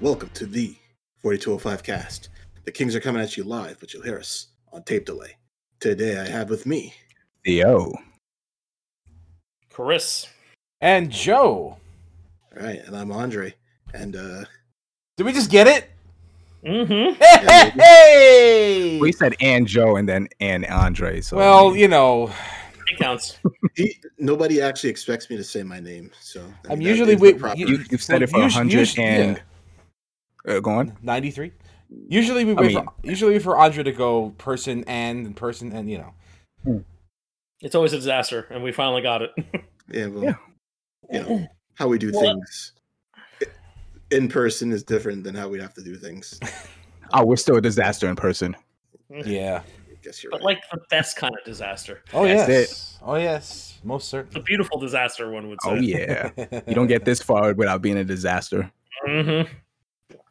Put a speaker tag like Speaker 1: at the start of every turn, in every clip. Speaker 1: Welcome to the 4205 cast. The Kings are coming at you live, but you'll hear us on tape delay. Today I have with me.
Speaker 2: Theo.
Speaker 3: Chris.
Speaker 4: And Joe.
Speaker 1: All right, and I'm Andre. And uh
Speaker 4: Did we just get it?
Speaker 3: Mm-hmm.
Speaker 4: Hey! hey!
Speaker 2: We said and Joe and then and Andre. So
Speaker 4: well, you know,
Speaker 3: It counts.
Speaker 1: he, nobody actually expects me to say my name, so I mean,
Speaker 4: I'm
Speaker 1: that
Speaker 4: usually
Speaker 1: is the
Speaker 4: with-
Speaker 1: proper-
Speaker 2: you, have said it for
Speaker 4: Well,
Speaker 2: a
Speaker 4: us-
Speaker 2: 100
Speaker 4: us-
Speaker 2: and uh, go on.
Speaker 4: 93. Usually we wait
Speaker 2: mean-
Speaker 4: for, usually we wait for Andre to go person and and person and you know.
Speaker 3: It's always a disaster, and we finally got it.
Speaker 1: yeah, well,
Speaker 2: Yeah.
Speaker 1: you know how we do
Speaker 3: Well- uh,
Speaker 1: things in person is different than how we have to do things. I
Speaker 2: Oh, we're still a disaster in person.
Speaker 4: Yeah.
Speaker 1: guess you're
Speaker 3: But
Speaker 1: right.
Speaker 3: like the best kind of disaster.
Speaker 4: Oh
Speaker 2: That's
Speaker 4: yes. Oh yes. Most
Speaker 3: The
Speaker 4: certainly.
Speaker 3: beautiful disaster one would say.
Speaker 2: Oh yeah. You don't get this far without being a disaster.
Speaker 3: Mhm.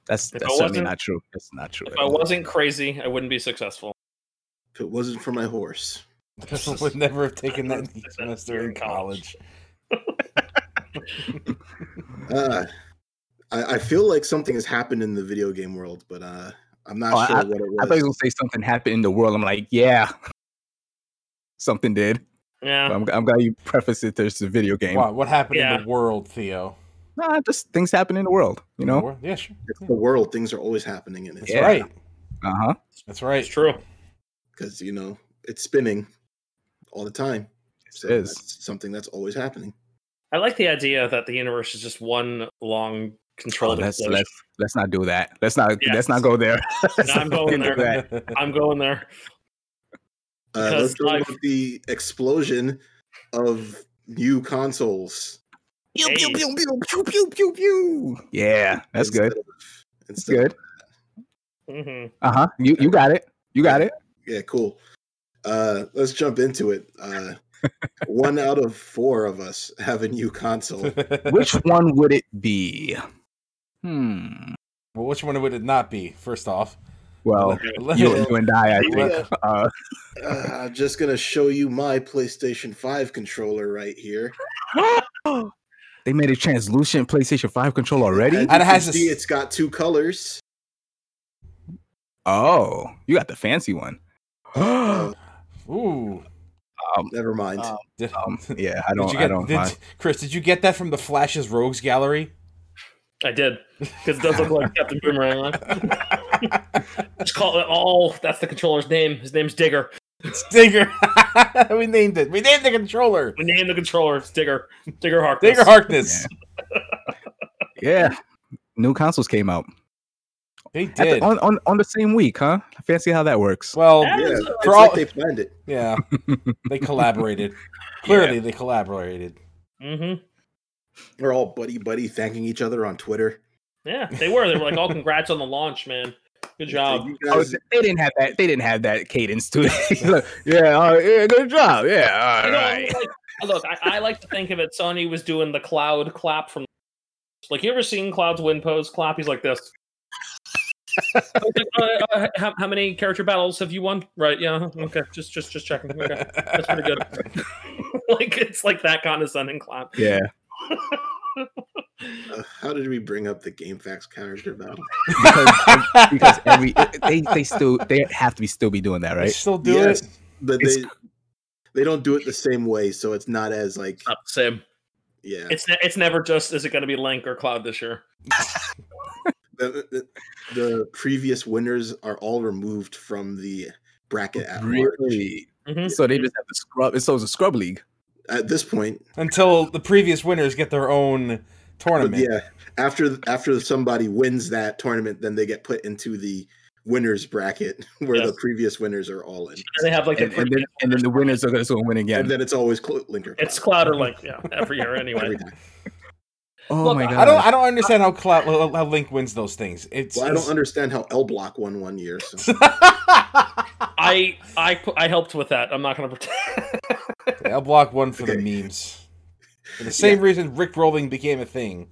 Speaker 2: That's
Speaker 3: If
Speaker 2: that's
Speaker 3: I
Speaker 2: certainly
Speaker 3: wasn't-
Speaker 2: not true. That's not true.
Speaker 3: If
Speaker 2: at
Speaker 3: I
Speaker 2: all.
Speaker 3: wasn't crazy, I wouldn't be successful.
Speaker 1: if it wasn't for my horse,
Speaker 4: would never have taken that
Speaker 3: That's-
Speaker 4: semester in
Speaker 3: that's-
Speaker 4: college.
Speaker 1: uh, I, I feel like something has happened in the video game world, but uh, I'm not
Speaker 2: Oh, I-
Speaker 1: sure what it was.
Speaker 2: I thought you were gonna say something happened in the world. I'm like, yeah, something did. But
Speaker 3: Yeah.
Speaker 2: I'm, I'm glad you prefaced it. There's a video game.
Speaker 4: Wow, what happened in
Speaker 3: Yeah.
Speaker 4: the world, Theo?
Speaker 2: Nah, just things happen in the world. You
Speaker 4: In the
Speaker 2: know.
Speaker 4: world? Yeah, sure.
Speaker 1: it's the world. Things are always happening in it
Speaker 4: That's
Speaker 2: Yeah.
Speaker 4: right.
Speaker 2: Uh huh.
Speaker 3: It's
Speaker 4: That's right.
Speaker 3: true.
Speaker 1: because you know it's spinning all the time. So
Speaker 2: is.
Speaker 1: that's something that's always happening.
Speaker 3: I like the idea that the universe is just one long controlled
Speaker 2: Let's
Speaker 3: explosion.
Speaker 2: let's let's not do that. Let's not
Speaker 3: Yeah.
Speaker 2: let's not go there. Let's
Speaker 3: I'm
Speaker 2: not
Speaker 3: going
Speaker 2: do
Speaker 3: there.
Speaker 2: that.
Speaker 3: I'm going there.
Speaker 1: Uh,
Speaker 3: Because
Speaker 1: let's talk
Speaker 3: I've-
Speaker 1: about the explosion of new consoles.
Speaker 2: Pew, pew,
Speaker 3: Hey.
Speaker 2: pew, pew, pew, pew, pew, pew. Yeah, that's
Speaker 1: instead
Speaker 2: good.
Speaker 1: of-
Speaker 2: That's
Speaker 1: instead of-
Speaker 2: good.
Speaker 3: Mhm.
Speaker 2: Uh huh. You you got it. You got it.
Speaker 1: yeah, cool. Uh, let's jump into it. Uh, one out of four of us have a new console.
Speaker 2: Which one would it be? Hmm.
Speaker 4: well, which one would it not be? First off,
Speaker 2: Well,
Speaker 3: Okay.
Speaker 2: Oh,
Speaker 4: Let-
Speaker 2: you, you and I, I think.
Speaker 1: Yeah.
Speaker 2: Uh,
Speaker 1: Uh, I'm just gonna show you my PlayStation 5 controller right here.
Speaker 2: they made a translucent PlayStation 5 controller already.
Speaker 1: And,
Speaker 4: And it
Speaker 1: it
Speaker 4: has a
Speaker 1: see
Speaker 4: s-
Speaker 1: it's got two colors.
Speaker 2: Oh, you got the fancy one. um,
Speaker 4: ooh,
Speaker 1: Never mind.
Speaker 2: Um,
Speaker 4: did,
Speaker 2: yeah, I
Speaker 4: did
Speaker 2: don't.
Speaker 4: you
Speaker 2: I
Speaker 4: get
Speaker 2: don't.
Speaker 4: did-
Speaker 2: mind.
Speaker 4: Chris? Did you get that from the Flash's Rogues Gallery?
Speaker 3: I did. Because it does look like Captain Boomerang. huh? just call it all. That's the controller's name. His name's Digger.
Speaker 4: Digger. we named it. We named the controller.
Speaker 3: We named the controller. It's Digger. Digger Harkness.
Speaker 4: Digger Harkness.
Speaker 2: Yeah, new consoles came out
Speaker 4: They
Speaker 2: At the-
Speaker 4: did.
Speaker 2: on, on on the same week, huh? Fancy how that works.
Speaker 4: well,
Speaker 3: Yeah.
Speaker 1: yeah,
Speaker 3: it's
Speaker 1: it's
Speaker 4: all-
Speaker 1: like they planned it.
Speaker 4: yeah, they collaborated. Clearly, they collaborated.
Speaker 3: hmm
Speaker 1: We're all buddy buddy thanking each other on Twitter.
Speaker 3: Yeah, they were. They were like, "Oh, congrats on the launch, man! Good job."
Speaker 1: You
Speaker 2: Oh,
Speaker 1: guys-
Speaker 2: they didn't have that. They didn't have that cadence to it. Look, yeah, uh, yeah, good job. Yeah, all
Speaker 3: You know, I
Speaker 2: right.
Speaker 3: like- look, I, I like to think of it. Sony was doing the cloud clap from, like, you ever seen Cloud's win pose clap? He's like this. I was like, uh, uh, how, how many character battles have you won? Right? Yeah. Okay. Just, just, just checking. Okay, that's pretty good. like it's like that condescending clap.
Speaker 2: Yeah,
Speaker 1: Uh, how did we bring up the GameFAQs character battle?
Speaker 2: because, because every they, they still they have to be still be doing that,
Speaker 4: They
Speaker 2: right?
Speaker 4: still do
Speaker 1: Yes.
Speaker 4: it.
Speaker 1: But
Speaker 2: It's-
Speaker 1: they they don't do it the same way, so it's not as like
Speaker 3: Not the same.
Speaker 1: yeah.
Speaker 3: It's ne- it's never just is it going to be Link or Cloud this year?
Speaker 1: The, the- the previous winners are all removed from the bracket at large.
Speaker 2: Really?
Speaker 3: Mhm.
Speaker 2: So they just have to scrub. It's so it's a scrub league.
Speaker 1: At this point,
Speaker 4: until the previous winners get their own
Speaker 1: but
Speaker 4: tournament.
Speaker 1: yeah. After after somebody wins that tournament, then they get put into the winners bracket where the
Speaker 3: Yes.
Speaker 1: previous winners are all in,
Speaker 3: And they have like
Speaker 2: And,
Speaker 3: the
Speaker 2: and then, and then the winners are going to win
Speaker 1: and
Speaker 2: again.
Speaker 1: then it's always cl- linker.
Speaker 3: It's
Speaker 1: Cloud
Speaker 3: Cloud or Link, yeah, every year anyway.
Speaker 1: every time.
Speaker 2: Oh
Speaker 3: Look,
Speaker 2: my
Speaker 3: I
Speaker 2: god!
Speaker 4: I don't. I don't understand how Cloud, how Link wins those things. It's.
Speaker 1: Well, I don't understand how L Block won one year. So.
Speaker 3: I I pu- I helped with that. I'm not gonna pretend.
Speaker 4: I'll block one for the
Speaker 1: Okay.
Speaker 4: memes. For the same reason Rick Rolling became a thing.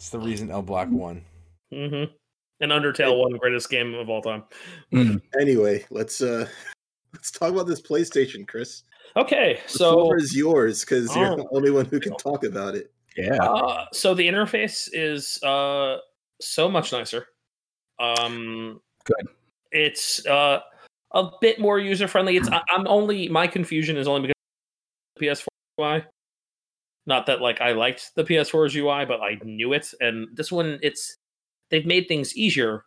Speaker 4: It's the reason I'll block one.
Speaker 3: mm-hmm. And Undertale one greatest game of all time.
Speaker 2: Mm.
Speaker 1: anyway, let's uh let's talk about this PlayStation, Chris.
Speaker 3: Okay,
Speaker 1: The
Speaker 3: so
Speaker 1: floor is yours because you're
Speaker 3: Oh.
Speaker 1: the only one who can talk about it.
Speaker 2: Yeah.
Speaker 3: uh, so the interface is uh so much nicer. Um,
Speaker 2: Good.
Speaker 3: It's uh, a bit more user friendly. It's I, I'm only my confusion is only because of the PS4 UI. Not that like I liked the PS4's UI, but I knew it, and this one it's they've made things easier,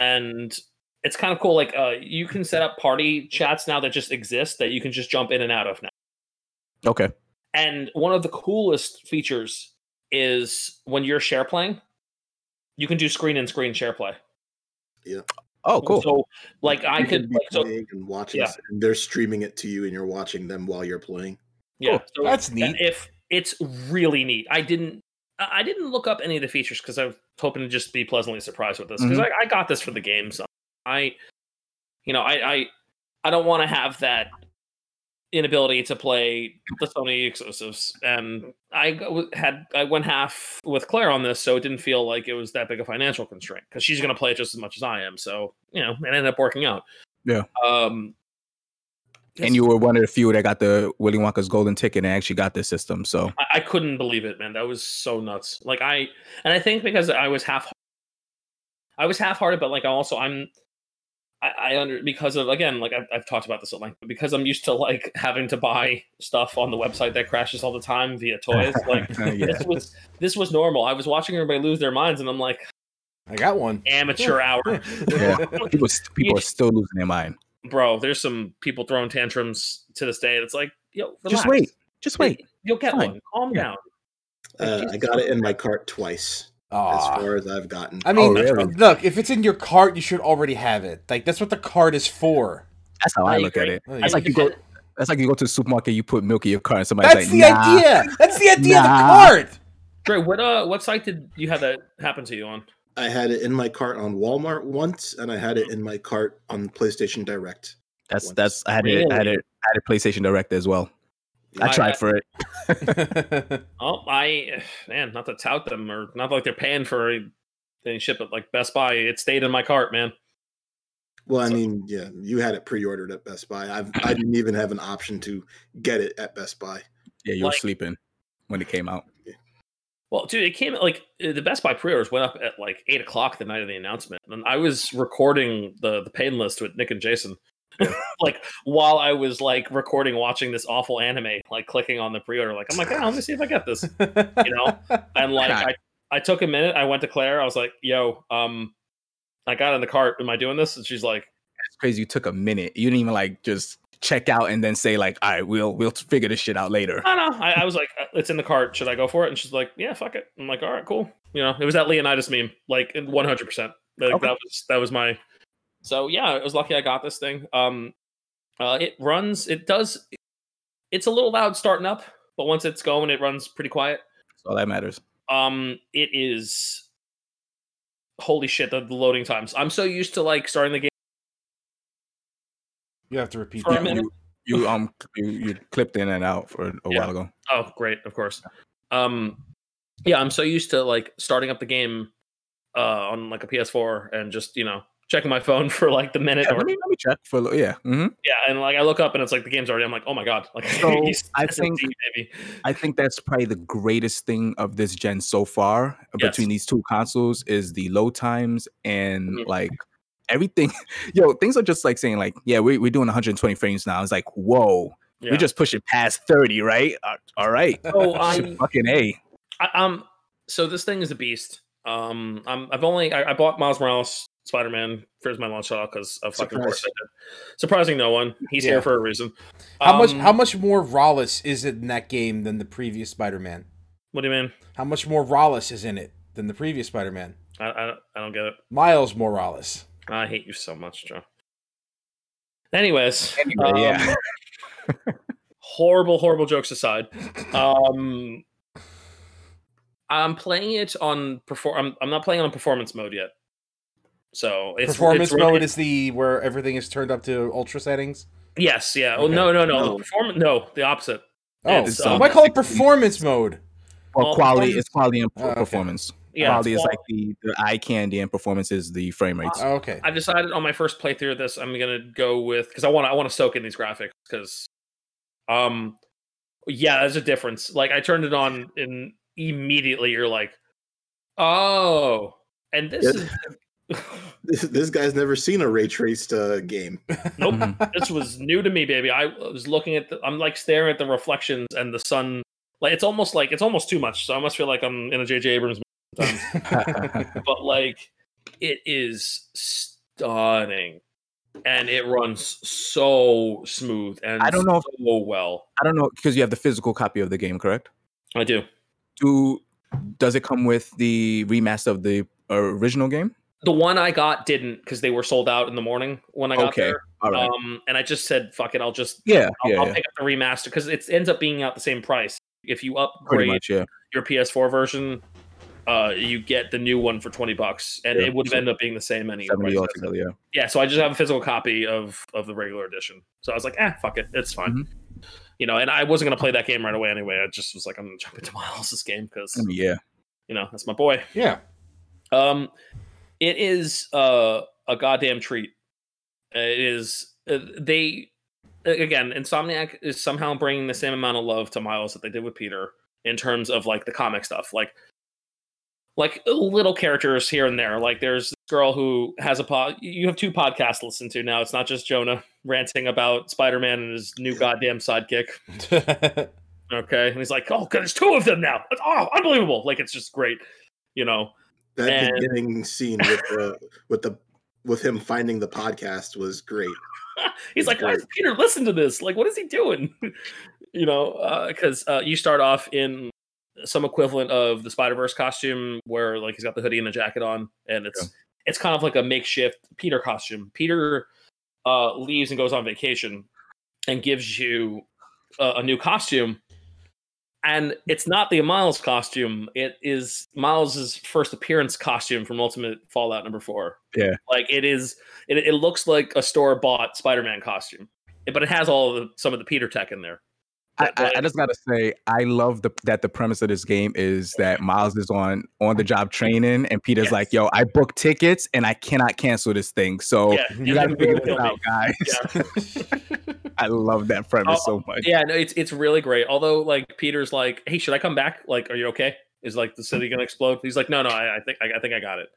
Speaker 3: and it's kind of cool. Like uh, you can set up party chats now that just exist that you can just jump in and out of now.
Speaker 2: Okay.
Speaker 3: And one of the coolest features is when you're share playing, you can do screen and screen share play.
Speaker 2: Oh, cool.
Speaker 3: So like I
Speaker 1: You can
Speaker 3: could
Speaker 1: be
Speaker 3: like so
Speaker 1: playing and watching,
Speaker 3: yeah.
Speaker 1: and they're streaming it to you, and you're watching them while you're playing.
Speaker 3: yeah.
Speaker 2: Cool.
Speaker 3: So
Speaker 4: That's
Speaker 3: and
Speaker 4: neat.
Speaker 3: if it's really neat. I didn't I I didn't look up any of the features because I was hoping to just be pleasantly surprised with this because
Speaker 2: Mhm.
Speaker 3: I, I got this for the game. So I, you know, I I, I don't want to have that inability to play the Sony exclusives, and I go- had I went half with Claire on this, so it didn't feel like it was that big a financial constraint because she's going to play it just as much as I am. So you know, it ended up working out.
Speaker 2: Yeah.
Speaker 3: Um.
Speaker 2: and you were one of the few that got the Willy Wonka's golden ticket and actually got this system. So
Speaker 3: I, I couldn't believe it, man. That was so nuts. Like I, and I think because I was half, I was half-hearted, but like I also I'm, I, I under because of again like I've, I've talked about this at length, but because I'm used to like having to buy stuff on the website that crashes all the time via toys. Like
Speaker 2: yeah,
Speaker 3: this was this was normal. I was watching everybody lose their minds, and I'm like
Speaker 4: I got one.
Speaker 3: amateur hour,
Speaker 2: people, people are still losing their mind.
Speaker 3: bro. There's some people throwing tantrums to this day. It's like yo,
Speaker 2: Just
Speaker 3: relax.
Speaker 2: wait. Just wait.
Speaker 3: You'll get
Speaker 2: Fine.
Speaker 3: one. Calm
Speaker 2: Yeah.
Speaker 3: down.
Speaker 1: Uh, I got it in my cart twice,
Speaker 4: Aw.
Speaker 1: as far as I've gotten.
Speaker 4: I mean,
Speaker 2: Oh, really?
Speaker 4: look, if it's in your cart, you should already have it. Like that's what the cart is for.
Speaker 2: That's how I,
Speaker 3: I
Speaker 2: look at
Speaker 3: agree.
Speaker 2: it.
Speaker 4: Like,
Speaker 2: That's like you go. That's like you go to the supermarket, you put milk in your car, and somebody's
Speaker 4: that's
Speaker 2: like,
Speaker 4: the
Speaker 2: "Nah."
Speaker 4: idea. That's the idea of the
Speaker 2: Nah.
Speaker 4: cart.
Speaker 3: Dre, what uh, what site did you have that happen to you on?
Speaker 1: I had it in my cart on Walmart once, and I had it in my cart on PlayStation Direct.
Speaker 2: That's that's. I had it. I had it. I had a PlayStation Direct as well. I
Speaker 3: I-
Speaker 2: tried for it.
Speaker 3: Oh, I man, not to tout them or not like they're paying for any- any shit, but like Best Buy, it stayed in my cart, man.
Speaker 1: Well, I
Speaker 3: So-
Speaker 1: mean, yeah, you had it pre-ordered at Best Buy. I've, I didn't even have an option to get it at Best Buy.
Speaker 2: Yeah, you were
Speaker 3: Like-
Speaker 2: sleeping when it came out.
Speaker 3: Well, dude, it came like uh, the Best Buy pre-orders went up at like eight o'clock the night of the announcement, and I was recording the the pain list with Nick and Jason, like while I was like recording, watching this awful anime, like clicking on the pre-order, like I'm like, oh, let me see if I get this, you know, and like I,
Speaker 2: God.
Speaker 3: I took a minute, I went to Claire, I was like, yo, um, I got in the cart, am I doing this? And she's like,
Speaker 2: It's crazy. You took a minute. You didn't even like just check out and then say like, "All right, we'll we'll figure this shit out later."
Speaker 3: no, no. I, I was like, uh, it's in the cart. Should I go for it? And she's like, yeah, fuck it. I'm like, all right, cool. You know, it was that Leonidas meme, like 100. percent Like
Speaker 2: Okay.
Speaker 3: that was that was my. So yeah, I was lucky I got this thing. Um, uh, it runs. It does. It's a little loud starting up, but once it's going, it runs pretty quiet.
Speaker 2: That's all that matters.
Speaker 3: Um, it is. Holy shit! The the loading times. I'm so used to like starting the game.
Speaker 4: you have to repeat
Speaker 3: For a
Speaker 4: that. one.
Speaker 3: minute.
Speaker 2: You, you um you, you clipped in and out for a
Speaker 3: Yeah.
Speaker 2: while ago.
Speaker 3: Oh, great, of course. Um yeah, I'm so used to like starting up the game uh on like a PS4 and just, you know, checking my phone for like the minute
Speaker 2: Yeah,
Speaker 3: or
Speaker 2: let, me, let me check for a little- yeah. hmm
Speaker 3: yeah, and like I look up and it's like the game's already I'm like, "Oh my god." Like
Speaker 2: So,
Speaker 3: he's
Speaker 2: I
Speaker 3: SMT,
Speaker 2: think-
Speaker 3: maybe.
Speaker 2: I think that's probably the greatest thing of this gen so far
Speaker 3: Yes.
Speaker 2: between these two consoles is the load times and
Speaker 3: Mhm.
Speaker 2: like everything. Yo, things are just like saying like, yeah, we, we're doing 120 frames now. It's like, whoa,
Speaker 3: Yeah.
Speaker 2: we're just pushing past 30, right? Uh, all right,
Speaker 3: so I,
Speaker 2: fucking a.
Speaker 3: I um so this thing is a beast. Um I'm I've only I, I bought Miles Morales Spider-Man for my launch shot cuz uh, of fucking course I did. Surprising no one. He's
Speaker 4: Yeah.
Speaker 3: here for a reason.
Speaker 4: How much?
Speaker 3: Um,
Speaker 4: How much more Rollis is it in that game than the previous Spider-Man?
Speaker 3: What do you mean?
Speaker 4: How much more Rollis is in it than the previous Spider-Man?
Speaker 3: I I, I don't get it.
Speaker 4: Miles Morales.
Speaker 3: I hate you so much, Joe. Anyways,
Speaker 2: Anyway, yeah.
Speaker 3: um, horrible, horrible jokes aside. Um, I'm playing it on perform. I'm, I'm not playing on performance mode yet. So it's
Speaker 4: Performance
Speaker 3: it's really-
Speaker 4: mode is the where everything is turned up to ultra settings.
Speaker 3: yes, yeah. Oh
Speaker 4: Okay.
Speaker 3: no, no, no.
Speaker 1: No.
Speaker 3: Performance. No, the opposite.
Speaker 4: Oh,
Speaker 3: It's,
Speaker 4: I
Speaker 2: um,
Speaker 4: might call it performance mode.
Speaker 2: Well,
Speaker 3: Well,
Speaker 2: quality
Speaker 3: performance-
Speaker 2: is quality and
Speaker 4: Oh, okay.
Speaker 2: performance.
Speaker 3: Yeah, it's
Speaker 2: quality is
Speaker 3: qual-
Speaker 2: like the, the eye candy, and performance is the frame rates.
Speaker 4: Oh, okay.
Speaker 3: I've decided on my first playthrough of this, I'm gonna go with because I want I want to soak in these graphics because, um, yeah, there's a difference. Like I turned it on and immediately you're like, oh, And this
Speaker 1: Yeah.
Speaker 3: is
Speaker 1: This, this guy's never seen a ray traced uh, game.
Speaker 3: nope.
Speaker 2: Mhm.
Speaker 3: This was new to me, baby. I was looking at the I'm like staring at the reflections and the sun. Like it's almost like it's almost too much. So I almost feel like I'm in a JJ Abrams movie sometimes. but like it is stunning. And it runs so smooth and
Speaker 2: I don't know if-
Speaker 3: so well.
Speaker 2: I don't know because you have the physical copy of the game, correct?
Speaker 3: I do.
Speaker 2: Do does it come with the remaster of the original game?
Speaker 3: The one I got didn't because they were sold out in the morning when I got
Speaker 2: Okay,
Speaker 3: there.
Speaker 2: All right.
Speaker 3: Um, and I just said, "Fuck it, I'll just
Speaker 2: yeah,
Speaker 3: I'll,
Speaker 2: yeah,
Speaker 3: I'll
Speaker 2: yeah.
Speaker 3: pick up the remaster because it ends up being out the same price. If you
Speaker 2: pretty
Speaker 3: upgrade
Speaker 2: much. Yeah.
Speaker 3: your PS4 version, uh, you get the new one for twenty bucks, and
Speaker 2: Yeah,
Speaker 3: it would have
Speaker 2: so
Speaker 3: ended up being the same anyway.
Speaker 2: Seventy
Speaker 3: so-
Speaker 2: altogether. Yeah.
Speaker 3: yeah, so I just have a physical copy of of the regular edition. So I was like, eh, fuck it, it's fine.
Speaker 2: Mhm.
Speaker 3: You know, and I wasn't gonna play that game right away anyway. I just was like, I'm gonna jump into my else's game because
Speaker 2: I mean, yeah.
Speaker 3: you know that's my boy.
Speaker 4: yeah.
Speaker 3: Um, it is uh, a goddamn treat. It is uh, they again. Insomniac is somehow bringing the same amount of love to Miles that they did with Peter in terms of like the comic stuff, like like little characters here and there. Like there's this girl who has a pod. You have two podcasts to listen to now. It's not just Jonah ranting about Spider Man and his new goddamn sidekick. Okay, and he's like, oh, god, there's two of them now. Oh, unbelievable! Like it's just great, you know.
Speaker 1: That
Speaker 3: And-
Speaker 1: beginning scene with the with the with him finding the podcast was great.
Speaker 3: He's like, why does Peter listen to this? Like, what is he doing? you know, because uh, you start off in some equivalent of the Spider Verse costume, where like he's got the hoodie and the jacket on, and it's it's kind of like a makeshift Peter costume. Peter uh, leaves and goes on vacation, and gives you uh, a, a new costume. And it's not the Miles costume. It is Miles's first appearance costume from Ultimate Fallout number four.
Speaker 2: Yeah.
Speaker 3: Like it is it, it looks like a store bought Spider Man costume, but it has all the, some of the Peter tech in there.
Speaker 2: I,
Speaker 3: But,
Speaker 2: I, I just gotta say, I love the that the premise of this game is that Miles is on on the job training, and Peter's
Speaker 3: Yes.
Speaker 2: like, "Yo, I booked tickets, and I cannot cancel this thing. So
Speaker 3: yeah,
Speaker 2: Oh, you
Speaker 3: you
Speaker 2: gotta
Speaker 3: got
Speaker 2: figure
Speaker 3: to
Speaker 2: this
Speaker 3: kill me.
Speaker 2: out, guys." I love that premise
Speaker 3: Oh,
Speaker 2: so much.
Speaker 3: Yeah, no, it's it's really great. Although, like Peter's like, "Hey, should I come back? Like, are you okay? Is like the city gonna explode?" He's like, "No, no, I, I think I, I think I got it."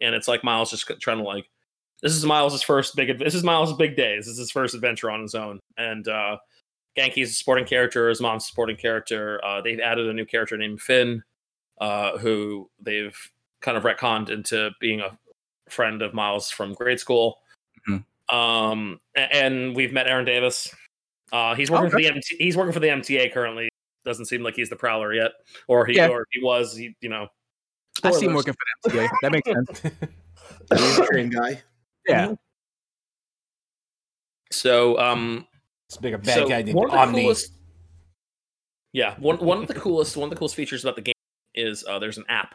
Speaker 3: And it's like Miles just trying to like, this is Miles's first big. adv- This is Miles' big day. This is his first adventure on his own. And uh Genki's a supporting character. His mom's a supporting character. Uh, they've added a new character named Finn, uh, who they've kind of retconned into being a friend of Miles from grade school.
Speaker 2: Mhm.
Speaker 3: Um, a- and we've met Aaron Davis, uh, he's working for the MT- he's working for the MTA currently. Doesn't seem like he's the Prowler yet, or he
Speaker 2: Yeah.
Speaker 3: or he was. He, you know,
Speaker 2: I see him
Speaker 3: spoilers.
Speaker 2: working for the MTA. That makes sense.
Speaker 1: The main train guy.
Speaker 3: Mm-hmm.
Speaker 2: Yeah.
Speaker 3: So, um,
Speaker 4: It's big a bad
Speaker 3: so
Speaker 4: guy named
Speaker 3: one of the
Speaker 4: Omni.
Speaker 3: coolest- yeah, one one of the coolest one of the coolest features about the game is uh, there's an app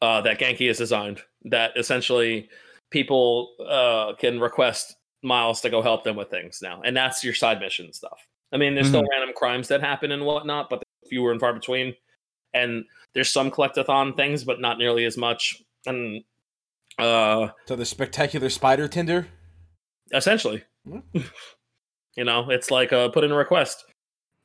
Speaker 3: uh, that Genki has designed that essentially people uh, can request Miles to go help them with things now, and that's your side mission stuff. I mean, there's
Speaker 4: Mm-hmm.
Speaker 3: still random crimes that happen and whatnot, but they're fewer and far between. And there's some collectathon things, but not nearly as much. And uh,
Speaker 4: So the spectacular spider Tinder.
Speaker 3: essentially.
Speaker 4: Yeah.
Speaker 3: you know, it's like uh, put in a request.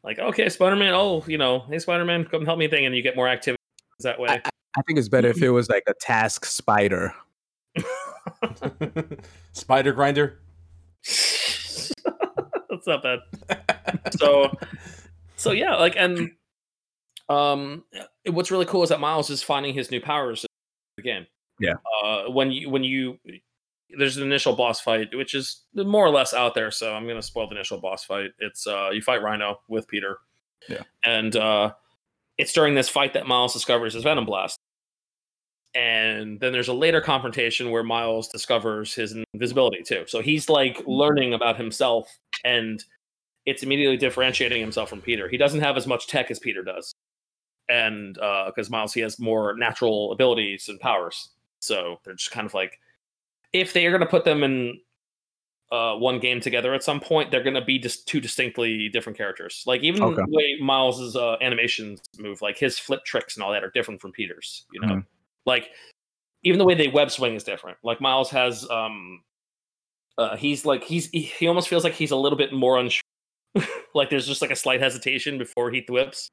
Speaker 3: Like, okay, Spider Man, oh, you know, hey, Spider Man, come help me thing, and you get more activities that way.
Speaker 2: I think it's
Speaker 3: Mm-hmm.
Speaker 2: better if it was like a task spider.
Speaker 4: spider grinder.
Speaker 3: That's not bad. So, so yeah, like, and um, what's really cool is that Miles is finding his new powers in the game.
Speaker 2: Yeah.
Speaker 3: Uh, when you when you there's an initial boss fight, which is more or less out there. So I'm gonna spoil the initial boss fight. It's uh, you fight Rhino with Peter.
Speaker 2: Yeah.
Speaker 3: And uh, it's during this fight that Miles discovers his Venom Blast. And then there's a later confrontation where Miles discovers his invisibility too. So he's like learning about himself and it's immediately differentiating himself from Peter. He doesn't have as much tech as Peter does. And because Miles, he has more natural abilities and powers. So they're just kind of like, if they are going to put them in uh, one game together at some point, they're going to be just two distinctly different characters. Like even
Speaker 2: Okay.
Speaker 3: the way Miles's uh, animations move, like his flip tricks and all that are different from Peter's. You know,
Speaker 2: Mhm.
Speaker 3: like even the way they web swing is different. Like Miles has, um, uh, he's like he's he, he almost feels like he's a little bit more unsure. like there's just like a slight hesitation before he whips,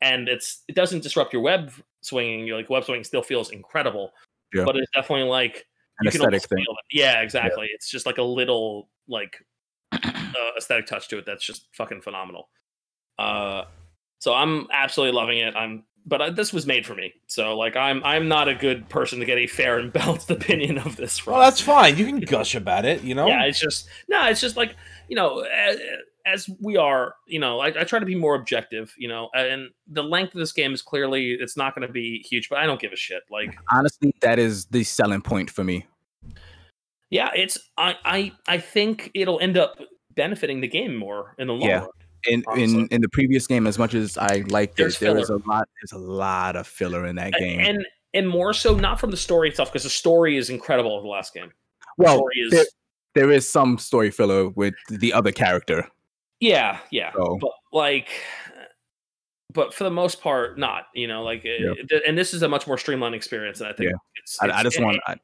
Speaker 3: and it's it doesn't disrupt your web swinging. Your like web swinging still feels incredible,
Speaker 2: Yeah.
Speaker 3: but it's definitely like
Speaker 2: An aesthetic
Speaker 3: almost
Speaker 2: thing.
Speaker 3: feel it. Yeah, exactly. It's just like a little like uh, aesthetic touch to it that's just fucking phenomenal. Uh, so I'm absolutely loving it. I'm, but I, this was made for me. So like I'm, I'm not a good person to get a fair and balanced opinion of this. From.
Speaker 4: Well, that's fine. You can gush about it. You know.
Speaker 3: Yeah, it's just no, it's just like you know, as, as we are, you know, I, I try to be more objective, you know, and the length of this game is clearly it's not going to be huge, but I don't give a shit. Like,
Speaker 2: Honestly, that is the selling point for me.
Speaker 3: yeah, it's I I I think it'll end up benefiting the game more in the long
Speaker 2: Yeah.
Speaker 3: run.
Speaker 2: In in,
Speaker 3: Honestly.
Speaker 2: in the previous game, as much as I liked
Speaker 3: There's
Speaker 2: it, there was a lot. There's a lot of filler in that
Speaker 3: A-
Speaker 2: game.
Speaker 3: and and more so not from the story itself because the story is incredible of the last game. The
Speaker 2: well,
Speaker 3: story
Speaker 2: there-
Speaker 3: is
Speaker 2: there is some story filler with the other character.
Speaker 3: yeah, yeah.
Speaker 2: So
Speaker 3: but like but for the most part not you know like it-
Speaker 2: Yeah.
Speaker 3: it- and this is a much more streamlined experience and i think
Speaker 2: Yeah.
Speaker 3: it's,
Speaker 2: I,
Speaker 3: it's-
Speaker 2: I just
Speaker 3: and-
Speaker 2: want I,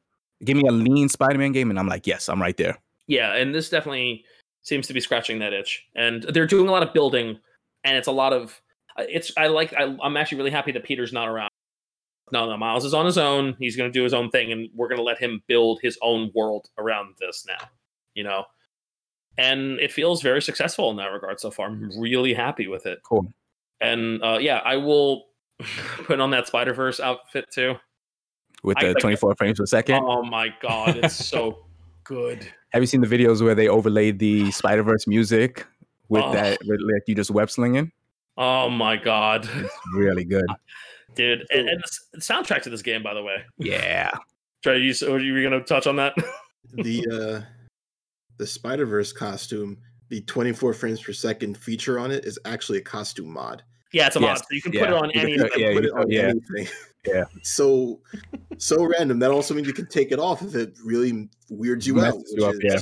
Speaker 2: give me a lean Spider-Man game, and I'm like, yes, I'm right there.
Speaker 3: yeah and this definitely seems to be scratching that itch and they're doing a lot of building and it's a lot of uh, it's i like I, i'm actually really happy that peter's not around no no miles is on his own he's going to do his own thing and we're going to let him build his own world around this now you know and it feels very successful in that regard so far i'm really happy with it
Speaker 2: Cool.
Speaker 3: and uh, yeah, I will put on that Spider Verse outfit too.
Speaker 2: With
Speaker 3: I
Speaker 2: the
Speaker 3: like that.
Speaker 2: 24 frames per second.
Speaker 3: Oh my god, it's so good.
Speaker 2: Have you seen the videos where they overlaid the Spider Verse music with
Speaker 3: Oh.
Speaker 2: that, with, like you just web slinging?
Speaker 3: Oh my god,
Speaker 2: It's really good.
Speaker 3: Uh, dude! And, and the s- the soundtrack to this game, by the way.
Speaker 2: Yeah.
Speaker 3: Trey, you, s- were you going to touch on that?
Speaker 1: the uh, the Spider Verse costume, the 24 frames per second feature on it is actually a costume mod.
Speaker 3: yeah, it's a mod,
Speaker 2: Yes,
Speaker 3: so you can
Speaker 2: yeah,
Speaker 3: put it on
Speaker 2: you can
Speaker 3: any.
Speaker 2: put it-
Speaker 1: put
Speaker 2: yeah, you
Speaker 1: it
Speaker 2: can-
Speaker 1: on
Speaker 2: yeah.
Speaker 1: anything.
Speaker 2: Yeah.
Speaker 1: So so random. That also means you can take it off if it really weirds you out.
Speaker 2: Messes
Speaker 1: Which
Speaker 2: you up,
Speaker 1: is
Speaker 2: yeah.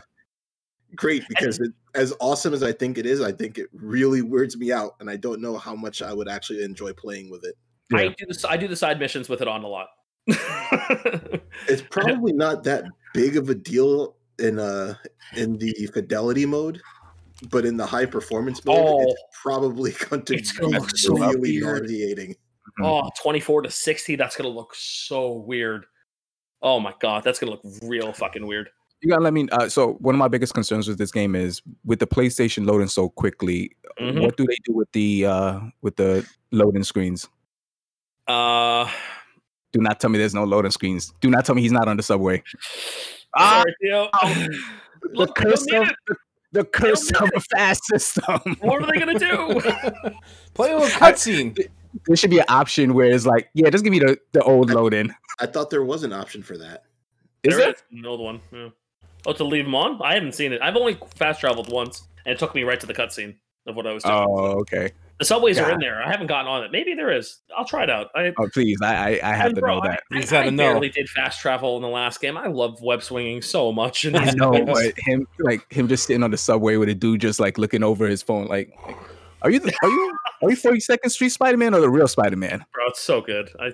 Speaker 1: Great because it, as awesome as I think it is, I think it really weirds me out, and I don't know how much I would actually enjoy playing with it.
Speaker 3: I
Speaker 2: Yeah.
Speaker 3: do the s- I do the side missions with it on a lot.
Speaker 2: Mm-hmm.
Speaker 1: It's probably not that big of a deal in uh in the fidelity mode, but in the high performance mode,
Speaker 3: Oh.
Speaker 1: it's probably going to
Speaker 3: It's gonna
Speaker 1: be
Speaker 3: look so
Speaker 1: really
Speaker 3: weird.
Speaker 1: nauseating.
Speaker 3: oh, 24 to 60, that's going to look so weird. Oh my god, that's going to look real fucking weird.
Speaker 2: You gotta let me. Uh, so one of my biggest concerns with this game is with the PlayStation loading so quickly.
Speaker 3: Mhm.
Speaker 2: What do they do with the uh with the loading screens?
Speaker 3: Uh,
Speaker 2: Do not tell me there's no loading screens. Do not tell me he's not on the subway. Ah,
Speaker 3: sorry, Theo.
Speaker 2: the
Speaker 3: Look, they don't
Speaker 2: curse
Speaker 3: need
Speaker 2: of
Speaker 3: it.
Speaker 2: the, the curse
Speaker 3: need
Speaker 2: of a fast system.
Speaker 3: What are they gonna do?
Speaker 4: Play a little cutscene.
Speaker 2: there should be an option where it's like, yeah, just give me the, the old loading.
Speaker 1: I thought there was an option for that.
Speaker 2: Is
Speaker 3: There
Speaker 2: it?
Speaker 3: an old one? Yeah. Oh, to leave them on? I haven't seen it. I've only fast traveled once, and it took me right to the cutscene of what I was doing.
Speaker 2: Oh, okay.
Speaker 3: the subways are in
Speaker 2: God.
Speaker 3: there. I haven't gotten on it. Maybe there is. I'll try it out. I,
Speaker 2: Oh, please, I I, I have
Speaker 3: and
Speaker 2: to
Speaker 3: bro,
Speaker 2: know that.
Speaker 3: I,
Speaker 4: You just
Speaker 3: I-
Speaker 4: gotta
Speaker 3: I
Speaker 4: know.
Speaker 3: barely did fast travel in the last game. I love web swinging so much. In
Speaker 2: I
Speaker 3: these
Speaker 2: know,
Speaker 3: games.
Speaker 2: but him like him just sitting on the subway with a dude just like looking over his phone, like, are you the, are you are you Forty Second Street Spider Man or the real Spider Man?
Speaker 3: bro. It's so good. I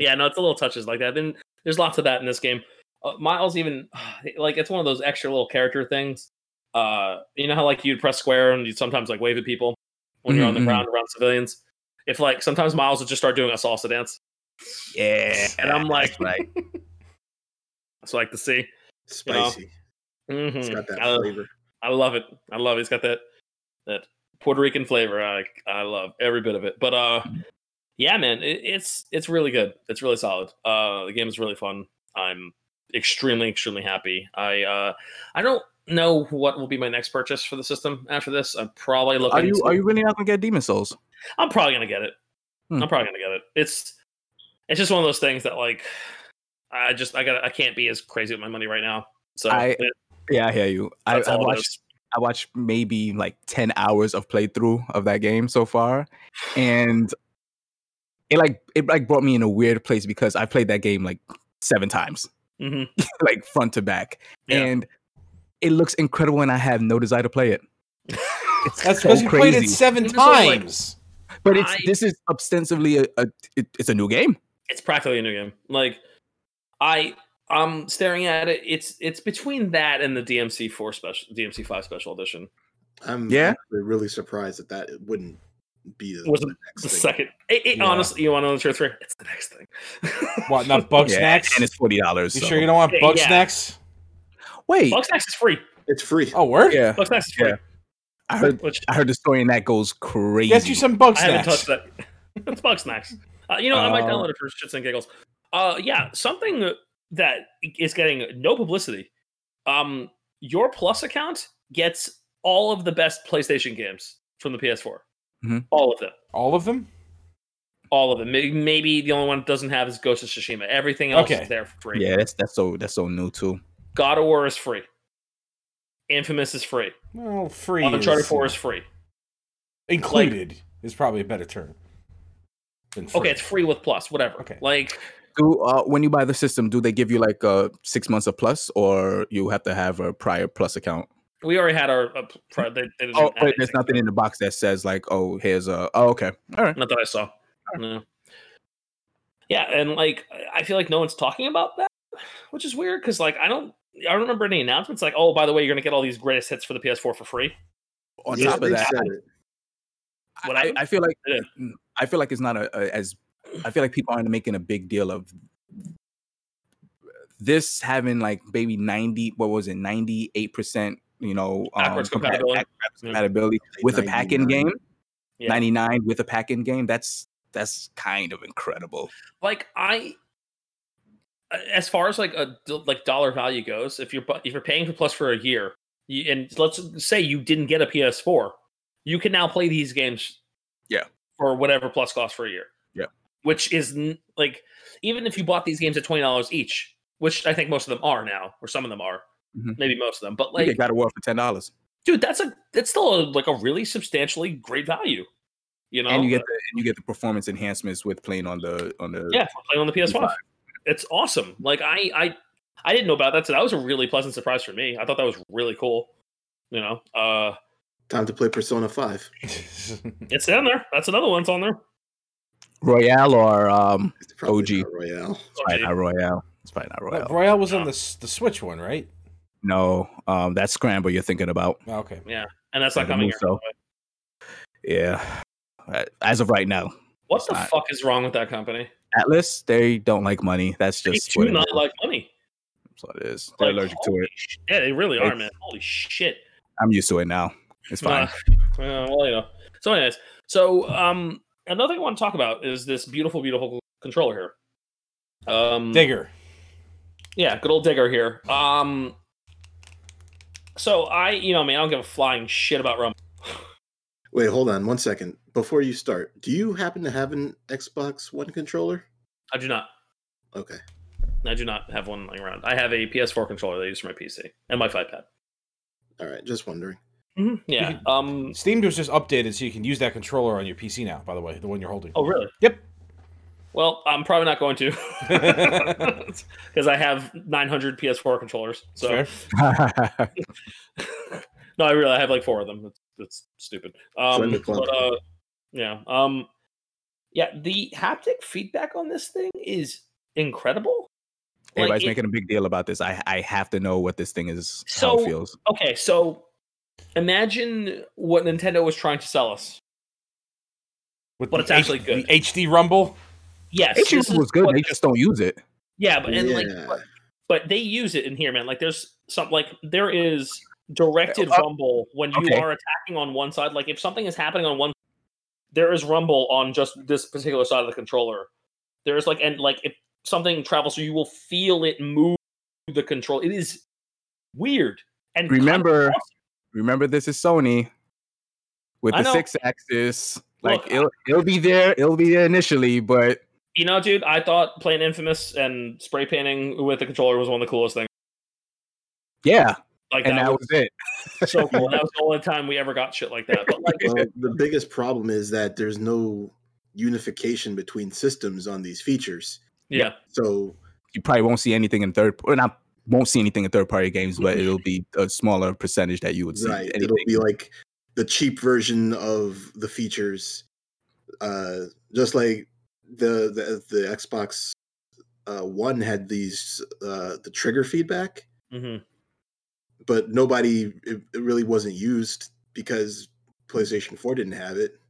Speaker 3: yeah, no, it's the little touches like that. Then there's lots of that in this game. Uh, Miles even like it's one of those extra little character things. Uh, you know how like you'd press square and you'd sometimes like wave at people when you're on the
Speaker 2: Mhm, mhm.
Speaker 3: ground around civilians. If like sometimes Miles would just start doing a salsa dance,
Speaker 2: Yeah,
Speaker 3: and I'm like,
Speaker 2: like
Speaker 3: it's like to see. know,
Speaker 1: Spicy.
Speaker 3: Mhm.
Speaker 2: hmm,
Speaker 1: It's got that
Speaker 3: I,
Speaker 1: flavor.
Speaker 3: I love it. I love it. It's got that that Puerto Rican flavor. I I love every bit of it. But uh,
Speaker 2: Mm-hmm.
Speaker 3: yeah, man, it, it's it's really good. It's really solid. Uh, the game is really fun. I'm extremely extremely happy. I uh, I don't know what will be my next purchase for the system after this. I'm probably looking.
Speaker 2: are you
Speaker 3: to-
Speaker 2: are you really not gonna get Demon Souls?
Speaker 3: I'm probably gonna get it.
Speaker 2: Hmm.
Speaker 3: I'm probably gonna get it. It's it's just one of those things that like I just I got I can't be as crazy with my money right now. So
Speaker 2: I-
Speaker 3: it-
Speaker 2: Yeah, I hear you. I,
Speaker 3: that's
Speaker 2: I
Speaker 3: all it
Speaker 2: watched
Speaker 3: is.
Speaker 2: I watched maybe like 10 hours of playthrough of that game so far. And it like it like brought me in a weird place because I played that game like seven times,
Speaker 3: Mhm.
Speaker 2: like front to back.
Speaker 3: Yeah.
Speaker 2: And it looks incredible and I have no desire to play it. It's
Speaker 4: That's
Speaker 2: so
Speaker 4: because you played
Speaker 2: crazy.
Speaker 4: it seven
Speaker 3: It was all like-
Speaker 4: times.
Speaker 2: but it's
Speaker 3: I-
Speaker 2: this is ostensibly a, a it, it's a new game.
Speaker 3: it's practically a new game. Like I I'm staring at it. It's it's between that and the DMC four special DMC five special edition.
Speaker 1: I'm
Speaker 2: Yeah?
Speaker 1: actually really surprised that that wouldn't be the,
Speaker 3: Was
Speaker 1: the next
Speaker 3: The
Speaker 1: thing.
Speaker 3: second, it, it,
Speaker 4: Yeah.
Speaker 3: honestly, you want to know the truth? Rick? It's the next thing.
Speaker 4: What? Not bug
Speaker 2: Yeah,
Speaker 4: snacks?
Speaker 2: and it's forty dollars.
Speaker 4: You sure you don't want
Speaker 3: Yeah,
Speaker 4: bug
Speaker 3: yeah.
Speaker 4: snacks?
Speaker 2: Wait,
Speaker 3: Bugsnax is free.
Speaker 1: It's free.
Speaker 4: Oh, word?
Speaker 2: yeah,
Speaker 3: Bugsnax is free.
Speaker 2: Yeah. I heard
Speaker 3: Which
Speaker 2: I heard the story and that goes crazy.
Speaker 4: Get you some bug
Speaker 3: I haven't
Speaker 4: snacks.
Speaker 3: touched that. it's Bugsnax. Uh, you know, I might
Speaker 4: Oh.
Speaker 3: download it for shits and giggles. Uh, yeah, something that is getting no publicity. Um, your Plus account gets all of the best PlayStation games from the PS4.
Speaker 2: Mhm.
Speaker 3: All of them.
Speaker 4: All of them?
Speaker 3: All of them. May- Maybe the only one it doesn't have is Ghost of Tsushima. Everything else
Speaker 4: Okay.
Speaker 3: is there for free.
Speaker 2: Yeah, that's that's so that's so new too.
Speaker 3: God of War is free. Infamous is free.
Speaker 4: Well, free.
Speaker 3: Uncharted
Speaker 4: is-
Speaker 3: 4 is free.
Speaker 4: included is probably a better term. Than free.
Speaker 3: Okay, it's free with Plus, whatever.
Speaker 4: Okay.
Speaker 3: Like,
Speaker 2: Do uh, when you buy the system, do they give you like uh, six months of plus, or you have to have a prior plus account?
Speaker 3: we already had our. Uh, pro- they, they didn't
Speaker 2: Oh,
Speaker 3: add
Speaker 2: wait, there's
Speaker 3: anything.
Speaker 2: nothing in the box that says like, oh, here's a. Oh, okay, all right.
Speaker 3: Not that I saw. No. Yeah, and like I- I feel like no one's talking about that, which is weird because like I don't I don't remember any announcements like oh by the way you're gonna get all these greatest hits for the PS4 for free.
Speaker 2: On
Speaker 1: Yeah,
Speaker 2: top of
Speaker 1: they
Speaker 2: that,
Speaker 1: said it.
Speaker 2: I-
Speaker 3: What
Speaker 2: I,
Speaker 3: happened?
Speaker 2: I feel like mm,
Speaker 3: Yeah.
Speaker 2: I feel like it's not a, a as I feel like people aren't making a big deal of this having like maybe ninety. What was it? Ninety eight percent. You know, um,
Speaker 3: Backwards
Speaker 2: compa-
Speaker 3: compatibility.
Speaker 2: backwards
Speaker 3: Yeah.
Speaker 2: compatibility with a pack in
Speaker 1: 99.
Speaker 2: game.
Speaker 3: Yeah.
Speaker 2: Ninety nine with a pack in game. That's that's kind of incredible.
Speaker 3: Like I, as far as like a do- like dollar value goes, if you're bu- if you're paying for Plus for a year, you, and let's say you didn't get a PS4, you can now play these games.
Speaker 2: Yeah.
Speaker 3: For whatever Plus costs for a year.
Speaker 2: Yeah.
Speaker 3: Which is n- like even if you bought these games at twenty dollars each, which I think most of them are now, or some of them are,
Speaker 2: Mhm.
Speaker 3: maybe most of them, but
Speaker 2: Like,
Speaker 3: like,
Speaker 2: you got a war for ten dollars,
Speaker 3: dude, that's a that's still a, like a really substantially great value. You know,
Speaker 2: and you get the and you get the performance enhancements with playing on the on the.
Speaker 3: yeah, for playing on the PS5. It's awesome. Like I, I, I didn't know about that, so that was a really pleasant surprise for me. I thought that was really cool. You know, uh,
Speaker 1: Time to play Persona Five.
Speaker 3: it's in there. That's another one. It's on there.
Speaker 2: Royale or um,
Speaker 1: It's probably
Speaker 2: OG.
Speaker 1: not Royale.
Speaker 2: it's probably not Royale. It's probably not
Speaker 4: But
Speaker 2: Royale.
Speaker 4: Royale was on the s- the Switch one, right?
Speaker 2: No, um, that's Scramble you're thinking about.
Speaker 4: Oh, okay.
Speaker 3: and that's not
Speaker 2: Like a
Speaker 3: coming
Speaker 2: move
Speaker 3: here. by the
Speaker 2: cell.
Speaker 3: way.
Speaker 2: Yeah, Uh, as of right now,
Speaker 3: What
Speaker 2: It's
Speaker 3: the
Speaker 2: not.
Speaker 3: fuck is wrong with that company?
Speaker 2: Atlas they don't like money. That's
Speaker 3: They
Speaker 2: just
Speaker 3: do
Speaker 2: what it,
Speaker 3: not
Speaker 2: is.
Speaker 3: like money.
Speaker 2: That's what it is. They're
Speaker 3: Like,
Speaker 2: allergic to it.
Speaker 3: Yeah, they really are,
Speaker 2: It's-
Speaker 3: man. Holy shit.
Speaker 2: I'm used to it now. It's fine.
Speaker 3: Uh, uh, well, you know. So, anyways, so um, another thing I want to talk about is this beautiful, beautiful controller here. Um,
Speaker 4: Digger.
Speaker 3: Yeah, good old digger here. Um so I, you know, man, I don't give a flying shit about Rumble.
Speaker 1: Wait, hold on one second. Before you start, do you happen to have an Xbox One controller?
Speaker 3: I do not.
Speaker 1: Okay.
Speaker 3: I do not have one lying around. I have a PS4 controller that I use for my PC and my five pad.
Speaker 1: All right. Just wondering.
Speaker 4: Mm-hmm.
Speaker 3: Yeah. Um.
Speaker 4: Steam was just updated, so you can use that controller on your PC now. By the way, the one you're holding.
Speaker 3: Oh, really?
Speaker 4: Yep.
Speaker 3: Well, I'm probably not going to because I have 900 PS4 controllers. So
Speaker 4: Fair.
Speaker 3: no, I really I have like four of them. That's, that's stupid. Um,
Speaker 1: Send the club.
Speaker 3: but, uh, yeah. Um, yeah. The haptic feedback on this thing is incredible. Like,
Speaker 2: Everybody's
Speaker 3: it-
Speaker 2: making a big deal about this. I I have to know what this thing is. how
Speaker 3: So-
Speaker 2: it feels.
Speaker 3: okay, so imagine what Nintendo was trying to sell us.
Speaker 4: With
Speaker 3: But
Speaker 4: the
Speaker 3: it's actually
Speaker 4: H-
Speaker 3: good.
Speaker 4: The HD Rumble.
Speaker 3: Yes,
Speaker 2: It
Speaker 3: this is
Speaker 2: was good.
Speaker 3: what-
Speaker 2: They just don't use it.
Speaker 3: yeah, but and
Speaker 1: yeah.
Speaker 3: like, but, but they use it in here, man. Like, there's some like there is directed
Speaker 2: Uh,
Speaker 3: rumble when you
Speaker 2: okay.
Speaker 3: are attacking on one side. Like, if something is happening on one, there is rumble on just this particular side of the controller. There is like and like if something travels, you will feel it move the control. It is weird and kind of
Speaker 2: Remember-
Speaker 3: awesome.
Speaker 2: Remember, this is Sony with
Speaker 3: I
Speaker 2: the
Speaker 3: know.
Speaker 2: six axis. Like
Speaker 3: Look, I-
Speaker 2: it'll it'll be there. It'll be there initially, but
Speaker 3: You know, dude, I thought playing Infamous and spray painting with the controller was one of the coolest things.
Speaker 2: yeah,
Speaker 3: Like
Speaker 2: and
Speaker 3: that,
Speaker 2: that
Speaker 3: was,
Speaker 2: was it.
Speaker 3: so cool. That was the only time we ever got shit like that. But like,
Speaker 1: Well, the biggest problem is that there's no unification between systems on these features.
Speaker 3: yeah,
Speaker 1: So
Speaker 2: You probably won't see anything in third or not. Won't see anything in third party games, but it'll be a smaller percentage that you would see.
Speaker 1: right, it'll
Speaker 2: anything.
Speaker 1: be like the cheap version of the features, uh, just like the the, the Xbox uh, One had these uh, the trigger feedback,
Speaker 3: Mhm.
Speaker 1: but nobody it, it really wasn't used because PlayStation Four didn't have it.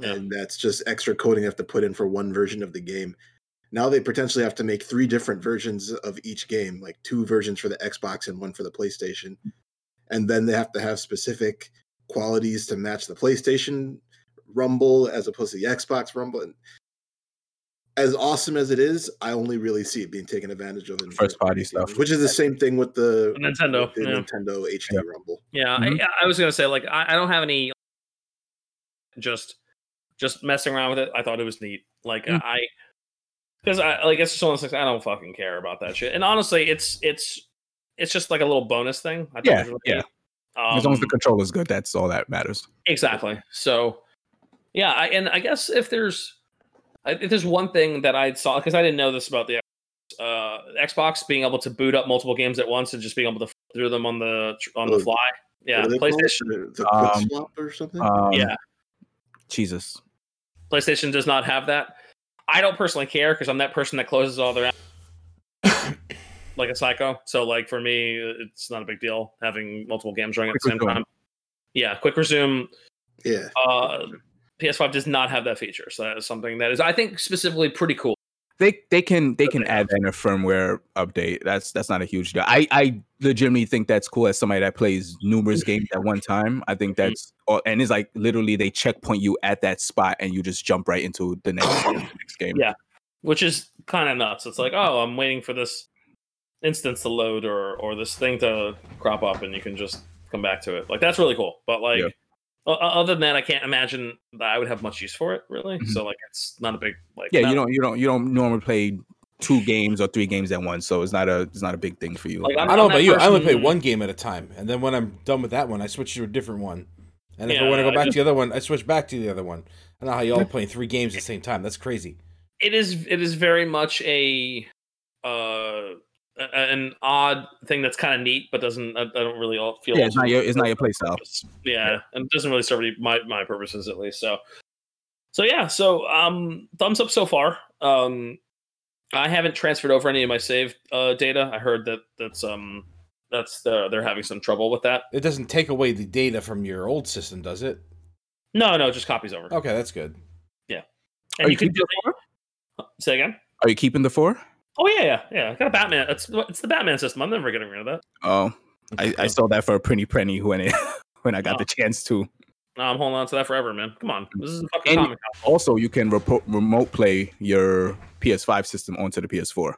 Speaker 3: Yeah.
Speaker 1: and that's just extra coding they have to put in for one version of the game. Now they potentially have to make three different versions of each game, like two versions for the Xbox and one for the PlayStation. And then they have to have specific qualities to match the PlayStation Rumble as opposed to the Xbox Rumble. And as awesome as it is, I only really see it being taken advantage of in
Speaker 2: First party
Speaker 1: games,
Speaker 2: stuff.
Speaker 1: which is the same thing with the,
Speaker 3: Nintendo.
Speaker 1: with the
Speaker 3: yeah.
Speaker 1: Nintendo HD
Speaker 2: Yeah.
Speaker 1: Rumble.
Speaker 3: Yeah,
Speaker 2: Mm-hmm.
Speaker 3: I, I was gonna say like I, I don't have any just just messing around with it. I thought it was neat. Like
Speaker 2: Mm.
Speaker 3: I because I like it's just one of those things I don't fucking care about that shit. And honestly, it's it's it's just like a little bonus thing. I thought it
Speaker 2: Yeah,
Speaker 3: was really
Speaker 2: yeah.
Speaker 3: neat. Um,
Speaker 2: as long as the controller's good, that's all that matters.
Speaker 3: Exactly. So, yeah, I, and I guess if there's I- if there's one thing that I saw because I didn't know this about the uh, Xbox being able to boot up multiple games at once and just being able to f- through them on the tr- on the
Speaker 1: Oh,
Speaker 3: fly. Yeah,
Speaker 1: What do they call it?
Speaker 3: PlayStation.
Speaker 1: The, the quick
Speaker 2: Um,
Speaker 1: swap or something?
Speaker 2: Um,
Speaker 3: Yeah.
Speaker 2: Jesus.
Speaker 3: PlayStation does not have that. I don't personally care because I'm that person that closes all their apps like a psycho. So like for me, it's not a big deal having multiple games running at the
Speaker 2: Quick
Speaker 3: same
Speaker 2: resume.
Speaker 3: time. Yeah, quick resume.
Speaker 1: yeah.
Speaker 3: Uh, PS5 does not have that feature, so that is something that is I think specifically pretty cool.
Speaker 2: They they can they
Speaker 3: But
Speaker 2: can
Speaker 3: they
Speaker 2: add that in a firmware update. That's that's not a huge deal. I I legitimately think that's cool as somebody that plays numerous games at one time. I think that's all, and it's like literally they checkpoint you at that spot and you just jump right into the next, the next game.
Speaker 3: Yeah. which is kind of nuts. It's like, oh, I'm waiting for this instance to load or or this thing to crop up, and you can just come back to it. Like that's really cool. But like,
Speaker 2: Yeah.
Speaker 3: o- o- other than that, I can't imagine that I would have much use for it, really.
Speaker 2: Mhm.
Speaker 3: So like, it's not a big like.
Speaker 2: Yeah, you
Speaker 3: not-
Speaker 2: don't you don't you don't normally play two games or three games at once, so it's not a it's not a big thing for you.
Speaker 3: Like, I'm-
Speaker 4: I don't know
Speaker 3: that
Speaker 4: about you. I only play
Speaker 3: person-
Speaker 4: one game at a time, and then when I'm done with that one, I switch to a different one. And if I
Speaker 3: Yeah,
Speaker 4: want to go
Speaker 3: I
Speaker 4: back
Speaker 3: just-
Speaker 4: to the other one, I switch back to the other one. I don't know how y'all are playing three games at the same time. That's crazy.
Speaker 3: It is. It is very much a. uh a- an odd thing that's kind of neat, but doesn't. I, I don't really all feel.
Speaker 2: yeah, it's not
Speaker 3: also-
Speaker 2: your it's not your playstyle.
Speaker 3: purpose. Yeah, and it doesn't really serve any, my my purposes at least. So, so yeah, so um, thumbs up so far. Um, I haven't transferred over any of my save uh, data. I heard that that's um that's the, they're having some trouble with that.
Speaker 4: It doesn't take away the data from your old system, does it?
Speaker 3: No, no, it just copies over.
Speaker 4: Okay, that's good.
Speaker 3: and
Speaker 2: Oh, Are
Speaker 3: you,
Speaker 2: you
Speaker 3: can do say again.
Speaker 2: Are you keeping the four?
Speaker 3: Oh yeah, yeah, yeah. I got a Batman. It's it's the Batman system. I'm never getting rid of that.
Speaker 2: Oh, I, I saw that for a pretty penny when it when I got
Speaker 3: Oh.
Speaker 2: the chance to.
Speaker 3: No, I'm holding on to that forever, man. Come on, this is a fucking
Speaker 2: And-
Speaker 3: comic. Con.
Speaker 2: Also, you can repo- remote play your PS5 system onto the PS4.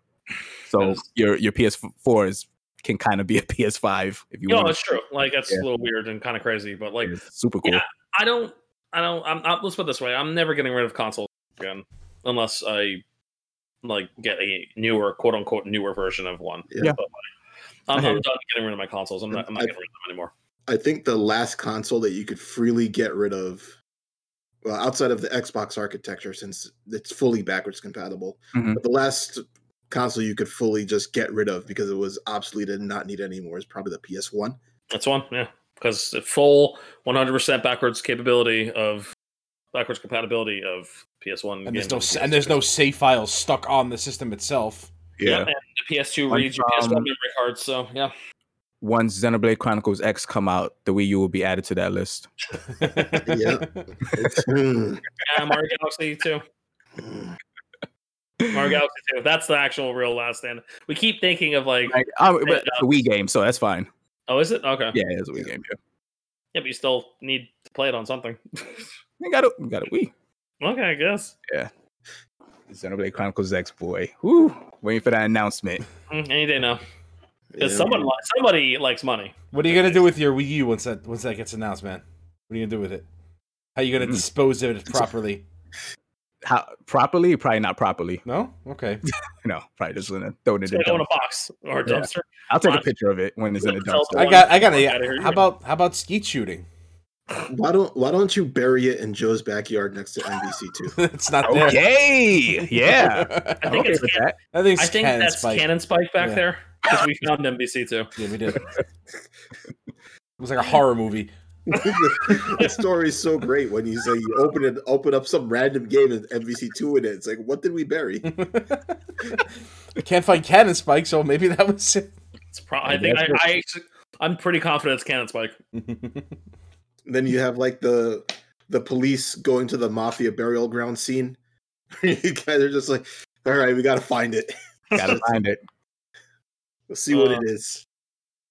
Speaker 2: So
Speaker 3: Yes.
Speaker 2: your your PS4 is can kind of be a PS5 if you
Speaker 3: No,
Speaker 2: want.
Speaker 3: Oh, it's true. Like that's
Speaker 2: Yeah.
Speaker 3: a little weird and kind of crazy, but like
Speaker 2: It's super cool.
Speaker 3: Yeah. I don't. I don't. I'm. i let's put it this way. I'm never getting rid of consoles again, unless I like get a newer, quote unquote, newer version of one.
Speaker 1: Yeah.
Speaker 3: But, like, I'm,
Speaker 2: I hear
Speaker 3: I'm done getting rid of my consoles. I'm not. I'm not
Speaker 1: I-
Speaker 3: getting rid of them anymore.
Speaker 1: I think the last console that you could freely get rid of, well, outside of the Xbox architecture, since it's fully backwards compatible,
Speaker 2: Mhm.
Speaker 1: but the last console you could fully just get rid of because it was obsolete and not needed anymore is probably the PS1.
Speaker 3: That's one. Yeah. Because full 100% backwards capability of backwards compatibility of PS1.
Speaker 4: And there's no
Speaker 3: games
Speaker 4: s- and there's no save files stuck on the system itself.
Speaker 3: Yep, and the PS2
Speaker 2: Like,
Speaker 3: reads your PS1
Speaker 2: um,
Speaker 3: memory cards. So yeah.
Speaker 2: Once Xenoblade Chronicles X come out, the Wii U will be added to that list.
Speaker 1: Yeah. It's- mm,
Speaker 3: yeah. Mario Galaxy too.
Speaker 1: mm.
Speaker 3: Mario Galaxy too. That's the actual real last stand. We keep thinking of like,
Speaker 2: Like, um,
Speaker 3: Yeah.
Speaker 2: but it's a Wii game, so that's fine.
Speaker 3: oh, is it okay?
Speaker 2: Yeah, it's a Wii game. Yeah,
Speaker 3: Yeah, but you still need to play it on something.
Speaker 2: you got a you got a Wii.
Speaker 3: okay, I guess.
Speaker 2: Xenoblade Chronicles X, boy. Woo! Waiting for that announcement.
Speaker 3: Mm, Any day now. Because
Speaker 1: Yeah.
Speaker 3: someone li- somebody likes money.
Speaker 4: What are you gonna do with your Wii U once that once that gets announced, man? What are you gonna do with it? How are you gonna
Speaker 2: Mm.
Speaker 4: dispose of it properly?
Speaker 2: How properly? Probably not properly.
Speaker 4: No, okay.
Speaker 2: No, probably just gonna throw it in
Speaker 3: It's
Speaker 2: the
Speaker 3: gonna go in a
Speaker 2: dumpster.
Speaker 3: box or a
Speaker 2: Yeah.
Speaker 3: dumpster.
Speaker 2: I'll take a
Speaker 3: box.
Speaker 2: picture of it when it's in the
Speaker 3: Sell
Speaker 2: dumpster.
Speaker 4: I
Speaker 3: One-
Speaker 4: got I got
Speaker 3: Outta here,
Speaker 4: a.
Speaker 3: you
Speaker 4: How
Speaker 3: know.
Speaker 4: about how about skeet shooting?
Speaker 1: Why don't Why don't you bury it in Joe's backyard next to NBC2?
Speaker 4: it's
Speaker 3: Oh,
Speaker 4: not there.
Speaker 2: Okay. Yeah.
Speaker 3: I
Speaker 2: I'm
Speaker 3: think
Speaker 2: okay
Speaker 3: it's
Speaker 2: with
Speaker 3: can-
Speaker 2: that.
Speaker 4: I think, it's
Speaker 3: I think
Speaker 4: Cannon
Speaker 3: that's
Speaker 4: Spike.
Speaker 3: Cannon Spike back
Speaker 4: Yeah.
Speaker 3: there because we found NBC too.
Speaker 4: Yeah, we did. it was like a horror movie.
Speaker 1: the story's so great when you say you open it, open up some random game and NBC2 in it. It's like, what did we bury?
Speaker 4: I can't find Cannon Spike, so maybe that was it.
Speaker 3: It's pro-
Speaker 2: I
Speaker 3: I think I,
Speaker 2: guess.
Speaker 3: I actually- I'm pretty confident it's Cannon Spike.
Speaker 1: then you have like the the police going to the mafia burial ground scene. you guys are just like, all right, we got to find it.
Speaker 2: Gotta find it.
Speaker 1: We'll see what
Speaker 3: Uh,
Speaker 1: it is.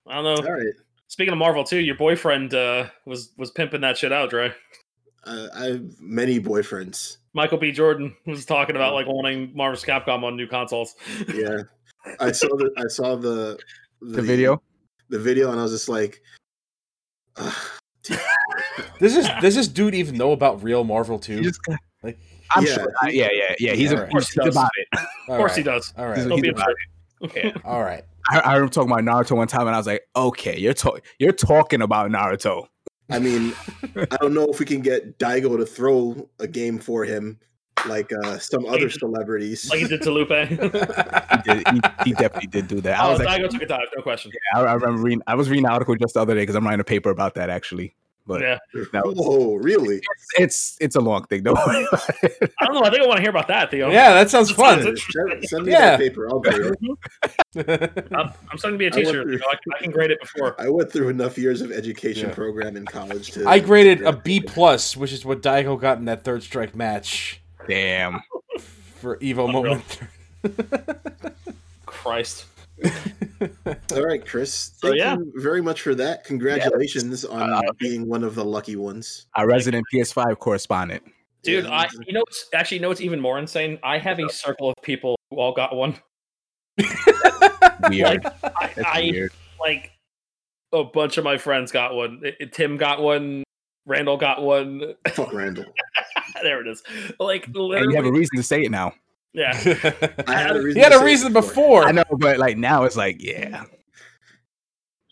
Speaker 3: I don't know.
Speaker 1: All right.
Speaker 3: Speaking of Marvel too, your boyfriend uh, was was pimping that shit out, right?
Speaker 1: Uh, I have many boyfriends.
Speaker 3: Michael B. Jordan was talking about like wanting Marvel's Capcom on new consoles.
Speaker 1: Yeah. I saw the I saw the,
Speaker 2: The video.
Speaker 1: the video and I was just like "Ugh."
Speaker 4: Does this does this dude even know about real Marvel
Speaker 2: You
Speaker 4: too?
Speaker 2: just got-
Speaker 4: Like-
Speaker 2: I'm
Speaker 1: Yeah.
Speaker 2: sure. I- yeah, yeah, yeah. He's
Speaker 4: Yeah,
Speaker 2: of
Speaker 4: right.
Speaker 2: course he's
Speaker 3: Does.
Speaker 2: about it.
Speaker 3: Of course he does.
Speaker 4: All
Speaker 2: He's-
Speaker 4: right,
Speaker 3: Don't be
Speaker 2: he's about
Speaker 3: afraid.
Speaker 2: it. Yeah.
Speaker 4: all right.
Speaker 2: I, I remember talking about Naruto one time, and I was like, "Okay, you're talking, you're talking about Naruto."
Speaker 1: I mean, I don't know if we can get Daigo to throw a game for him like uh some other celebrities.
Speaker 3: Like he did to Lupe. Uh, oh,
Speaker 2: He, did, he, he definitely did do that. I was like,
Speaker 3: Daigo took a dive, no question.
Speaker 2: I, I remember reading. I was reading an article just the other day because I'm writing a paper about that actually. But
Speaker 3: Yeah.
Speaker 2: no, it's,
Speaker 1: Whoa, Oh, really?
Speaker 2: it's it's a long thing. Don't worry about it.
Speaker 3: I don't know. I think I want to hear about that, Theo.
Speaker 4: Yeah, that sounds
Speaker 3: That's
Speaker 4: fun.
Speaker 3: it.
Speaker 1: Send, send me
Speaker 4: Yeah.
Speaker 1: that paper. I'll pay it.
Speaker 3: I'm, I'm starting to be a
Speaker 1: I went
Speaker 3: teacher.
Speaker 1: through-
Speaker 3: you know, I, can- I can grade it before.
Speaker 1: I went through enough years of education
Speaker 4: Yeah.
Speaker 1: program in college to.
Speaker 4: I graded a B plus, which is what Daigo got in that third strike match
Speaker 2: Damn.
Speaker 4: for Evo moment.
Speaker 3: Christ.
Speaker 1: All right, Chris. Thank
Speaker 3: yeah.
Speaker 1: you very much for that. Congratulations on
Speaker 2: Uh,
Speaker 1: being one of the lucky ones.
Speaker 2: Our resident PS5 correspondent.
Speaker 3: Dude,
Speaker 1: Yeah.
Speaker 3: I you know it's actually you know what's even more insane? I have a circle of people who all got one.
Speaker 2: Weird.
Speaker 3: I,
Speaker 2: That's
Speaker 3: I
Speaker 2: weird.
Speaker 3: like a bunch of my friends got one. I- I- Tim got one. Randall got one.
Speaker 1: fuck Randall.
Speaker 3: there it is. Like
Speaker 2: And you have a
Speaker 3: literally,
Speaker 2: reason to say it now.
Speaker 3: yeah.
Speaker 1: I had a reason.
Speaker 4: he had
Speaker 1: to
Speaker 4: a
Speaker 1: say it
Speaker 4: reason before.
Speaker 2: I know, but like now it's like, yeah,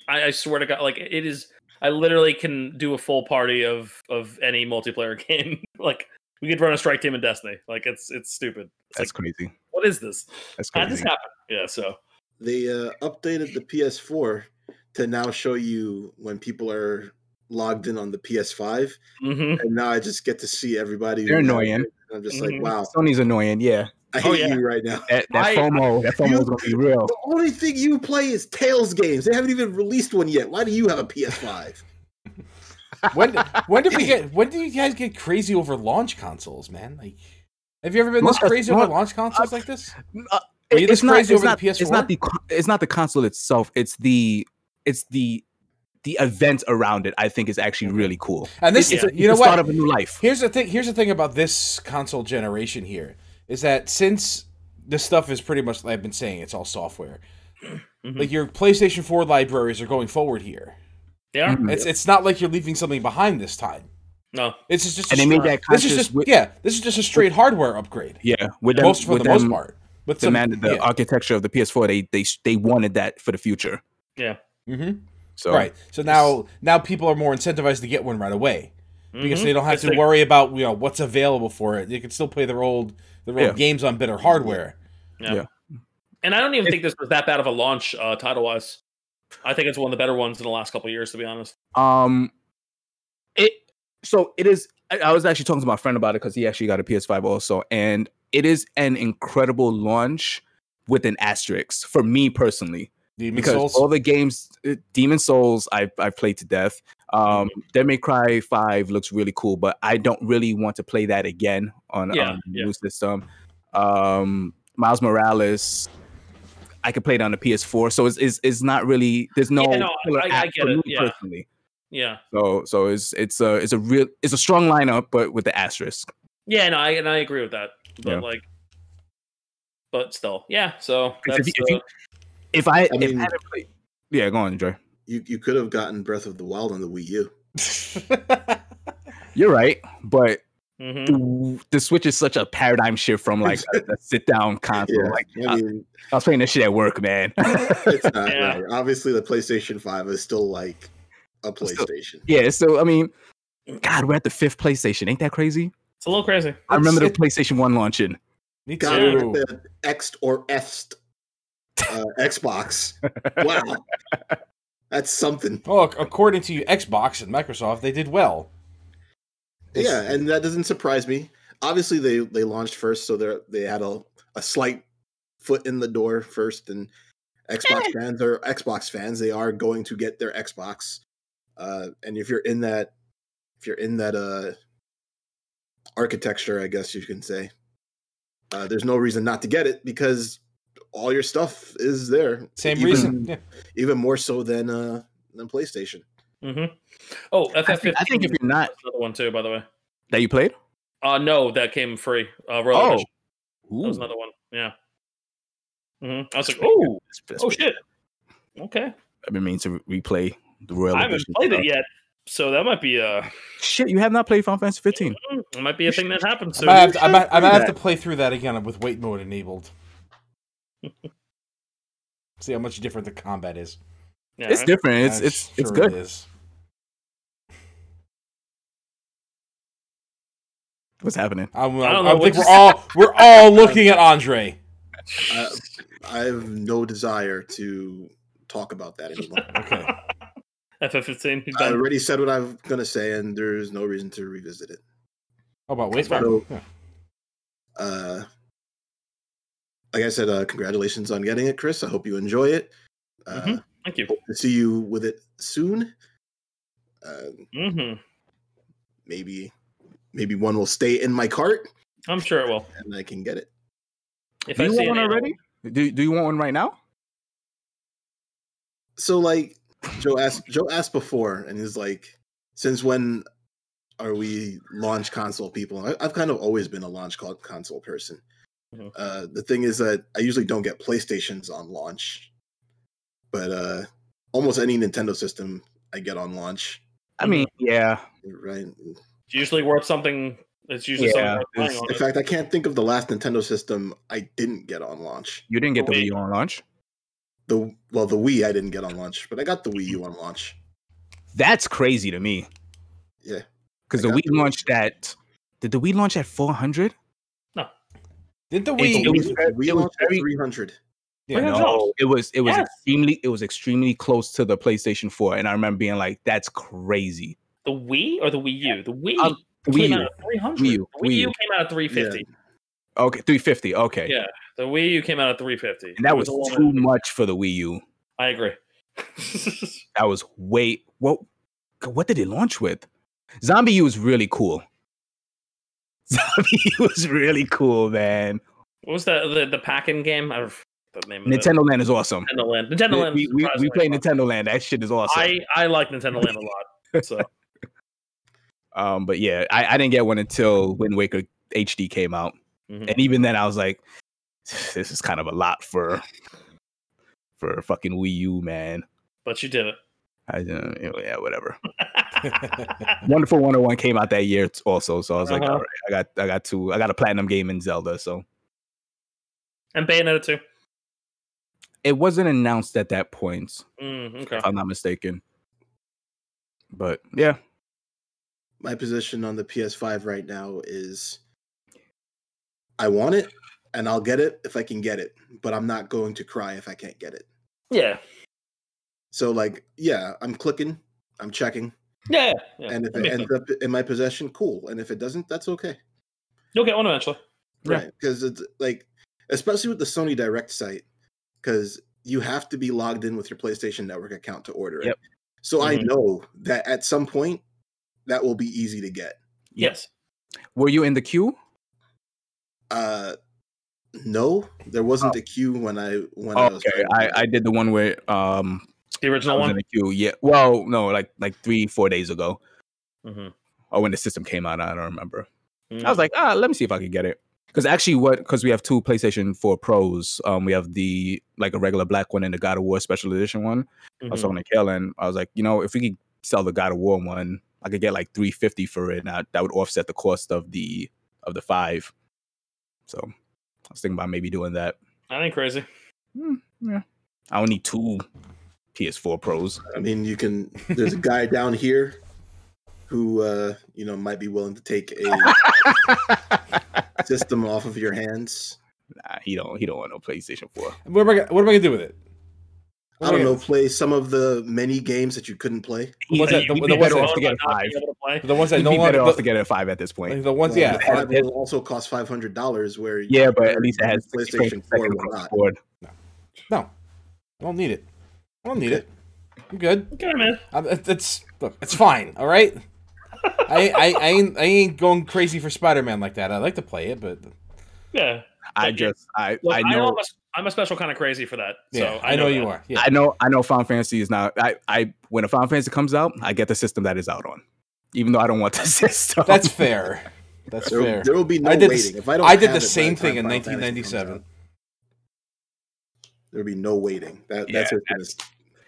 Speaker 3: I, I swear to God, like it is. I literally can do a full party of of any multiplayer game. like we could run a strike team in Destiny. Like it's it's stupid. It's
Speaker 2: that's
Speaker 3: like
Speaker 2: crazy.
Speaker 3: what is this?
Speaker 2: That's
Speaker 3: How did this
Speaker 2: crazy.
Speaker 3: happen? Yeah. So
Speaker 1: They uh, updated the PS4 to now show you when people are logged in on the PS5,
Speaker 3: hmm
Speaker 1: and now I just get to see everybody.
Speaker 2: They're
Speaker 1: who-
Speaker 2: annoying.
Speaker 1: I'm just
Speaker 3: Mhm.
Speaker 1: like, wow,
Speaker 2: Sony's annoying. Yeah,
Speaker 1: I hate
Speaker 3: Oh, yeah.
Speaker 1: you right now.
Speaker 2: that, that
Speaker 3: I-
Speaker 2: FOMO, that FOMO is gonna be real.
Speaker 1: The only thing you play is Tails games. They haven't even released one yet. Why do you have a PS5?
Speaker 4: when when did we get? When do you guys get crazy over launch consoles, man? Like, have you ever been this
Speaker 2: Launch-
Speaker 4: crazy over
Speaker 2: launch-
Speaker 4: launch consoles like this?
Speaker 2: Uh,
Speaker 4: Were you
Speaker 2: it-
Speaker 4: this crazy over the
Speaker 2: not, It's
Speaker 4: PS4?
Speaker 2: not the con- it's not the console itself. It's the it's the the event around it. I think is actually really cool.
Speaker 4: And this,
Speaker 3: It's
Speaker 4: you know
Speaker 2: the
Speaker 4: what?
Speaker 2: Start of a new life.
Speaker 4: Here's the thing. Here's the thing about this console generation here is that since this stuff is pretty much, I've been saying it's all software.
Speaker 3: Mhm.
Speaker 4: Like your PlayStation 4 libraries are going forward here.
Speaker 3: yeah.
Speaker 2: Mhm.
Speaker 4: It's it's not like you're leaving something behind this time.
Speaker 3: No.
Speaker 4: It's just, just
Speaker 2: And
Speaker 4: a
Speaker 2: they made that
Speaker 4: straight- this is
Speaker 2: conscious
Speaker 4: just
Speaker 2: wi-
Speaker 4: yeah. This is just a straight hardware upgrade.
Speaker 2: Yeah, with them,
Speaker 4: most for
Speaker 2: with
Speaker 4: the most
Speaker 2: them-
Speaker 4: part. But
Speaker 2: the man, the architecture of the PS4, they they they wanted that for the future.
Speaker 4: hmm
Speaker 2: So
Speaker 4: right. So now now people are more incentivized to get one right away because
Speaker 3: Mhm.
Speaker 4: they don't have
Speaker 3: It's
Speaker 4: to
Speaker 3: like-
Speaker 4: worry about you know what's available for it. They can still play their old their old
Speaker 2: Yeah.
Speaker 4: games on better hardware.
Speaker 3: And I don't even think this was that bad of a launch uh, title wise. I think it's one of the better ones in the last couple of years, to be honest.
Speaker 2: Um, it so it is. I, I was actually talking to my friend about it because he actually got a PS5 also, and it is an incredible launch with an asterisk for me personally
Speaker 4: Demon
Speaker 2: because
Speaker 4: Souls.
Speaker 2: all the games, uh, Demon Souls, I I played to death. Um,
Speaker 3: Mm-hmm.
Speaker 2: Devil May Cry Five looks really cool, but I don't really want to play that again on
Speaker 3: Yeah,
Speaker 2: um,
Speaker 3: yeah.
Speaker 2: new system. Um, Miles Morales. I could play it on the PS4, so it's, it's, it's not really there's no,
Speaker 3: no,
Speaker 2: killer
Speaker 3: I- I
Speaker 2: app
Speaker 3: get
Speaker 2: for
Speaker 3: it,
Speaker 2: me
Speaker 3: yeah.
Speaker 2: personally.
Speaker 3: Yeah.
Speaker 2: So so it's it's a it's a real it's a strong lineup, but with the asterisk.
Speaker 3: Yeah. No. I, and I agree with that. But
Speaker 2: Yeah.
Speaker 3: like. But still, yeah. So
Speaker 2: If
Speaker 3: that's
Speaker 2: you- if
Speaker 3: uh,
Speaker 2: you- If I, if
Speaker 1: mean-
Speaker 2: I had played, yeah, go on, Dre.
Speaker 1: You you could have gotten Breath of the Wild on the Wii U.
Speaker 2: You're right, but
Speaker 3: mhm.
Speaker 2: the, the Switch is such a paradigm shift from like a, sit down console. Like
Speaker 1: I
Speaker 2: I,
Speaker 1: mean,
Speaker 2: I was playing this shit at work, man.
Speaker 1: it's not
Speaker 3: Yeah.
Speaker 1: right. Obviously, the PlayStation Five is still like a
Speaker 2: Still-
Speaker 1: PlayStation.
Speaker 2: yeah, so I mean, God, we're at the fifth PlayStation. Ain't that crazy?
Speaker 3: it's a little crazy.
Speaker 2: I
Speaker 4: It's-
Speaker 2: remember the
Speaker 4: it-
Speaker 2: PlayStation One launching.
Speaker 4: Me
Speaker 1: Got
Speaker 3: Yeah.
Speaker 1: rid
Speaker 4: too.
Speaker 1: of the X or F'd uh, Xbox. Wow, that's something.
Speaker 4: Well, ac- according to Xbox and Microsoft, they did well. It's-
Speaker 1: Yeah, and that doesn't surprise me. Obviously, they they launched first, so they they had a a slight foot in the door first, and Xbox fans are Xbox fans. They are going to get their Xbox, uh, and if you're in that, if you're in that uh architecture, I guess you can say. Uh, there's no reason not to get it because all your stuff is there.
Speaker 4: Same
Speaker 1: even,
Speaker 4: reason. Yeah.
Speaker 1: even more so than uh, than PlayStation.
Speaker 3: Mm-hmm. Oh, FF15.
Speaker 2: I think, I think if you're not
Speaker 3: that's another one too, by the way.
Speaker 2: that you played.
Speaker 3: Uh no, that came free. Uh, Royal
Speaker 2: Oh,
Speaker 3: Edition. that was
Speaker 2: Ooh.
Speaker 3: another one. Yeah. hmm I
Speaker 2: That's
Speaker 3: was like,
Speaker 2: pretty good.
Speaker 3: oh,
Speaker 2: That's- that's
Speaker 3: oh
Speaker 2: pretty-
Speaker 3: shit. Okay,
Speaker 2: I've been meaning to re- replay the Royal.
Speaker 3: I haven't
Speaker 2: Edition.
Speaker 3: played it yet, so that might be uh, a
Speaker 2: Shit, you have not played Final Fantasy 15.
Speaker 3: Mm, it might be a thing that happens
Speaker 4: I
Speaker 3: soon.
Speaker 4: might, have to, I, might, I might have
Speaker 2: that.
Speaker 4: to play through that again with wait mode enabled. See how much different the combat is.
Speaker 3: Yeah,
Speaker 2: It's
Speaker 3: right?
Speaker 2: different. It's
Speaker 4: I'm
Speaker 2: it's it's
Speaker 4: sure it
Speaker 2: good.
Speaker 4: is.
Speaker 2: What's happening?
Speaker 4: I'm,
Speaker 3: I
Speaker 4: I
Speaker 3: don't know
Speaker 4: I
Speaker 3: what
Speaker 4: think we're
Speaker 3: to
Speaker 4: all we're all looking at Andre.
Speaker 1: I, I have no desire to talk about that anymore.
Speaker 4: Okay.
Speaker 3: FF15. He's
Speaker 2: Uh,
Speaker 1: I
Speaker 3: done.
Speaker 1: already said what I'm gonna say, and there's no reason to revisit it.
Speaker 4: How about wait
Speaker 1: That's
Speaker 4: mode?
Speaker 1: fine.
Speaker 4: Yeah.
Speaker 1: Uh, like I said, uh, congratulations on getting it, Chris. I hope you enjoy it. Uh,
Speaker 3: Mhm. Thank you.
Speaker 1: Hope to see you with it soon. Uh,
Speaker 3: hmm
Speaker 1: maybe, maybe one will stay in my cart,
Speaker 3: I'm sure it will.
Speaker 1: and I can get it.
Speaker 3: If
Speaker 2: Do
Speaker 3: I
Speaker 2: you
Speaker 3: see
Speaker 2: want
Speaker 3: an
Speaker 2: one
Speaker 3: animal-
Speaker 2: already? Do, do you want one right now?
Speaker 1: so like Joe asked Joe asked before, and he's like, since when are we launch console people? I, I've kind of always been a launch co- console person.
Speaker 2: Uh-huh.
Speaker 3: Mhm.
Speaker 1: Uh, the thing is that I usually don't get PlayStations on launch, but uh, almost any Nintendo system I get on launch,
Speaker 3: Mm-hmm.
Speaker 2: I mean, yeah.
Speaker 1: right?
Speaker 2: Uh-huh.
Speaker 3: It's usually worth something. It's usually
Speaker 2: Yeah,
Speaker 3: something worth
Speaker 2: it's-
Speaker 3: playing on
Speaker 1: In
Speaker 3: it.
Speaker 1: fact, I can't think of the last Nintendo system I didn't get on launch.
Speaker 2: You didn't get the
Speaker 3: Wait.
Speaker 2: Wii U on launch.
Speaker 1: The well, the Wii I didn't get on launch, but I got the Wii U on launch.
Speaker 2: That's crazy to me.
Speaker 1: Yeah.
Speaker 2: Because
Speaker 1: I
Speaker 2: the
Speaker 1: got
Speaker 2: Wii
Speaker 1: the-
Speaker 2: launched at did the Wii launch at 400?
Speaker 4: Didn't the
Speaker 2: It's-
Speaker 1: The
Speaker 2: it
Speaker 4: Wii?
Speaker 2: was
Speaker 1: Wii-
Speaker 2: very-
Speaker 1: the Wii
Speaker 2: it was
Speaker 1: launched at
Speaker 2: very-
Speaker 1: 300.
Speaker 4: Yeah,
Speaker 3: Wait,
Speaker 4: no.
Speaker 3: no.
Speaker 2: It was it was
Speaker 3: Yes.
Speaker 2: extremely it was extremely close to the PlayStation 4, and I remember being like, "That's crazy."
Speaker 3: The Wii or the Wii U? The Wii
Speaker 2: Um,
Speaker 3: came
Speaker 2: Wii
Speaker 3: out
Speaker 2: U,
Speaker 3: at 300.
Speaker 2: Wii
Speaker 3: Wii
Speaker 2: U,
Speaker 3: U,
Speaker 2: Wii U.
Speaker 3: came out at 350.
Speaker 2: okay, 350, okay,
Speaker 3: Yeah. The Wii U came out at 350.
Speaker 2: and that
Speaker 3: It
Speaker 2: was
Speaker 3: a little
Speaker 2: too
Speaker 3: bit-
Speaker 2: much for the Wii U.
Speaker 3: I agree.
Speaker 2: That was way what what did it launch with? Zombie U was really cool. Zombie U was really cool, man.
Speaker 3: what was that? The the Packin game? I don't know the name of it.
Speaker 2: Nintendo Land is awesome.
Speaker 3: Nintendo Land. Nintendo Land.
Speaker 2: we,
Speaker 3: is
Speaker 2: we, we
Speaker 3: surprisingly
Speaker 2: play
Speaker 3: fun.
Speaker 2: Nintendo Land. That shit is awesome.
Speaker 3: I I like Nintendo Land a lot. So
Speaker 2: Um, but yeah, I, I didn't get one until Wind Waker HD came out,
Speaker 3: mhm.
Speaker 2: and even then, I was like, "This is kind of a lot for for fucking Wii U, man."
Speaker 3: but you did it.
Speaker 2: I don't, you know, yeah, whatever. Wonderful 101 came out that year t- also, so I was like,
Speaker 3: Uh-huh.
Speaker 2: "All right, I got I got two, I got a platinum game in Zelda." So
Speaker 3: and Bayonetta 2.
Speaker 2: it wasn't announced at that point,
Speaker 3: Mm, okay.
Speaker 2: if I'm not mistaken. But yeah,
Speaker 1: my position on the PS5 right now is I want it and I'll get it if I can get it, but I'm not going to cry if I can't get it.
Speaker 3: Yeah.
Speaker 1: So like, yeah, I'm clicking, I'm checking,
Speaker 3: Yeah. yeah.
Speaker 1: and if
Speaker 3: that
Speaker 1: it
Speaker 3: makes
Speaker 1: ends up in my possession, cool. And if it doesn't, that's okay.
Speaker 3: sense. You'll get one eventually. Yeah.
Speaker 1: Right. Because it's like especially with the Sony Direct site, because you have to be logged in with your PlayStation Network account to order it.
Speaker 2: Yep.
Speaker 1: So I
Speaker 3: Mhm.
Speaker 1: know that at some point that will be easy to get.
Speaker 2: Yep.
Speaker 3: Yes.
Speaker 2: were you in the queue?
Speaker 1: Uh, no, there wasn't a queue when I when I was.
Speaker 2: Oh. Okay,
Speaker 1: playing
Speaker 2: I,
Speaker 1: it.
Speaker 2: I did the one where um
Speaker 3: The
Speaker 2: I
Speaker 3: original
Speaker 2: was in
Speaker 3: one.
Speaker 2: the queue. Yeah. Well, no, like like three, four days ago,
Speaker 3: Mhm.
Speaker 2: or when the system came out. I don't remember. I
Speaker 3: Mm.
Speaker 2: was like, ah, let me see if I can get it. Because actually, what? Because we have two PlayStation Four Pros. Um, we have the like a regular black one and the God of War Special Edition one. I was
Speaker 3: Mhm.
Speaker 2: talking to Kellen. I was like, you know, if we could sell the God of War one, I could get like three fifty for it, and I, that would offset the cost of the of the five. So I was thinking about maybe doing that.
Speaker 3: Mm-hmm. That ain't crazy.
Speaker 2: I don't need two PS4 Pros.
Speaker 1: I mean, you can. There's a guy down here who uh, you know might be willing to take a system off of your hands.
Speaker 2: Nah, he don't. He don't want no PlayStation Four.
Speaker 4: What am I gonna, what am I gonna do with it? What
Speaker 1: I
Speaker 4: am
Speaker 1: don't know.
Speaker 4: gonna-
Speaker 1: Play some of the many games that you couldn't play.
Speaker 4: What's that? The-
Speaker 2: He'd be
Speaker 4: the ones
Speaker 2: better
Speaker 4: that-
Speaker 2: off to get a
Speaker 3: Not
Speaker 2: five.
Speaker 3: being able to play.
Speaker 4: The ones that
Speaker 2: He'd
Speaker 4: no
Speaker 2: be
Speaker 4: longer
Speaker 2: better off to
Speaker 4: the,
Speaker 2: get a five at this point.
Speaker 4: the ones,
Speaker 1: Well,
Speaker 4: yeah,
Speaker 1: Um, the five
Speaker 2: it-
Speaker 1: will also cost five hundred dollars. Where you-
Speaker 2: Yeah, but at least it has
Speaker 1: PlayStation Four will not.
Speaker 2: board.
Speaker 4: No, I don't need it. I don't need it. I'm good.
Speaker 3: Okay, man.
Speaker 4: I'm, it- it's look, it's fine. All right. I, I, I ain't I ain't going crazy for Spider Man like that. I like to play it, but
Speaker 3: Yeah.
Speaker 2: I
Speaker 3: Like,
Speaker 2: just I
Speaker 3: Look,
Speaker 2: I
Speaker 3: I
Speaker 2: know
Speaker 3: am a, I'm a special kind of crazy for that.
Speaker 4: yeah,
Speaker 3: so
Speaker 4: I, know, you
Speaker 3: that.
Speaker 4: are. Yeah,
Speaker 2: I know I know Final Fantasy is not I I when a Final Fantasy comes out, I get the system that is out on. Even though I don't want the system.
Speaker 4: that's fair. That's
Speaker 1: There,
Speaker 4: fair.
Speaker 1: will- there will be no
Speaker 4: I did the s-
Speaker 1: waiting. if I don't,
Speaker 4: I did the
Speaker 1: have it by
Speaker 4: same
Speaker 1: time
Speaker 4: thing in
Speaker 1: Final Fantasy comes
Speaker 4: 1997.
Speaker 1: out, There'll be no waiting. That
Speaker 2: Yeah,
Speaker 1: that's what's gonna.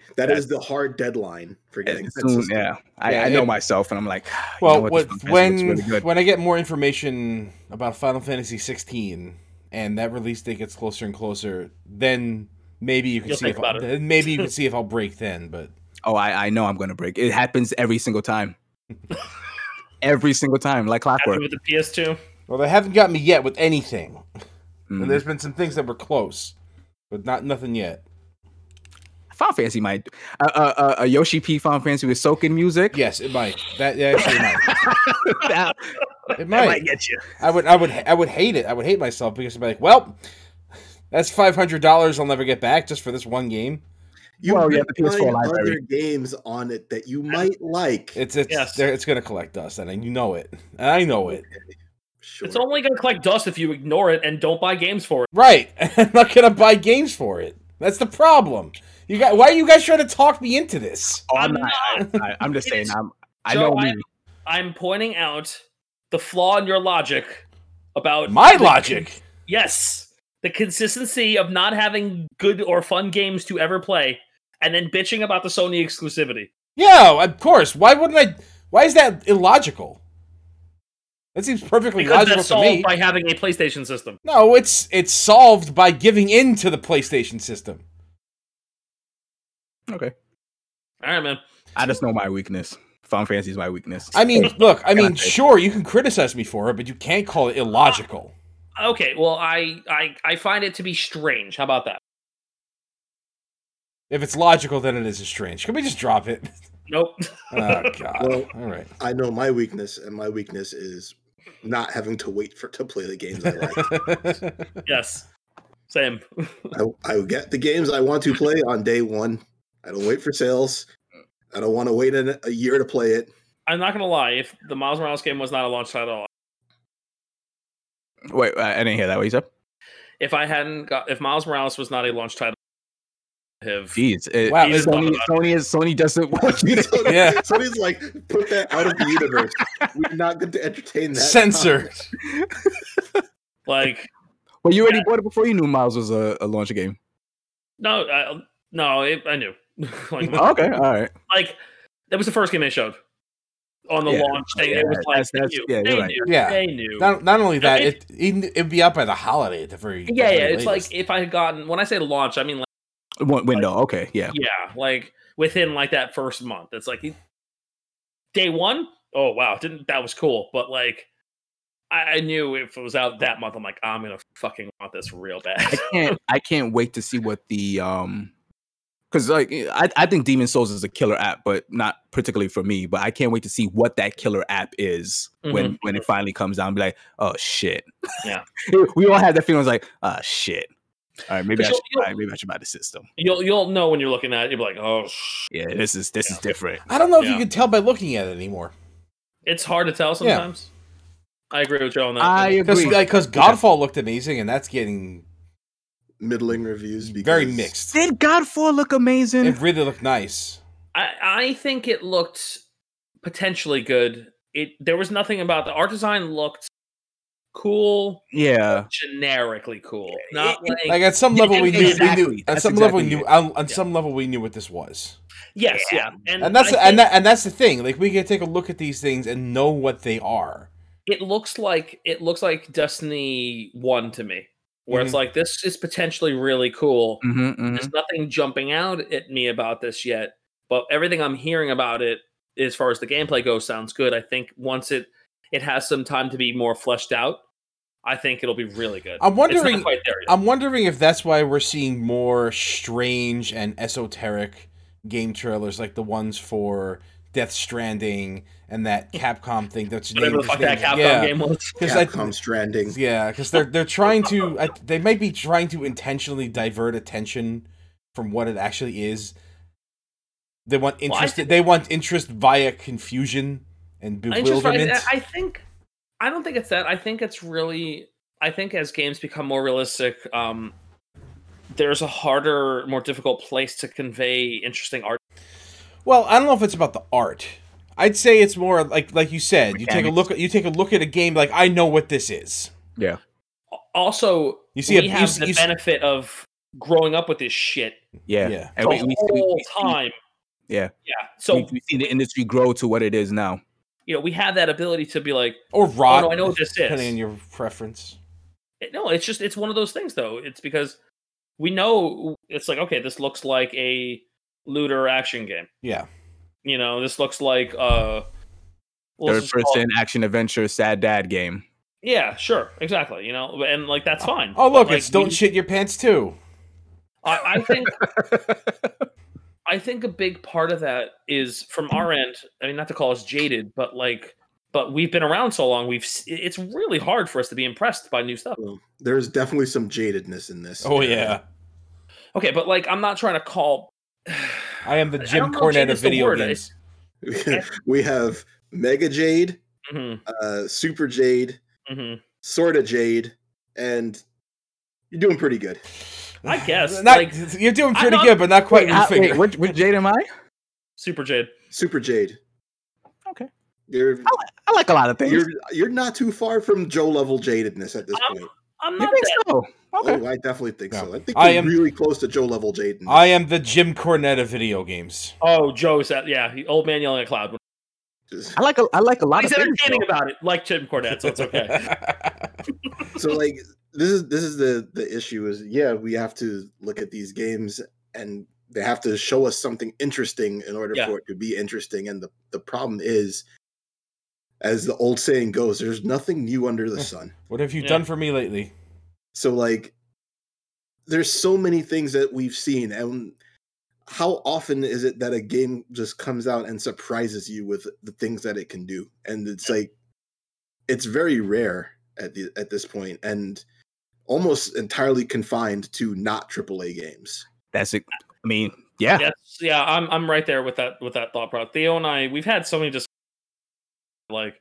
Speaker 1: that
Speaker 2: that's-
Speaker 1: is the hard deadline for getting.
Speaker 2: As
Speaker 1: that
Speaker 2: soon,
Speaker 1: system.
Speaker 2: yeah, I,
Speaker 4: Yeah,
Speaker 2: I know
Speaker 4: it-
Speaker 2: myself, and I'm like, "Ah, you
Speaker 4: Well,
Speaker 2: know what,
Speaker 4: what,
Speaker 2: this Final Fantasy
Speaker 4: when
Speaker 2: looks really good."
Speaker 4: when I get more information about Final Fantasy 16 and that release date gets closer and closer, then maybe you can
Speaker 3: You'll
Speaker 4: see
Speaker 3: think
Speaker 4: if I'll,
Speaker 3: about it.
Speaker 4: then maybe you can see if I'll break then. But
Speaker 2: oh, I, I know I'm gonna break. It happens every single time, every single time, like
Speaker 3: Happy
Speaker 2: clockwork.
Speaker 3: with the PS2.
Speaker 4: well, they haven't got me yet with anything.
Speaker 2: Mm.
Speaker 4: And there's been some things that were close, but not nothing yet.
Speaker 2: Final Fantasy might a uh, uh, uh, Yoshi P Final Fantasy with soaking music.
Speaker 4: Yes, it might. That yeah, actually might.
Speaker 2: that,
Speaker 4: It
Speaker 2: that
Speaker 4: might.
Speaker 2: might get you.
Speaker 4: I would I would I would hate it. I would hate myself because I'd be like, well, that's five hundred dollars I'll never get back just for this one game.
Speaker 1: You
Speaker 2: Well,
Speaker 1: well,
Speaker 2: yeah,
Speaker 1: yeah,
Speaker 2: the PS4
Speaker 1: find
Speaker 2: library.
Speaker 1: other games on it that you might like.
Speaker 4: It's it's
Speaker 3: Yes.
Speaker 4: there, it's gonna collect dust, and you know it. And I know it.
Speaker 1: Sure.
Speaker 3: It's only going to collect dust if you ignore it and don't buy games for it.
Speaker 4: Right. I'm not gonna buy games for it. That's the problem. You got why are you guys trying to talk me into this?
Speaker 2: Oh, I'm,
Speaker 3: I'm
Speaker 2: not. I, I, am just
Speaker 3: It
Speaker 2: saying.
Speaker 3: is-
Speaker 2: I'm. I
Speaker 3: Joe,
Speaker 2: know
Speaker 3: I-
Speaker 2: me.
Speaker 3: I'm pointing out the flaw in your logic about
Speaker 4: My
Speaker 3: the-
Speaker 4: logic.
Speaker 3: Yes, the consistency of not having good or fun games to ever play, and then bitching about the Sony exclusivity.
Speaker 4: Yeah, of course. Why wouldn't I? Why is that illogical? That seems perfectly
Speaker 3: Because
Speaker 4: logical
Speaker 3: that's
Speaker 4: to
Speaker 3: solved
Speaker 4: me.
Speaker 3: by having a PlayStation system.
Speaker 4: no, it's it's solved by giving in to the PlayStation system.
Speaker 2: Okay.
Speaker 3: All right, man.
Speaker 2: I just know my weakness. Final Fantasy is my weakness.
Speaker 4: I mean, look, I mean,
Speaker 2: God.
Speaker 4: sure, you can criticize me for it, but you can't call it illogical.
Speaker 3: Okay, well, I I I find it to be strange. How about that?
Speaker 4: If it's logical, then it is strange. Can we just drop it?
Speaker 3: Nope.
Speaker 4: Oh God!
Speaker 1: Well-
Speaker 4: All right.
Speaker 1: I know my weakness, and my weakness is not having to wait for to play the games I like.
Speaker 3: yes. Same.
Speaker 1: I, I get the games I want to play on day one. I don't wait for sales. I don't want to wait an, a year to play it.
Speaker 3: I'm not gonna lie. If the Miles Morales game was not a launch title,
Speaker 2: Wait, I I didn't hear that. What you said?
Speaker 3: if I hadn't got, if Miles Morales was not a launch title, have
Speaker 2: Jeez, it-
Speaker 4: Wow,
Speaker 2: Sony,
Speaker 4: it's-
Speaker 2: Sony, is Sony doesn't want you to.
Speaker 1: So,
Speaker 4: Yeah.
Speaker 1: so he's like, put that out of the universe. We're not going to entertain that.
Speaker 4: Censor.
Speaker 3: like
Speaker 2: Well, you already bought it before you knew Miles was a, a launch game.
Speaker 3: no, I, no, it, I knew. like,
Speaker 2: Okay, all right.
Speaker 3: like that was the first game they showed on the
Speaker 2: Yeah.
Speaker 3: launch thing.
Speaker 2: Yeah,
Speaker 3: it was like
Speaker 2: that's- that's-
Speaker 3: they knew,
Speaker 2: yeah, you're
Speaker 3: they,
Speaker 2: right.
Speaker 3: knew
Speaker 4: Yeah.
Speaker 3: they knew.
Speaker 4: Not, not only that,
Speaker 3: Yeah,
Speaker 4: it it would be out by the holiday at the very
Speaker 3: yeah,
Speaker 4: the
Speaker 3: yeah.
Speaker 4: very
Speaker 3: It's
Speaker 4: latest.
Speaker 3: like if I had gotten when I say launch, I mean like
Speaker 2: One window. Okay, yeah.
Speaker 3: yeah, like within like that first month. It's like day one. Oh wow, didn't that was cool? But like I, I knew if it was out that month, I'm like I'm gonna fucking want this real
Speaker 2: I
Speaker 3: bad.
Speaker 2: can't. I can't wait to see what the um, because like eh, I, I think Demon Souls is a killer app, but not particularly for me. But I can't wait to see what that killer app is when when it finally comes out. And be like, oh shit.
Speaker 3: Mm-hmm. Yeah.
Speaker 2: we all have that feeling. It's like, oh shit. All right, maybe I
Speaker 3: But
Speaker 2: should.
Speaker 3: you'll-
Speaker 2: all right, maybe I should buy the system.
Speaker 3: you'll you'll know when you're looking at it. You'll be like, oh, sh-.
Speaker 2: Yeah, this is this is different.
Speaker 4: I don't know if
Speaker 3: Yeah.
Speaker 4: you can tell by looking at it anymore.
Speaker 3: it's hard to tell sometimes. I agree with Joe on that.
Speaker 2: I
Speaker 4: Because
Speaker 2: agree.
Speaker 4: Godfall looked amazing, and that's getting
Speaker 1: Middling reviews. Because
Speaker 4: very mixed.
Speaker 2: Did Godfall look amazing?
Speaker 4: It really looked nice.
Speaker 3: I, I think it looked potentially good. It there was nothing about the art design looked cool,
Speaker 2: yeah.
Speaker 3: generically cool. Not
Speaker 2: It-
Speaker 3: like
Speaker 4: Like at some
Speaker 2: Yeah,
Speaker 4: level, we knew,
Speaker 2: exactly.
Speaker 4: we knew at
Speaker 2: That's
Speaker 4: some level we
Speaker 2: exactly it.
Speaker 4: knew on, on some level we knew what this was,
Speaker 3: yes, yeah.
Speaker 4: and that's
Speaker 3: I
Speaker 4: the-
Speaker 3: think
Speaker 4: and that, and that's the thing. Like we can take a look at these things and know what they are.
Speaker 3: it looks like it looks like Destiny One to me, where it's
Speaker 4: Mhm.
Speaker 3: like this is potentially really cool.
Speaker 2: hmm hmm
Speaker 4: Mm-hmm.
Speaker 3: There's nothing jumping out at me about this yet, but everything I'm hearing about it, as far as the gameplay goes, sounds good. I think once it it has some time to be more fleshed out, I think it'll be really good.
Speaker 4: I'm
Speaker 3: It's not
Speaker 4: wondering-
Speaker 3: quite there yet.
Speaker 4: I'm wondering if that's why we're seeing more strange and esoteric game trailers, like the ones for Death Stranding and that Capcom thing. That's
Speaker 3: whatever the
Speaker 4: named-
Speaker 3: fuck that Capcom
Speaker 4: yeah,
Speaker 3: game was.
Speaker 4: 'cause I-
Speaker 1: Capcom Stranding.
Speaker 4: Yeah, because they're they're trying to I, they might be trying to intentionally divert attention from what it actually is. They want
Speaker 3: I
Speaker 4: interest.
Speaker 3: think-
Speaker 4: they want interest via confusion. and
Speaker 3: I just find-
Speaker 4: bewilderment.
Speaker 3: I think I don't think it's that. I think it's really I think as games become more realistic, um there's a harder, more difficult place to convey interesting art.
Speaker 4: Well, I don't know if it's about the art. I'd say it's more like like you said, you take a
Speaker 2: Mechanics.
Speaker 4: look you take a look at a game like I know what this is.
Speaker 3: Also,
Speaker 4: You see a-
Speaker 3: we
Speaker 4: you
Speaker 3: have
Speaker 4: s-
Speaker 3: the
Speaker 4: you s-
Speaker 3: benefit of growing up with this shit
Speaker 2: Yeah.
Speaker 4: Yeah.
Speaker 2: And
Speaker 3: the
Speaker 2: we, we, we,
Speaker 3: whole
Speaker 2: we see-
Speaker 3: time.
Speaker 2: yeah.
Speaker 3: Yeah. So
Speaker 2: we- we see the industry grow to what it is now.
Speaker 3: you know, we have that ability to be like, "Oh,
Speaker 4: Or rot.
Speaker 3: I know what this is.
Speaker 4: Depending on your preference.
Speaker 3: It- no it's just it's one of those things though it's because we know it's like okay this looks like a looter action game
Speaker 4: Yeah.
Speaker 3: you know this looks like uh well,
Speaker 2: Third
Speaker 3: this is called-
Speaker 2: person action adventure sad dad game.
Speaker 3: yeah sure exactly you know and like that's fine
Speaker 4: Oh
Speaker 3: but,
Speaker 4: look,
Speaker 3: like,
Speaker 4: it's don't
Speaker 3: we-
Speaker 4: shit your pants too.
Speaker 3: I, I think i think a big part of that is from our end i mean not to call us jaded but like but we've been around so long we've s- it's really hard for us to be impressed by new stuff
Speaker 1: Well, there's definitely some jadedness in this.
Speaker 4: Oh yeah.
Speaker 3: okay but like i'm not trying to call
Speaker 4: I am the
Speaker 3: I
Speaker 4: Jim
Speaker 3: don't know if
Speaker 4: Cornette
Speaker 3: jade
Speaker 4: of
Speaker 3: is the
Speaker 4: video
Speaker 3: word.
Speaker 4: games.
Speaker 1: we have Mega Jade,
Speaker 3: Mhm,
Speaker 1: uh, Super Jade,
Speaker 3: mhm.
Speaker 1: Sorta Jade, and you're doing pretty good.
Speaker 3: I guess,
Speaker 4: Not-
Speaker 3: like-
Speaker 4: you're doing
Speaker 3: I'm
Speaker 4: pretty
Speaker 3: not-
Speaker 4: good, but not quite
Speaker 2: Uh,
Speaker 4: your
Speaker 2: wait,
Speaker 4: finger.
Speaker 2: which, which Jade am I?
Speaker 3: Super Jade.
Speaker 1: Super Jade.
Speaker 2: Okay.
Speaker 1: You're
Speaker 2: I like a lot of
Speaker 1: you're you're not too far from Joe level jadedness at this
Speaker 4: Uh,
Speaker 3: I'm
Speaker 1: point.
Speaker 3: I'm
Speaker 2: You
Speaker 3: not
Speaker 2: think
Speaker 3: that.
Speaker 2: so? Okay.
Speaker 1: Oh, I definitely think
Speaker 4: No.
Speaker 1: so. I think
Speaker 4: I
Speaker 1: you're
Speaker 4: am-
Speaker 1: really close to Joe level jadedness.
Speaker 4: I am the Jim Cornette of video games.
Speaker 3: Oh, Joe is that? Yeah, he- old man yelling at cloud.
Speaker 1: Just-
Speaker 2: I like a I like a lot
Speaker 3: He's
Speaker 2: of things.
Speaker 3: entertaining about it, like Jim Cornette, so it's okay.
Speaker 1: so like this is this is the the issue is yeah we have to look at these games and they have to show us something interesting in order
Speaker 3: Yeah.
Speaker 1: for it to be interesting and the the problem is as the old saying goes there's nothing new under the sun
Speaker 4: what have you
Speaker 3: Yeah.
Speaker 4: done for me lately?
Speaker 1: so like there's so many things that we've seen and how often is it that a game just comes out and surprises you with the things that it can do and it's like it's very rare at the at this point and almost entirely confined to not AAA games.
Speaker 2: That's it. I mean, yeah.
Speaker 3: Yes, yeah, I'm I'm right there with that with that thought process. Theo and I, we've had so many just like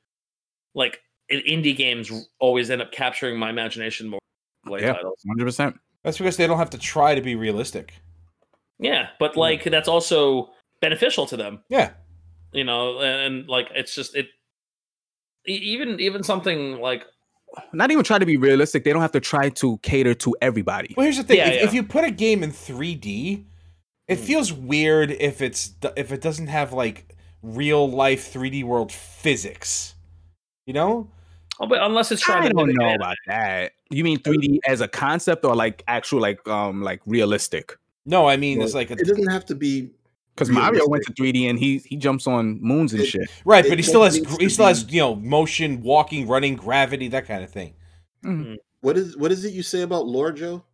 Speaker 3: like i- indie games always end up capturing my imagination more. than Like
Speaker 2: Yeah.
Speaker 3: titles.
Speaker 2: Hundred percent.
Speaker 4: That's because they don't have to try to be realistic.
Speaker 3: Yeah, but like that's also beneficial to them.
Speaker 4: Yeah.
Speaker 3: you know, and, and like it's just it. e- Even even something like
Speaker 2: Not even try to be realistic. They don't have to try to cater to everybody.
Speaker 4: Well, here's the thing:
Speaker 3: Yeah,
Speaker 4: if, if
Speaker 3: yeah.
Speaker 4: you put a game in 3D, it
Speaker 3: Hmm.
Speaker 4: feels weird if it's d- if it doesn't have like real life 3D world physics. You know?
Speaker 3: oh, but unless it's trying
Speaker 2: I
Speaker 3: to
Speaker 2: don't
Speaker 3: mimic
Speaker 2: know
Speaker 3: it.
Speaker 2: about that. You mean 3D as a concept or like actual like um like realistic?
Speaker 4: No, I mean it's like a,
Speaker 1: it doesn't have to be
Speaker 2: Because Mario went to 3D and he he jumps on moons and shit.
Speaker 4: right, but
Speaker 1: it
Speaker 4: he still has
Speaker 1: needs
Speaker 4: gr-
Speaker 1: to
Speaker 4: he still has
Speaker 1: be-
Speaker 4: you know motion, walking, running, gravity, that kind of thing.
Speaker 1: what is what is it you say about lore, Joe?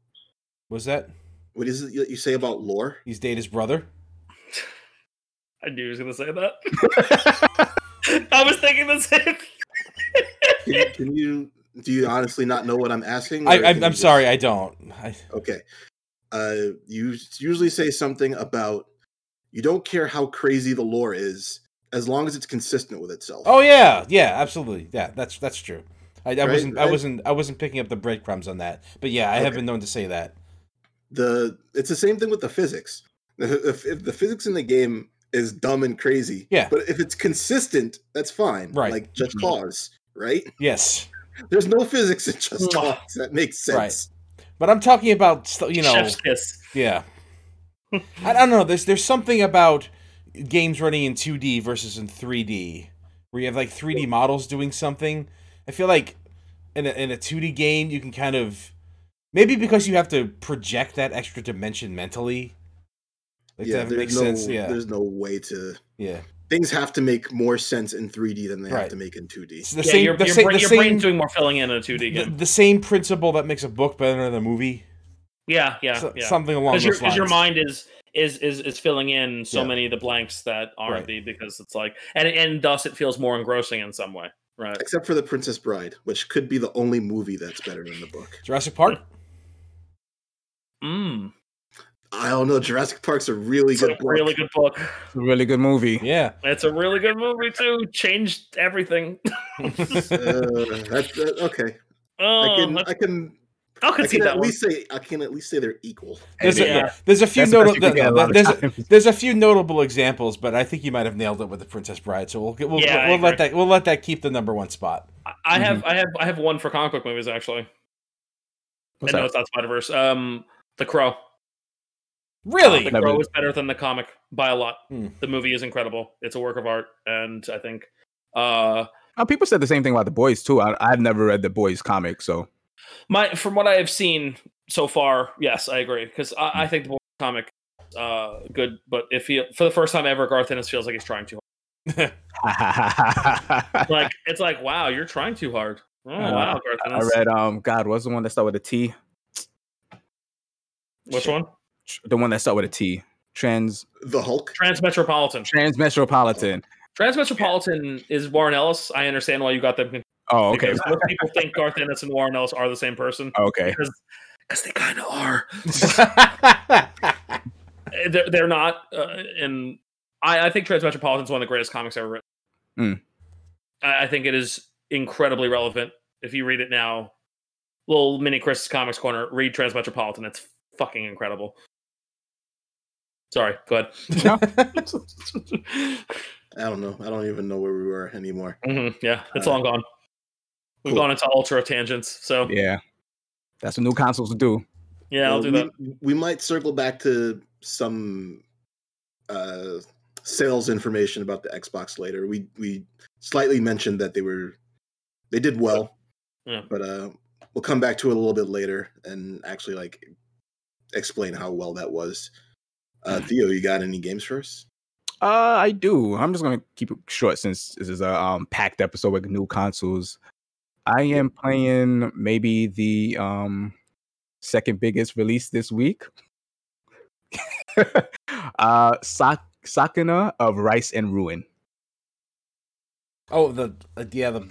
Speaker 4: Was that
Speaker 1: What is it that you say about lore?
Speaker 4: he's dated his brother?
Speaker 3: I knew he was gonna say that. I was thinking the same. thing.
Speaker 1: Can, you- can you do you honestly not know what I'm asking? or
Speaker 4: I, I'm,
Speaker 1: can
Speaker 4: I'm
Speaker 1: you just-
Speaker 4: sorry, I don't. I,
Speaker 1: Okay. Uh, you s- usually say something about you don't care how crazy the lore is as long as it's consistent with itself.
Speaker 4: oh yeah, yeah, absolutely. Yeah, that's that's true. I, I
Speaker 1: Right,
Speaker 4: wasn't I
Speaker 1: right.
Speaker 4: wasn't I wasn't picking up the breadcrumbs on that, but yeah, I have
Speaker 1: Okay.
Speaker 4: been known to say that.
Speaker 1: The it's the same thing with the physics. If, if the physics in the game is dumb and crazy,
Speaker 4: Yeah.
Speaker 1: But if it's consistent, that's fine.
Speaker 4: Right.
Speaker 1: Like Just
Speaker 2: Mhm.
Speaker 1: Cause, right?
Speaker 4: Yes.
Speaker 1: There's no physics in Just
Speaker 3: Mwah.
Speaker 1: Cause. That makes
Speaker 4: Right.
Speaker 1: sense.
Speaker 4: But I'm talking about st- you know,
Speaker 3: Chef's kiss.
Speaker 4: yeah. I, I don't know. There's there's something about games running in 2D versus in 3D, where you have like 3D models doing something. I feel like in a, in a 2D game, you can kind of maybe because you have to project that extra dimension mentally. Like
Speaker 1: yeah.
Speaker 4: that makes
Speaker 1: There's no
Speaker 4: sense. Yeah,
Speaker 1: there's no way to
Speaker 4: yeah.
Speaker 1: things have to make more sense in 3D than they
Speaker 4: Right.
Speaker 1: have to make in 2D.
Speaker 4: It's the
Speaker 3: yeah,
Speaker 4: same.
Speaker 3: your,
Speaker 4: The
Speaker 3: your,
Speaker 4: same.
Speaker 3: brain,
Speaker 4: The
Speaker 3: your
Speaker 4: same.
Speaker 3: brain's doing more filling in in a 2D
Speaker 4: The,
Speaker 3: game.
Speaker 4: the same principle that makes a book better than a movie.
Speaker 3: yeah, yeah,
Speaker 4: So-
Speaker 3: yeah.
Speaker 4: Something along
Speaker 3: Because
Speaker 4: those
Speaker 3: your, 'cause
Speaker 4: lines.
Speaker 3: your mind is is is is filling in so
Speaker 4: Yeah.
Speaker 3: many of the blanks that aren't
Speaker 4: Right.
Speaker 3: the because it's like and and thus it feels more engrossing in some way, right?
Speaker 1: Except for The Princess Bride, which could be the only movie that's better than the book.
Speaker 4: Jurassic Park.
Speaker 3: Mm.
Speaker 1: I don't know. Jurassic Park's a really
Speaker 3: It's
Speaker 1: good
Speaker 3: a
Speaker 1: book.
Speaker 3: really good book.
Speaker 2: It's a really good movie.
Speaker 4: Yeah.
Speaker 3: It's a really good movie too. Changed everything.
Speaker 1: Uh, that, that- okay,
Speaker 3: Oh,
Speaker 1: I can
Speaker 3: that's-
Speaker 1: I can
Speaker 3: I'll
Speaker 1: I
Speaker 3: concede
Speaker 1: can
Speaker 3: that
Speaker 1: at
Speaker 3: one.
Speaker 1: least say I can at least say they're equal.
Speaker 4: There's a,
Speaker 3: Yeah.
Speaker 4: there's a few
Speaker 2: That's the best
Speaker 4: notable
Speaker 2: you can get a lot of
Speaker 4: there's, a-
Speaker 2: times.
Speaker 4: there's a few notable examples, but I think you might have nailed it with the Princess Bride. So we'll get- we'll,
Speaker 3: Yeah, I
Speaker 4: we'll, we'll let
Speaker 3: agree.
Speaker 4: that we'll let that keep the number one spot.
Speaker 3: I- I have, I have, I have one for comic book movies actually.
Speaker 2: What's
Speaker 3: I know
Speaker 2: that?
Speaker 3: it's not Spider Verse. Um, The Crow.
Speaker 4: Really?
Speaker 3: The
Speaker 2: Never-
Speaker 3: Crow is better than the comic by a lot.
Speaker 4: Hmm.
Speaker 3: The movie is incredible. It's a work of art, and I think uh,
Speaker 2: Uh, people said the same thing about the boys too. I, I've never read the boys comic, so
Speaker 3: my from what I have seen so far, yes, I agree because I, I
Speaker 2: Hmm.
Speaker 3: think the Boy comic is, uh good, but if he for the first time ever, Garth Ennis feels like he's trying too hard. Like it's like wow, you're trying too hard. Oh,
Speaker 2: Uh,
Speaker 3: wow, Garth
Speaker 2: I
Speaker 3: Ennis.
Speaker 2: read um God, what's the one that started with a T?
Speaker 3: Which one?
Speaker 2: Tr- The one that started with a T. Trans
Speaker 1: The Hulk.
Speaker 3: Transmetropolitan.
Speaker 2: Transmetropolitan.
Speaker 3: Transmetropolitan is Warren Ellis. I understand why you got them. confused,
Speaker 2: Oh, okay. Oh,
Speaker 3: because most people think Garth Ennis and Warren Ellis are the same person
Speaker 2: Okay.
Speaker 3: because because they kind of are. Uh, they're, they're not uh, and I, I think transmetropolitan is one of the greatest comics ever written
Speaker 2: Mm.
Speaker 3: I, I think it is incredibly relevant if you read it now little mini chris's comics corner read transmetropolitan it's fucking incredible sorry go ahead
Speaker 1: I don't know. I don't even know where we were anymore.
Speaker 3: Mhm, yeah it's
Speaker 1: Uh,
Speaker 3: long gone we've
Speaker 1: cool.
Speaker 3: gone into ultra tangents so yeah,
Speaker 2: Yeah. That's what new consoles do.
Speaker 3: i'll
Speaker 1: Uh,
Speaker 3: do
Speaker 1: we,
Speaker 3: that
Speaker 1: We might circle back to some uh, sales information about the Xbox later. We we slightly mentioned that they were they did well,
Speaker 3: Yeah.
Speaker 1: but uh, we'll come back to it a little bit later and actually like explain how well that was. Uh, Theo, you got any games for us?
Speaker 2: Uh, I do. I'm just gonna keep it short since this is a um packed episode with new consoles. I am playing maybe the um second biggest release this week. uh, Sak- Sakuna of Rice and Ruin.
Speaker 4: oh, the uh, yeah, the,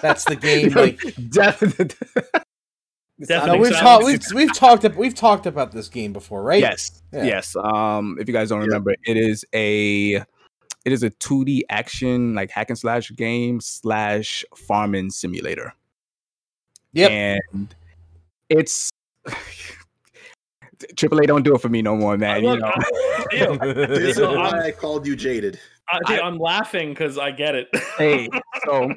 Speaker 4: that's the game. Like
Speaker 2: Definitely.
Speaker 4: no,
Speaker 3: Deafening
Speaker 4: we've
Speaker 3: silence.
Speaker 4: talked we've, we've talked ab- we've talked about this game before, right?
Speaker 2: Yes.
Speaker 4: Yeah.
Speaker 2: Yes. Um, if you guys don't
Speaker 1: Yeah.
Speaker 2: remember, it is a it is a 2D action like hack and slash game slash farming simulator.
Speaker 4: Yep.
Speaker 2: And it's AAA don't do it for me no more, man.
Speaker 3: Look,
Speaker 2: you know.
Speaker 3: I- Theo,
Speaker 1: This is
Speaker 3: no,
Speaker 1: why I called you jaded.
Speaker 3: I, dude, I'm laughing because I get it.
Speaker 2: hey, so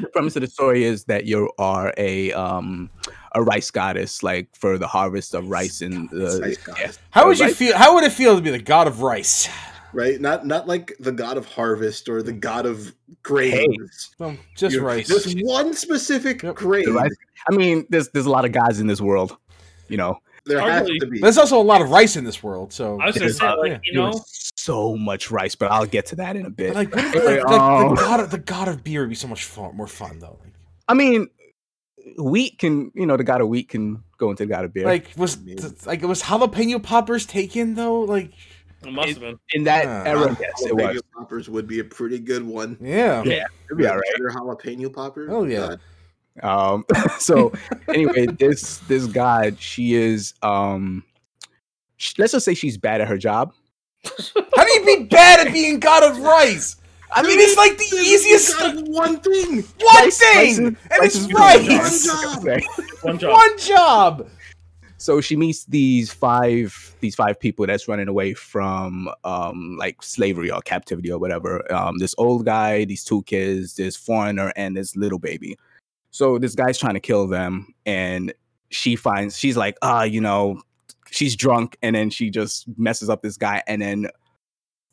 Speaker 2: the premise of the story is that you are a um a rice goddess, like for the harvest of rice in the
Speaker 1: Nice guys,
Speaker 4: How would you
Speaker 2: Right.
Speaker 4: feel? How would it feel to be the god of rice?
Speaker 1: Right? Not not like the god of harvest or
Speaker 3: Mm.
Speaker 1: the god of grains.
Speaker 4: Well, just
Speaker 1: You-
Speaker 4: rice.
Speaker 1: Just one specific
Speaker 4: Yep.
Speaker 1: grain.
Speaker 2: the rice. I mean, there's there's a lot of guys in this world, you know.
Speaker 1: There has
Speaker 3: Arguably-
Speaker 1: to be.
Speaker 4: There's also a lot of rice in this world, so
Speaker 3: I was gonna
Speaker 2: There's
Speaker 3: say,
Speaker 2: not-
Speaker 3: like,
Speaker 4: yeah,
Speaker 3: you
Speaker 2: There
Speaker 3: know,
Speaker 2: was so much rice, but I'll get to that in a bit.
Speaker 4: But, like, what if, like,
Speaker 2: Anyway,
Speaker 4: like,
Speaker 2: um,
Speaker 4: the god of the god of beer would be so much fun, more fun though.
Speaker 2: I mean, wheat can you know the god of wheat can go into the god of beer.
Speaker 4: Like was
Speaker 1: Maybe.
Speaker 4: th- like was jalapeno poppers taken though? Like
Speaker 3: it must have been.
Speaker 2: in that
Speaker 4: uh,
Speaker 2: era, yes, it
Speaker 1: jalapeno
Speaker 2: was.
Speaker 1: poppers would be a pretty good one.
Speaker 4: yeah.
Speaker 2: Yeah. It'd be all right.
Speaker 1: Cheddar jalapeno poppers.
Speaker 4: Oh, yeah.
Speaker 1: God.
Speaker 2: Um, so anyway, this this god, she is um, sh- let's just say she's bad at her job.
Speaker 4: How do you be bad at being god of rice? I mean, it's like the
Speaker 1: Dude,
Speaker 4: easiest
Speaker 1: you got one thing.
Speaker 4: one
Speaker 2: Rice- rice
Speaker 4: thing,
Speaker 2: is-
Speaker 4: and
Speaker 2: rice
Speaker 4: it's
Speaker 2: is really hard.
Speaker 4: rice.
Speaker 1: One job.
Speaker 2: Okay.
Speaker 3: One job.
Speaker 4: One job.
Speaker 2: so she meets these five these five people that's running away from um like slavery or captivity or whatever um this old guy these two kids this foreigner and this little baby so this guy's trying to kill them and she finds she's like ah you know she's drunk and then she just messes up this guy and then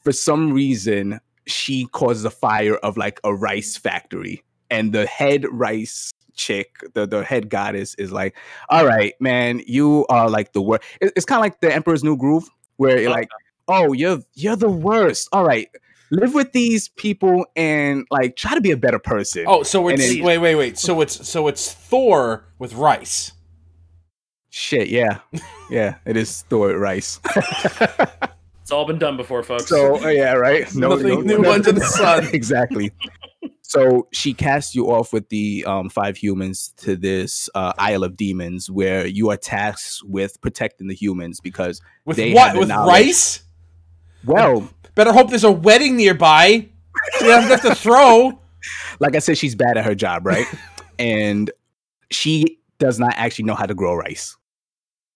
Speaker 2: for some reason she causes a fire of like a rice factory and the head rice chick the, the head goddess is like all right, man, you are like the worst. It's kind of like the Emperor's New Groove, where you're
Speaker 3: Oh.
Speaker 2: like, oh, you're you're the worst. All right, live with these people and like try to be a better person.
Speaker 4: Oh, so
Speaker 2: And
Speaker 4: it's
Speaker 2: it-
Speaker 4: wait, wait, wait. So it's so it's Thor with rice.
Speaker 2: shit, yeah, yeah, it is Thor Rice.
Speaker 3: It's all been done before, folks.
Speaker 2: So uh, yeah, right.
Speaker 4: Nothing new
Speaker 2: no-
Speaker 4: under the sun.
Speaker 2: exactly. So she casts you off with the um, five humans to this uh, Isle of Demons, where you are tasked with protecting the humans because
Speaker 4: With
Speaker 2: They have
Speaker 4: what?
Speaker 2: the
Speaker 4: With
Speaker 2: knowledge.
Speaker 4: rice?
Speaker 2: well,
Speaker 4: Better hope there's a wedding nearby. So you don't have to throw.
Speaker 2: like I said, she's bad at her job, right? and she does not actually know how to grow rice.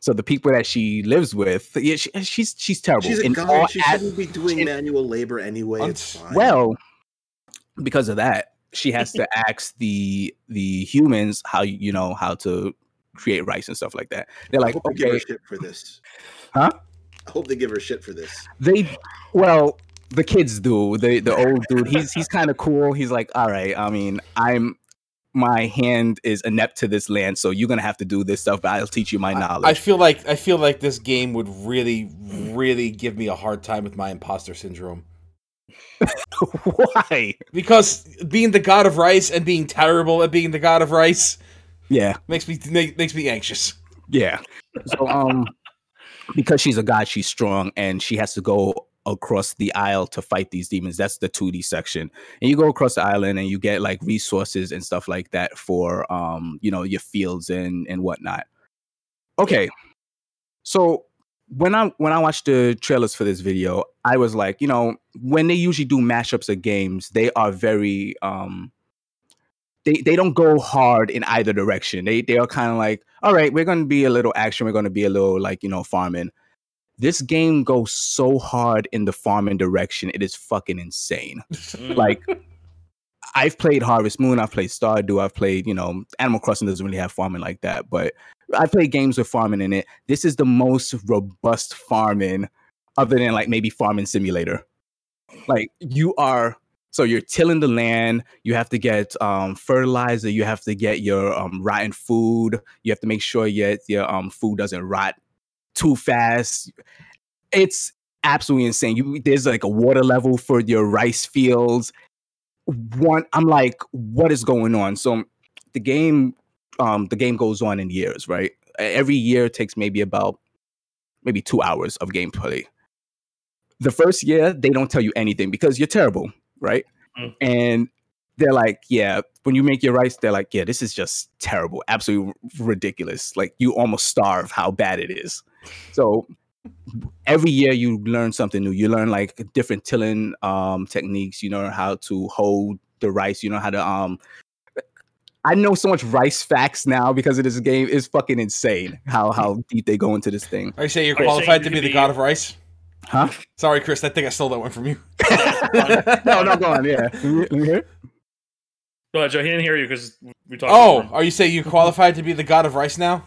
Speaker 2: So the people that she lives with, yeah, she, she's she's terrible.
Speaker 1: She's a
Speaker 2: in
Speaker 1: guy.
Speaker 2: all
Speaker 1: She
Speaker 2: as-
Speaker 1: shouldn't be doing
Speaker 2: in-
Speaker 1: manual labor anyway. It's
Speaker 4: Uns-
Speaker 1: fine.
Speaker 2: Well, because of that, she has to ask the the humans how you know how to create rice and stuff like that. They're
Speaker 1: I
Speaker 2: like,
Speaker 1: hope they give
Speaker 2: okay,
Speaker 1: her shit for this.
Speaker 2: Huh?
Speaker 1: I hope they give her shit for this.
Speaker 2: they well the kids do the the old dude he's he's kind of cool he's like all right i mean i'm my hand is inept to this land so you're gonna have to do this stuff but i'll teach you my
Speaker 4: I,
Speaker 2: knowledge
Speaker 4: I feel like I feel like this game would really, really give me a hard time with my imposter syndrome.
Speaker 2: why
Speaker 4: Because being the god of rice and being terrible at being the god of rice
Speaker 2: yeah
Speaker 4: makes me make, makes me anxious.
Speaker 2: yeah so um because she's a god she's strong and she has to go across the aisle to fight these demons that's the 2d section and you go across the island and you get like resources and stuff like that for um you know your fields and and whatnot okay so when i when i watched the trailers for this video i was like you know when they usually do mashups of games they are very um they, they don't go hard in either direction they they are kind of like all right we're gonna be a little action we're gonna be a little like you know farming this game goes so hard in the farming direction it is fucking insane
Speaker 3: Mm.
Speaker 2: like I've played Harvest Moon, I've played Stardew, I've played, you know, Animal Crossing doesn't really have farming like that, but I have played games with farming in it. This is the most robust farming other than like maybe farming simulator. Like you are so you're tilling the land, you have to get um, fertilizer, you have to get your um, rotten food, you have to make sure your your um, food doesn't rot too fast. It's absolutely insane. You there's like a water level for your rice fields one i'm like what is going on so the game um the game goes on in years right E, every year takes maybe about maybe two hours of gameplay the first year they don't tell you anything because you're terrible right
Speaker 3: Mm.
Speaker 2: and they're like yeah when you make your rice they're like yeah this is just terrible absolutely r- ridiculous like you almost starve how bad it is so every year you learn something new. You learn like different tilling um, techniques. You learn how to hold the rice. You know how to um. I know so much rice facts now because of this game. It's fucking insane how how deep they go into this thing.
Speaker 4: Are you saying you're
Speaker 3: Are you saying
Speaker 4: qualified
Speaker 3: you
Speaker 4: to be
Speaker 3: could
Speaker 4: the
Speaker 3: be-
Speaker 4: god of rice?
Speaker 2: Huh?
Speaker 4: Sorry, Chris. I think I stole that one from you.
Speaker 2: No, no, go on. Yeah. Let me- let me hear it.
Speaker 3: Go ahead, Joe. He didn't hear you because we talked.
Speaker 4: Oh,
Speaker 3: over
Speaker 4: are you saying you qualified to be the god of rice now?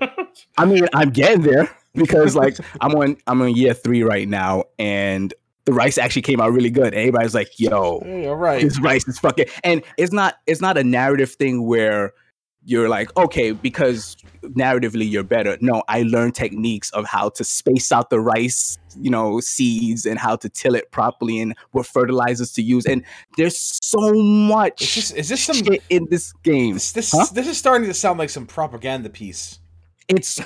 Speaker 3: him.
Speaker 2: I mean, I'm getting there because like I'm on I'm on year three right now, and the rice actually came out really good. Everybody's like, "Yo,
Speaker 4: Hey, all right.
Speaker 2: this rice is fucking and it's not it's not a narrative thing where you're like okay because narratively you're better no i learned techniques of how to space out the rice you know seeds and how to till it properly and what fertilizers to use and there's so
Speaker 4: Is
Speaker 2: much
Speaker 4: this is this some
Speaker 2: shit in this game
Speaker 4: this this,
Speaker 2: Huh?
Speaker 4: this is starting to sound like some propaganda piece.
Speaker 2: it's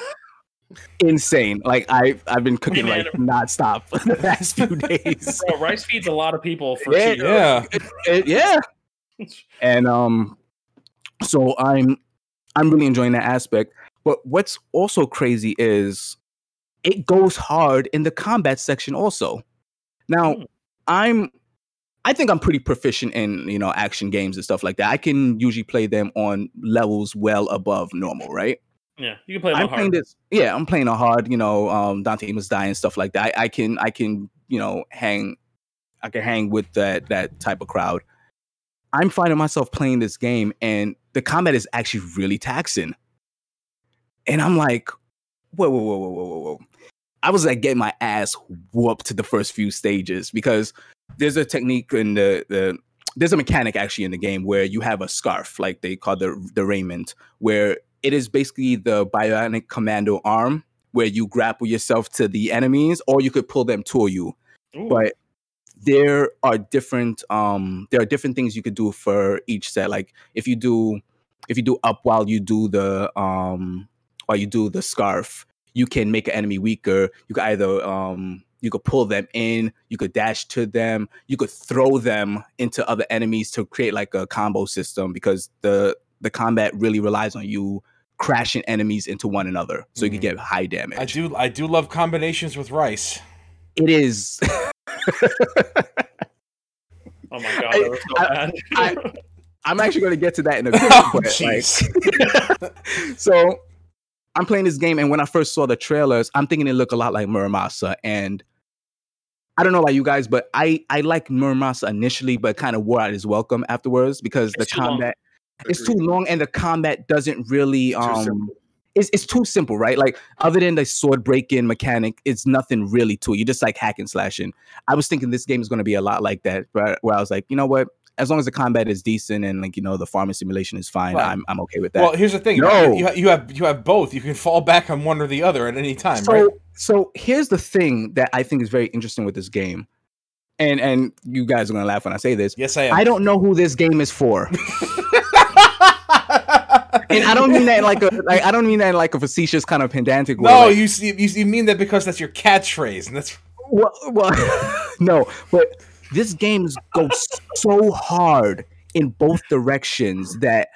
Speaker 2: insane like i i've been cooking
Speaker 3: Man.
Speaker 2: like nonstop the past few days
Speaker 3: Bro, rice feeds a lot of people for
Speaker 2: Yeah,
Speaker 3: cheap.
Speaker 4: Yeah.
Speaker 2: it, yeah and um so i'm i'm really enjoying that aspect but what's also crazy is it goes hard in the combat section also now
Speaker 3: Hmm.
Speaker 2: i'm i think i'm pretty proficient in you know action games and stuff like that i can usually play them on levels well above normal right
Speaker 3: Yeah, you can play them
Speaker 2: I'm
Speaker 3: on
Speaker 2: playing
Speaker 3: hard.
Speaker 2: this. Yeah, I'm playing a hard. You know, um, Dante must die and stuff like that. I, I can, I can, you know, hang. I can hang with that that type of crowd. I'm finding myself playing this game, and the combat is actually really taxing. And I'm like, whoa, whoa, whoa, whoa, whoa, whoa, whoa. I was like getting my ass whooped the first few stages because there's a technique in the the there's a mechanic actually in the game where you have a scarf, like they call the the raiment, where it is basically the bionic commando arm where you grapple yourself to the enemies or you could pull them toward you
Speaker 3: Ooh,
Speaker 2: but there are different um there are different things you could do for each set like if you do if you do up while you do the um while you do the scarf you can make an enemy weaker you can either um You could pull them in. You could dash to them. You could throw them into other enemies to create like a combo system because the the combat really relies on you crashing enemies into one another, so you
Speaker 4: Mhm.
Speaker 2: can get high damage.
Speaker 4: I do I do love combinations with rice.
Speaker 2: It is.
Speaker 3: Oh my god, that was so
Speaker 2: I-
Speaker 3: bad.
Speaker 2: I- I'm actually going to get to that in a bit.
Speaker 4: Oh,
Speaker 2: but, like,
Speaker 4: jeez.
Speaker 2: so I'm playing this game, and when I first saw the trailers, I'm thinking it looked a lot like Muramasa. And I don't know about you guys, but I I like Muramasa initially, but kind of wore out his welcome afterwards because
Speaker 3: It's
Speaker 2: the
Speaker 3: too long.
Speaker 2: combat it's too long and the combat doesn't really um it's, it's too simple, right? Like other than the sword breaking mechanic, it's nothing really to it. You just like hack and slashing. I was thinking this game is going to be a lot like that, but where I was like, you know what? As long as the combat is decent and like you know the farming simulation is fine,
Speaker 4: Right.
Speaker 2: I'm I'm okay with that.
Speaker 4: Well, here's the thing.
Speaker 2: No.
Speaker 4: You, you have you have both. You can fall back on one or the other at any time,
Speaker 2: so
Speaker 4: right?
Speaker 2: so here's the thing that I think is very interesting with this game, and and you guys are going to laugh when I say this.
Speaker 4: Yes, I am.
Speaker 2: I don't know who this game is for. And I don't mean that in like a like I don't mean that in like a facetious kind of pedantic way.
Speaker 4: No,
Speaker 2: like-
Speaker 4: you, see- you you mean that because that's your catchphrase, and that's
Speaker 2: Well, well no, but this game is- goes so hard in both directions that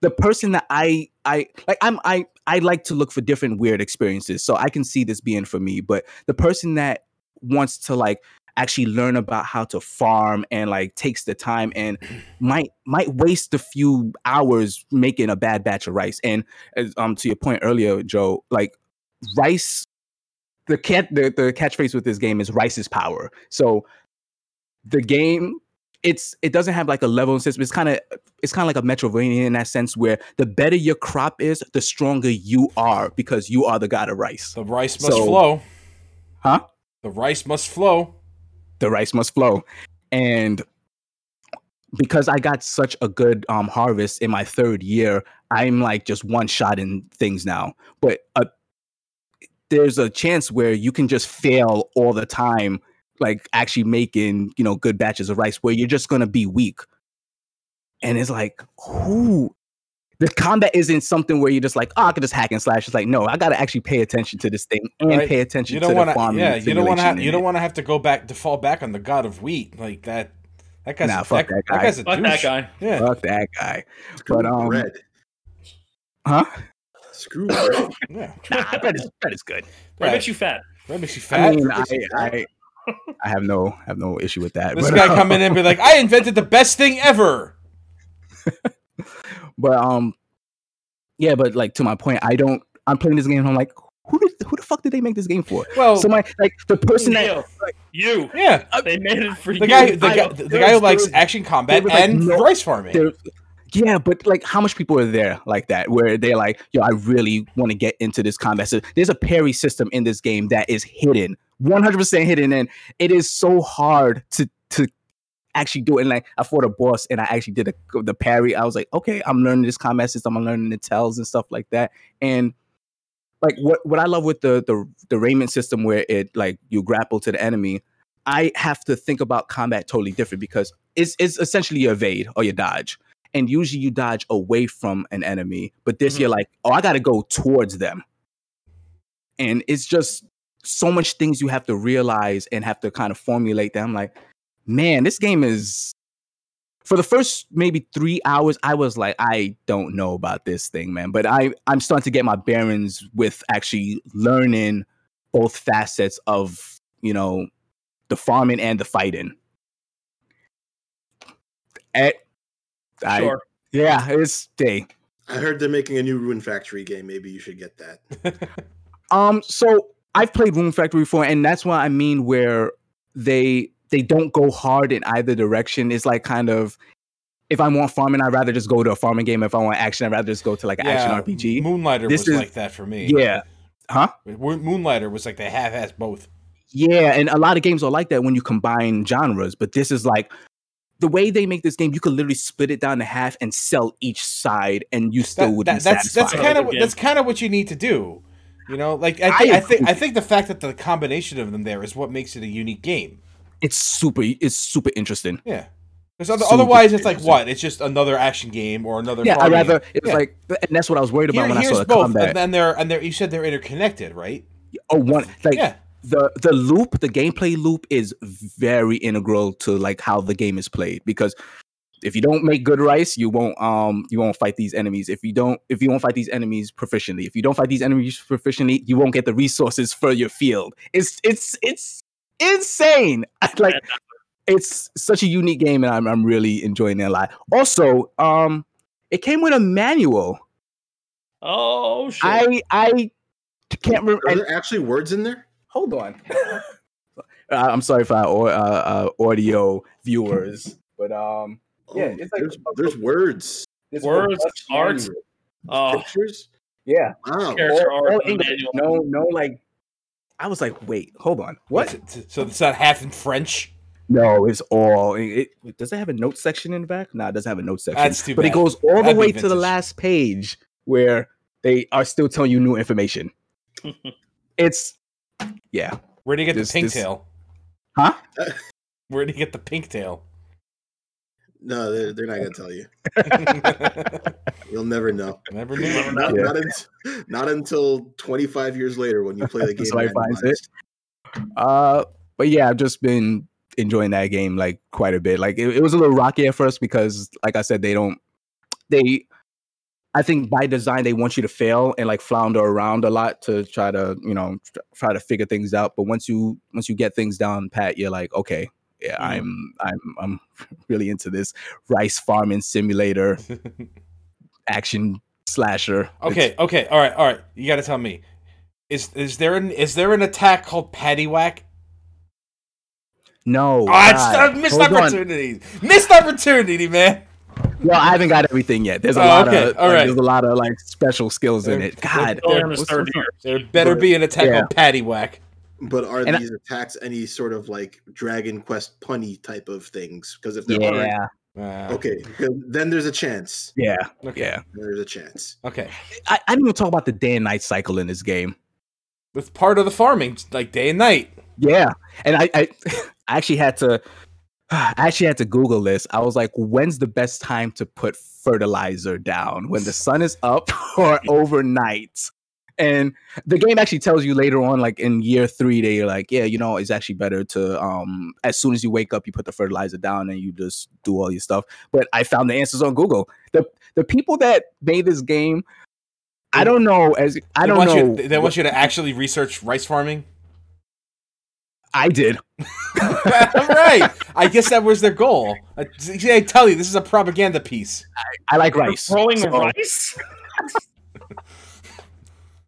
Speaker 2: the person that I I like I'm I I like to look for different weird experiences, so I can see this being for me. But the person that wants to like actually learn about how to farm and like takes the time and might might waste a few hours making a bad batch of rice. And as, um to your point earlier, Joe, like rice the cat the, the catchphrase with this game is rice's power so the game it's it doesn't have like a level system it's kind of it's kind of like a metrovania in that sense where the better your crop is the stronger you are because you are the god of rice
Speaker 4: the rice must
Speaker 2: So-
Speaker 4: flow,
Speaker 2: Huh?
Speaker 4: The rice must flow.
Speaker 2: the rice must flow and because i got such a good um harvest in my third year i'm like just one shot in things now but uh, there's a chance where you can just fail all the time like actually making you know good batches of rice where you're just gonna be weak and it's like who the combat isn't something where you're just like oh i could just hack and slash it's like no i gotta actually pay attention to this thing and
Speaker 4: Right.
Speaker 2: pay attention
Speaker 4: You
Speaker 2: to
Speaker 4: don't
Speaker 2: the
Speaker 4: want to.
Speaker 2: farming
Speaker 4: Yeah, you don't want
Speaker 2: simulation
Speaker 4: to.
Speaker 2: in
Speaker 4: You
Speaker 2: it.
Speaker 4: don't want to have to go back to fall back on the god of wheat like that. That guy's
Speaker 2: Nah,
Speaker 4: a,
Speaker 2: fuck that guy.
Speaker 4: guy's a
Speaker 3: Fuck that
Speaker 4: douche.
Speaker 3: guy.
Speaker 4: Yeah,
Speaker 2: fuck that guy
Speaker 1: Screw
Speaker 2: but, um,
Speaker 1: bread.
Speaker 2: huh
Speaker 1: Screw bread.
Speaker 4: yeah.
Speaker 2: nah, bread is bread is good.
Speaker 3: I
Speaker 4: Right.
Speaker 3: bet you fat.
Speaker 4: That makes you
Speaker 2: I
Speaker 4: fat.
Speaker 2: mean, I,
Speaker 1: bread is
Speaker 2: I, I have no have no issue with that.
Speaker 4: this
Speaker 2: but, uh,
Speaker 4: guy come in and be like, "I invented the best thing ever."
Speaker 2: but um, yeah, but like to my point, I don't. I'm playing this game. and I'm like, who did who the fuck did they make this game for?
Speaker 4: Well,
Speaker 2: Somebody like the person that
Speaker 3: Neil, you.
Speaker 4: yeah,
Speaker 3: They made it for
Speaker 4: the
Speaker 3: you.
Speaker 4: guy, the
Speaker 2: I-
Speaker 4: guy, the
Speaker 2: there
Speaker 4: guy
Speaker 2: was- there
Speaker 4: who likes
Speaker 2: was-
Speaker 4: action combat
Speaker 2: was, like,
Speaker 4: and
Speaker 2: no-
Speaker 4: rice farming.
Speaker 2: there- yeah, but like, how much people are there like that where they're like, yo, I really want to get into this combat. So there's a parry system in this game that is hidden, 100% hidden, and it is so hard to to actually do it. And like, I fought a boss, and I actually did a, the parry. I was like, okay, I'm learning this combat system. I'm learning the tells and stuff like that. And like, what what I love with the the the Raymond system where it like you grapple to the enemy. I have to think about combat totally different because it's it's essentially your evade or your dodge and usually you dodge away from an enemy but this
Speaker 3: Mhm.
Speaker 2: you're like oh i gotta go towards them and it's just so much things you have to realize and have to kind of formulate that i'm like man this game is for the first maybe three hours i was like i don't know about this thing man but i i'm starting to get my bearings with actually learning both facets of you know the farming and the fighting Eh, I,
Speaker 3: Sure.
Speaker 2: yeah, it's day.
Speaker 1: I heard they're making a new Rune Factory game. Maybe you should get that.
Speaker 2: Um, so I've played Room Factory before, and that's what I mean where they they don't go hard in either direction. It's like kind of if I want farming, I'd rather just go to a farming game. If I want action, I'd rather just go to like an
Speaker 4: Yeah,
Speaker 2: action RPG.
Speaker 4: Moonlighter
Speaker 2: This
Speaker 4: was
Speaker 2: is-
Speaker 4: like that for me.
Speaker 2: Yeah. Huh?
Speaker 4: Mo- Moonlighter was like they half-assed both.
Speaker 2: Yeah, and a lot of games are like that when you combine genres, but this is like the way they make this game, you could literally split it down to half and sell each side, and you still
Speaker 4: That-
Speaker 2: wouldn't
Speaker 4: that- that's that's
Speaker 2: satisfy.
Speaker 4: kind of
Speaker 3: Another
Speaker 4: that's kind of what you need to do. You know, like I,
Speaker 2: I
Speaker 4: thi- I think I
Speaker 2: appreciate-
Speaker 4: think the fact that the combination of them there is what makes it a unique game.
Speaker 2: it's super, it's super interesting.
Speaker 4: Yeah. Because other,
Speaker 2: Super
Speaker 4: otherwise, it's like
Speaker 2: interesting.
Speaker 4: what? It's just another action game or another.
Speaker 2: Yeah, I
Speaker 4: farming
Speaker 2: rather
Speaker 4: game.
Speaker 2: it's
Speaker 4: Yeah.
Speaker 2: like, and that's what I was worried about
Speaker 4: Here-
Speaker 2: when I
Speaker 4: here's
Speaker 2: saw the
Speaker 4: both,
Speaker 2: combat.
Speaker 4: and then they're and they're. You said they're interconnected, right?
Speaker 2: Oh, one like
Speaker 4: yeah,
Speaker 2: the the loop, the gameplay loop is very integral to like how the game is played because if you don't make good rice, you won't um you won't fight these enemies. If you don't if you won't fight these enemies proficiently, if you don't fight these enemies proficiently, you won't get the resources for your field. It's it's it's insane. like it's such a unique game and I'm I'm really enjoying it a lot. Also, um it came with a manual.
Speaker 3: Oh shit!
Speaker 2: I I can't remember
Speaker 1: Are there actually words in there?
Speaker 2: hold on. Uh, I'm sorry for our au- uh, uh, audio viewers, but um, Yeah,
Speaker 1: Oh,
Speaker 2: it's like-
Speaker 1: there's, there's words,
Speaker 2: this
Speaker 3: Words,
Speaker 2: was a
Speaker 3: art.
Speaker 2: manual.
Speaker 3: oh,
Speaker 1: pictures.
Speaker 2: yeah,
Speaker 1: Wow.
Speaker 3: Character
Speaker 2: all,
Speaker 3: art,
Speaker 2: all
Speaker 3: a
Speaker 2: English.
Speaker 3: manual.
Speaker 2: No, no, like I was like, wait, hold on, what?
Speaker 4: It's- it's- So it's not half in French.
Speaker 2: No, it's all. It, it- does it have a note section in the back? No, it doesn't have a note section.
Speaker 4: That's too
Speaker 2: But it
Speaker 4: bad.
Speaker 2: goes all the
Speaker 4: That'd be
Speaker 2: way to the
Speaker 4: vintage.
Speaker 2: last page where they are still telling you new information. it's yeah,
Speaker 4: Where do you get
Speaker 2: This-
Speaker 4: the
Speaker 2: this-
Speaker 4: pigtail?
Speaker 2: huh?
Speaker 4: Where do you get the pinktail?
Speaker 1: No, they're, they're not gonna tell you.
Speaker 4: Never
Speaker 1: You'll never know.
Speaker 4: knew.
Speaker 1: Not,
Speaker 2: Yeah.
Speaker 1: not, until, not until 25 years later when you play the game.
Speaker 2: Somebody finds
Speaker 1: randomized.
Speaker 2: Uh, but yeah, I've just been enjoying that game like quite a bit. Like it, it was a little rocky at first because, like I said, they don't they. I think by design they want you to fail and like flounder around a lot to try to you know tr- try to figure things out. But once you once you get things down pat, you're like okay. Yeah,
Speaker 4: Mhm.
Speaker 2: I'm I'm I'm really into this rice farming simulator action slasher. It's-
Speaker 4: Okay, okay, all right, all right. You got to tell me. Is is there an is there an attack called paddywhack?
Speaker 2: no.
Speaker 4: Oh, I just,
Speaker 2: God.
Speaker 4: I missed
Speaker 2: Hold on.
Speaker 4: opportunity. Missed opportunity, man.
Speaker 2: Well, I haven't got everything yet. There's a
Speaker 4: Oh,
Speaker 2: lot
Speaker 4: okay.
Speaker 2: of
Speaker 4: All
Speaker 2: like,
Speaker 4: right.
Speaker 2: there's a lot of like special skills in
Speaker 4: They're-
Speaker 2: it. God,
Speaker 3: Still in his
Speaker 2: what's-
Speaker 3: third
Speaker 2: what's
Speaker 3: year.
Speaker 4: There better be an attack
Speaker 2: Yeah.
Speaker 4: called paddywhack.
Speaker 1: But are
Speaker 2: And I-
Speaker 1: these attacks any sort of like Dragon Quest punny type of things? Because if
Speaker 2: up?
Speaker 1: there are,
Speaker 2: yeah,
Speaker 4: Uh,
Speaker 1: okay, then there's a chance.
Speaker 2: yeah,
Speaker 4: okay.
Speaker 2: yeah.
Speaker 1: There's a chance.
Speaker 4: Okay.
Speaker 2: I, I didn't even talk about the day and night cycle in this game.
Speaker 4: That's part of the farming, like day and night.
Speaker 2: Yeah, and I I, I actually had to I actually had to Google this. I was like, when's the best time to put fertilizer down? When the sun is up or overnight? And the game actually tells you later on, like in year three, they're like, yeah, you know, it's actually better to um as soon as you wake up, you put the fertilizer down and you just do all your stuff. But I found the answers on Google. The the people that made this game, I don't know as I
Speaker 4: They
Speaker 2: don't
Speaker 4: want
Speaker 2: know.
Speaker 4: You, they want you to actually research rice farming.
Speaker 2: I did.
Speaker 4: All right. I guess that was their goal. I, see, I tell you, this is a propaganda piece.
Speaker 2: I like rice.
Speaker 3: For growing
Speaker 2: so-
Speaker 3: rice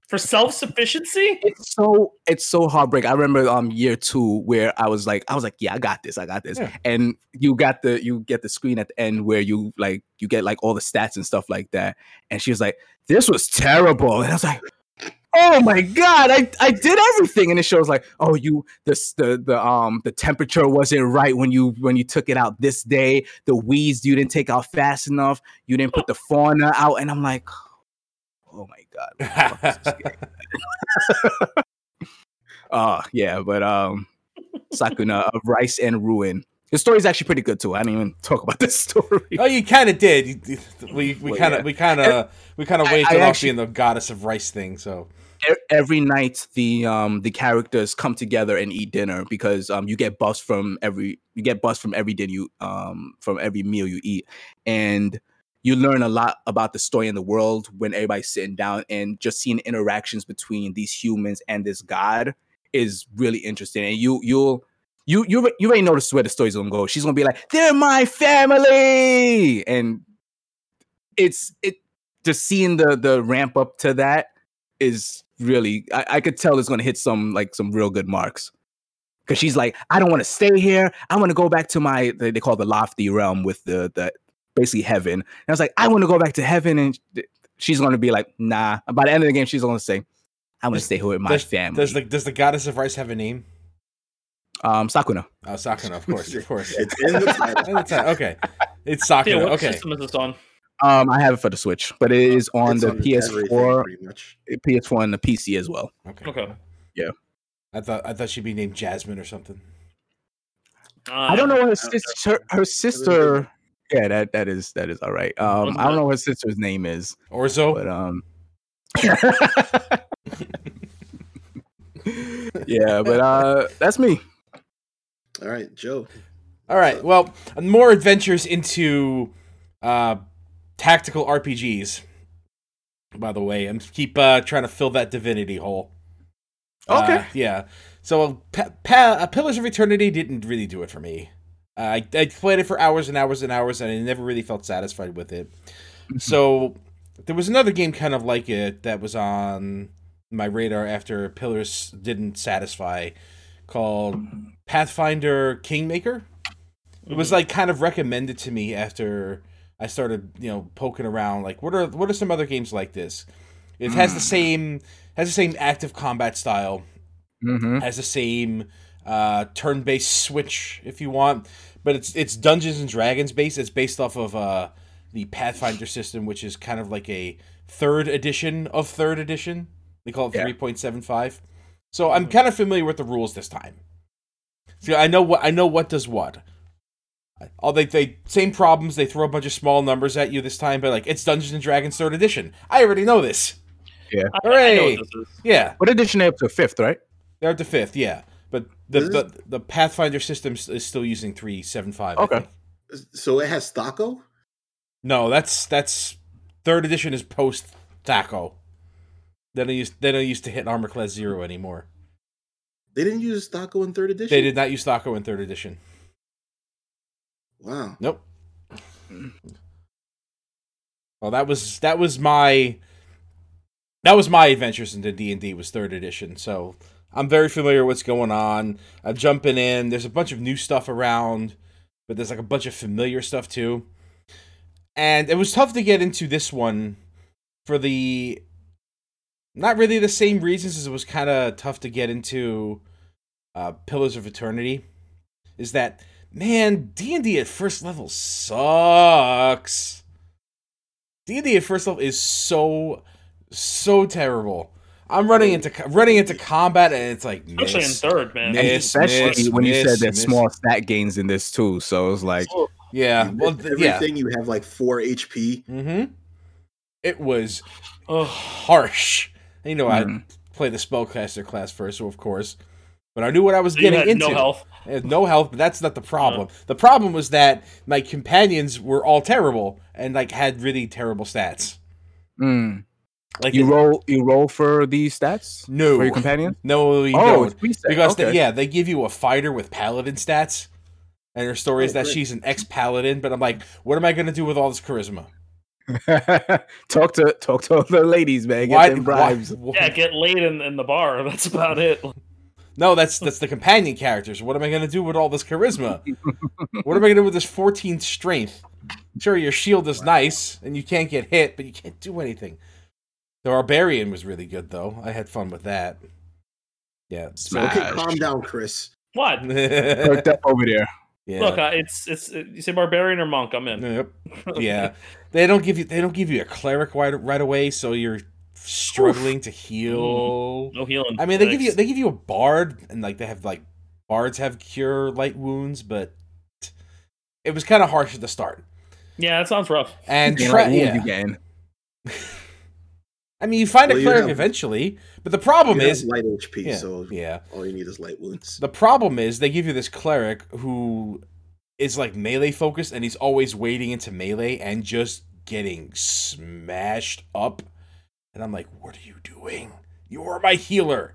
Speaker 3: for self sufficiency.
Speaker 2: it's so it's so heartbreak. I remember um year two where I was like, I was like, yeah, I got this, I got this.
Speaker 4: Yeah.
Speaker 2: And you got the you get the screen at the end where you like you get like all the stats and stuff like that. And she was like, this was terrible. And I was like, oh my god, I I did everything. And it shows like, oh, you this the the um the temperature wasn't right when you when you took it out this day. The weeds you didn't take out fast enough. You didn't put the fauna out. And I'm like, oh my god. Uh yeah, but um Sakuna uh, of Rice and Ruin. The story's actually pretty good too. I didn't even talk about this story.
Speaker 4: oh, you kind of did. You- you- We we
Speaker 2: Well,
Speaker 4: kind of
Speaker 2: yeah.
Speaker 4: we kind of we kind of
Speaker 2: I-
Speaker 4: waved
Speaker 2: I
Speaker 4: it off
Speaker 2: actually-
Speaker 4: being the goddess of rice thing. So
Speaker 2: E- Every night the um the characters come together and eat dinner because um you get buffs from every you get buffs from every dinner you um from every meal you eat. And you learn a lot about the story in the world when everybody's sitting down and just seeing interactions between these humans and this god is really interesting. And you you'll you you re- you already noticed where the story's gonna go. She's gonna be like, "They're my family," and it's it just seeing the the ramp up to that is really I, I could tell it's gonna hit some like some real good marks because she's like, "I don't want to stay here. I want to go back to my they, they call it the lofty realm with the the basically heaven." And I was like, "I want to go back to heaven," and sh- she's gonna be like, "Nah." By the end of the game, she's gonna say. I want to
Speaker 4: Does-
Speaker 2: stay here with my
Speaker 4: does-
Speaker 2: family.
Speaker 4: does the does the goddess of rice have a name?
Speaker 2: um, Sakuna.
Speaker 4: Oh, Sakuna, of course, of course.
Speaker 1: It's in the title.
Speaker 4: And it's- okay, it's
Speaker 3: Yeah,
Speaker 4: Sakuna.
Speaker 3: what
Speaker 4: okay,
Speaker 3: system is this on?
Speaker 2: Um, I have it for the Switch, but
Speaker 4: Oh,
Speaker 2: it is on
Speaker 1: It's
Speaker 2: the
Speaker 1: everything,
Speaker 2: PS4,
Speaker 1: pretty much.
Speaker 2: PS4, and the PC as well.
Speaker 4: okay.
Speaker 3: Okay, uh,
Speaker 4: I thought I thought she'd be named Jasmine or something.
Speaker 2: I don't know
Speaker 4: Oh,
Speaker 2: what her
Speaker 1: don't know.
Speaker 2: sister. Her sister. Yeah, that that is that is all right. Um,
Speaker 3: Wasn't
Speaker 2: I don't
Speaker 3: it-
Speaker 2: know what her sister's name is, um,
Speaker 4: Orzo.
Speaker 2: but um, yeah, but uh, that's me.
Speaker 1: All right, Joe.
Speaker 4: All right. Well, more adventures into uh, tactical RPGs. By the way, I'm keep uh, trying to fill that divinity hole.
Speaker 2: Okay.
Speaker 4: Uh, yeah. So pa- pa- uh, Pillars of Eternity didn't really do it for me. Uh, I, I played it for hours and hours and hours, and I never really felt satisfied with it. so there was another game kind of like it that was on my radar after Pillars didn't satisfy, called Pathfinder Kingmaker. It was like kind of recommended to me after I started, you know, poking around. Like, what are what are some other games like this? It has the same has the same active combat style,
Speaker 2: Mm-hmm.
Speaker 4: has the same uh, turn based switch if you want, but it's it's Dungeons and Dragons based. It's based off of uh, the Pathfinder system, which is kind of like a third edition of third edition. They call it
Speaker 2: Yeah.
Speaker 4: three point seven five. So I'm kind of familiar with the rules this time. So I know what I know what does what. All they they same problems. They throw a bunch of small numbers at you this time, but like it's Dungeons and Dragons third edition. I already know this.
Speaker 3: I, I know
Speaker 4: Hooray!
Speaker 3: what this is.
Speaker 4: Yeah.
Speaker 2: What edition are you up to? Fifth, right?
Speaker 4: They're up to fifth, yeah. But the
Speaker 1: This is-
Speaker 4: the, the Pathfinder system s- is still using three seven five.
Speaker 2: Okay.
Speaker 1: So it has Thaco.
Speaker 4: No, that's that's third edition is post Thaco. They don't use they don't use to hit armor class zero anymore.
Speaker 1: They didn't use Thaco in third edition.
Speaker 4: They did not use Thaco in third edition.
Speaker 1: Wow.
Speaker 4: Nope. Well, that was that was my that was my adventures into D and D was third edition. So I'm very familiar with what's going on. I'm jumping in. There's a bunch of new stuff around, but there's like a bunch of familiar stuff too. And it was tough to get into this one for the not really the same reasons as it was kind of tough to get into uh, Pillars of Eternity. Is that man d&d at first level sucks d&d at first level is so so terrible i'm running into co- running into combat and it's like
Speaker 3: Especially in
Speaker 4: miss,
Speaker 3: third, man.
Speaker 2: And
Speaker 4: Miss,
Speaker 2: especially
Speaker 4: miss,
Speaker 2: when you said
Speaker 4: miss,
Speaker 2: that
Speaker 4: miss.
Speaker 2: small stat gains in this too. So it was like,
Speaker 4: yeah
Speaker 1: You
Speaker 4: well
Speaker 1: missed
Speaker 4: th- yeah
Speaker 1: everything you have like four HP.
Speaker 4: mm-hmm. it was
Speaker 3: Ugh.
Speaker 4: harsh you know
Speaker 2: Mhm.
Speaker 4: i play the spellcaster class first so of course but i knew what i was
Speaker 3: So you
Speaker 4: getting
Speaker 3: had
Speaker 4: into
Speaker 3: no health. Uh-huh.
Speaker 4: I had no health, but that's not the problem. The problem was that my companions were all terrible and like had really terrible stats.
Speaker 2: mm.
Speaker 4: Like
Speaker 2: you
Speaker 4: it-
Speaker 2: roll, you roll for these stats
Speaker 4: no,
Speaker 2: for your companion.
Speaker 4: no, you
Speaker 2: oh,
Speaker 4: don't.
Speaker 2: it's preset.
Speaker 4: Because they,
Speaker 2: Okay.
Speaker 4: yeah, they give you a fighter with paladin stats, and her story is
Speaker 1: Oh,
Speaker 4: that
Speaker 1: great.
Speaker 4: she's an ex paladin. But I'm like, what am I going to do with all this charisma?
Speaker 2: talk to talk to the ladies, man. Get
Speaker 4: Why-
Speaker 2: them
Speaker 4: why-
Speaker 2: bribes.
Speaker 4: why-
Speaker 3: Yeah, get laid in, in the bar. That's about it.
Speaker 4: No, that's that's the companion characters. What am I going to do with all this charisma? what am I going to do with this 14 strength? Sure, your shield is nice and you can't get hit, but you can't do anything. The barbarian was really good though. I had fun with that. Yeah. so-
Speaker 2: Smash.
Speaker 1: Okay, calm down, Chris.
Speaker 3: What?
Speaker 2: Perked up over there.
Speaker 4: yeah.
Speaker 3: Look, uh, it's it's it, you say barbarian or monk. I'm in.
Speaker 4: Yep. Yeah. They don't give you they don't give you a cleric right, right away, so you're struggling
Speaker 3: Mm.
Speaker 4: to heal.
Speaker 3: No healing.
Speaker 4: I mean, they give
Speaker 3: Thanks.
Speaker 4: you they give you a bard, and like they have like bards have cure light wounds, but it was kind of harsh at the start.
Speaker 3: Yeah, that sounds rough.
Speaker 4: And
Speaker 2: Being
Speaker 4: tra-
Speaker 2: like, "Ooh,
Speaker 4: yeah.
Speaker 2: you getting
Speaker 4: I mean, you find
Speaker 1: Well,
Speaker 4: a
Speaker 1: you
Speaker 4: cleric
Speaker 1: have-
Speaker 4: eventually, but the problem
Speaker 1: You have
Speaker 4: is,
Speaker 1: light HP,
Speaker 4: Oh, yeah,
Speaker 1: so
Speaker 4: yeah,
Speaker 1: all you need is light wounds.
Speaker 4: the problem is they give you this cleric who is like melee focused, and he's always wading into melee and just getting smashed up. And I'm like, what are you doing? You are my healer.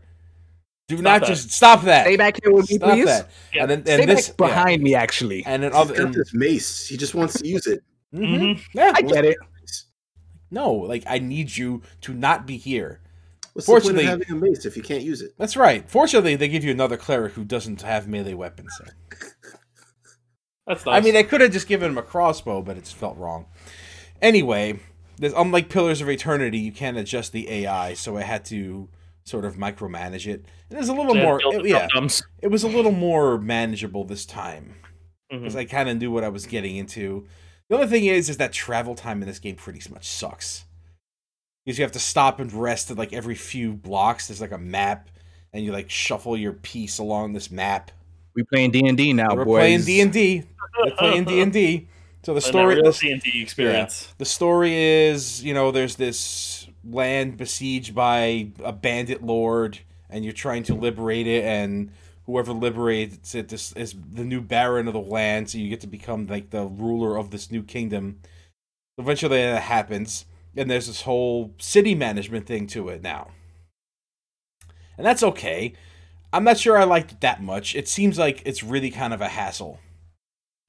Speaker 4: Do not
Speaker 3: that.
Speaker 4: just stop that.
Speaker 2: Stay back here with me,
Speaker 4: Stop
Speaker 2: please.
Speaker 4: that.
Speaker 3: Yeah,
Speaker 4: And then
Speaker 2: Stay
Speaker 4: and this
Speaker 2: back
Speaker 4: yeah.
Speaker 2: behind me, actually.
Speaker 4: and then
Speaker 1: He's
Speaker 4: other
Speaker 1: got
Speaker 4: and,
Speaker 1: this mace. He just wants to use it.
Speaker 4: Mhm.
Speaker 3: Mhm.
Speaker 4: yeah
Speaker 2: I get it.
Speaker 4: no like i need you to not be here
Speaker 1: What's the point of
Speaker 4: Fortunately-
Speaker 1: having a mace if you can't use it?
Speaker 4: that's right fortunately they give you another cleric who doesn't have melee weapons
Speaker 3: That's nice.
Speaker 4: i mean they could have just given him a crossbow but it just felt wrong anyway this, unlike pillars of eternity you can't adjust the ai so i had to sort of micromanage it it was a little
Speaker 3: They
Speaker 4: more
Speaker 3: killed
Speaker 4: it-
Speaker 3: the
Speaker 4: yeah
Speaker 3: dum-dums.
Speaker 4: it was a little more manageable this time because
Speaker 3: Mhm.
Speaker 4: i kind of knew what i was getting into the only thing is is that travel time in this game pretty much sucks because you have to stop and rest at like every few blocks there's like a map and you like shuffle your piece along this map
Speaker 2: We playing D and D now,
Speaker 4: we're
Speaker 2: boys.
Speaker 4: playing d&d we're playing d&d so
Speaker 3: And
Speaker 4: the
Speaker 3: that
Speaker 4: story
Speaker 3: real
Speaker 4: the,
Speaker 3: D&D experience.
Speaker 4: the story is you know there's this land besieged by a bandit lord and you're trying to liberate it, and whoever liberates it is, is the new baron of the land, so you get to become like the ruler of this new kingdom. Eventually, that happens, and there's this whole city management thing to it now, and that's okay. I'm not sure I liked it that much. It seems like it's really kind of a hassle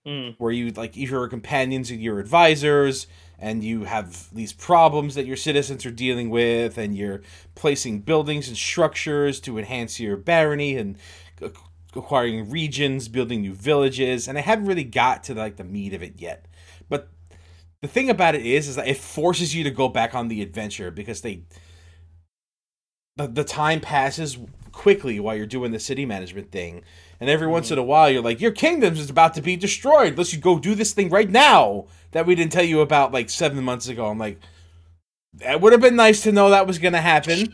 Speaker 3: Mm.
Speaker 4: where you like your companions and your advisors and you have these problems that your citizens are dealing with and you're placing buildings and structures to enhance your barony and ac- acquiring regions building new villages and i haven't really got to like the meat of it yet but the thing about it is is that it forces you to go back on the adventure because they the, the time passes quickly while you're doing the city management thing and every
Speaker 2: Hmm.
Speaker 4: once in a while, you're like, your kingdoms is about to be destroyed. Let's you go do this thing right now that we didn't tell you about like seven months ago. I'm like, that would have been nice to know that was gonna happen.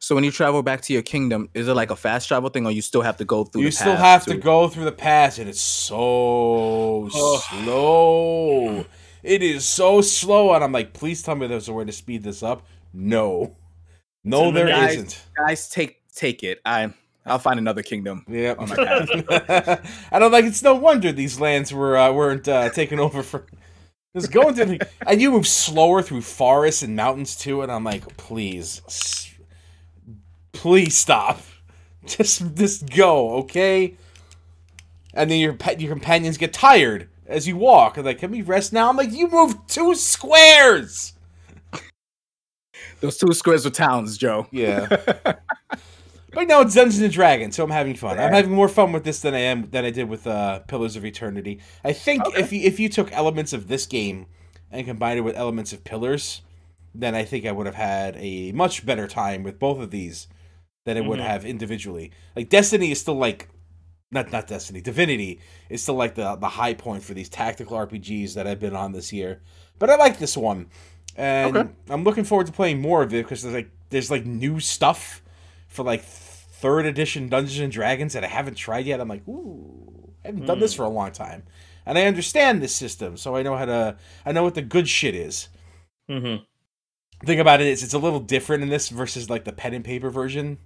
Speaker 2: So when you travel back to your kingdom, is it like a fast travel thing, or you still have to go through?
Speaker 4: you
Speaker 2: the
Speaker 4: still
Speaker 2: path
Speaker 4: have to go through the pass, and it's so slow. It is so slow, and I'm like, please tell me there's a way to speed this up. No, no,
Speaker 3: in the
Speaker 4: there
Speaker 3: guide.
Speaker 4: isn't.
Speaker 2: Guys, take take it. I I'll find another kingdom.
Speaker 4: Yep.
Speaker 2: Oh my God.
Speaker 4: I don't like. It's no wonder these lands were uh, weren't uh, taken over for. Just going through, the, and you move slower through forests and mountains too. And I'm like, please, s- please stop. Just just go, okay? And then your pet your companions get tired as you walk. And like, can we rest now? I'm like, you moved two squares.
Speaker 2: Those two squares of towns, Joe.
Speaker 4: Yeah. but no, it's Dungeons and Dragons, so I'm having fun. I'm
Speaker 2: Yeah.
Speaker 4: having more fun with this than I am than I did with uh, Pillars of Eternity. I think if you, if you took elements of this game and combined it with elements of Pillars, then I think I would have had a much better time with both of these than I would
Speaker 3: Mhm.
Speaker 4: have individually. Like Destiny is still like not not Destiny, Divinity is still like the the high point for these tactical RPGs that I've been on this year. But I like this one, and
Speaker 2: Okay.
Speaker 4: I'm looking forward to playing more of it because there's like there's like new stuff for like third edition Dungeons and Dragons that I haven't tried yet. I'm like, ooh, I haven't done this for a long time, and I understand this system, so I know how to I know what the good shit is
Speaker 3: Mm-hmm.
Speaker 4: thing about it is it's a little different in this versus like the pen and paper version.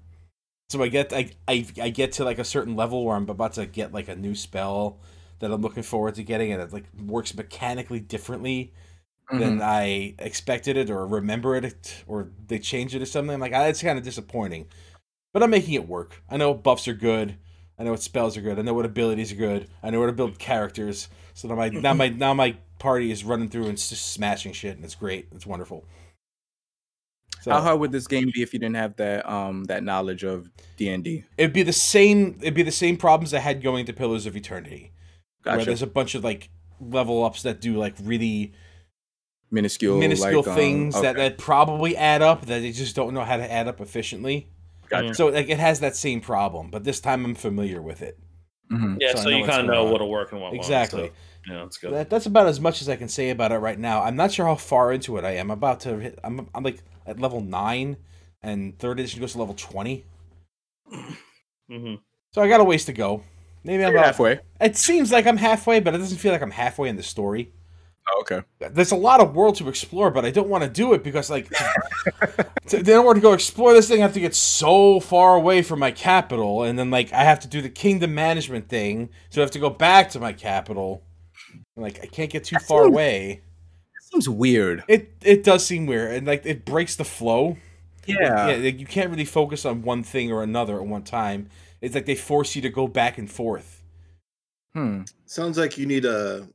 Speaker 4: So I get I, I I get to like a certain level where I'm about to get like a new spell that I'm looking forward to getting and it like works mechanically differently
Speaker 2: Mm-hmm.
Speaker 4: than I expected it or remember it or they change it or something. I'm like, ah, it's kind of disappointing. But I'm making it work. I know what buffs are good. I know what spells are good. I know what abilities are good. I know where to build characters. So now my now my now my party is running through and just smashing shit, and it's great. It's wonderful. So
Speaker 2: How hard would this game be if you didn't have that um that knowledge of D and D?
Speaker 4: it'd be the same. It'd be the same problems I had going to Pillars of Eternity, where
Speaker 2: Gotcha.
Speaker 4: there's a bunch of like level ups that do like really
Speaker 2: Minuscule,
Speaker 4: minuscule
Speaker 2: like, um,
Speaker 4: things that,
Speaker 2: okay,
Speaker 4: that probably add up that they just don't know how to add up efficiently.
Speaker 2: Gotcha.
Speaker 4: So like it has that same problem, but this time I'm familiar with it.
Speaker 2: Mhm.
Speaker 3: Yeah,
Speaker 4: So
Speaker 3: so,
Speaker 4: I know
Speaker 3: you
Speaker 4: what's
Speaker 3: kind of
Speaker 4: going
Speaker 3: know
Speaker 4: on.
Speaker 3: what'll work and what won't.
Speaker 4: Exactly.
Speaker 3: so, yeah, that's good.
Speaker 4: That, that's about as much as I can say about it right now. I'm not sure how far into it I am. I'm about to hit. I'm I'm like at level nine, and third edition goes to level twenty.
Speaker 3: mm-hmm.
Speaker 4: So I got a ways to go. Maybe I'm
Speaker 2: You're
Speaker 4: about-
Speaker 2: halfway.
Speaker 4: It seems like I'm halfway, but it doesn't feel like I'm halfway in the story.
Speaker 2: Oh, okay.
Speaker 4: there's a lot of world to explore, but I don't want to do it because like to, in order to go explore this thing, I have to get so far away from my capital, and then like I have to do the kingdom management thing, so I have to go back to my capital. And, Like I can't get too far
Speaker 2: seems-
Speaker 4: away.
Speaker 2: That seems weird.
Speaker 4: It it does seem weird, and like it breaks the flow.
Speaker 2: Yeah.
Speaker 4: yeah, like, you can't really focus on one thing or another at one time. It's like they force you to go back and forth.
Speaker 2: Hmm.
Speaker 1: Sounds like you need a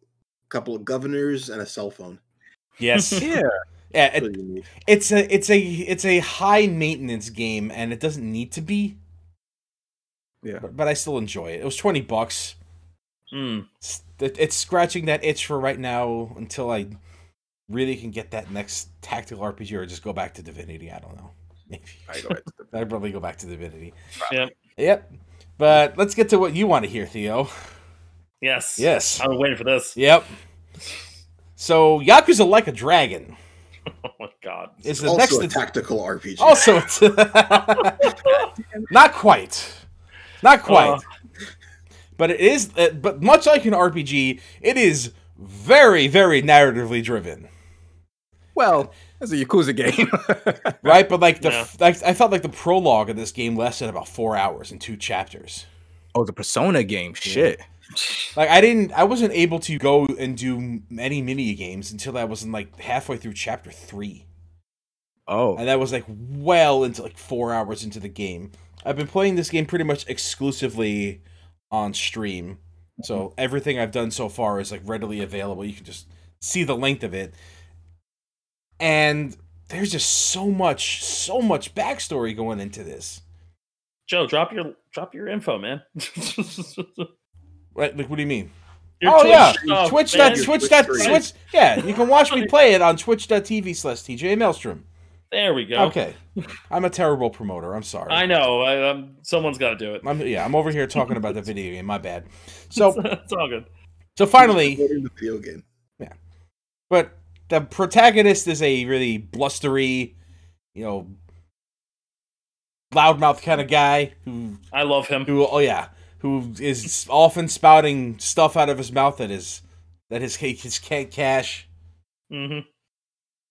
Speaker 1: couple of governors and a cell phone.
Speaker 4: Yes.
Speaker 2: Yeah.
Speaker 4: yeah,
Speaker 1: That's
Speaker 4: it,
Speaker 1: what you need.
Speaker 4: it's a it's a it's a high maintenance game, and it doesn't need to be.
Speaker 2: Yeah.
Speaker 4: but, but I still enjoy it. It was twenty bucks.
Speaker 3: Mm.
Speaker 4: It's, it- it's scratching that itch for right now until I really can get that next tactical RPG or just go back to Divinity. I don't know. Maybe
Speaker 2: I know it.
Speaker 4: I'd probably go back to Divinity.
Speaker 3: Yep.
Speaker 4: Yep. But let's get to what you want to hear, Theo.
Speaker 3: Yes.
Speaker 4: Yes.
Speaker 3: I'm waiting for this.
Speaker 4: Yep. So Yakuza Like a Dragon
Speaker 3: Oh my god.
Speaker 4: is the next Oh,
Speaker 1: Also a tactical RPG.
Speaker 4: Also, it's not quite, not quite,
Speaker 3: Uh.
Speaker 4: but it is. uh, But much like an RPG, it is very, very narratively driven.
Speaker 2: Well, That's a Yakuza game.
Speaker 4: right? But like the
Speaker 3: Yeah.
Speaker 4: like, I felt like the prologue of this game lasted about four hours in two chapters.
Speaker 2: oh, the Persona game. Shit.
Speaker 4: Like I didn't, I wasn't able to go and do any mini games until I was in like halfway through chapter three,
Speaker 2: Oh,
Speaker 4: and that was like well into like four hours into the game. I've been playing this game pretty much exclusively on stream, so everything I've done so far is like readily available. You can just see the length of it, and there's just so much, so much backstory going into this.
Speaker 3: Joe, drop your drop your info, man. Your
Speaker 4: Right? Like, what do you mean? Oh,
Speaker 3: Twitch
Speaker 4: yeah.
Speaker 3: stuff,
Speaker 4: Twitch
Speaker 3: man.
Speaker 4: dot
Speaker 1: Your
Speaker 4: Twitch
Speaker 1: Twitch
Speaker 4: dot
Speaker 1: stream.
Speaker 4: Twitch. Yeah, you can watch me play it on Twitch.tv slash TJ Maelstrom.
Speaker 3: There we go.
Speaker 4: Okay, I'm a terrible promoter. I'm sorry.
Speaker 3: I know. I, um, someone's got to do it.
Speaker 4: I'm, yeah, I'm over here talking about the video game. My bad. So,
Speaker 3: it's all good.
Speaker 4: so finally,
Speaker 1: Promoting the video game.
Speaker 4: but the protagonist is a really blustery, you know, loudmouth kind of guy who
Speaker 3: I love him.
Speaker 4: who oh yeah who is often spouting stuff out of his mouth that is that his his can't cash.
Speaker 3: hmm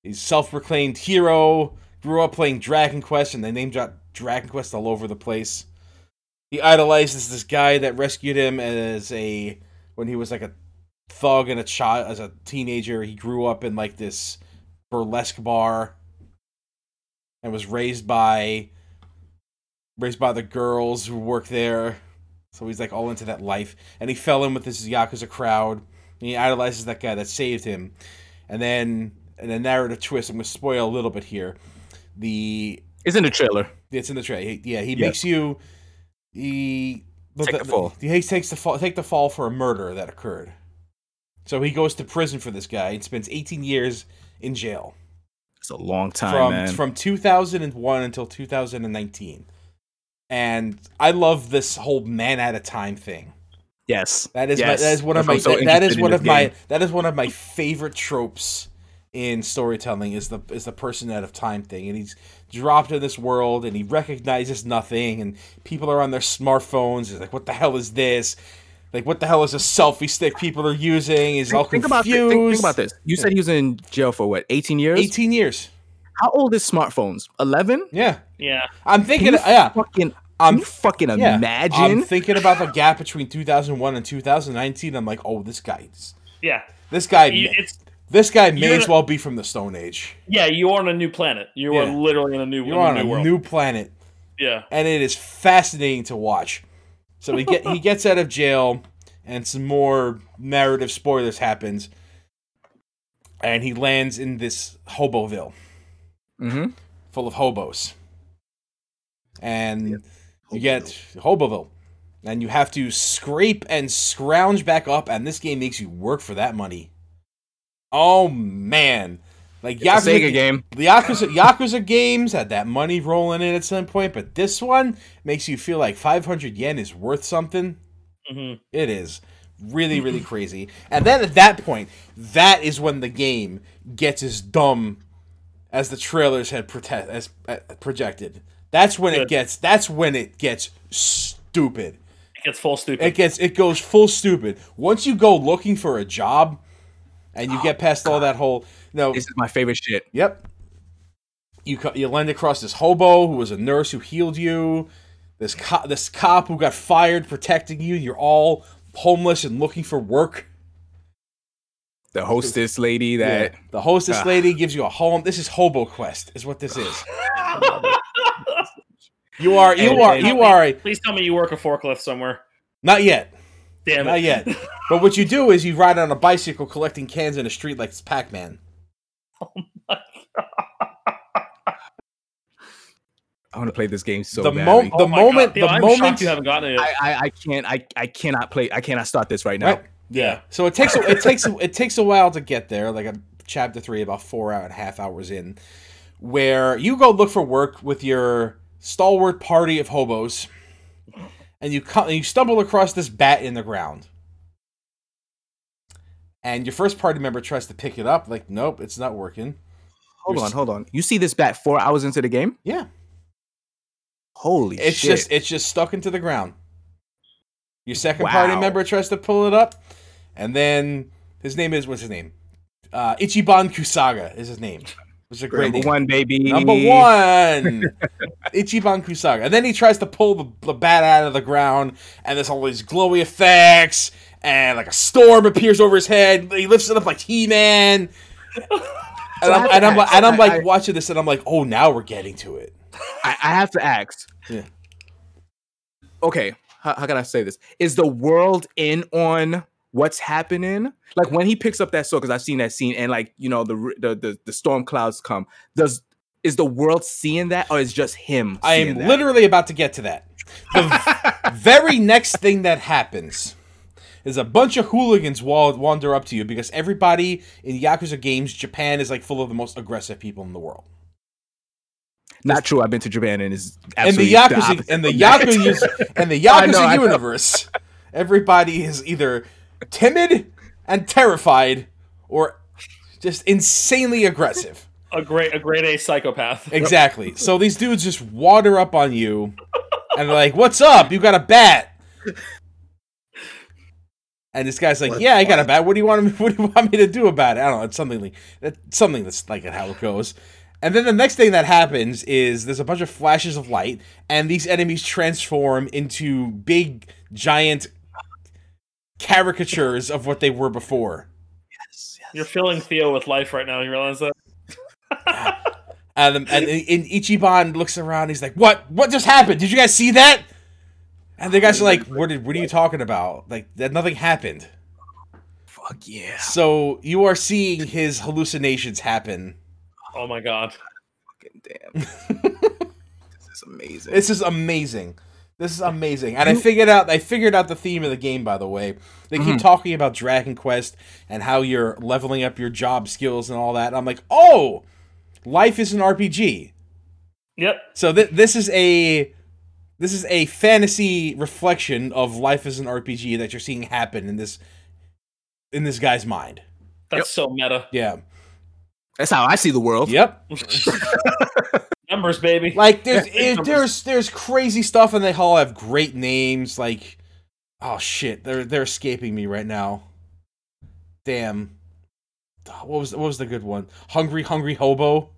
Speaker 4: He's self-proclaimed hero. Grew up playing Dragon Quest, and they name drop Dragon Quest all over the place. He idolizes this guy that rescued him as a when he was like a thug and a child as a teenager. He grew up in like this burlesque bar and was raised by raised by the girls who work there. So he's like all into that life, and he fell in with this yakuza crowd. And he idolizes that guy that saved him, and then in a narrative twist, I'm going to spoil a little bit here. The
Speaker 2: it's in the trailer.
Speaker 4: it's in the tray. He- Yeah, he
Speaker 2: Yeah.
Speaker 4: makes you he but
Speaker 2: Take the fall.
Speaker 4: He takes the fall. Take the fall for a murder that occurred. So he goes to prison for this guy and spends 18 years in jail
Speaker 2: It's a long time,
Speaker 4: from
Speaker 2: man.
Speaker 4: from 2001 until 2019. And I love this whole man at a time thing.
Speaker 2: yes.
Speaker 4: That is
Speaker 2: Yes.
Speaker 4: my, that is one
Speaker 2: That's
Speaker 4: of my
Speaker 2: why I'm so
Speaker 4: that- that
Speaker 2: interested
Speaker 4: is
Speaker 2: in
Speaker 4: one
Speaker 2: this
Speaker 4: of my
Speaker 2: game.
Speaker 4: that is one of my favorite tropes in storytelling is the is the person out of time thing and he's dropped in this world and he recognizes nothing and people are on their smartphones he's like what the hell is this like what the hell is a selfie stick people are using he's all
Speaker 2: Think, think about thi-
Speaker 4: confused
Speaker 2: think- think about this. You said he was in jail for what, 18 years?
Speaker 4: 18 years
Speaker 2: How old is smartphones? 11?
Speaker 4: yeah
Speaker 3: Yeah.
Speaker 4: I'm thinking yeah
Speaker 2: Fucking,
Speaker 4: I'm-
Speaker 2: can you fucking
Speaker 4: yeah
Speaker 2: imagine?
Speaker 4: I'm thinking about the gap between 2001 and 2019 I'm like oh this guy
Speaker 3: Yeah.
Speaker 4: this guy
Speaker 3: You-
Speaker 4: may-
Speaker 3: It's
Speaker 4: this guy may
Speaker 3: you're-
Speaker 4: as well be from the stone age
Speaker 3: yeah. You are on a new planet. You are
Speaker 4: Yeah.
Speaker 3: literally in a new,
Speaker 4: You're on a
Speaker 3: new world.
Speaker 4: new planet,
Speaker 3: yeah.
Speaker 4: and it is fascinating to watch. So he get he gets out of jail, and some more narrative spoilers happens, and he lands in this hoboville
Speaker 2: hmm
Speaker 4: full of hobos, and you get
Speaker 1: Hopefully.
Speaker 4: hoboville, and you have to scrape and scrounge back up, and this game makes you work for that money. Oh man, like
Speaker 2: It's a
Speaker 4: Yakuza
Speaker 2: Sega game.
Speaker 4: the Yakuza, Yakuza games had that money rolling in at some point, but this one makes you feel like 500 yen is worth something.
Speaker 3: hmm
Speaker 4: It is really, really crazy. And then at that point, that is when the game gets as dumb as the trailers had prote- as uh, projected. That's when it
Speaker 3: Good.
Speaker 4: gets. That's when it gets stupid.
Speaker 3: It gets full stupid.
Speaker 4: It gets. It goes full stupid. Once you go looking for a job, and you get past all that whole no.
Speaker 2: This is my favorite shit.
Speaker 4: Yep. You co- you land across this hobo who was a nurse who healed you, this co- this cop who got fired protecting you. You're all homeless and looking for work.
Speaker 2: The hostess lady that
Speaker 4: Yeah. The hostess
Speaker 2: Ah.
Speaker 4: lady gives you a home. This is Hobo Quest, is what this is. You are you
Speaker 2: And-
Speaker 4: are
Speaker 2: and-
Speaker 4: you are a,
Speaker 3: Please tell me you work a forklift somewhere.
Speaker 4: not yet,
Speaker 3: Damn it.
Speaker 4: not yet. But what you do is you ride on a bicycle collecting cans in a street like it's Pac Man.
Speaker 2: I want to play this game so
Speaker 4: the mo-
Speaker 2: badly.
Speaker 4: the
Speaker 3: Oh my
Speaker 4: moment
Speaker 3: God. Yeah,
Speaker 4: the
Speaker 3: I'm shocked
Speaker 4: moment
Speaker 3: you haven't gotten it.
Speaker 2: I, I I can't I I cannot play I cannot start this right now.
Speaker 4: Right. Yeah. So it takes a, it takes a, it takes a while to get there. Like a chapter three, about four hour and a half hours in, where you go look for work with your stalwart party of hobos, and you come and you stumble across this bat in the ground. And your first party member tries to pick it up, like, nope, it's not working.
Speaker 2: Hold
Speaker 4: You're
Speaker 2: on,
Speaker 4: s-
Speaker 2: hold on. You see this bat four hours into the game?
Speaker 4: Yeah,
Speaker 2: Holy
Speaker 4: it's
Speaker 2: shit!
Speaker 4: just it's just stuck into the ground. Your second
Speaker 2: Wow.
Speaker 4: party member tries to pull it up, and then his name is what's his name? Uh, Ichiban Kusaga is his name. was a great
Speaker 2: Number one, baby.
Speaker 4: Number one, Ichiban Kusaga. And then he tries to pull the, the bat out of the ground, and there's all these glowy effects, and like a storm appears over his head. He lifts it up like He Man. And I'm, and I'm, like, and I'm like watching this, and I'm like, oh, now we're getting to it.
Speaker 2: I, I have to ask.
Speaker 4: Yeah.
Speaker 2: Okay, how, how can I say this? Is the world in on what's happening? Like when he picks up that sword, because I've seen that scene, and like you know the, r- the the the storm clouds come. Does is the world seeing that, or is just him?
Speaker 4: I
Speaker 2: seeing
Speaker 4: am
Speaker 2: that?
Speaker 4: literally about to get to that. The v- very next thing that happens is a bunch of hooligans wa- wander up to you because everybody in Yakuza games, Japan is like full of the most aggressive people in the world.
Speaker 2: not true. I've been to Japan and is
Speaker 4: and the
Speaker 2: absolutely
Speaker 4: Yakuza and the Yakuza and the
Speaker 2: I
Speaker 4: Yakuza
Speaker 2: know, I know.
Speaker 4: universe, everybody is either timid and terrified or just insanely aggressive.
Speaker 3: A great, a grade A psychopath.
Speaker 4: Exactly. So these dudes just water up on you and they're like, "What's up? You got a bat?" And this guy's like,
Speaker 1: What?
Speaker 4: "Yeah, I got a bat. What do you want me? What do you want me to do about it? I don't know. It's something like that's something that's like how it goes." And then the next thing that happens is there's a bunch of flashes of light, and these enemies transform into big, giant caricatures of what they were before.
Speaker 3: You're filling Theo with life right now. You realize that?
Speaker 4: And, um, and, and Ichiban looks around. He's like, "What? What just happened? Did you guys see that?" And the guys are like, "What? Did, what are you talking about? Like that? Nothing happened."
Speaker 2: Fuck yeah.
Speaker 4: So you are seeing his hallucinations happen.
Speaker 3: Oh my god.
Speaker 2: Fucking damn. this is amazing.
Speaker 4: This is amazing. This is amazing. And I figured out. I figured out the theme of the game. By the way, they keep
Speaker 2: Mhm.
Speaker 4: talking about Dragon Quest and how you're leveling up your job skills and all that. And I'm like, "Oh, life is an RPG."
Speaker 3: Yep.
Speaker 4: So th- this is a this is a fantasy reflection of life as an RPG that you're seeing happen in this in this guy's mind.
Speaker 3: That's
Speaker 2: Yep.
Speaker 3: so meta.
Speaker 4: Yeah.
Speaker 2: That's how I see the world.
Speaker 4: Yep.
Speaker 3: Numbers, baby.
Speaker 4: Like there's
Speaker 3: Yeah, big
Speaker 4: it- there's there's crazy stuff and they all have great names like oh shit, they're they're escaping me right now. Damn. Ah, What was what was the good one? Hungry Hungry Hobo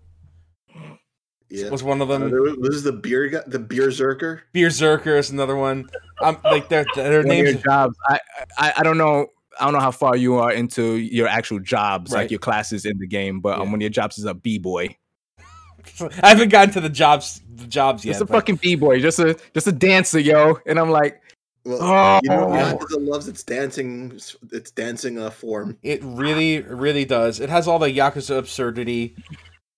Speaker 1: Yeah.
Speaker 4: was one of
Speaker 1: Uh,
Speaker 4: them.
Speaker 1: there was- this is the beer guy, the beer zerker.
Speaker 4: Berserker is another one. I'm like their their
Speaker 2: One of
Speaker 4: names
Speaker 2: your jobs. I, I I don't know. I don't know how far you are into your actual jobs,
Speaker 4: Right.
Speaker 2: like your classes in the game, but
Speaker 4: Yeah.
Speaker 2: um, one of your jobs is a b boy.
Speaker 4: I haven't gotten to the jobs the jobs yet.
Speaker 2: just a
Speaker 4: but-
Speaker 2: fucking b boy, just a just a dancer, yo. And I'm like,
Speaker 1: Well,
Speaker 2: oh,
Speaker 1: you know, Yakuza loves its dancing, its dancing uh, form.
Speaker 4: It really, it really does. It has all the Yakuza absurdity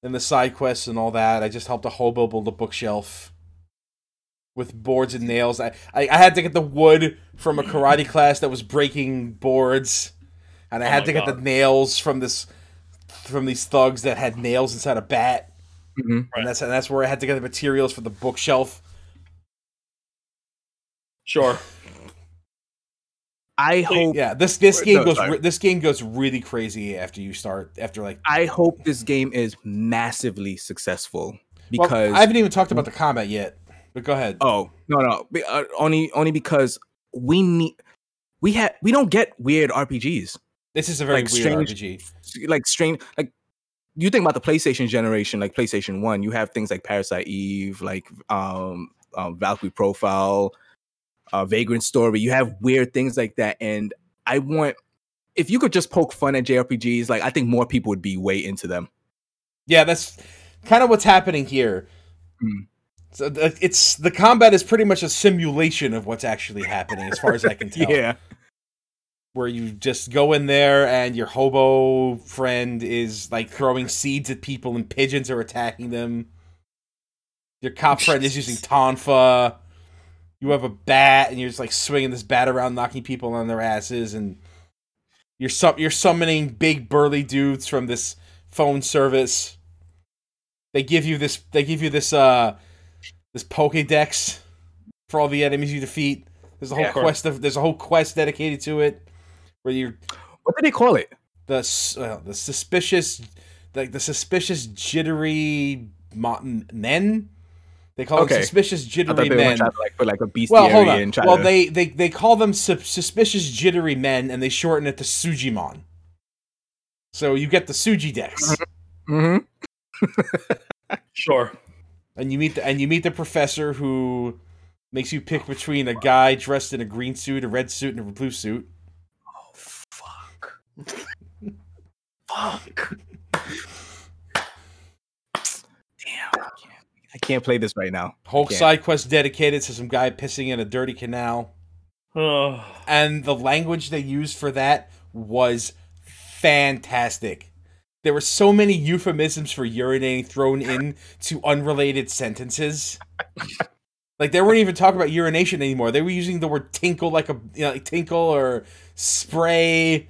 Speaker 4: and the side quests and all that. I just helped a hobo build a bookshelf with boards and nails. I, I, I had to get the wood from a karate class that was breaking boards, and I
Speaker 3: Oh
Speaker 4: had
Speaker 3: my
Speaker 4: to get the
Speaker 3: God.
Speaker 4: nails from this from these thugs that had nails inside a bat.
Speaker 2: mhm.
Speaker 3: Right.
Speaker 4: And that's and that's where I had to get the materials for the bookshelf.
Speaker 3: Sure.
Speaker 2: I hope
Speaker 4: Yeah, this this
Speaker 2: Wait,
Speaker 4: game
Speaker 2: no,
Speaker 4: goes
Speaker 2: sorry.
Speaker 4: re- this game goes really crazy after you start after like
Speaker 2: I hope this game is massively successful
Speaker 4: well,
Speaker 2: because
Speaker 4: I haven't even talked about the combat yet. But go ahead.
Speaker 2: Oh no, no, be- uh, only only because we need we had we don't get weird RPGs
Speaker 4: This is a very
Speaker 2: Like
Speaker 4: weird
Speaker 2: strange-
Speaker 4: RPG.
Speaker 2: like strange like. You think about the PlayStation generation, like PlayStation One, you have things like Parasite Eve, like um, um Valkyrie Profile, uh, Vagrant Story. You have weird things like that, and I want if you could just poke fun at JRPGs, like I think more people would be way into them.
Speaker 4: Yeah, that's kind of what's happening here.
Speaker 2: Hmm.
Speaker 4: So the- it's the combat is pretty much a simulation of what's actually happening, as far as I can tell.
Speaker 2: Yeah,
Speaker 4: Where you just go in there and your hobo friend is like throwing seeds at people and pigeons are attacking them. Your cop friend is using tonfa. You have a bat and you're just like swinging this bat around, knocking people on their asses, and you're sum- you're summoning big burly dudes from this phone service. They give you this. They give you this. Uh, this Pokédex for all the enemies you defeat. There's a whole
Speaker 3: Yeah, of course.
Speaker 4: quest. Of, there's a whole quest dedicated to it, where you're
Speaker 2: what do they call it?
Speaker 4: the s- uh, the suspicious, like the suspicious jittery mo- men. They call
Speaker 2: Okay.
Speaker 4: them suspicious
Speaker 2: I thought
Speaker 4: jittery
Speaker 2: they were
Speaker 4: men.
Speaker 2: trying to like put like a beast
Speaker 4: Well, hold on.
Speaker 2: and try
Speaker 4: Well,
Speaker 2: to.
Speaker 4: they, they they call them sus- suspicious jittery men, and they shorten it to Sujimon. So you get the Suji decks.
Speaker 2: Mhm.
Speaker 3: Sure.
Speaker 4: and you meet the and you meet the professor who makes you pick between a guy dressed in a green suit, a red suit, and a blue suit.
Speaker 3: Fuck. Fuck.
Speaker 2: Damn, I can't, I can't play this right now.
Speaker 4: Whole
Speaker 2: Yeah.
Speaker 4: side quest dedicated to some guy pissing in a dirty canal,
Speaker 3: Oh,
Speaker 4: and the language they used for that was fantastic. There were so many euphemisms for urinating thrown in to unrelated sentences. Like they weren't even talking about urination anymore. They were using the word tinkle like a you know, like tinkle or spray,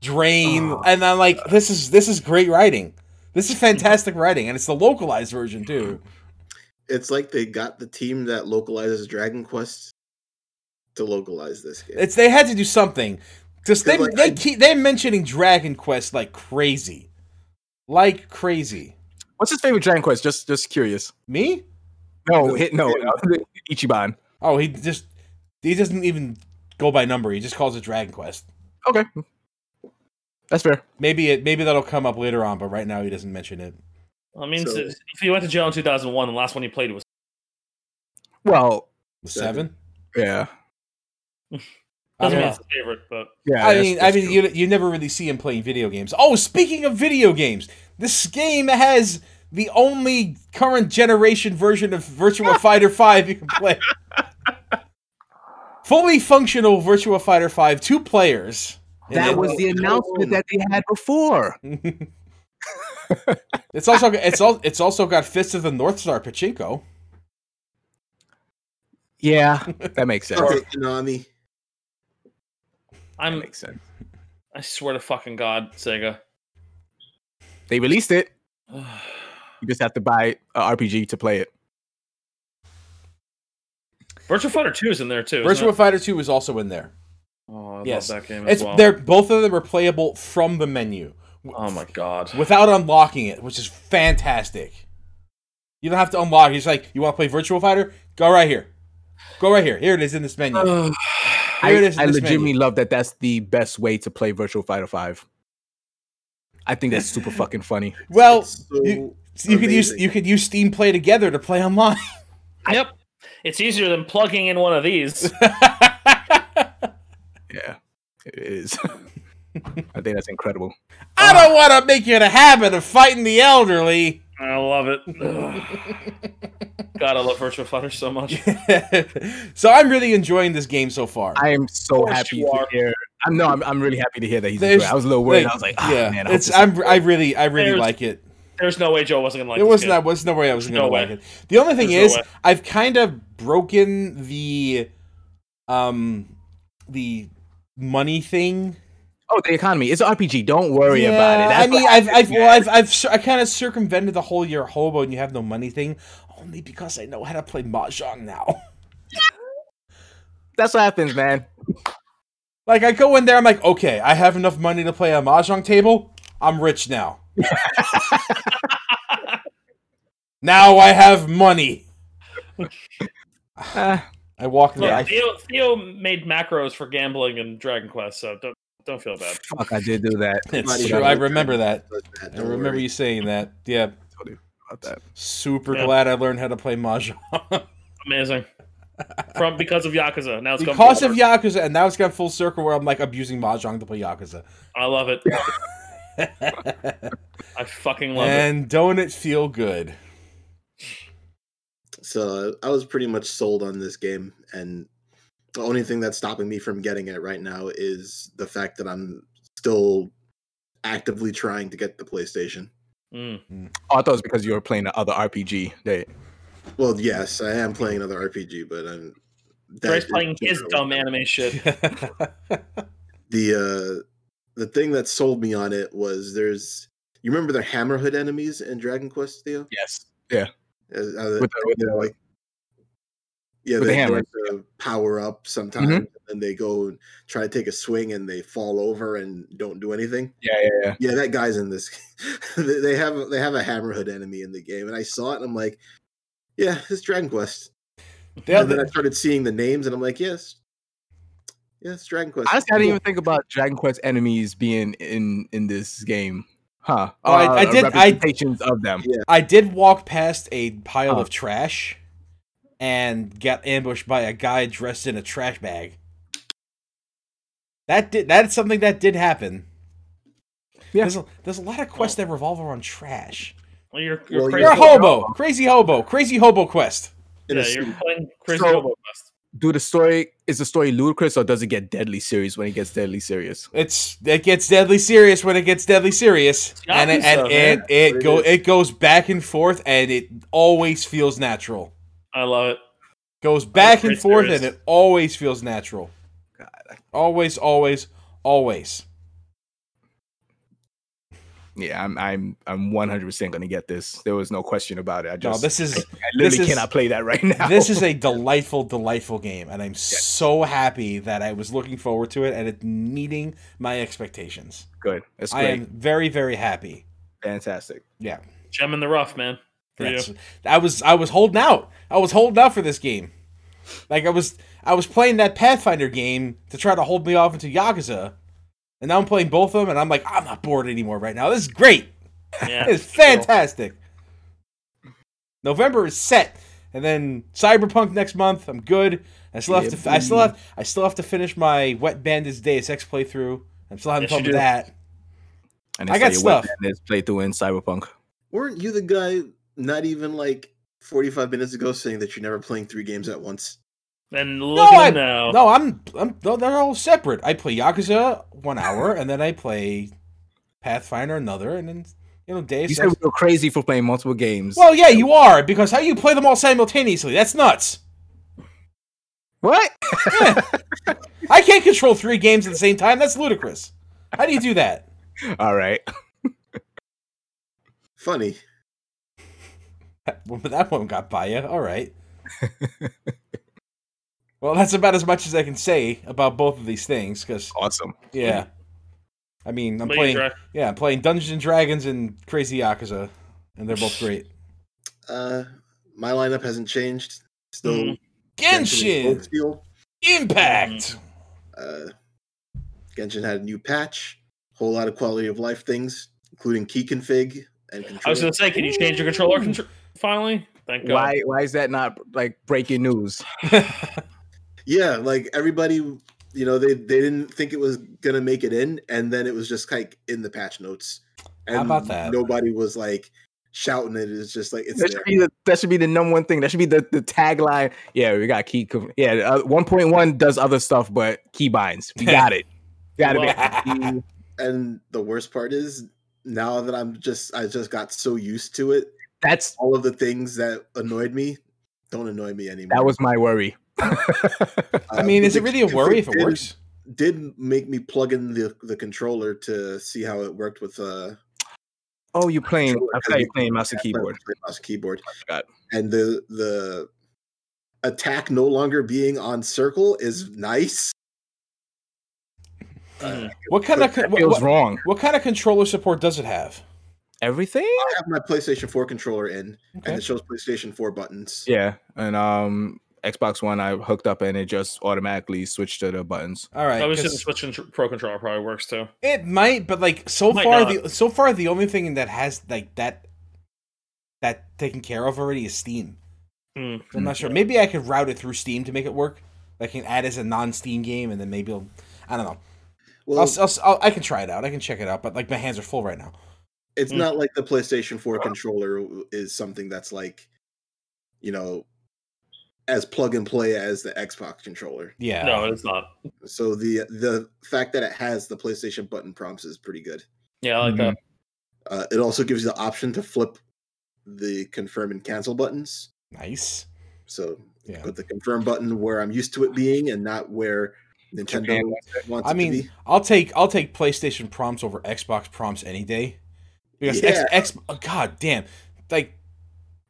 Speaker 4: drain,
Speaker 2: Oh.
Speaker 4: and I'm like, this is this is great writing. This is fantastic writing, and it's the localized version too.
Speaker 1: It's like they got the team that localizes Dragon Quest to localize this game.
Speaker 4: It's they had to do something. Just they
Speaker 1: Cause, like,
Speaker 4: they
Speaker 1: I-
Speaker 4: keep they're mentioning Dragon Quest like crazy, like crazy.
Speaker 2: What's his favorite Dragon Quest? Just just curious.
Speaker 4: Me?
Speaker 2: No, hit no. Ichiban.
Speaker 4: Oh, he just he doesn't even go by number. He just calls it Dragon Quest.
Speaker 2: Okay, that's fair.
Speaker 4: Maybe it maybe that'll come up later on, but right now he doesn't mention it.
Speaker 3: I mean,
Speaker 1: So-
Speaker 3: s- if you went to jail in 2001, the last one you played was
Speaker 2: Well,
Speaker 4: Seven.
Speaker 2: yeah,
Speaker 4: I
Speaker 3: doesn't
Speaker 4: don't
Speaker 3: mean
Speaker 4: know.
Speaker 3: it's his favorite, but
Speaker 2: yeah.
Speaker 4: I
Speaker 2: that's-
Speaker 4: mean, I
Speaker 2: that's
Speaker 4: mean,
Speaker 2: true.
Speaker 4: you, you never really see him playing video games. Oh, speaking of video games, this game has the only current generation version of Virtua Fighter Five you can play. Fully functional Virtua Fighter Five, two players. And
Speaker 2: that
Speaker 4: it-
Speaker 2: was the announcement that they had before.
Speaker 4: It's also it's all it's also got Fist of the North Star Pachinko.
Speaker 2: Yeah, that makes sense.
Speaker 1: Okay, Konami.
Speaker 2: That
Speaker 3: I'm.
Speaker 2: makes sense.
Speaker 3: I swear to fucking God, Sega.
Speaker 2: They released it.
Speaker 3: Virtual
Speaker 2: You just have to buy a RPG to play it.
Speaker 3: Fighter 2 is in there too. isn't
Speaker 4: Virtua
Speaker 3: it?
Speaker 4: Fighter Two is also in there.
Speaker 3: Oh, I
Speaker 4: Yes.
Speaker 3: love that game as
Speaker 4: It's
Speaker 3: well.
Speaker 4: they're both of them are playable from the menu.
Speaker 3: Oh my God.
Speaker 4: without unlocking it, which is fantastic. You don't have to unlock. He's like, you want to play Virtual Fighter? Go right here. Go right here. Here it is in this menu.
Speaker 2: I,
Speaker 4: Here it is in
Speaker 2: I
Speaker 4: this
Speaker 2: legitimately
Speaker 4: menu.
Speaker 2: love that. That's the best way to play Virtual Fighter Five. I think that's super fucking funny.
Speaker 4: Well,
Speaker 1: It's
Speaker 4: you-
Speaker 1: so
Speaker 4: you could use
Speaker 1: amazing.
Speaker 4: you could use Steam Play Together to play online.
Speaker 3: Yep. It's easier than plugging in one of these.
Speaker 2: Yeah, it is. I think that's incredible. Ah.
Speaker 4: I don't want to make you in a habit of fighting the elderly.
Speaker 3: I love it. God, I love Virtual Fighter so much.
Speaker 4: so I'm really enjoying this game so far.
Speaker 2: I am so
Speaker 3: course
Speaker 2: happy
Speaker 3: you
Speaker 2: to
Speaker 3: are.
Speaker 2: hear. I'm no, I'm, I'm really happy to hear that he's.
Speaker 4: There's-
Speaker 2: enjoying it. I was a little worried. I was like, ah,
Speaker 4: yeah,
Speaker 2: man, I hope
Speaker 4: it's
Speaker 2: this-
Speaker 4: I'm I really I really
Speaker 3: There's-
Speaker 4: like it.
Speaker 3: There's no way Joe wasn't gonna like
Speaker 4: There
Speaker 3: this
Speaker 4: was
Speaker 3: game.
Speaker 4: not was no way I was
Speaker 3: There's
Speaker 4: gonna
Speaker 3: no
Speaker 4: like
Speaker 3: way.
Speaker 4: it. The only thing
Speaker 3: There's
Speaker 4: is
Speaker 3: no way.
Speaker 4: I've kind of broken the um the money thing.
Speaker 2: oh, the economy. It's an RPG. Don't worry
Speaker 4: yeah,
Speaker 2: about it. That's
Speaker 4: I mean
Speaker 2: what
Speaker 4: I've I've
Speaker 2: did,
Speaker 4: well, I've I've cir- I kind of circumvented the whole year hobo and you have no money thing only because I know how to play mahjong now.
Speaker 2: That's what happens, man.
Speaker 4: like I go in there, I'm like, okay, I have enough money to play a mahjong table. I'm rich now. now I have money.
Speaker 2: Uh,
Speaker 4: I walk in
Speaker 3: Look,
Speaker 4: there. I
Speaker 3: Theo, Theo made macros for gambling and Dragon Quest, so don't don't feel bad.
Speaker 2: fuck, I did do that.
Speaker 4: It's
Speaker 1: Somebody
Speaker 4: true.
Speaker 1: wrote
Speaker 4: I
Speaker 1: that.
Speaker 4: remember that.
Speaker 1: Does that,
Speaker 4: I
Speaker 1: uh, don't
Speaker 4: remember
Speaker 1: worry.
Speaker 4: you saying that. Yeah.
Speaker 2: About that.
Speaker 4: Super
Speaker 3: Yeah.
Speaker 4: glad I learned how to play mahjong
Speaker 3: Amazing. From because of Yakuza. Now it's gone
Speaker 4: because of
Speaker 3: forward.
Speaker 4: Yakuza, and now it's gone full circle where I'm like abusing mahjong to play Yakuza.
Speaker 3: I love it. I fucking love it.
Speaker 4: and don't it feel good?
Speaker 1: So uh, I was pretty much sold on this game, and the only thing that's stopping me from getting it right now is the fact that I'm still actively trying to get the PlayStation.
Speaker 3: Mm.
Speaker 2: Oh, I thought it was because you were playing the other RPG. They,
Speaker 1: Well, yes, I am playing another RPG, but I'm that
Speaker 3: Gray's
Speaker 1: is
Speaker 3: playing his
Speaker 1: generally-
Speaker 3: dumb anime shit.
Speaker 1: The uh, the thing that sold me on it was there's you remember the Hammerhead enemies in Dragon Quest, Theo?
Speaker 2: yes. Yeah.
Speaker 1: Uh, uh,
Speaker 2: With the, with
Speaker 1: you know,
Speaker 2: the,
Speaker 1: like yeah,
Speaker 2: with the
Speaker 1: they
Speaker 2: hammer. Mm-hmm.
Speaker 1: like, uh, power up sometimes, and they go and try to take a swing, and they fall over and don't do anything.
Speaker 2: yeah, yeah, yeah.
Speaker 1: Yeah, that guy's in this. they they have they have a hammerhead enemy in the game, and I saw it, and I'm like, yeah, it's Dragon Quest.
Speaker 4: They-
Speaker 1: and then I started seeing the names, and I'm like, yes, yes, Dragon Quest.
Speaker 2: Honestly, I didn't even think about Dragon Quest enemies being in in this game. Huh? Uh,
Speaker 4: Oh, I- I did- I-
Speaker 2: representations of them.
Speaker 4: I did walk past a pile
Speaker 2: Huh.
Speaker 4: of trash and got ambushed by a guy dressed in a trash bag. That did that's something that did happen.
Speaker 2: Yeah.
Speaker 4: There's a, there's a lot of quests that revolve around trash.
Speaker 3: Well, you're, you're
Speaker 1: Well,
Speaker 3: crazy.
Speaker 4: You're a
Speaker 1: You're
Speaker 4: hobo, crazy hobo, crazy hobo quest.
Speaker 1: In a
Speaker 3: yeah, you're
Speaker 1: suit.
Speaker 3: playing crazy
Speaker 2: So-
Speaker 3: hobo quest.
Speaker 2: Do the story is the story ludicrous or does it get deadly serious when it gets deadly serious?
Speaker 4: It's it gets deadly serious when it gets deadly serious, and it,
Speaker 3: Yakuza,
Speaker 4: and,
Speaker 3: man.
Speaker 4: and it
Speaker 1: It
Speaker 4: go
Speaker 1: is.
Speaker 4: it goes back and forth, and it always feels natural.
Speaker 3: I love it.
Speaker 4: goes back and
Speaker 3: pretty
Speaker 4: forth
Speaker 3: serious.
Speaker 4: and it always feels natural.
Speaker 2: God.
Speaker 4: Always, always, always.
Speaker 2: Yeah, I'm I'm I'm 100 percent gonna get this. There was no question about it. I
Speaker 4: No,
Speaker 2: just
Speaker 4: this is
Speaker 2: I literally
Speaker 4: this is-
Speaker 2: cannot play that right now.
Speaker 4: this is a delightful, delightful game, and I'm so happy that I was looking forward to it and it's meeting my expectations.
Speaker 2: good. That's
Speaker 4: I
Speaker 2: great.
Speaker 4: am very, very happy.
Speaker 2: Fantastic.
Speaker 4: Yeah.
Speaker 3: Gem in the rough, man. For you.
Speaker 4: That's, I was I was holding out. I was holding out for this game. Like I was I was playing that Pathfinder game to try to hold me off into Yakuza. And now I'm playing both of them and I'm like, I'm not bored anymore right now. This is great.
Speaker 3: Yeah.
Speaker 4: It's fantastic. November is set, and then Cyberpunk next month. I'm good. I still have
Speaker 2: Yeah,
Speaker 4: to. I still
Speaker 2: boy.
Speaker 4: have. I still have to finish my Wet Bandits Deus Ex playthrough. I'm still having
Speaker 3: Yes,
Speaker 4: fun
Speaker 3: you
Speaker 4: with
Speaker 3: do.
Speaker 4: that.
Speaker 2: And
Speaker 4: I got stuff.
Speaker 2: This playthrough in Cyberpunk.
Speaker 1: Weren't you the guy not even like 45 minutes ago saying that you're never playing three games at once?
Speaker 3: And look
Speaker 4: No,
Speaker 3: at
Speaker 4: I-
Speaker 3: him now.
Speaker 4: No, I'm. I'm. No, they're all separate. I play Yakuza one hour, and then I play Pathfinder another, and then you know Deus
Speaker 2: You
Speaker 4: Ex.
Speaker 2: said we were crazy for playing multiple games.
Speaker 4: well, yeah, you are because how you play them all simultaneously? That's nuts.
Speaker 2: what?
Speaker 4: I can't control three games at the same time. That's ludicrous. How do you do that?
Speaker 2: All right.
Speaker 1: Funny.
Speaker 4: Well, but that one got by you. All right. well, that's about as much as I can say about both of these things. Because
Speaker 2: Awesome.
Speaker 4: yeah, I mean, I'm
Speaker 3: Lady
Speaker 4: playing.
Speaker 3: Dra-
Speaker 4: Yeah, I'm playing Dungeons and Dragons and Crazy Yakuza, and they're both great.
Speaker 1: Uh, my lineup hasn't changed. Still
Speaker 3: Mm.
Speaker 1: Genshin
Speaker 4: Genshin
Speaker 1: Steel.
Speaker 4: Impact.
Speaker 1: Uh, Genshin had a new patch, whole lot of quality of life things, including key config and control.
Speaker 3: I was gonna say, can you change your controller contr- finally? Thank God.
Speaker 2: Why why is that not like breaking news?
Speaker 1: yeah, like everybody, you know, they they didn't think it was gonna make it in, and then it was just like in the patch notes. And
Speaker 4: How about that?
Speaker 1: Nobody was like shouting it. It's just like it's
Speaker 2: That
Speaker 1: there.
Speaker 2: should, be the, that should be the number one thing. That should be the, the tagline. Yeah, we got key. co- Yeah, uh, 1.1 does other stuff, but key binds. We got it. Got it.
Speaker 1: And the worst part is now that I'm just I just got so used to it,
Speaker 2: That's
Speaker 1: all of the things that annoyed me don't annoy me anymore. Um,
Speaker 2: that was my worry.
Speaker 4: I mean, is it really a worry if
Speaker 1: works?
Speaker 4: it works?
Speaker 1: did make me plug in the, the controller to see how it worked with uh
Speaker 2: Oh, you're playing.
Speaker 1: Sure,
Speaker 2: I
Speaker 1: because
Speaker 2: thought you
Speaker 1: you-
Speaker 2: were playing mouse and
Speaker 1: yeah,
Speaker 2: keyboard.
Speaker 1: play- play mouse and keyboard.
Speaker 2: God.
Speaker 1: And the the attack no longer being on circle is nice.
Speaker 3: Mm. Hmm.
Speaker 1: Uh,
Speaker 4: What kind
Speaker 1: That
Speaker 4: of con-
Speaker 2: It
Speaker 4: what,
Speaker 2: was
Speaker 4: what,
Speaker 2: wrong.
Speaker 4: what kind of controller support does it have?
Speaker 2: Everything.
Speaker 1: I have my PlayStation 4 controller in,
Speaker 4: Okay.
Speaker 1: and it shows PlayStation 4 buttons.
Speaker 2: Yeah, and um, Xbox One I hooked up and it just automatically switched to the buttons.
Speaker 4: All right.
Speaker 3: I was
Speaker 4: 'cause-
Speaker 3: just switching tr- pro controller probably works too.
Speaker 4: It might, but like so
Speaker 3: Might
Speaker 4: far,
Speaker 3: not.
Speaker 4: the so far the only thing that has like that that taken care of already is Steam.
Speaker 3: Mm.
Speaker 4: So I'm not sure. Maybe I could route it through Steam to make it work. I can add as a non-Steam game, and then maybe I'll, I don't know.
Speaker 1: Well,
Speaker 4: I'll, I'll, I'll, I can try it out. I can check it out. But like my hands are full right now.
Speaker 1: it's
Speaker 3: Mm.
Speaker 1: not like the PlayStation 4 controller w- is something that's like, you know, as plug and play as the Xbox controller.
Speaker 4: Yeah.
Speaker 3: No, it's not.
Speaker 1: So the the fact that it has the PlayStation button prompts is pretty good.
Speaker 3: Yeah, I like that.
Speaker 1: Uh, it also gives you the option to flip the confirm and cancel buttons.
Speaker 4: Nice.
Speaker 1: So
Speaker 4: Yeah.
Speaker 1: put the confirm button where I'm used to it being and not where Nintendo
Speaker 2: Japan
Speaker 1: wants
Speaker 4: I
Speaker 1: it to
Speaker 4: mean,
Speaker 1: be.
Speaker 4: I'll take I'll take PlayStation prompts over Xbox prompts any day. Because
Speaker 1: Yeah.
Speaker 4: X, X oh, God damn, like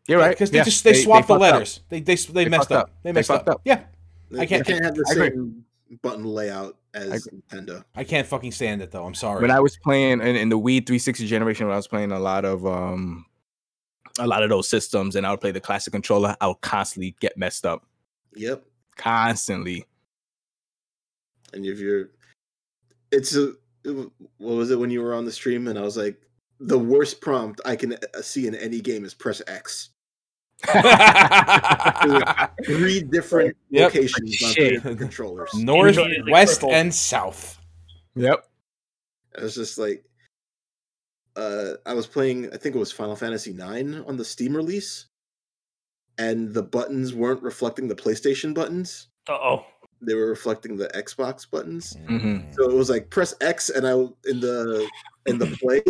Speaker 2: You're right.
Speaker 4: because they
Speaker 2: yeah,
Speaker 4: just they, swapped the
Speaker 2: fucked up.
Speaker 4: letters. They they they,
Speaker 2: They
Speaker 4: messed
Speaker 2: fucked
Speaker 4: up.
Speaker 2: up.
Speaker 4: They
Speaker 2: They
Speaker 4: messed
Speaker 2: fucked
Speaker 4: up.
Speaker 2: up.
Speaker 4: Yeah.
Speaker 1: They-
Speaker 4: I
Speaker 1: they
Speaker 4: can't-
Speaker 1: can't have the
Speaker 2: I agree.
Speaker 1: same button layout as Nintendo.
Speaker 4: I can't fucking stand it though. I'm sorry.
Speaker 2: When I was playing in, in the Wii 360 generation, when I was playing a lot of um, a lot of those systems, and I would play the classic controller, I would constantly get messed up,
Speaker 1: Yep.
Speaker 2: constantly.
Speaker 1: And if you're, it's a, it w- what was it when you were on the stream and I was like, the worst prompt I can uh, see in any game is press X. Three different
Speaker 4: Yep.
Speaker 1: locations on
Speaker 2: Shit.
Speaker 1: three different controllers.
Speaker 4: North,
Speaker 3: Enjoy the
Speaker 4: west,
Speaker 3: purple.
Speaker 4: and south.
Speaker 2: yep.
Speaker 1: I was just like, uh, I was playing, I think it was Final Fantasy IX on the Steam release, and the buttons weren't reflecting the PlayStation buttons;
Speaker 3: Uh oh.
Speaker 1: they were reflecting the Xbox buttons.
Speaker 2: Mhm.
Speaker 1: So it was like press X, and I w- in the in the play,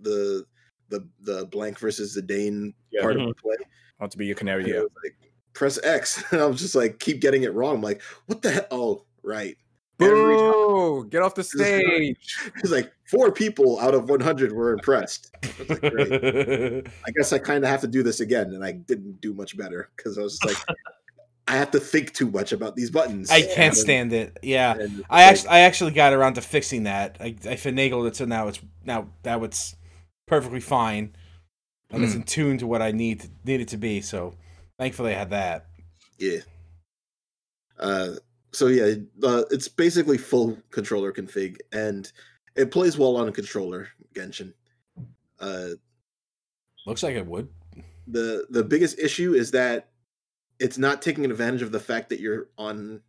Speaker 1: the the the blank versus the Dane
Speaker 2: Yeah.
Speaker 1: part
Speaker 4: Mm-hmm.
Speaker 3: Mhm.
Speaker 1: of the play.
Speaker 2: Want to be your
Speaker 1: and
Speaker 2: canary?
Speaker 1: it
Speaker 2: Yeah.
Speaker 1: was like press X, and I was just like keep getting it wrong. I'm like, what the hell? Oh, right. Every time.
Speaker 2: Boo! Get off the stage.
Speaker 1: It's like four people out of 100 were impressed. I was like, great. I guess I kind of have to do this again, and I didn't do much better because I was just like, I have to think too much about these buttons.
Speaker 4: I can't
Speaker 1: And-
Speaker 4: stand it. Yeah,
Speaker 1: and
Speaker 4: I
Speaker 1: like,
Speaker 4: actually, I actually got around to fixing that. I, I finagled it so now it's now now it's perfectly fine, and
Speaker 2: Mm.
Speaker 4: it's in tune to what I need need it to be. So, thankfully, I had that.
Speaker 1: yeah. Uh, so yeah, uh, it's basically full controller config, and it plays well on a controller. Genshin. Uh,
Speaker 4: Looks like it would.
Speaker 1: the the biggest issue is that it's not taking advantage of the fact that you're on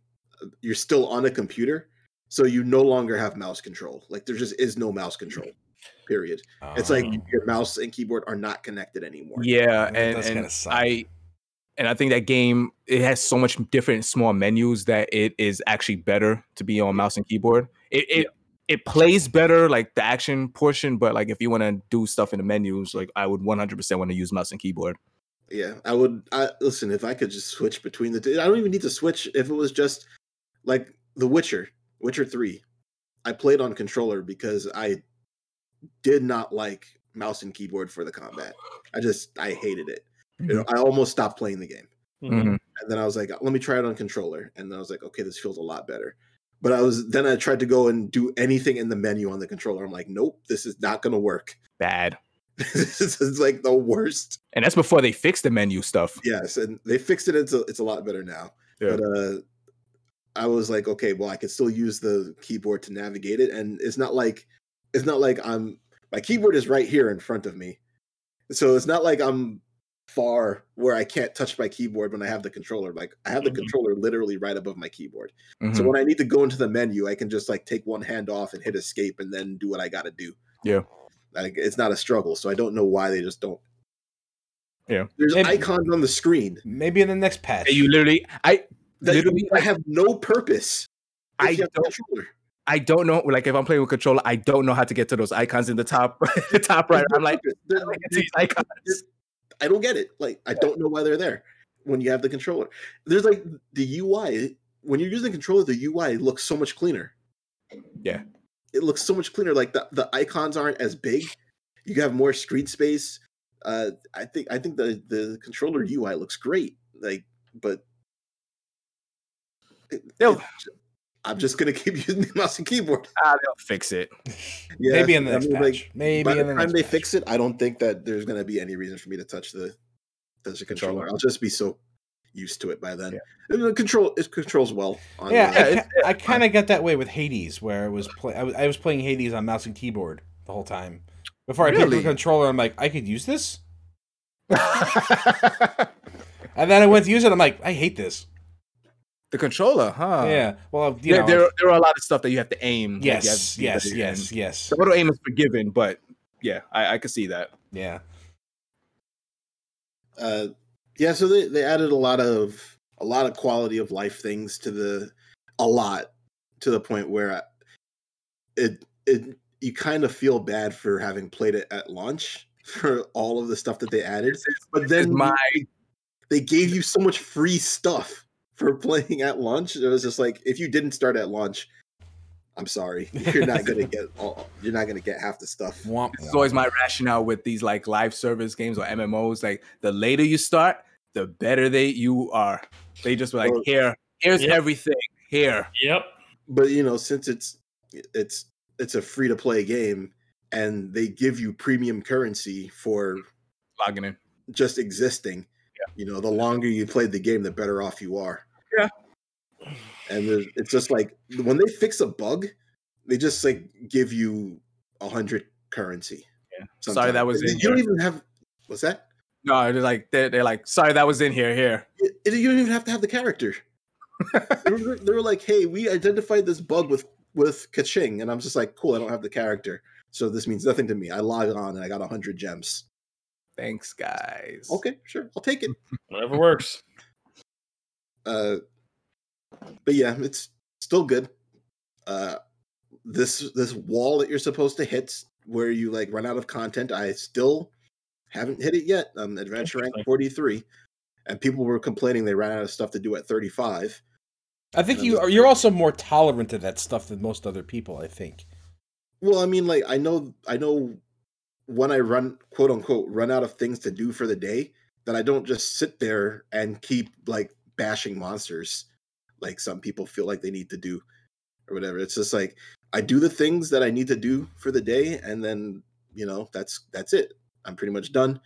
Speaker 1: you're still on a computer so you no longer have mouse control like there just is no mouse control period it's like
Speaker 4: Um,
Speaker 1: your mouse and keyboard are not connected anymore
Speaker 2: Yeah,
Speaker 4: That
Speaker 2: and,
Speaker 4: does
Speaker 2: and
Speaker 4: kinda suck.
Speaker 2: I and I think that game it has so much different small menus that it is actually better to be on mouse and keyboard. It it, it plays better like the action portion, but like if you want to do stuff in the menus, like I would 100% want to use mouse and keyboard.
Speaker 1: yeah i would I, listen if i could just switch between the two i don't even need to switch if it was just like the witcher witcher 3 i played on controller because i did not like mouse and keyboard for the combat i just i hated it You know, i almost stopped playing the game
Speaker 3: Mm-hmm.
Speaker 4: Mm-hmm.
Speaker 2: Mhm.
Speaker 1: and then I was like, let me try it on controller, and then I was like, okay, this feels a lot better. But I was then I tried to go and do anything in the menu on the controller. I'm like, nope, this is not gonna work.
Speaker 2: Bad.
Speaker 1: this is like the worst.
Speaker 2: And that's before they fixed the menu stuff.
Speaker 1: Yes, and they fixed it. It's a, it's a lot better now.
Speaker 2: Yeah.
Speaker 1: But uh, I was like, okay, well, I can still use the keyboard to navigate it, and it's not like it's not like I'm my keyboard is right here in front of me, so it's not like I'm far where I can't touch my keyboard when I have the controller. Like I have the
Speaker 2: Mm-hmm.
Speaker 3: Mhm.
Speaker 1: controller literally right above my keyboard. So
Speaker 2: Mhm.
Speaker 1: when I need to go into the menu, I can just like take one hand off and hit escape and then do what I got to do.
Speaker 2: Yeah.
Speaker 1: Like it's not a struggle. So I don't know why they just don't.
Speaker 2: Yeah.
Speaker 1: There's
Speaker 4: Maybe-
Speaker 1: icons on the screen.
Speaker 4: Maybe in the next patch.
Speaker 2: you literally I
Speaker 1: That
Speaker 2: literally
Speaker 1: I have no purpose. if
Speaker 2: I
Speaker 1: you have a
Speaker 2: don't-
Speaker 1: controller.
Speaker 2: I don't know like if I'm playing with controller, I don't know how to get to those icons in the top the top
Speaker 1: There's
Speaker 2: right.
Speaker 1: no
Speaker 2: I'm like
Speaker 1: purpose. There's-
Speaker 2: I don't get to these icons.
Speaker 1: I don't get it. Like I don't know why they're there when you have the controller. There's like the UI when you're using the controller, the UI looks so much cleaner.
Speaker 2: Yeah.
Speaker 1: It looks so much cleaner. Like the, the icons aren't as big. You have more screen space. Uh I think I think the the controller UI looks great. Like but it-
Speaker 2: They'll-
Speaker 1: it's ju- I'm just gonna keep using the mouse and keyboard.
Speaker 2: Ah, they'll fix it.
Speaker 1: Yeah,
Speaker 4: Maybe in the
Speaker 1: I
Speaker 4: next
Speaker 1: mean,
Speaker 4: patch.
Speaker 1: like,
Speaker 4: Maybe
Speaker 1: by
Speaker 4: in
Speaker 1: the
Speaker 4: the
Speaker 1: time
Speaker 4: next
Speaker 1: they
Speaker 4: patch.
Speaker 1: fix it, I don't think that there's going to be any reason for me to touch the touch the controller.
Speaker 2: Controller.
Speaker 1: I'll just be so used to it by then.
Speaker 2: Yeah.
Speaker 1: I mean, the control it controls well. On
Speaker 4: Yeah,
Speaker 1: the-
Speaker 2: Yeah,
Speaker 4: I,
Speaker 2: it's-
Speaker 4: ki- I kind of got that way with Hades, where it was play. I was, I was playing Hades on mouse and keyboard the whole time. Before I picked
Speaker 2: Really?
Speaker 4: up a controller, I'm like, I could use this,
Speaker 2: the
Speaker 4: and then I went to use it. I'm like, I hate this.
Speaker 2: controller, huh?
Speaker 4: yeah. Well, you
Speaker 2: There,
Speaker 4: know,
Speaker 2: there, are- there are a lot of stuff that you have to aim. like, you have
Speaker 4: yes,
Speaker 2: to be
Speaker 4: yes,
Speaker 2: ready,
Speaker 4: yes,
Speaker 2: and
Speaker 4: yes,
Speaker 2: The auto aim is forgiven, but yeah, I, I could see that.
Speaker 4: yeah.
Speaker 1: uh, yeah. So they, they added a lot of a lot of quality of life things to the a lot to the point where I, it it you kind of feel bad for having played it at launch for all of the stuff that they added, but
Speaker 2: This is
Speaker 1: then
Speaker 2: my
Speaker 1: they gave you so much free stuff for playing at launch. It was just like if you didn't start at launch, I'm sorry, you're not gonna get all, you're not gonna get half the stuff.
Speaker 4: Womp,
Speaker 2: this is
Speaker 4: womp.
Speaker 2: always my rationale with these like live service games or MMOs. Like the later you start, the better they you are. They just were like,
Speaker 1: Well-
Speaker 2: here, here's
Speaker 3: Yeah.
Speaker 2: everything. Here,
Speaker 3: Yep.
Speaker 1: But you know, since it's it's it's a free to play game, and they give you premium currency for
Speaker 2: logging in.
Speaker 1: just existing. You know, the longer you played the game, the better off you are.
Speaker 2: Yeah.
Speaker 1: And there's- it's just like when they fix a bug, they just like give you a hundred currency.
Speaker 2: Sorry, that was in
Speaker 1: you don't
Speaker 2: here.
Speaker 1: even have. What's that?
Speaker 2: No, they're like they're, they're like, sorry, that was in here. Here,
Speaker 1: It- it- you don't even have to have the character. they, were, they were like, "Hey, we identified this bug with with Kaching," and I'm just like, "Cool, I don't have the character, so this means nothing to me." I log on and I got hundred gems.
Speaker 2: thanks, guys.
Speaker 1: Okay, sure, I'll take it.
Speaker 3: Whatever works.
Speaker 1: Uh, but yeah, it's still good. Uh, this this wall that you're supposed to hit where you like run out of content, I still haven't hit it yet. I'm adventure rank
Speaker 3: Interesting.
Speaker 1: 43, and people were complaining they ran out of stuff to do at 35.
Speaker 4: I think
Speaker 1: Yeah,
Speaker 4: you
Speaker 1: that's-
Speaker 4: you're also more tolerant to that stuff than most other people. I think.
Speaker 1: Well, I mean, like I know, I know when I run quote unquote run out of things to do for the day, that I don't just sit there and keep like bashing monsters, like some people feel like they need to do, or whatever. It's just like I do the things that I need to do for the day, and then you know that's that's it. I'm pretty much done,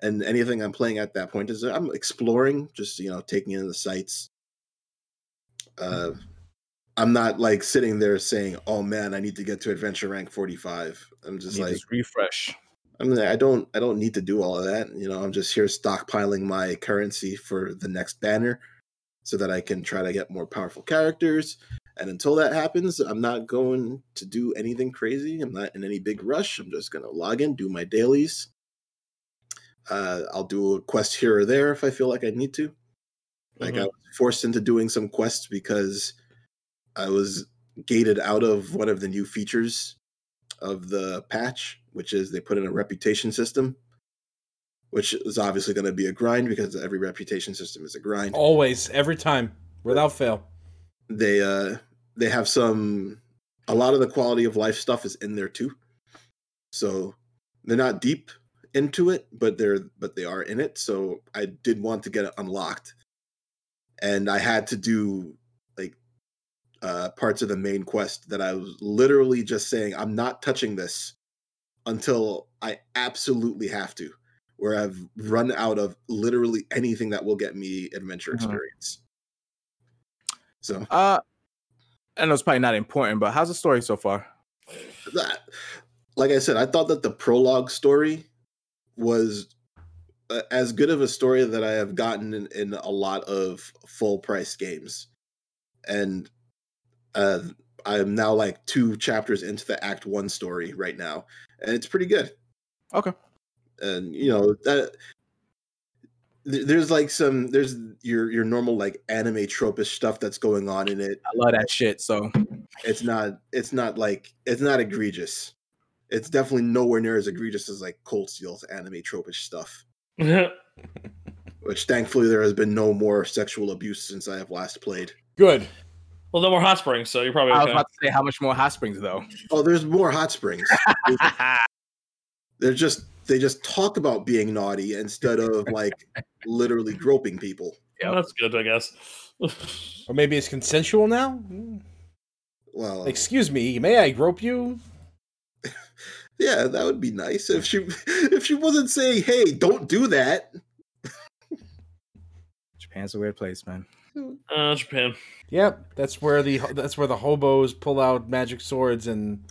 Speaker 1: and anything I'm playing at that point is I'm exploring, just you know taking in the sights. Uh, I'm not like sitting there saying, "Oh man, I need to get to adventure rank 45." I'm just
Speaker 2: Need
Speaker 1: like,
Speaker 2: this refresh.
Speaker 1: I'm like, I don't I don't need to do all of that. You know, I'm just here stockpiling my currency for the next banner so that I can try to get more powerful characters. And until that happens, I'm not going to do anything crazy. I'm not in any big rush. I'm just gonna log in, do my dailies. Uh, I'll do a quest here or there if I feel like I need to. Like I
Speaker 3: Mhm.
Speaker 1: was forced into doing some quests because I was gated out of one of the new features of the patch, which is they put in a reputation system, which is obviously going to be a grind because every reputation system is a grind.
Speaker 4: Always, every time, without fail.
Speaker 1: They uh they have some a lot of the quality of life stuff is in there too. So they're not deep into it, but they're but they are in it. So I did want to get it unlocked. And I had to do like uh parts of the main quest that I was literally just saying I'm not touching this until I absolutely have to, where I've run out of literally anything that will get me adventure
Speaker 2: Mhm.
Speaker 1: experience. So
Speaker 2: Uh, I know it's probably not important, but how's the story so far?
Speaker 1: that, like I said, I thought that the prologue story was uh, as good of a story that I have gotten in, in a lot of full price games, and uh, I'm now like two chapters into the Act One story right now, and it's pretty good.
Speaker 2: Okay.
Speaker 1: and you know that th- there's like some there's your your normal like anime tropish stuff that's going on in it
Speaker 2: I love that shit. So
Speaker 1: it's not it's not like it's not egregious. It's definitely nowhere near as egregious as like Cold Steel's anime tropish stuff. Which thankfully there has been no more sexual abuse since I have last played.
Speaker 4: Good.
Speaker 3: well, no more hot springs, so you're probably
Speaker 2: I was
Speaker 3: okay.
Speaker 2: about to say how much more hot springs though.
Speaker 1: Oh, there's more hot springs. They're just they just talk about being naughty instead of like literally groping people.
Speaker 3: Yeah, that's good, I guess.
Speaker 4: Or maybe it's consensual now.
Speaker 1: Well,
Speaker 4: Excuse me, may I grope you?
Speaker 1: yeah, that would be nice if she if she wasn't saying, "Hey, don't do that."
Speaker 2: Japan's a weird place, man.
Speaker 3: uh, Japan.
Speaker 4: Yep, that's where the that's where the hobos pull out magic swords and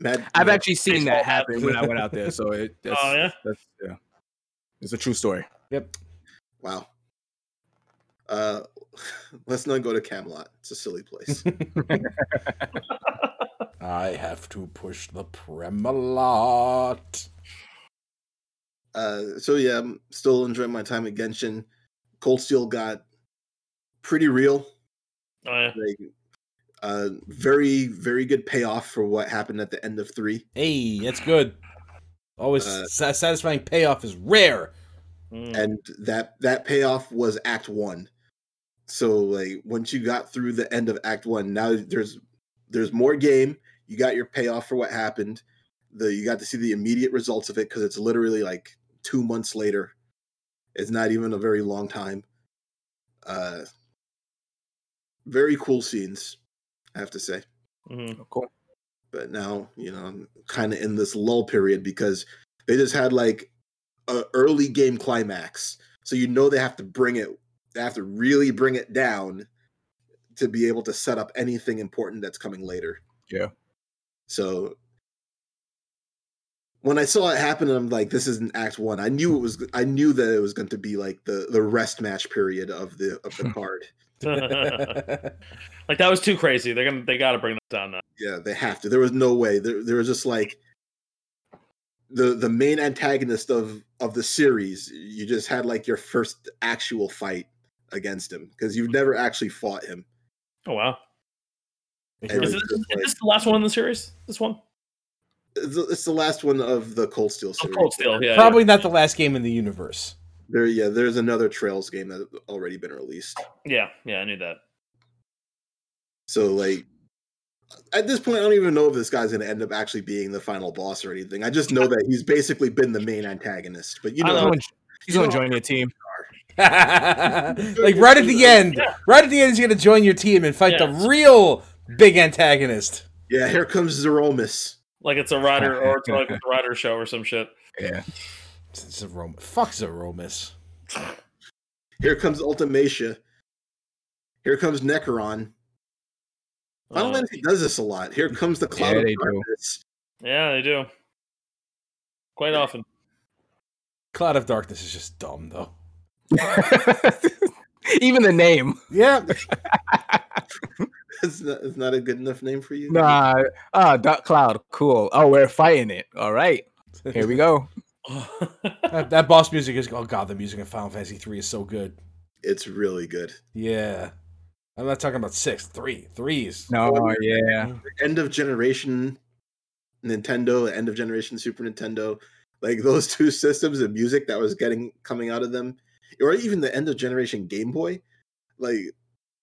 Speaker 1: Mad,
Speaker 2: I've
Speaker 1: mad-
Speaker 2: actually seen
Speaker 3: Baseball
Speaker 2: that
Speaker 3: bat.
Speaker 2: happen when I went out there. So it. That's,
Speaker 3: Oh, yeah?
Speaker 2: That's, yeah. It's a true story.
Speaker 4: yep.
Speaker 1: Wow. Uh, let's not go to Camelot. It's a silly place.
Speaker 4: I have to push the premalot.
Speaker 1: uh, so yeah, I'm still enjoying my time at Genshin. Cold Steel got pretty real.
Speaker 3: Oh, yeah.
Speaker 1: Like, uh, very very good payoff for what happened at the end of three.
Speaker 4: Hey, that's good. Always
Speaker 1: Uh,
Speaker 4: sa- satisfying payoff is rare.
Speaker 3: Mm.
Speaker 1: and that that payoff was act one so like once you got through the end of act one now there's there's more game you got your payoff for what happened the you got to see the immediate results of it because it's literally like two months later it's not even a very long time uh very cool scenes i have to say
Speaker 3: Mhm.
Speaker 2: Cool.
Speaker 1: but now you know I'm kind of in this lull period because they just had like a early game climax, so you know they have to bring it, they have to really bring it down to be able to set up anything important that's coming later.
Speaker 2: Yeah.
Speaker 1: So when I saw it happen, I'm like, this isn't Act One. I knew it was. I knew that it was going to be like the the rest match period of the of the card.
Speaker 3: Mm-hmm. like that was too crazy. They're gonna they gotta bring that down now.
Speaker 1: Yeah, they have to. There was no way. There, there was just like the the main antagonist of of the series. You just had like your first actual fight against him because you've never actually fought him.
Speaker 3: Oh wow.
Speaker 1: It
Speaker 3: Is
Speaker 1: was
Speaker 3: this,
Speaker 1: just
Speaker 3: is
Speaker 1: like-
Speaker 3: this the last one in the series? This one?
Speaker 1: It's the- it's the last one of the Cold Steel
Speaker 3: Oh,
Speaker 1: series.
Speaker 3: Cold Steel, yeah.
Speaker 4: Probably not the last game in the universe.
Speaker 1: There, yeah. There's another Trails game that already been released.
Speaker 3: Yeah, yeah, I knew that.
Speaker 1: So like at this point, I don't even know if this guy's going to end up actually being the final boss or anything. I just know that he's basically been the main antagonist. But you
Speaker 3: I
Speaker 1: know,
Speaker 3: don't
Speaker 2: He's gonna join your team.
Speaker 4: like right at the end, right at the end, he's gonna join your team and fight
Speaker 3: Yes.
Speaker 4: the real big antagonist.
Speaker 1: yeah, here comes Zeromus.
Speaker 3: Like it's a rider or it's like a rider show or some shit.
Speaker 2: Yeah.
Speaker 4: Zerom- fuck Zeromus.
Speaker 1: Here comes Ultimacia. Here comes Necron. Final
Speaker 3: Uh,
Speaker 1: Fantasy does this a lot. Here comes the cloud
Speaker 2: Yeah,
Speaker 1: of
Speaker 2: they do.
Speaker 1: darkness.
Speaker 3: yeah, they do. Quite often.
Speaker 4: Cloud of Darkness is just dumb though.
Speaker 2: Even the name.
Speaker 4: Yeah,
Speaker 1: It's not, it's not a good enough name for you.
Speaker 2: Nah. Ah, Dark Cloud. Cool. Oh, we're fighting it. All right. Here we go.
Speaker 4: that, that boss music is. Oh god, the music in Final Fantasy three is so good.
Speaker 1: it's really good.
Speaker 4: Yeah, I'm not talking about six, three, threes.
Speaker 2: No, yeah.
Speaker 1: End of generation Nintendo, end of generation Super Nintendo, like those two systems of music that was getting coming out of them, or even the end of generation Game Boy, like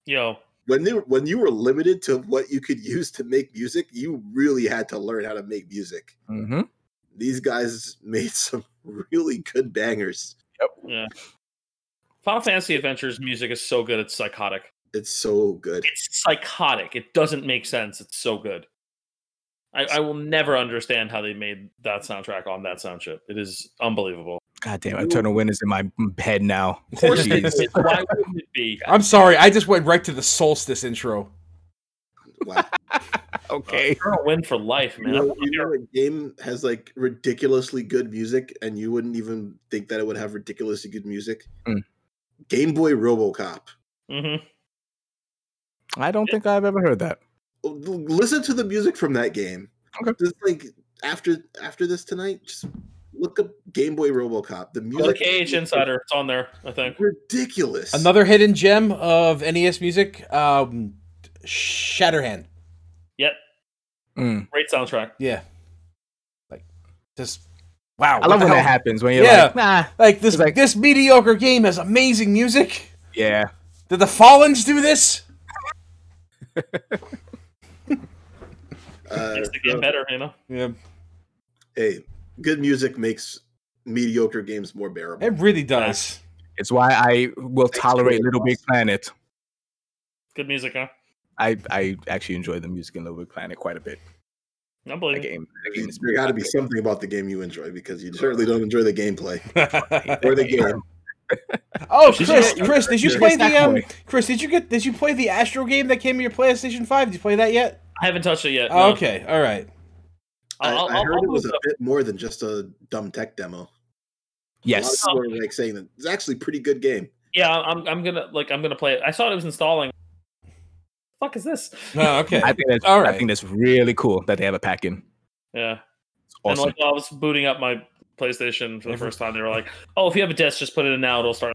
Speaker 3: Yo.
Speaker 1: when they, when you were limited to what you could use to make music, you really had to learn how to make music.
Speaker 2: hmm
Speaker 1: These guys made some really good bangers.
Speaker 3: Final Fantasy Adventures music is so good it's psychotic.
Speaker 1: It's so good.
Speaker 3: It's psychotic. It doesn't make sense. It's so good. I, I will never understand how they made that soundtrack on that sound chip. It is unbelievable.
Speaker 2: God damn, Eternal Wind is in my head now.
Speaker 3: Of course it
Speaker 2: Jeez.
Speaker 3: is. Why wouldn't it be?
Speaker 4: I'm sorry, I just went right to the Solstice intro.
Speaker 1: Wow.
Speaker 2: okay.
Speaker 3: Eternal Wind for life, man.
Speaker 1: You know, you know, a game has like ridiculously good music, and you wouldn't even think that it would have ridiculously good music.
Speaker 2: Mm.
Speaker 1: Game Boy RoboCop.
Speaker 3: Mhm.
Speaker 2: I don't think I've ever heard that.
Speaker 1: Oh, L- Listen to the music from that game.
Speaker 2: Okay.
Speaker 1: Just like after after this tonight, just look up Game Boy RoboCop. The
Speaker 3: Nicolas
Speaker 1: music
Speaker 3: Cage Insider. It's on there, I think.
Speaker 1: ridiculous.
Speaker 4: Another hidden gem of NES music, um, Shatterhand.
Speaker 3: Yep.
Speaker 2: Mm.
Speaker 3: Great soundtrack.
Speaker 4: Yeah, like just wow.
Speaker 2: I
Speaker 4: what
Speaker 2: love
Speaker 4: the
Speaker 2: when that
Speaker 4: hell?
Speaker 2: happens when you're
Speaker 4: Yeah.
Speaker 2: like, nah.
Speaker 4: Like this,
Speaker 2: It's like-
Speaker 4: this mediocre game has amazing music.
Speaker 2: Yeah.
Speaker 4: Did the Fallens do this?
Speaker 1: Uh,
Speaker 3: Makes the game better, you know?
Speaker 4: Yeah,
Speaker 1: hey, good music makes mediocre games more bearable.
Speaker 4: it really does.
Speaker 2: It's why I will tolerate Little Big Planet.
Speaker 3: Good music, huh?
Speaker 2: I, I actually enjoy the music in Little Big Planet quite a bit.
Speaker 3: I
Speaker 2: That
Speaker 3: believe it.
Speaker 2: game, that game is
Speaker 1: There got to be something about the game you enjoy because you certainly don't enjoy the gameplay or the game.
Speaker 4: oh,
Speaker 2: Did you
Speaker 4: Chris,
Speaker 2: get-
Speaker 4: Chris, did you
Speaker 2: Chris
Speaker 4: play the
Speaker 2: Sackboy.
Speaker 4: um? Chris, did you get? Did you play the Astro game that came to your PlayStation Five? Did you play that yet?
Speaker 3: I haven't touched it yet.
Speaker 4: Oh,
Speaker 3: Uh, no.
Speaker 4: okay, all right.
Speaker 1: I,
Speaker 3: I'll, I'll,
Speaker 1: I
Speaker 3: I'll,
Speaker 1: heard it was
Speaker 3: look
Speaker 1: a
Speaker 3: it up.
Speaker 1: bit more than just a dumb tech demo.
Speaker 2: Yes.
Speaker 1: A lot of people are like saying that it's actually a pretty good game.
Speaker 3: Yeah, I'm, I'm gonna like I'm gonna play it. I saw it was installing. Fuck is this?
Speaker 4: Oh, okay.
Speaker 2: I think that's
Speaker 4: All
Speaker 2: I
Speaker 4: right.
Speaker 2: think that's really cool that they have a pack in.
Speaker 3: Yeah.
Speaker 2: It's awesome.
Speaker 3: And like while I was booting up my PlayStation for the
Speaker 4: Every-
Speaker 3: first time, they were like, "Oh, if you have a disc, just put it in now; it'll start."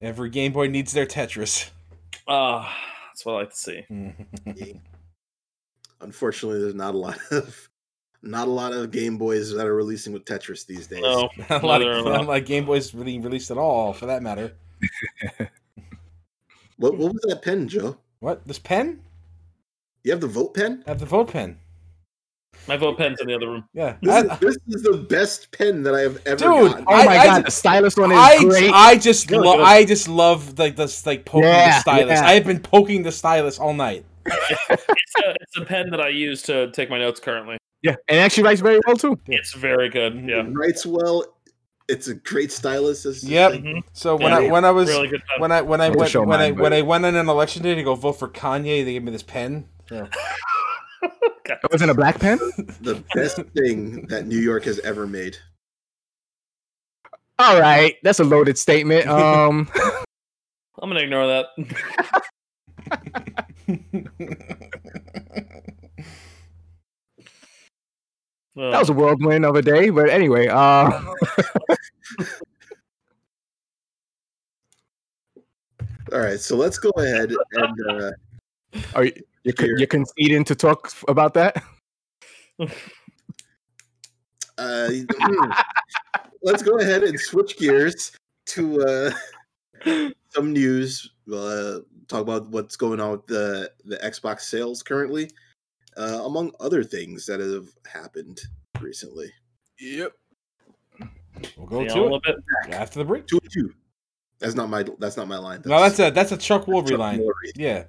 Speaker 4: Every Game Boy needs their Tetris.
Speaker 3: Ah, that's what I like to see.
Speaker 1: Unfortunately, there's not a lot of not a lot of Game Boys that are releasing with Tetris these days.
Speaker 3: No,
Speaker 4: not a lot
Speaker 3: No, they're
Speaker 4: of,
Speaker 3: not.
Speaker 4: not like Game Boys really released at all, for that matter.
Speaker 1: What what was that pen, Joe?
Speaker 4: What this pen?
Speaker 1: You have the vote pen?
Speaker 4: I have the vote pen.
Speaker 3: my vote pen's in the other room.
Speaker 4: Yeah,
Speaker 1: This,
Speaker 4: I-
Speaker 1: is, this is the best pen that I have ever
Speaker 4: Dude,
Speaker 1: gotten.
Speaker 2: oh my
Speaker 4: I- I
Speaker 2: god,
Speaker 4: ju-
Speaker 2: the stylus one is
Speaker 4: I,
Speaker 2: great.
Speaker 4: I just
Speaker 3: Good,
Speaker 4: lo-
Speaker 3: good.
Speaker 4: I just love like this like poking the
Speaker 2: Yeah,
Speaker 4: stylus.
Speaker 2: yeah.
Speaker 4: I have been poking the stylus all night.
Speaker 3: It's a, it's a pen that I use to take my notes currently.
Speaker 2: yeah, and it actually writes very well too.
Speaker 3: It's very good. Yeah.
Speaker 1: It writes well. It's a great stylus. It's just
Speaker 4: Yep.
Speaker 1: like-
Speaker 3: Mhm.
Speaker 4: So when
Speaker 3: Yeah,
Speaker 4: I when I was
Speaker 3: Really good pen.
Speaker 4: when I when I
Speaker 2: Not to
Speaker 4: went
Speaker 2: show
Speaker 4: when I
Speaker 2: mine,
Speaker 4: when
Speaker 2: but-
Speaker 4: I went on an election day to go vote for Kanye, they gave me this pen. So.
Speaker 2: It wasn't a black pen.
Speaker 1: The best thing that New York has ever made.
Speaker 2: All right, that's a loaded statement. Um,
Speaker 3: I'm gonna ignore that. Uh,
Speaker 2: that was a whirlwind of a day, but anyway, uh,
Speaker 1: All right, so let's go ahead and uh,
Speaker 2: are you you're, con-
Speaker 1: Here.
Speaker 2: you're conceding to talk f- about that?
Speaker 1: uh, hmm. let's go ahead and switch gears to uh, some news. We'll uh, talk about what's going on with the the Xbox sales currently, uh, among other things that have happened recently.
Speaker 2: Yep.
Speaker 4: We'll go
Speaker 3: yeah, a
Speaker 4: to
Speaker 3: little bit.
Speaker 4: it after the break.
Speaker 1: Two two. That's not my. That's not my line.
Speaker 4: No, that's a that's a Chuck
Speaker 1: Chuck
Speaker 4: Woolery line.
Speaker 1: Woolery.
Speaker 4: Yeah.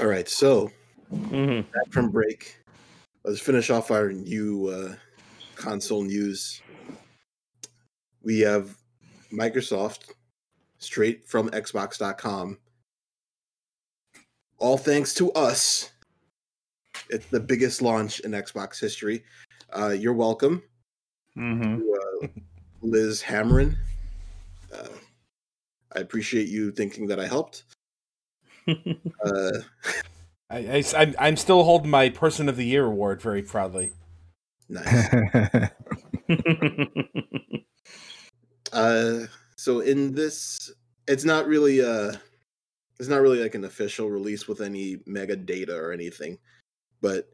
Speaker 1: All right, so
Speaker 3: Mhm.
Speaker 1: back from break. Let's finish off our new uh, console news. We have Microsoft straight from Xbox.com. All thanks to us. It's the biggest launch in Xbox history. Uh, you're welcome, to, uh, Liz Hammerin. Uh, I appreciate you thinking that I helped. uh,
Speaker 4: I, am I'm still holding my Person of the Year award very proudly.
Speaker 1: nice. Mm-hmm.
Speaker 3: Mm-hmm.
Speaker 1: Uh, so in this, it's not really uh it's not really like an official release with any mega data or anything, but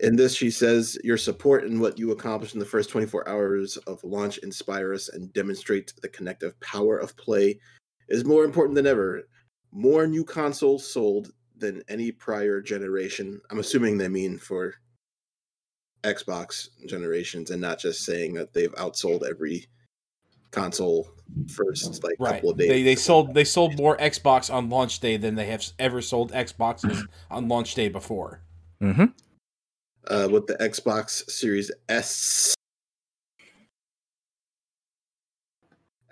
Speaker 1: in this, she says your support and what you accomplished in the first 24 hours of launch inspire us and demonstrate the connective power of play is more important than ever. More new consoles sold than any prior generation. I'm assuming they mean for Xbox generations and not just saying that they've outsold every console first like
Speaker 4: Right.
Speaker 1: couple of days.
Speaker 4: They they sold they sold more Xbox on launch day than they have ever sold Xboxes on launch day before.
Speaker 2: hmm
Speaker 1: uh, with the Xbox Series S,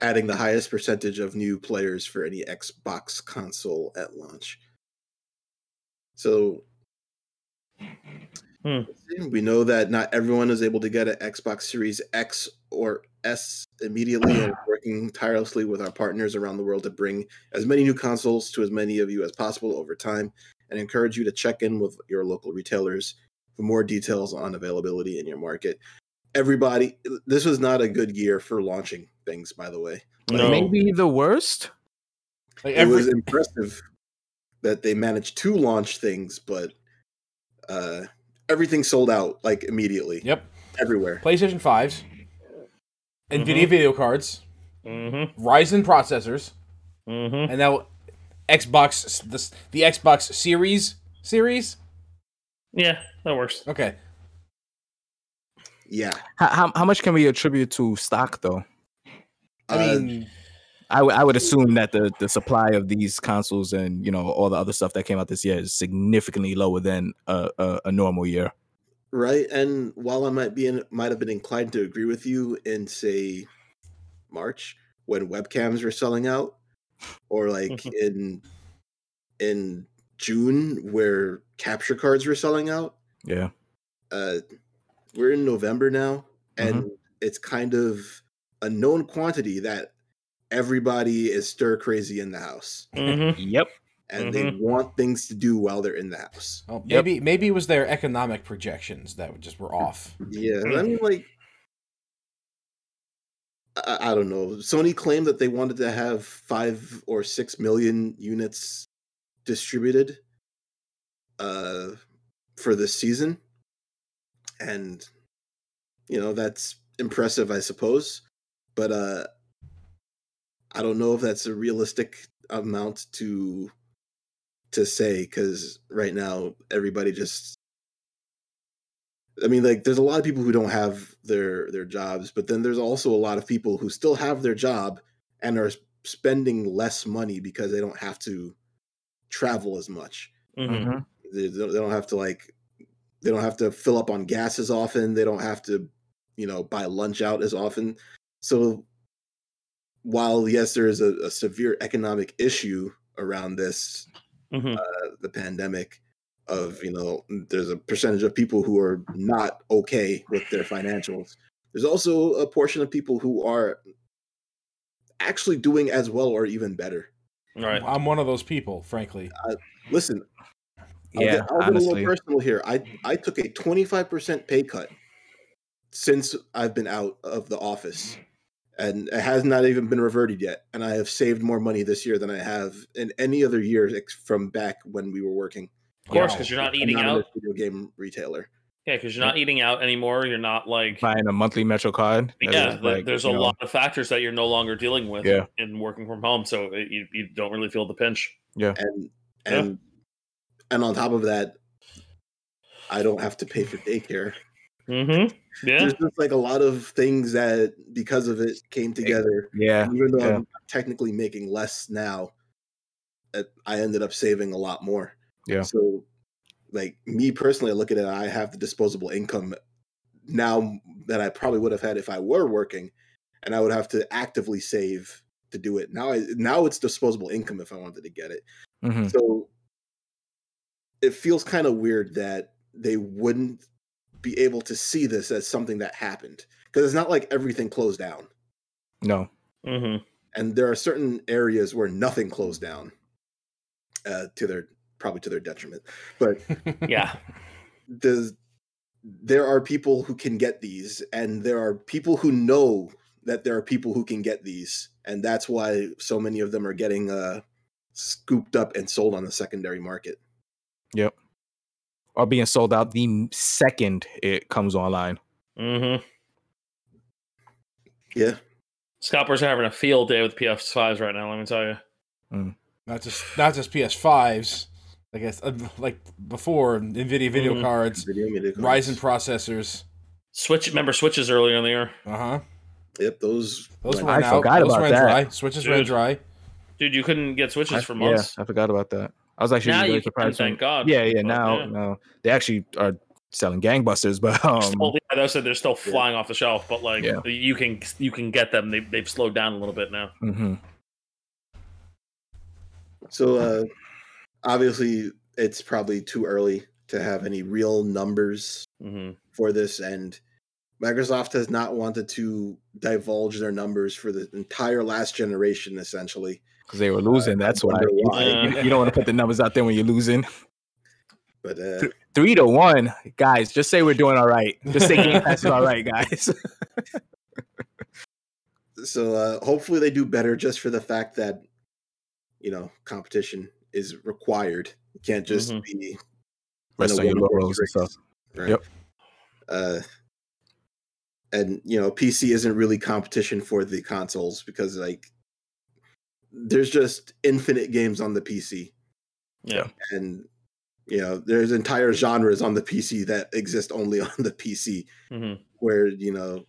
Speaker 1: adding the highest percentage of new players for any Xbox console at launch. So
Speaker 3: Hmm.
Speaker 1: we know that not everyone is able to get an Xbox Series X or S immediately, and we're working tirelessly with our partners around the world to bring as many new consoles to as many of you as possible over time, and encourage you to check in with your local retailers for more details on availability in your market. Everybody, this was not a good year for launching things, by the way.
Speaker 3: No.
Speaker 2: Maybe the worst.
Speaker 4: Like
Speaker 1: It was
Speaker 4: every,
Speaker 1: impressive that they managed to launch things, but uh, everything sold out like immediately
Speaker 4: yep.
Speaker 1: everywhere.
Speaker 4: PlayStation fives, Nvidia video cards,
Speaker 3: Mhm.
Speaker 4: Ryzen processors,
Speaker 3: Mhm.
Speaker 4: and now Xbox the, the Xbox Series series.
Speaker 3: Yeah, that works.
Speaker 4: Okay,
Speaker 1: Yeah,
Speaker 2: How, how, how much can we attribute to stock, though?
Speaker 4: I
Speaker 1: Uh,
Speaker 4: mean,
Speaker 2: I, w- I would assume that the, the supply of these consoles and you know all the other stuff that came out this year is significantly lower than a, a, a normal year.
Speaker 1: right. And while I might be in, might have been inclined to agree with you in say March when webcams were selling out, or like in in June where capture cards were selling out.
Speaker 2: Yeah,
Speaker 1: uh we're in November now and it's kind of a known quantity that everybody is stir crazy in the house
Speaker 3: Mhm.
Speaker 2: yep.
Speaker 1: and they
Speaker 3: Mhm.
Speaker 1: want things to do while they're in the house.
Speaker 4: well,
Speaker 2: Yep.
Speaker 4: Oh, maybe maybe it was their economic projections that just were off.
Speaker 1: Yeah, I mean like I, I don't know. Sony claimed that they wanted to have 5 or 6 million units distributed uh for this season and you know that's impressive i suppose but uh i don't know if that's a realistic amount to to say cuz right now everybody just i mean like there's a lot of people who don't have their their jobs but then there's also a lot of people who still have their job and are s- spending less money because they don't have to travel as much.
Speaker 2: Mm-hmm.
Speaker 3: Mhm.
Speaker 2: Uh,
Speaker 1: They, they don't they don't have to like they don't have to fill up on gas as often. They don't have to you know buy lunch out as often. So while yes, there is a, a severe economic issue around this
Speaker 3: Mhm.
Speaker 1: the pandemic of you know there's a percentage of people who are not okay with their financials there's also a portion of people who are actually doing as well or even better
Speaker 3: Right.
Speaker 4: I'm one of those people, frankly.
Speaker 1: listen I'll
Speaker 2: yeah,
Speaker 1: get, I'll get a
Speaker 2: honestly.
Speaker 1: little personal here i i took a 25% pay cut since i've been out of the office and it has not even been reverted yet and i have saved more money this year than i have in any other year ex- from back when we were working
Speaker 3: Of course,
Speaker 4: Wow.
Speaker 3: because you're not
Speaker 1: I'm
Speaker 3: eating
Speaker 1: not
Speaker 3: out.
Speaker 1: a video game retailer
Speaker 3: Yeah, because you're not eating out anymore. You're not like
Speaker 2: buying a monthly Metro card. that
Speaker 3: yeah.
Speaker 2: is,
Speaker 3: there-
Speaker 2: like,
Speaker 3: there's a
Speaker 2: you know,
Speaker 3: lot of factors that you're no longer dealing with
Speaker 2: Yeah.
Speaker 3: in working from home, so it, you, you don't really feel the pinch.
Speaker 1: and
Speaker 3: Yeah.
Speaker 1: and and on top of that i don't have to pay for daycare
Speaker 3: Mm-hmm. Yeah.
Speaker 1: there's just like a lot of things that because of it came together
Speaker 2: Yeah,
Speaker 1: even though
Speaker 2: yeah.
Speaker 1: i'm technically making less now uh, i ended up saving a lot more
Speaker 2: Yeah.
Speaker 1: so like me personally I look at it i have the disposable income now that i probably would have had if i were working and i would have to actively save to do it now i now it's disposable income if i wanted to get it
Speaker 2: mhm.
Speaker 1: so it feels kind of weird that they wouldn't be able to see this as something that happened because it's not like everything closed down
Speaker 2: no,
Speaker 3: Mm-hmm.
Speaker 1: and there are certain areas where nothing closed down uh, to their probably to their detriment but
Speaker 3: Yeah.
Speaker 1: the there are people who can get these and there are people who know that there are people who can get these and that's why so many of them are getting uh scooped up and sold on the secondary market
Speaker 2: are being sold out the second it comes online.
Speaker 3: Mm-hmm.
Speaker 1: yeah
Speaker 3: Scalpers are having a field day with PS5s right now. Let me tell you.
Speaker 4: not just not just PS5s. Like I, s- like before, Nvidia video
Speaker 3: Mhm.
Speaker 4: cards,
Speaker 1: Video media cards.
Speaker 4: Ryzen processors.
Speaker 3: Switch. Remember switches earlier in the year,
Speaker 4: Uh huh.
Speaker 1: Yep, those.
Speaker 4: Those
Speaker 1: went-
Speaker 4: went
Speaker 2: I
Speaker 4: out.
Speaker 2: forgot
Speaker 4: Those
Speaker 2: about
Speaker 4: ran
Speaker 2: that.
Speaker 4: dry. Switches ran
Speaker 3: Dude.
Speaker 4: dry.
Speaker 3: dude. You couldn't get switches
Speaker 2: I-
Speaker 3: for months.
Speaker 2: Yeah, I forgot about that. I was actually
Speaker 3: Now
Speaker 2: really
Speaker 3: you can.
Speaker 2: surprised. when-
Speaker 3: Thank God.
Speaker 2: yeah, yeah.
Speaker 3: But,
Speaker 2: Now,
Speaker 3: yeah.
Speaker 2: now they actually are selling gangbusters, but um,
Speaker 3: Still- yeah, those said they're still flying off the shelf, but like
Speaker 2: Yeah.
Speaker 3: you can you can get them. They, they've slowed down a little bit now.
Speaker 2: mhm.
Speaker 1: So uh, obviously, it's probably too early to have any real numbers
Speaker 3: Mm-hmm.
Speaker 1: for this, and Microsoft has not wanted to divulge their numbers for the entire last generation, essentially.
Speaker 2: 'Cause they were losing. that's why
Speaker 1: wonder
Speaker 2: You-
Speaker 1: why.
Speaker 2: you, you don't want to put the numbers out there when you're losing.
Speaker 1: But uh,
Speaker 2: Three to one, guys. Just say we're doing all right. Just say Game Pass is all right, guys.
Speaker 1: so uh, hopefully, they do better just for the fact that you know competition is required. You can't just
Speaker 3: Mhm.
Speaker 1: be in a
Speaker 2: Rest on your
Speaker 1: one-horse
Speaker 2: laurels and
Speaker 1: race.
Speaker 2: stuff.
Speaker 1: Right.
Speaker 2: Yep.
Speaker 1: Uh, and you know, PC isn't really competition for the consoles because like there's just infinite games on the PC,
Speaker 3: Yeah.
Speaker 1: and you know, there's entire genres on the PC that exist only on the PC,
Speaker 3: Mm-hmm.
Speaker 1: where you know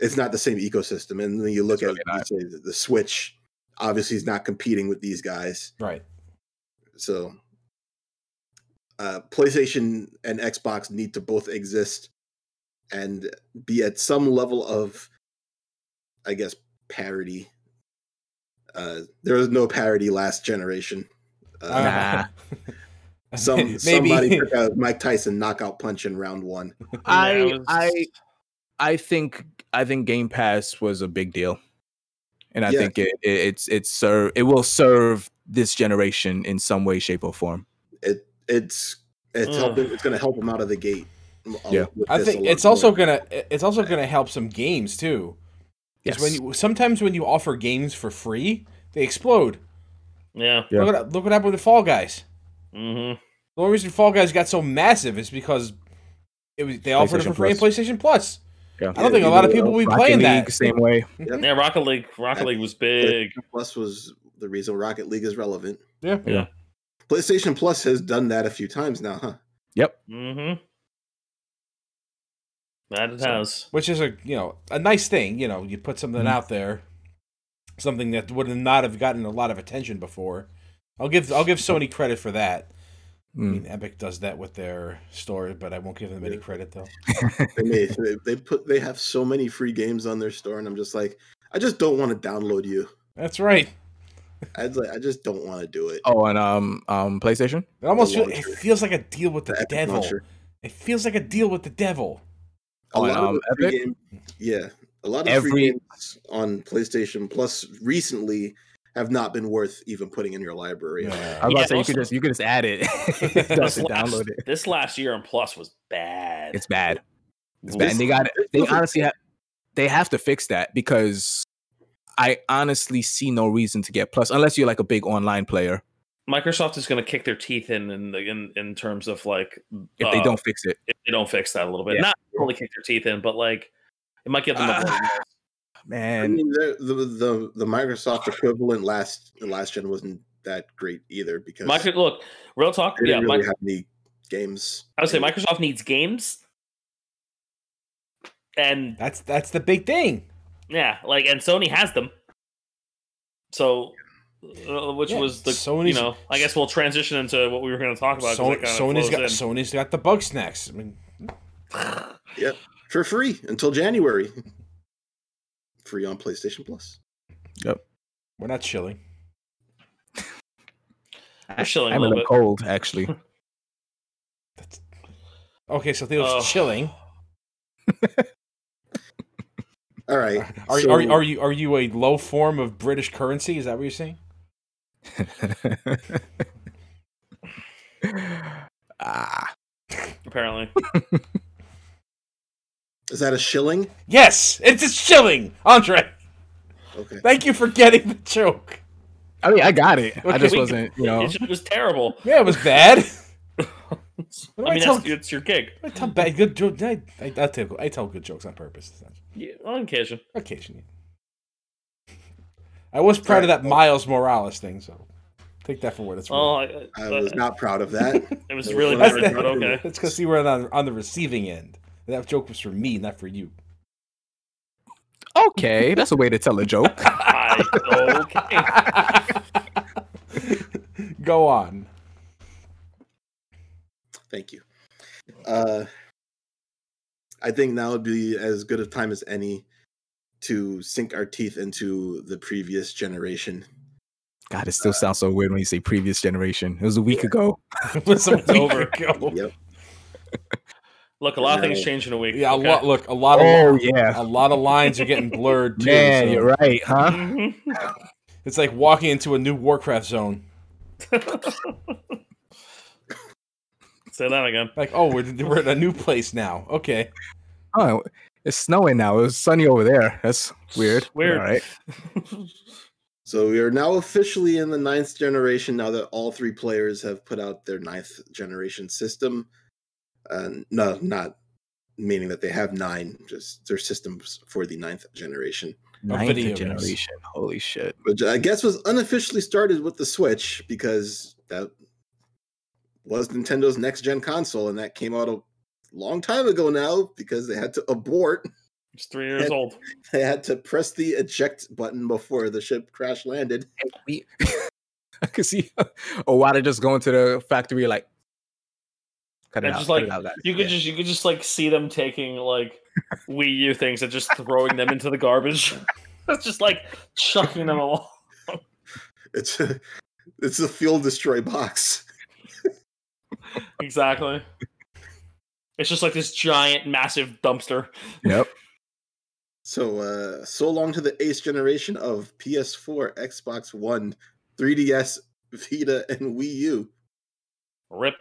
Speaker 1: it's not the same ecosystem. And when you look
Speaker 2: It's really
Speaker 1: at you
Speaker 2: not.
Speaker 1: say, the- the Switch, obviously is not competing with these guys.
Speaker 4: Right.
Speaker 1: So uh, PlayStation and Xbox need to both exist and be at some level of, I guess, parity. Uh, there was no parity last generation. Uh,
Speaker 2: Nah.
Speaker 1: Some somebody took a Mike Tyson knockout punch in round one.
Speaker 2: I,
Speaker 3: Yeah, it was-
Speaker 2: I, I think I think Game Pass was a big deal, and I
Speaker 1: Yeah.
Speaker 2: think it, it it's it's serve it will serve this generation in some way, shape, or form.
Speaker 1: It it's it's
Speaker 3: Ugh.
Speaker 1: helping. It's going to help him out of the gate. m- a-
Speaker 2: Yeah.
Speaker 1: with
Speaker 4: Mm. I
Speaker 1: this a
Speaker 4: think
Speaker 1: lot
Speaker 4: it's also
Speaker 1: more.
Speaker 4: gonna it's also gonna help some games too. 'Cause
Speaker 2: Yes.
Speaker 4: When you, sometimes when you offer games for free, they explode.
Speaker 3: Yeah.
Speaker 2: Yeah.
Speaker 4: Look, what, look what happened with Fall Guys.
Speaker 3: Mm-hmm.
Speaker 4: The only reason Fall Guys got so massive is because it was they offered it for
Speaker 2: PlayStation
Speaker 4: free on
Speaker 2: Plus.
Speaker 4: PlayStation Plus.
Speaker 2: Yeah.
Speaker 4: I don't think a lot of people will be
Speaker 2: Rocket
Speaker 4: playing
Speaker 2: League,
Speaker 4: that.
Speaker 2: same way.
Speaker 3: Yeah. Rocket League. Rocket League was big.
Speaker 1: PlayStation Plus was the reason Rocket League is relevant.
Speaker 4: Yeah.
Speaker 2: Yeah.
Speaker 1: PlayStation Plus has done that a few times now, huh?
Speaker 3: Mm-hmm. That it
Speaker 1: So-
Speaker 3: has.
Speaker 4: Which is a you know a nice thing. You know, you put something
Speaker 2: Mhm.
Speaker 4: out there, something that would not have gotten a lot of attention before. I'll give I'll give Sony credit for that. I
Speaker 2: Mm.
Speaker 4: mean, Epic does that with their store, but I won't give them any
Speaker 1: Yeah.
Speaker 4: credit though.
Speaker 1: They, made, they, they put they have so many free games on their store, and I'm just like, I just don't want to download you.
Speaker 4: That's right.
Speaker 1: I'd like, I just don't want to do it.
Speaker 2: Oh, and um, um, PlayStation.
Speaker 4: It almost
Speaker 1: The
Speaker 4: feel, it
Speaker 1: launcher.
Speaker 4: feels like a deal with the,
Speaker 1: Epic
Speaker 4: devil.
Speaker 1: launcher.
Speaker 4: It feels like a deal with the devil.
Speaker 1: A
Speaker 2: On,
Speaker 1: lot of
Speaker 2: um,
Speaker 1: the free
Speaker 2: Epic?
Speaker 1: game, yeah, a lot of
Speaker 2: Every-
Speaker 1: free games on PlayStation Plus recently have not been worth even putting in your library.
Speaker 2: I was
Speaker 3: Yeah,
Speaker 2: about to say you could
Speaker 3: also-
Speaker 2: just you could just add it,
Speaker 3: This
Speaker 2: just
Speaker 3: last-
Speaker 2: download it.
Speaker 3: This last year on Plus was bad.
Speaker 2: It's bad. It's
Speaker 1: Well,
Speaker 2: bad. And they got.
Speaker 1: this
Speaker 2: They
Speaker 1: wasn't-
Speaker 2: honestly have. They have to fix that because I honestly see no reason to get Plus unless you're like a big online player.
Speaker 3: Microsoft is going to kick their teeth in in, the, in in terms of like
Speaker 2: If they
Speaker 3: uh,
Speaker 2: don't fix it,
Speaker 3: if they don't fix that a little bit.
Speaker 2: Yeah.
Speaker 3: Not only kick their teeth in, but like it might get them a
Speaker 2: Ah,
Speaker 1: I
Speaker 2: man,
Speaker 1: mean, the, the the the Microsoft equivalent last last gen wasn't that great either because
Speaker 3: Micro, look, real talk.
Speaker 1: they
Speaker 3: Yeah,
Speaker 1: didn't really
Speaker 3: Mic-
Speaker 1: have any games.
Speaker 3: I would say Microsoft needs games, and
Speaker 4: That's that's the big thing.
Speaker 3: yeah, like and Sony has them. So, uh, which
Speaker 4: Yeah,
Speaker 3: was the
Speaker 4: Sony's-
Speaker 3: you know I guess we'll transition into what we were going to talk about. 'cause
Speaker 4: So,
Speaker 3: that kinda
Speaker 4: Sony's
Speaker 3: flows
Speaker 4: got
Speaker 3: in.
Speaker 4: Sony's got the bug snacks. I mean,
Speaker 1: for free until January. Free on PlayStation Plus.
Speaker 4: we're not chilling.
Speaker 3: I'm chilling a
Speaker 2: I'm a
Speaker 3: little
Speaker 2: little
Speaker 3: bit.
Speaker 2: cold actually.
Speaker 4: Okay, so Theo's
Speaker 3: Oh.
Speaker 4: chilling.
Speaker 1: All right.
Speaker 4: Are, are,
Speaker 1: so-
Speaker 4: are, are you are you a low form of British currency? Is that what you're saying?
Speaker 2: ah,
Speaker 3: Apparently,
Speaker 1: Is that a shilling?
Speaker 4: Yes, it's just chilling, Andre.
Speaker 1: Okay.
Speaker 4: Thank you for getting the joke.
Speaker 2: I mean, I got it. I
Speaker 4: Okay,
Speaker 2: just
Speaker 3: we-
Speaker 2: wasn't, you know.
Speaker 3: it, just was terrible.
Speaker 4: Yeah, it was bad. What do
Speaker 3: I
Speaker 4: I
Speaker 3: mean,
Speaker 4: tell-
Speaker 3: that's, it's your gig
Speaker 4: I tell bad good jo- I, I, I tell I tell good jokes on purpose. It's not-
Speaker 3: yeah, on occasion.
Speaker 4: Occasionally. I was proud of that Miles Morales thing, so take that for what it's worth.
Speaker 3: Oh, I,
Speaker 1: I was not proud of that.
Speaker 3: it was
Speaker 1: I
Speaker 3: really
Speaker 1: was
Speaker 4: That's
Speaker 1: wondering
Speaker 3: bad, but
Speaker 1: how to do
Speaker 3: okay.
Speaker 4: That's because you were on, on the receiving end. That joke was for me, not for you.
Speaker 2: Okay, that's a way to tell a joke.
Speaker 3: I, okay.
Speaker 4: Go on.
Speaker 1: Thank you. Uh, I think now would be as good a time as any to sink our teeth into the previous generation.
Speaker 2: God, it still sounds so weird when you say previous generation. It was a week ago.
Speaker 4: Something's
Speaker 3: over.
Speaker 4: Go.
Speaker 1: Yep.
Speaker 3: Look, a lot of things
Speaker 1: Yeah.
Speaker 3: change in a week.
Speaker 4: Yeah, a
Speaker 3: okay?
Speaker 4: lot. Look, a lot of
Speaker 2: Oh yeah,
Speaker 4: a lot of lines are getting blurred. Too,
Speaker 2: man,
Speaker 4: so
Speaker 2: you're right, huh?
Speaker 3: Mhm.
Speaker 4: It's like walking into a new Warcraft zone.
Speaker 3: Say that again.
Speaker 4: Like, oh, we're we're at a new place now. Okay.
Speaker 2: Oh, it's snowing now. It was sunny over there. That's weird. but
Speaker 3: Weird.
Speaker 2: All right.
Speaker 1: So we are now officially in the ninth generation now that all three players have put out their ninth generation system. Uh, no, not meaning that they have nine, just their systems for the ninth generation,
Speaker 2: Ninth
Speaker 4: video games.
Speaker 2: generation. Holy shit.
Speaker 1: which I guess was unofficially started with the Switch because that was Nintendo's next gen console, and that came out a long time ago now because they had to abort.
Speaker 3: It's three years old.
Speaker 1: They had to press the eject button before the ship crash landed.
Speaker 2: I could see Owada just going to the factory like. Cut it
Speaker 3: And
Speaker 2: out.
Speaker 3: just
Speaker 2: cut
Speaker 3: like,
Speaker 2: it out, guys.
Speaker 3: You could
Speaker 2: Yeah.
Speaker 3: just you could just like see them taking like Wii U things and just throwing them into the garbage. It's just like chucking them along.
Speaker 1: It's a, it's a fuel destroy box.
Speaker 3: Exactly. It's just like this giant, massive dumpster.
Speaker 2: Yep.
Speaker 1: So uh so long to the eighth generation of PS4, Xbox One, 3DS, Vita, and Wii U.
Speaker 3: Rip.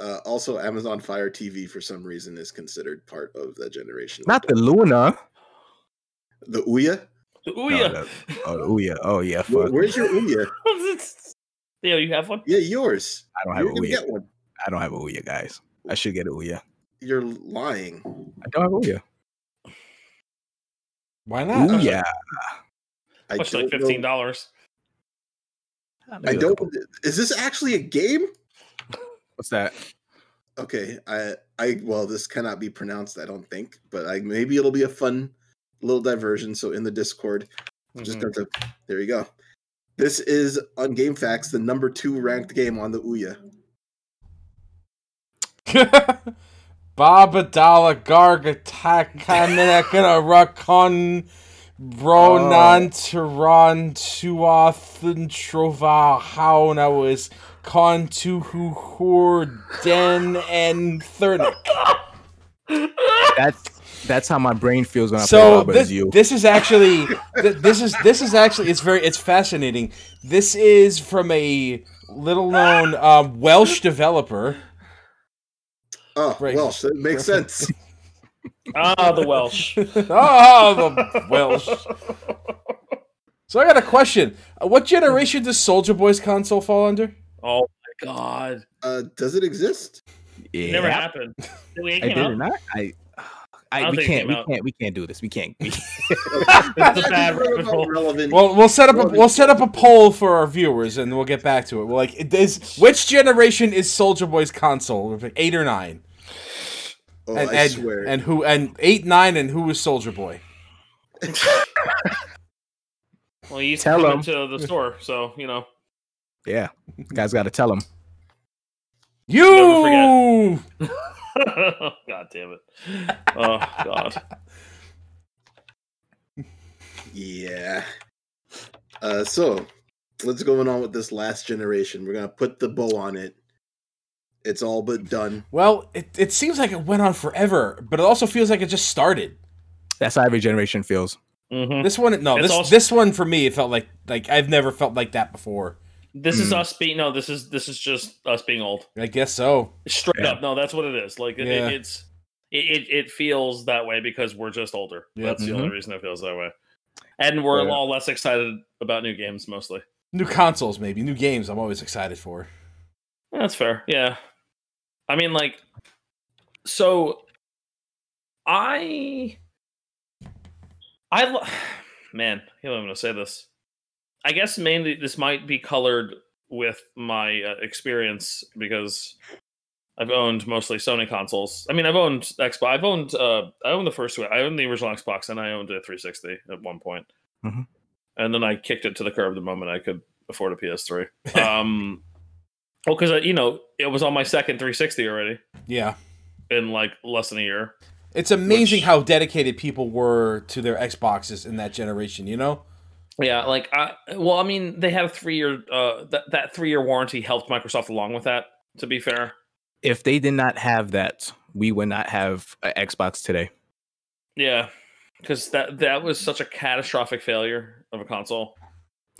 Speaker 1: Uh, also, Amazon Fire TV for some reason is considered part of that generation.
Speaker 2: Not the Luna.
Speaker 1: the Ouya.
Speaker 3: Ooh
Speaker 2: No,
Speaker 3: yeah.
Speaker 2: no. Oh yeah. Oh yeah.
Speaker 1: Where-
Speaker 2: Fuck.
Speaker 1: Where's your Ouya?
Speaker 3: Theo, you have one?
Speaker 1: Yeah, yours.
Speaker 2: I don't have
Speaker 1: You're
Speaker 2: a
Speaker 1: gonna
Speaker 2: Ouya.
Speaker 1: get one.
Speaker 2: I don't have a Ouya, guys. I should get a Ouya.
Speaker 1: You're lying.
Speaker 2: I don't have a Ouya.
Speaker 4: Why not?
Speaker 2: Ooh, yeah.
Speaker 1: I
Speaker 3: Much
Speaker 1: don't
Speaker 3: like fifteen
Speaker 1: know-
Speaker 3: dollars.
Speaker 1: I don't. Is this actually a game?
Speaker 2: What's that?
Speaker 1: Okay, I I well, this cannot be pronounced. I don't think, but I maybe it'll be a fun little diversion. So in the Discord, just
Speaker 3: Mhm.
Speaker 1: going to there you go This is on GameFAQs the number two ranked game on the Ouya.
Speaker 4: Babadala Garga Takaminakana Rakon
Speaker 2: Oh.
Speaker 4: Bronan Tiran Tuathan Trova Hauna was Con Tuhuhur Den and Thurnik.
Speaker 2: That's that's how my brain feels when I play
Speaker 4: So
Speaker 2: Baba
Speaker 4: this,
Speaker 2: as you.
Speaker 4: this is actually th- this is this is actually it's very it's fascinating. This is from a little known um, Welsh developer.
Speaker 1: Oh,
Speaker 4: Right.
Speaker 1: Welsh. That makes sense.
Speaker 3: Ah, the Welsh.
Speaker 4: Oh, the Welsh. So I got a question. Uh, What generation does Soldier Boy's console fall under?
Speaker 3: Oh my god.
Speaker 1: Uh, does it exist?
Speaker 3: It
Speaker 2: yeah,
Speaker 3: never happened. Did we- it
Speaker 2: I
Speaker 3: came
Speaker 2: did it
Speaker 3: out?
Speaker 2: not. I,
Speaker 3: I
Speaker 2: I,
Speaker 3: don't
Speaker 2: we
Speaker 3: think it
Speaker 2: can't,
Speaker 3: came
Speaker 2: we
Speaker 3: out.
Speaker 2: can't, we can't do this. We can't. We
Speaker 3: It's a
Speaker 1: That's
Speaker 3: bad
Speaker 1: really
Speaker 3: rabbit
Speaker 1: about
Speaker 3: hole.
Speaker 1: relevant.
Speaker 4: Well, we'll set up a, we'll set up a poll for our viewers, and we'll get back to it. We're like, is which generation is Soldier Boy's console? We're like, Eight or nine?
Speaker 1: oh,
Speaker 4: and,
Speaker 1: I
Speaker 4: and-
Speaker 1: swear.
Speaker 4: and who? And eight, nine, and who was Soldier Boy?
Speaker 3: Well, you used
Speaker 2: Tell
Speaker 3: to come
Speaker 2: 'em.
Speaker 3: into the store, so you know.
Speaker 2: yeah, guys, got to tell them.
Speaker 4: You.
Speaker 3: god damn it. Oh god.
Speaker 1: yeah. Uh, so, what's going on with this last generation? We're gonna put the bow on it. It's all but done.
Speaker 4: Well, it, it seems like it went on forever, but it also feels like it just started.
Speaker 2: That's how every generation feels.
Speaker 3: Mhm.
Speaker 4: This one, no,
Speaker 3: It's
Speaker 4: this
Speaker 3: also-
Speaker 4: this one for me, it felt like like I've never felt like that before.
Speaker 3: This is
Speaker 2: Mm.
Speaker 3: us being no. This is this is just us being old.
Speaker 4: I guess so.
Speaker 3: Straight
Speaker 2: Yeah.
Speaker 3: up, no. That's what it is. Like it,
Speaker 4: Yeah.
Speaker 3: it, it's it, it it feels that way because we're just older.
Speaker 4: Yep.
Speaker 3: That's the only reason it feels that way. And we're
Speaker 2: Mm-hmm. Yeah.
Speaker 3: all less excited about new games mostly.
Speaker 4: New consoles, maybe new games. I'm always excited for.
Speaker 3: That's fair. Yeah. I mean, like, so I, I, lo- man, I am going to say this. I guess mainly this might be colored with my uh, experience because I've owned mostly Sony consoles. I mean, I've owned Xbox. I've owned, uh, I owned the first two. I owned the original Xbox and I owned a 360 at one point.
Speaker 2: Mhm.
Speaker 3: And then I kicked it to the curb the moment I could afford a PS3. Um, Well, because you know it was on my second 360 already
Speaker 4: Yeah,
Speaker 3: in like less than a year.
Speaker 4: it's amazing
Speaker 3: Which-
Speaker 4: how dedicated people were to their Xboxes in that generation. You know,
Speaker 3: Yeah, like I well, I mean they had a three year uh that that three year warranty helped Microsoft along with that. To be fair,
Speaker 2: If they did not have that, we would not have a Xbox today.
Speaker 3: yeah, because that that was such a catastrophic failure of a console.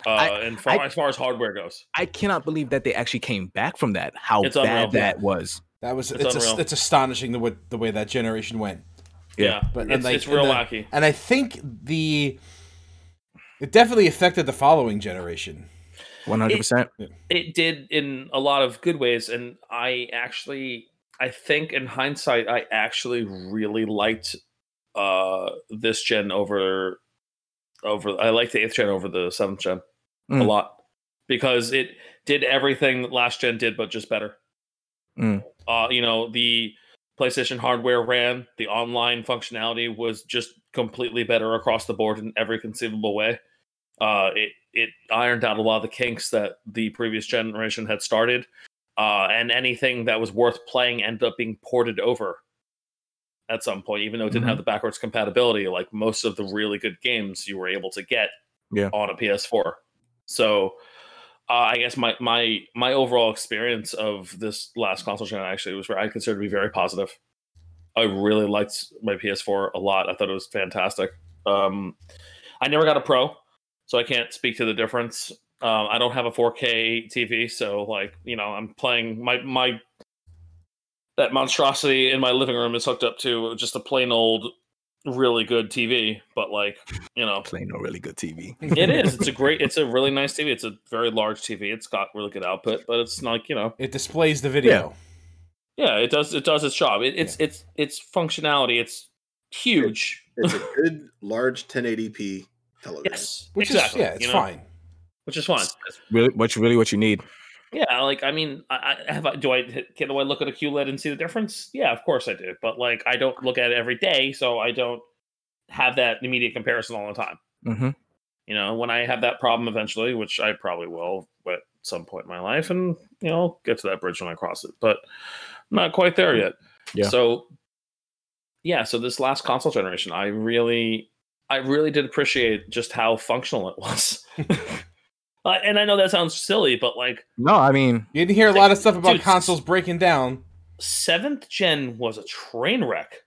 Speaker 3: Uh,
Speaker 2: I-
Speaker 3: and far,
Speaker 2: I-
Speaker 3: as far as hardware goes,
Speaker 2: I cannot believe that they actually came back from that. How
Speaker 3: It's unreal.
Speaker 2: bad that was.
Speaker 4: that was
Speaker 3: It's
Speaker 4: it's it's,
Speaker 3: unreal.
Speaker 4: it's astonishing the way the way that generation went.
Speaker 2: Yeah.
Speaker 3: yeah,
Speaker 4: But- and,
Speaker 3: it's,
Speaker 4: like,
Speaker 3: it's real
Speaker 4: and the-
Speaker 3: wacky.
Speaker 4: And I think the it definitely affected the following generation.
Speaker 2: One hundred percent.
Speaker 3: It did in a lot of good ways, and I actually, I think in hindsight, I actually really liked uh this gen over over I like the eighth gen over the seventh gen a
Speaker 2: Mm.
Speaker 3: lot because it did everything that last gen did but just better.
Speaker 2: Mm.
Speaker 3: Uh, you know, the PlayStation hardware ran, the online functionality was just completely better across the board in every conceivable way. Uh, it it ironed out a lot of the kinks that the previous generation had started, uh, and anything that was worth playing ended up being ported over at some point, even though it didn't
Speaker 2: Mm-hmm.
Speaker 3: have the backwards compatibility. Like most of the really good games you were able to get
Speaker 2: Yeah.
Speaker 3: on a PS4. So uh, I guess my my my overall experience of this last console gen actually was I consider to be very positive. I really liked my PS4 a lot. I thought it was fantastic. Um, I never got a Pro, so I can't speak to the difference. Um, I don't have a 4K TV, so like you know, I'm playing my my that monstrosity in my living room is hooked up to just a plain old, really good TV. But like you know,
Speaker 2: Playing no really good TV.
Speaker 3: it is. It's a great. It's a really nice TV. It's a very large TV. It's got really good output, but it's not like you know.
Speaker 4: It displays the video.
Speaker 3: Yeah, it does. It does its job. It, it's it's it's functionality. It's huge.
Speaker 1: It's a good large 1080p television.
Speaker 3: Yes,
Speaker 4: Which
Speaker 3: exactly.
Speaker 4: is yeah, it's
Speaker 3: you know,
Speaker 4: fine.
Speaker 3: Which is fine.
Speaker 2: Really, what's really what you need?
Speaker 3: Yeah, like I mean, I, I have. I, do I can do I look at a QLED and see the difference? Yeah, of course I do. But like, I don't look at it every day, so I don't have that immediate comparison all the time.
Speaker 2: hmm
Speaker 3: You know, when I have that problem eventually, which I probably will at some point in my life, and you know, I'll get to that bridge when I cross it, but I'm not quite there yet.
Speaker 2: Yeah.
Speaker 3: So, yeah. So this last console generation, I really, I really did appreciate just how functional it was. Uh, and I know that sounds silly, but like
Speaker 2: No, I mean,
Speaker 4: You didn't hear a lot of stuff about
Speaker 3: Dude, s-
Speaker 4: consoles breaking down.
Speaker 3: seventh gen was a train wreck.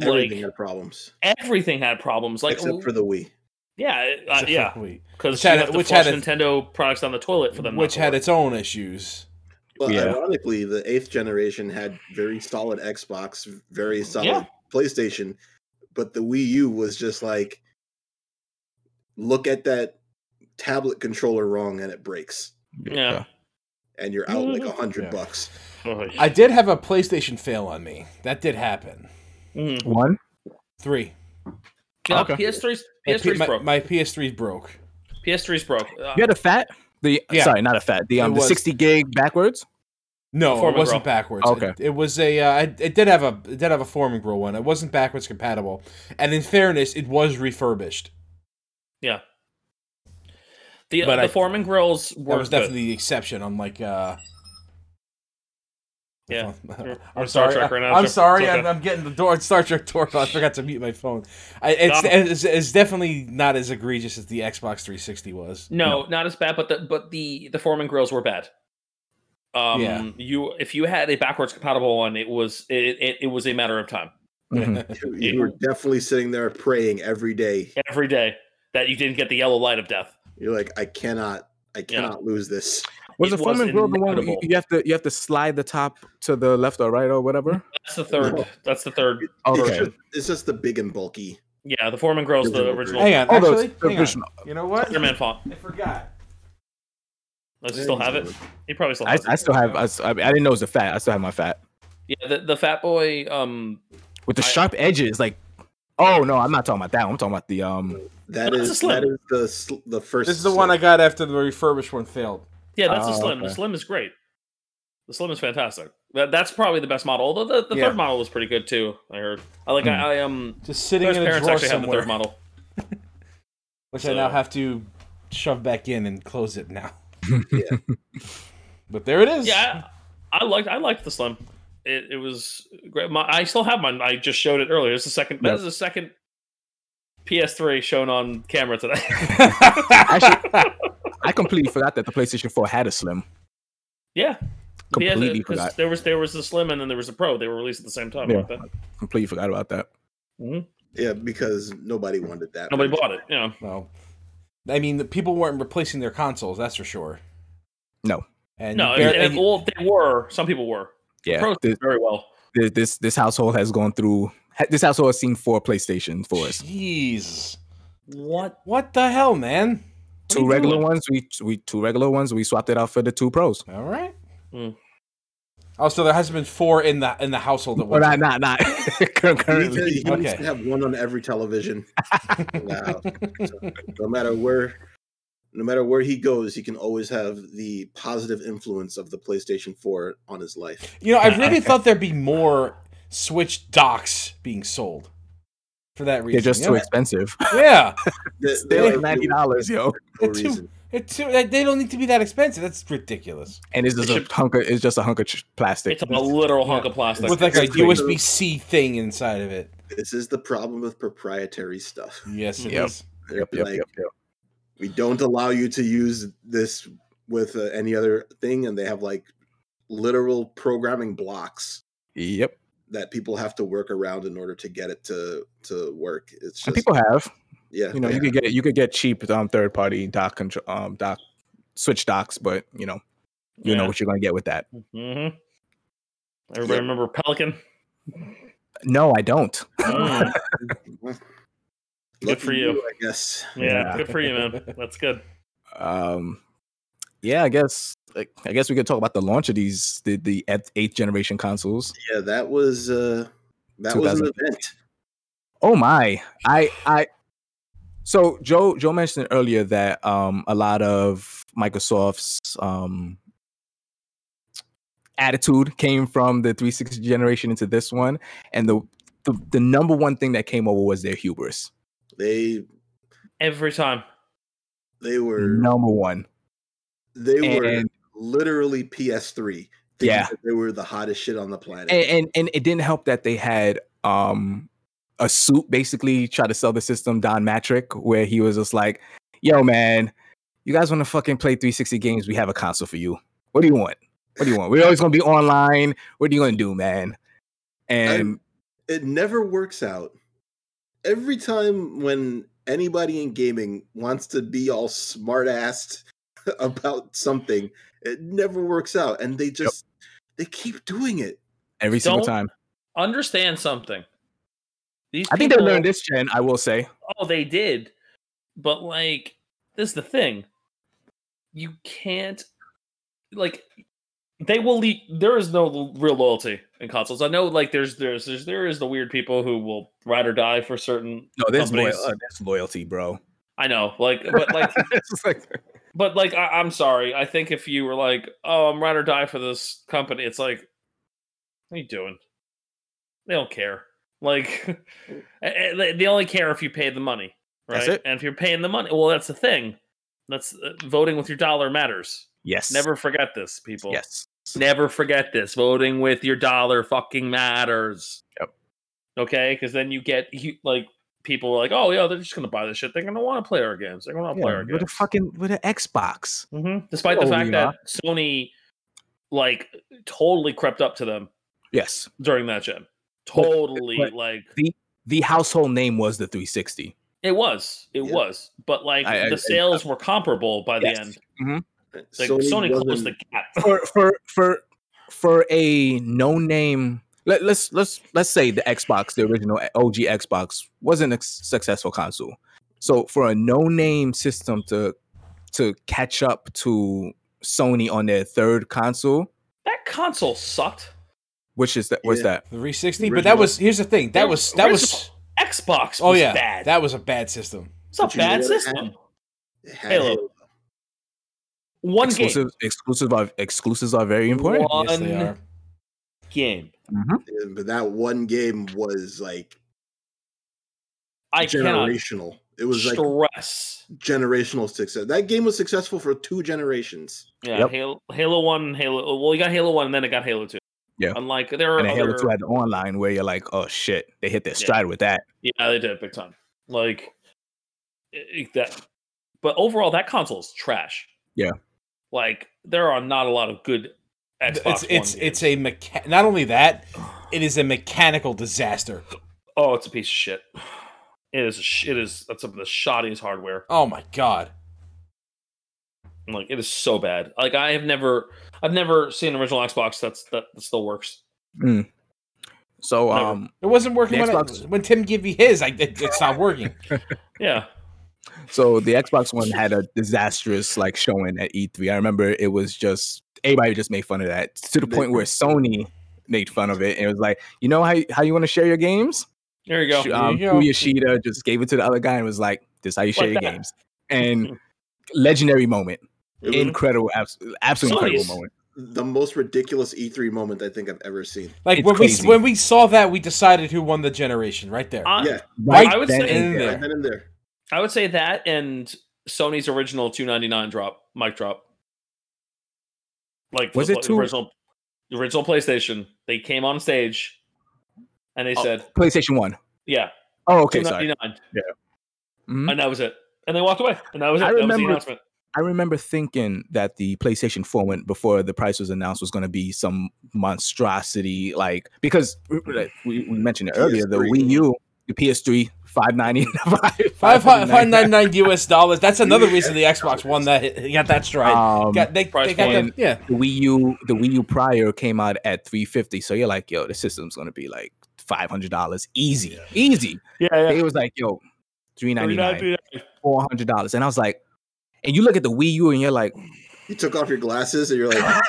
Speaker 1: Everything
Speaker 3: like
Speaker 1: had problems
Speaker 3: everything had problems. Like
Speaker 1: except for the Wii.
Speaker 3: yeah, uh, yeah,
Speaker 4: Wait.
Speaker 3: because
Speaker 4: Which had-
Speaker 3: which
Speaker 4: which
Speaker 3: had
Speaker 4: had a-
Speaker 3: Nintendo products on the toilet for them, not
Speaker 4: which
Speaker 3: to
Speaker 4: had
Speaker 3: work.
Speaker 4: its own issues.
Speaker 1: But
Speaker 2: Yeah.
Speaker 1: ironically, the eighth generation had very solid Xbox, very solid
Speaker 3: Yeah.
Speaker 1: PlayStation, but the Wii U was just like, look at that tablet controller wrong and it breaks,
Speaker 3: Yeah.
Speaker 1: and you're out like a
Speaker 3: Mm-hmm.
Speaker 1: hundred
Speaker 4: Yeah.
Speaker 1: bucks.
Speaker 3: Oh,
Speaker 4: I did have a PlayStation fail on me. That did happen.
Speaker 3: mm.
Speaker 2: one.
Speaker 4: Three.
Speaker 3: Yeah,
Speaker 2: Okay.
Speaker 3: PS3's
Speaker 4: My, P-
Speaker 3: PS3's
Speaker 4: my-
Speaker 3: broke.
Speaker 4: my PS3 broke.
Speaker 3: PS3's broke. Uh,
Speaker 2: You had a fat. The
Speaker 4: Yeah.
Speaker 2: sorry, not a fat. The
Speaker 4: It
Speaker 2: um, the
Speaker 4: was.
Speaker 2: sixty gig backwards.
Speaker 4: No,
Speaker 3: Forming
Speaker 4: it wasn't
Speaker 3: grill.
Speaker 4: backwards.
Speaker 2: Okay.
Speaker 4: it, it was a. Uh, it, it did have a. It did have a forming grill one. It wasn't backwards compatible. And in fairness, it was refurbished.
Speaker 3: the
Speaker 4: but
Speaker 3: the
Speaker 4: I-
Speaker 3: Foreman grills were
Speaker 4: That was
Speaker 3: good.
Speaker 4: definitely the exception. Unlike. Uh,
Speaker 3: Yeah. Mm-hmm.
Speaker 4: I'm,
Speaker 3: on Mm, Star
Speaker 4: sorry.
Speaker 3: Trek right now,
Speaker 4: I'm
Speaker 3: Jeff.
Speaker 4: sorry.
Speaker 3: It's okay.
Speaker 4: I'm, I'm getting the door. Star Trek door. I forgot to mute my phone. I, it's,
Speaker 3: No.
Speaker 4: it's, it's definitely not as egregious as the Xbox 360 was.
Speaker 3: No, not as bad, but the but the the Foreman grills were bad. Um,
Speaker 4: Yeah.
Speaker 3: you if you had a backwards compatible one, it was it it, it was a matter of time
Speaker 2: Mhm.
Speaker 1: You, you were definitely sitting there praying every day.
Speaker 3: every day that you didn't get the yellow light of death.
Speaker 1: You're like, I cannot, I cannot lose this.
Speaker 2: Was
Speaker 3: It
Speaker 2: the
Speaker 3: was
Speaker 2: Foreman grill the one where you,
Speaker 3: inevitable.
Speaker 2: you have to you have to slide the top to the left or right or whatever?
Speaker 3: That's the third. That's the third.
Speaker 1: It's,
Speaker 4: Oh,
Speaker 2: Okay.
Speaker 1: just, it's just the big and bulky.
Speaker 3: Yeah, the Foreman Grill's the
Speaker 1: Original
Speaker 3: original
Speaker 1: grill.
Speaker 4: Hang on.
Speaker 2: All those
Speaker 4: actually, hang on.
Speaker 2: original-
Speaker 4: You know what?
Speaker 3: Spider-Man font.
Speaker 4: I forgot.
Speaker 3: Does he still have it? He probably still
Speaker 2: I,
Speaker 3: has
Speaker 2: I
Speaker 3: it.
Speaker 2: still have. I, s- I mean, I didn't know it was a fat. I still have my fat
Speaker 3: Yeah, the, the Fat Boy. Um,
Speaker 2: with the
Speaker 3: I-
Speaker 2: sharp edges. Like, oh no, I'm not talking about that. one. I'm talking about the um.
Speaker 1: That
Speaker 3: That's a
Speaker 1: is
Speaker 3: slim.
Speaker 1: that is the sl- the first.
Speaker 4: This is the one I
Speaker 1: slim.
Speaker 4: got after the refurbished one failed.
Speaker 3: yeah, that's the
Speaker 2: Oh,
Speaker 3: Slim. The
Speaker 2: okay.
Speaker 3: Slim is great. The Slim is fantastic. That, that's probably the best model. Although the, the
Speaker 4: Yeah.
Speaker 3: third model was pretty good too. I heard. I like.
Speaker 2: Hmm.
Speaker 3: I, I um.
Speaker 4: Just sitting
Speaker 3: Claire's
Speaker 4: in a
Speaker 3: parents
Speaker 4: drawer
Speaker 3: actually had the
Speaker 4: somewhere,
Speaker 3: third model.
Speaker 4: which I now
Speaker 3: so-
Speaker 4: have to shove back in and close it now.
Speaker 1: Yeah.
Speaker 4: But there it is.
Speaker 3: Yeah, I, I liked. I liked the Slim. It, it was great. My, I still have mine. I just showed it earlier. It's the second. That
Speaker 2: Yep.
Speaker 3: is the second PS3 shown on camera today.
Speaker 4: Actually,
Speaker 2: I completely forgot that the PlayStation 4 had a slim.
Speaker 3: yeah. Yeah,
Speaker 2: Completely
Speaker 3: the- 'cause
Speaker 2: forgot.
Speaker 3: There was there was the Slim and then there was the Pro. They were released at the same time.
Speaker 2: Yeah.
Speaker 3: weren't they?
Speaker 2: Completely forgot about that.
Speaker 1: Yeah, because nobody wanted that.
Speaker 3: Nobody
Speaker 1: version.
Speaker 3: bought it. Yeah.
Speaker 4: well, I mean, the people weren't replacing their consoles. That's for sure.
Speaker 2: No.
Speaker 4: And
Speaker 3: No,
Speaker 4: you bar-
Speaker 3: and,
Speaker 4: and
Speaker 3: and,
Speaker 4: you-
Speaker 3: well, they were. Some people were.
Speaker 2: Yeah,
Speaker 3: Pros
Speaker 2: this,
Speaker 3: did very well.
Speaker 2: this this this household has gone through. ha- This household has seen four PlayStation 4s.
Speaker 4: Jeez.
Speaker 3: What?
Speaker 4: What the hell, man?
Speaker 3: are
Speaker 2: Two
Speaker 3: you
Speaker 2: regular
Speaker 3: doing?
Speaker 2: ones. We we two regular ones. We swapped it out for the two pros.
Speaker 4: All right.
Speaker 3: Hmm.
Speaker 4: Oh, so there has been four in the in the household at
Speaker 2: Well,
Speaker 4: one
Speaker 2: not
Speaker 4: time.
Speaker 2: not not
Speaker 1: He needs, to,
Speaker 2: currently.
Speaker 1: he needs
Speaker 4: Okay.
Speaker 1: to have one on every television. Wow. no matter where, no matter where he goes, he can always have the positive influence of the PlayStation 4 on his life.
Speaker 4: You know, I
Speaker 3: Uh,
Speaker 4: really thought there'd be more Switch docks being sold for that reason.
Speaker 2: They're just
Speaker 4: you
Speaker 2: too
Speaker 4: know?
Speaker 2: expensive.
Speaker 4: Yeah,
Speaker 1: Th-
Speaker 2: They're
Speaker 1: there
Speaker 2: like
Speaker 1: is no-
Speaker 2: ninety dollars, yo.
Speaker 1: no
Speaker 4: They're too-
Speaker 1: reason.
Speaker 4: They're too- they they don't need to be that expensive. That's ridiculous.
Speaker 2: And it's just
Speaker 3: It
Speaker 2: a
Speaker 3: should-
Speaker 2: hunk. Of, it's just a hunk of ch- plastic.
Speaker 3: It's a literal hunk of plastic.
Speaker 4: With like a
Speaker 1: it's like-
Speaker 4: USB C thing inside of it.
Speaker 1: This is the problem with proprietary stuff.
Speaker 4: Yes, it is.
Speaker 2: Yep.
Speaker 1: They're like, we don't allow you to use this with uh, any other thing, and they have like literal programming blocks
Speaker 2: Yep.
Speaker 1: that people have to work around in order to get it to to work. It's
Speaker 2: And
Speaker 1: just
Speaker 2: people have.
Speaker 1: yeah,
Speaker 2: You know, you could get you could get cheap um, third party dock control um, dock switch docks, but you know you know what you're gonna get with that.
Speaker 3: hmm Everybody
Speaker 1: Yeah.
Speaker 3: remember Pelican?
Speaker 2: No, I don't.
Speaker 3: Mm,
Speaker 1: Lucky
Speaker 3: for you.
Speaker 1: I guess.
Speaker 3: yeah,
Speaker 2: Yeah.
Speaker 3: good for you, man. That's good.
Speaker 2: um yeah i guess like, i guess we could talk about the launch of these the, the eighth- eighth generation consoles
Speaker 1: Yeah, that was uh that was an
Speaker 2: 2000.
Speaker 1: event.
Speaker 2: oh my i i so joe joe mentioned earlier that um a lot of microsoft's um attitude came from the 360 generation into this one and the the, the number one thing that came over was their hubris
Speaker 1: They
Speaker 3: every time.
Speaker 1: They were
Speaker 2: Number one.
Speaker 1: they were
Speaker 2: And,
Speaker 1: literally PS3. thinking
Speaker 2: Yeah.
Speaker 1: that they were the hottest shit on the planet.
Speaker 2: and and and it didn't help that they had um a suit basically try to sell the system Don Matrick, where he was just like, "Yo, man, you guys want to fucking play 360 games? We have a console for you. What do you want? What do you want? We're always gonna be online. What are you gonna do, man?" And
Speaker 1: it never works out. Every time when anybody in gaming wants to be all smart assed about something, it never works out. And they just they keep doing it.
Speaker 2: every single
Speaker 3: Don't-
Speaker 2: time,
Speaker 3: Understand something. These
Speaker 2: I think they
Speaker 3: people-
Speaker 2: learned this, Jen. I will say,
Speaker 3: Oh, they did. But like, this is the thing. You can't like they will leave there is no l- real loyalty in consoles. I know like there's there's there's there is the weird people who will ride or die for certain
Speaker 2: no, there's loyal,
Speaker 3: Companies-
Speaker 2: uh, there's loyalty, bro.
Speaker 3: I know, like but like
Speaker 2: It's just like-
Speaker 3: but like I, I'm sorry. I think if you were like, oh I'm ride or die for this company, it's like what are you doing? They don't care. Like eh, eh, they they only care if you pay the money. Right.
Speaker 2: That's it.
Speaker 3: And if you're paying the money, well, that's the thing. That's uh, voting with your dollar matters.
Speaker 2: yes,
Speaker 3: Never forget this, people.
Speaker 2: yes,
Speaker 3: Never forget this. Voting with your dollar fucking matters.
Speaker 2: Yep.
Speaker 3: Okay, because then you get hu- like people are like, oh yeah, they're just gonna buy this shit. They're gonna want to play our games. They're gonna want to play
Speaker 2: yeah,
Speaker 3: our
Speaker 2: with a
Speaker 3: games.
Speaker 2: fucking with an Xbox.
Speaker 3: Mhm. Despite the
Speaker 2: Oh,
Speaker 3: fact
Speaker 2: yeah.
Speaker 3: that Sony like totally crept up to them
Speaker 2: Yes,
Speaker 3: during that gen. Totally
Speaker 2: but-
Speaker 3: like
Speaker 2: the household name was the 360.
Speaker 3: it was. It
Speaker 1: Yeah.
Speaker 3: was. But like
Speaker 2: I- I- I-
Speaker 3: the sales were comparable by the
Speaker 2: Yes.
Speaker 3: end. Like
Speaker 1: So
Speaker 3: Sony, closed the
Speaker 1: wasn't-
Speaker 3: gap.
Speaker 2: For for for for a no name let, let's let's let's say the Xbox, the original OG Xbox wasn't a successful console. So for a no name system to to catch up to Sony on their third console,
Speaker 3: That console sucked.
Speaker 2: which is that what's
Speaker 1: Yeah.
Speaker 2: that?
Speaker 4: The 360, but that
Speaker 1: Original.
Speaker 4: was here's the thing. That
Speaker 3: They're
Speaker 4: was that was
Speaker 3: Xbox was
Speaker 4: oh yeah,
Speaker 3: bad.
Speaker 4: that was a bad system.
Speaker 3: it's a
Speaker 1: But you know what
Speaker 3: bad
Speaker 1: it
Speaker 3: system.
Speaker 1: had? It had
Speaker 3: Halo. One game.
Speaker 2: Exclusives exclusives are exclusives are very important.
Speaker 3: One
Speaker 4: Yes, they are.
Speaker 3: game.
Speaker 1: Halo, But that one game was like
Speaker 3: I cannot
Speaker 1: generational. It was like
Speaker 3: stress.
Speaker 1: generational success. That game was successful for two generations.
Speaker 3: Yeah,
Speaker 2: Yep.
Speaker 3: Halo, Halo One, Halo. Well, you got Halo One, and then it got Halo Two.
Speaker 2: Yeah.
Speaker 3: unlike there are
Speaker 2: And then
Speaker 3: other.
Speaker 2: Halo 2 had the online where you're like, oh shit, they hit their
Speaker 3: Yeah.
Speaker 2: stride with that.
Speaker 3: Yeah, they did big time. Like it- it- that, but overall, that console is trash.
Speaker 2: Yeah.
Speaker 3: like there are not a lot of good Xbox
Speaker 4: It's it's
Speaker 3: One
Speaker 4: it's
Speaker 3: games.
Speaker 4: a mecha- not only that, it is a mechanical disaster.
Speaker 3: oh, it's a piece of shit. It is. a sh- It is. That's some of the shoddiest hardware.
Speaker 4: Oh my god.
Speaker 3: Like it is so bad. Like I have never, I've never seen an original Xbox that's that, that still works.
Speaker 2: So
Speaker 3: Never.
Speaker 2: um
Speaker 4: It wasn't working
Speaker 2: The
Speaker 4: when, I-
Speaker 2: Xbox-
Speaker 4: when Tim gave me his. I, it, it's not working.
Speaker 3: Yeah,
Speaker 2: So the Xbox One had a disastrous like showing at E3. I remember it was just everybody just made fun of that to the
Speaker 1: They-
Speaker 2: point where Sony made fun of it. And it was like, you know how how you want to share your games?
Speaker 3: there you go.
Speaker 2: Sh-
Speaker 4: There
Speaker 2: Um,
Speaker 4: you go.
Speaker 2: Yoshida just gave it to the other guy and was like, "This is how you share
Speaker 3: Like
Speaker 2: your
Speaker 3: that.
Speaker 2: games." And legendary moment,
Speaker 1: It was
Speaker 3: In-
Speaker 2: incredible, abs- absolutely
Speaker 3: Sony's-
Speaker 2: incredible moment.
Speaker 1: the most ridiculous E3 moment I think I've ever seen.
Speaker 4: Like
Speaker 2: It's
Speaker 4: when
Speaker 2: crazy.
Speaker 4: we when we saw that, we decided who won the generation right there.
Speaker 3: I-
Speaker 1: yeah,
Speaker 2: Right
Speaker 3: I would
Speaker 2: then
Speaker 3: say-
Speaker 2: and
Speaker 4: In
Speaker 2: there.
Speaker 1: right then and there.
Speaker 3: I would say that and Sony's original 299 drop, mic drop. Like
Speaker 2: Was
Speaker 3: the,
Speaker 2: it two-
Speaker 3: original the original PlayStation. They came on stage and they
Speaker 2: Oh.
Speaker 3: said,
Speaker 2: PlayStation One.
Speaker 3: Yeah,
Speaker 2: Oh, okay, sorry.
Speaker 3: 299.
Speaker 2: Mhm.
Speaker 3: And that was it. And they walked away. And that was it.
Speaker 2: I
Speaker 3: that was the
Speaker 2: remember-
Speaker 3: announcement.
Speaker 2: I remember thinking that the PlayStation 4 went before the price was announced was going to be some monstrosity, like because we, we we mentioned it earlier, the
Speaker 1: PS3.
Speaker 2: Wii U, the PS3, five ninety five
Speaker 4: Five five ninety nine US dollars. That's another reason the Xbox won that. He got that stride.
Speaker 2: Um,
Speaker 4: got, they,
Speaker 3: price
Speaker 4: they got
Speaker 2: point.
Speaker 4: the, yeah.
Speaker 2: the Wii U, the Wii U prior came out at three fifty, so you're like, yo, the system's going to be like five hundred dollars, easy, easy.
Speaker 3: Yeah, yeah.
Speaker 2: They was like, yo, three ninety nine,
Speaker 3: 399.
Speaker 2: four hundred dollars, and I was like, and you look at the Wii U and you're like,
Speaker 1: You took off your glasses and you're like,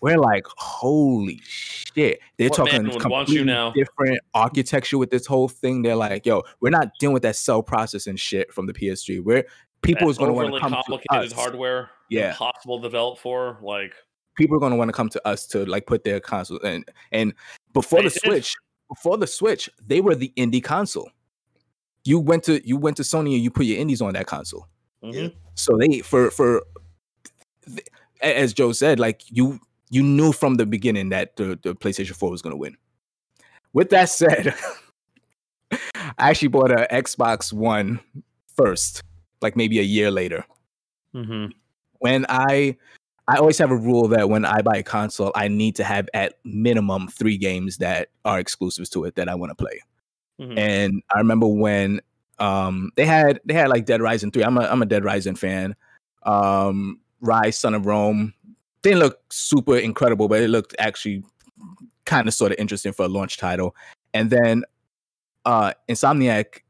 Speaker 2: we're like, holy shit. They're
Speaker 3: What
Speaker 2: talking
Speaker 3: man would want
Speaker 2: completely
Speaker 3: you now?
Speaker 2: different architecture with this whole thing. They're like, yo, we're not dealing with that cell processing shit from the PS3. We're people
Speaker 3: That
Speaker 2: is going to want to
Speaker 3: overly
Speaker 2: come to us.
Speaker 3: complicated hardware.
Speaker 2: Yeah.
Speaker 3: Impossible to develop for. Like
Speaker 2: People are going to want to come to us to like put their console and and before
Speaker 3: They
Speaker 2: the
Speaker 3: did.
Speaker 2: Switch, before the Switch, they were the indie console. you went to you went to Sony and you put your indies on that console.
Speaker 3: Mhm.
Speaker 2: So they for for th- as Joe said, like you you knew from the beginning that the, the PlayStation 4 was going to win. With that said, I actually bought a Xbox One first, like maybe a year later.
Speaker 3: Mhm.
Speaker 2: When I I always have a rule that when I buy a console, I need to have at minimum 3 games that are exclusives to it that I want to play
Speaker 3: Mhm.
Speaker 2: and I remember when um they had they had like Dead Rising three. I'm a I'm a Dead Rising fan. Um, Rise Son of Rome didn't look super incredible, but it looked actually kind of sort of interesting for a launch title. And then uh Insomniac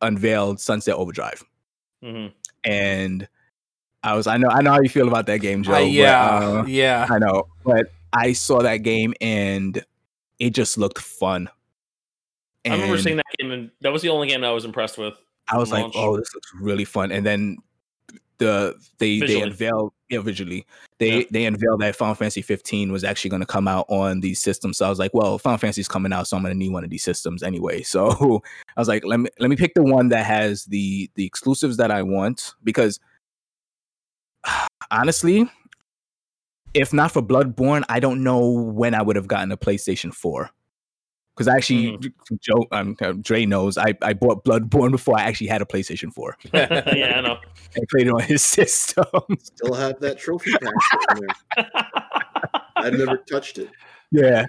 Speaker 2: unveiled Sunset Overdrive,
Speaker 3: Mhm.
Speaker 2: and I was I know I know how you feel about that game, Joe.
Speaker 4: I-
Speaker 2: but,
Speaker 4: yeah,
Speaker 2: uh,
Speaker 4: yeah.
Speaker 2: I know, but I saw that game and it just looked fun.
Speaker 3: I remember
Speaker 2: And-
Speaker 3: seeing that game, and that was the only game that I was impressed with.
Speaker 2: I was
Speaker 3: launch.
Speaker 2: like, oh, this looks really fun. And then the they
Speaker 3: Visually.
Speaker 2: they unveiled yeah, visually they
Speaker 3: Yeah.
Speaker 2: they unveiled that Final Fantasy 15 was actually going to come out on these systems. So I was like, well, Final Fantasy's coming out, so I'm going to need one of these systems anyway. So I was like, let me let me pick the one that has the the exclusives that I want because honestly, if not for Bloodborne, I don't know when I would have gotten a PlayStation 4. Because actually,
Speaker 3: Mm-hmm.
Speaker 2: Joe, um, uh, Dre knows I, I bought Bloodborne before I actually had a PlayStation 4 uh,
Speaker 3: yeah, I know.
Speaker 2: and played it on his system.
Speaker 1: Still have that trophy pack. sitting there. I never touched it.
Speaker 2: yeah,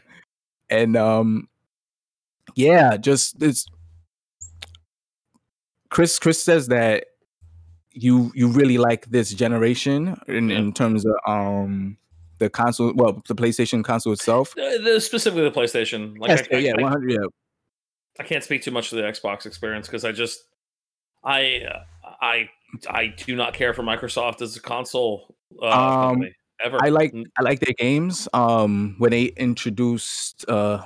Speaker 2: and um, yeah, just this. Chris Chris says that you you really like this generation in,
Speaker 3: Yeah.
Speaker 2: in terms of um the console, well, the PlayStation console itself.
Speaker 3: The- Uh, the- specifically the PlayStation. Like,
Speaker 2: Yes,
Speaker 3: I, I-
Speaker 2: yeah,
Speaker 3: I-
Speaker 2: one hundred. Yeah,
Speaker 3: I can't speak too much to the Xbox experience because I just I uh, I I do not care for Microsoft as a console uh,
Speaker 2: Um,
Speaker 3: company ever.
Speaker 2: I like
Speaker 3: N-
Speaker 2: I like their games. Um, when they introduced uh,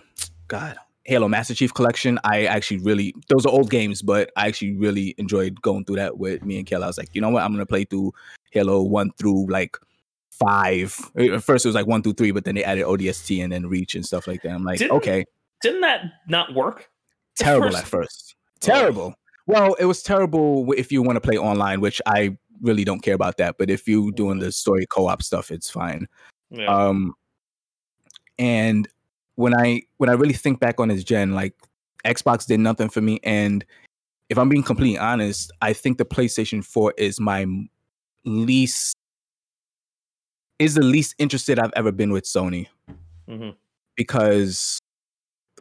Speaker 2: God, Halo Master Chief Collection, I actually really those are old games, but I actually really enjoyed going through that with me and Kayla. I was like, you know what, I'm gonna play through Halo one through like five. Eh, At first it was like one through three, but then they added ODST and then Reach and stuff like that. I'm like,
Speaker 3: Didn't-
Speaker 2: okay,
Speaker 3: didn't that not work? The
Speaker 2: terrible
Speaker 3: first- Oh.
Speaker 2: at first. Terrible. Well, it was terrible w- if you want to play online, which I really don't care about that. But if you doing the story co-op stuff, it's fine.
Speaker 3: Yeah.
Speaker 2: Um, and when I when I really think back on this gen, like Xbox did nothing for me. And if I'm being completely honest, I think the PlayStation 4 is my m- least is the least interested I've ever been with Sony
Speaker 3: Mhm.
Speaker 2: because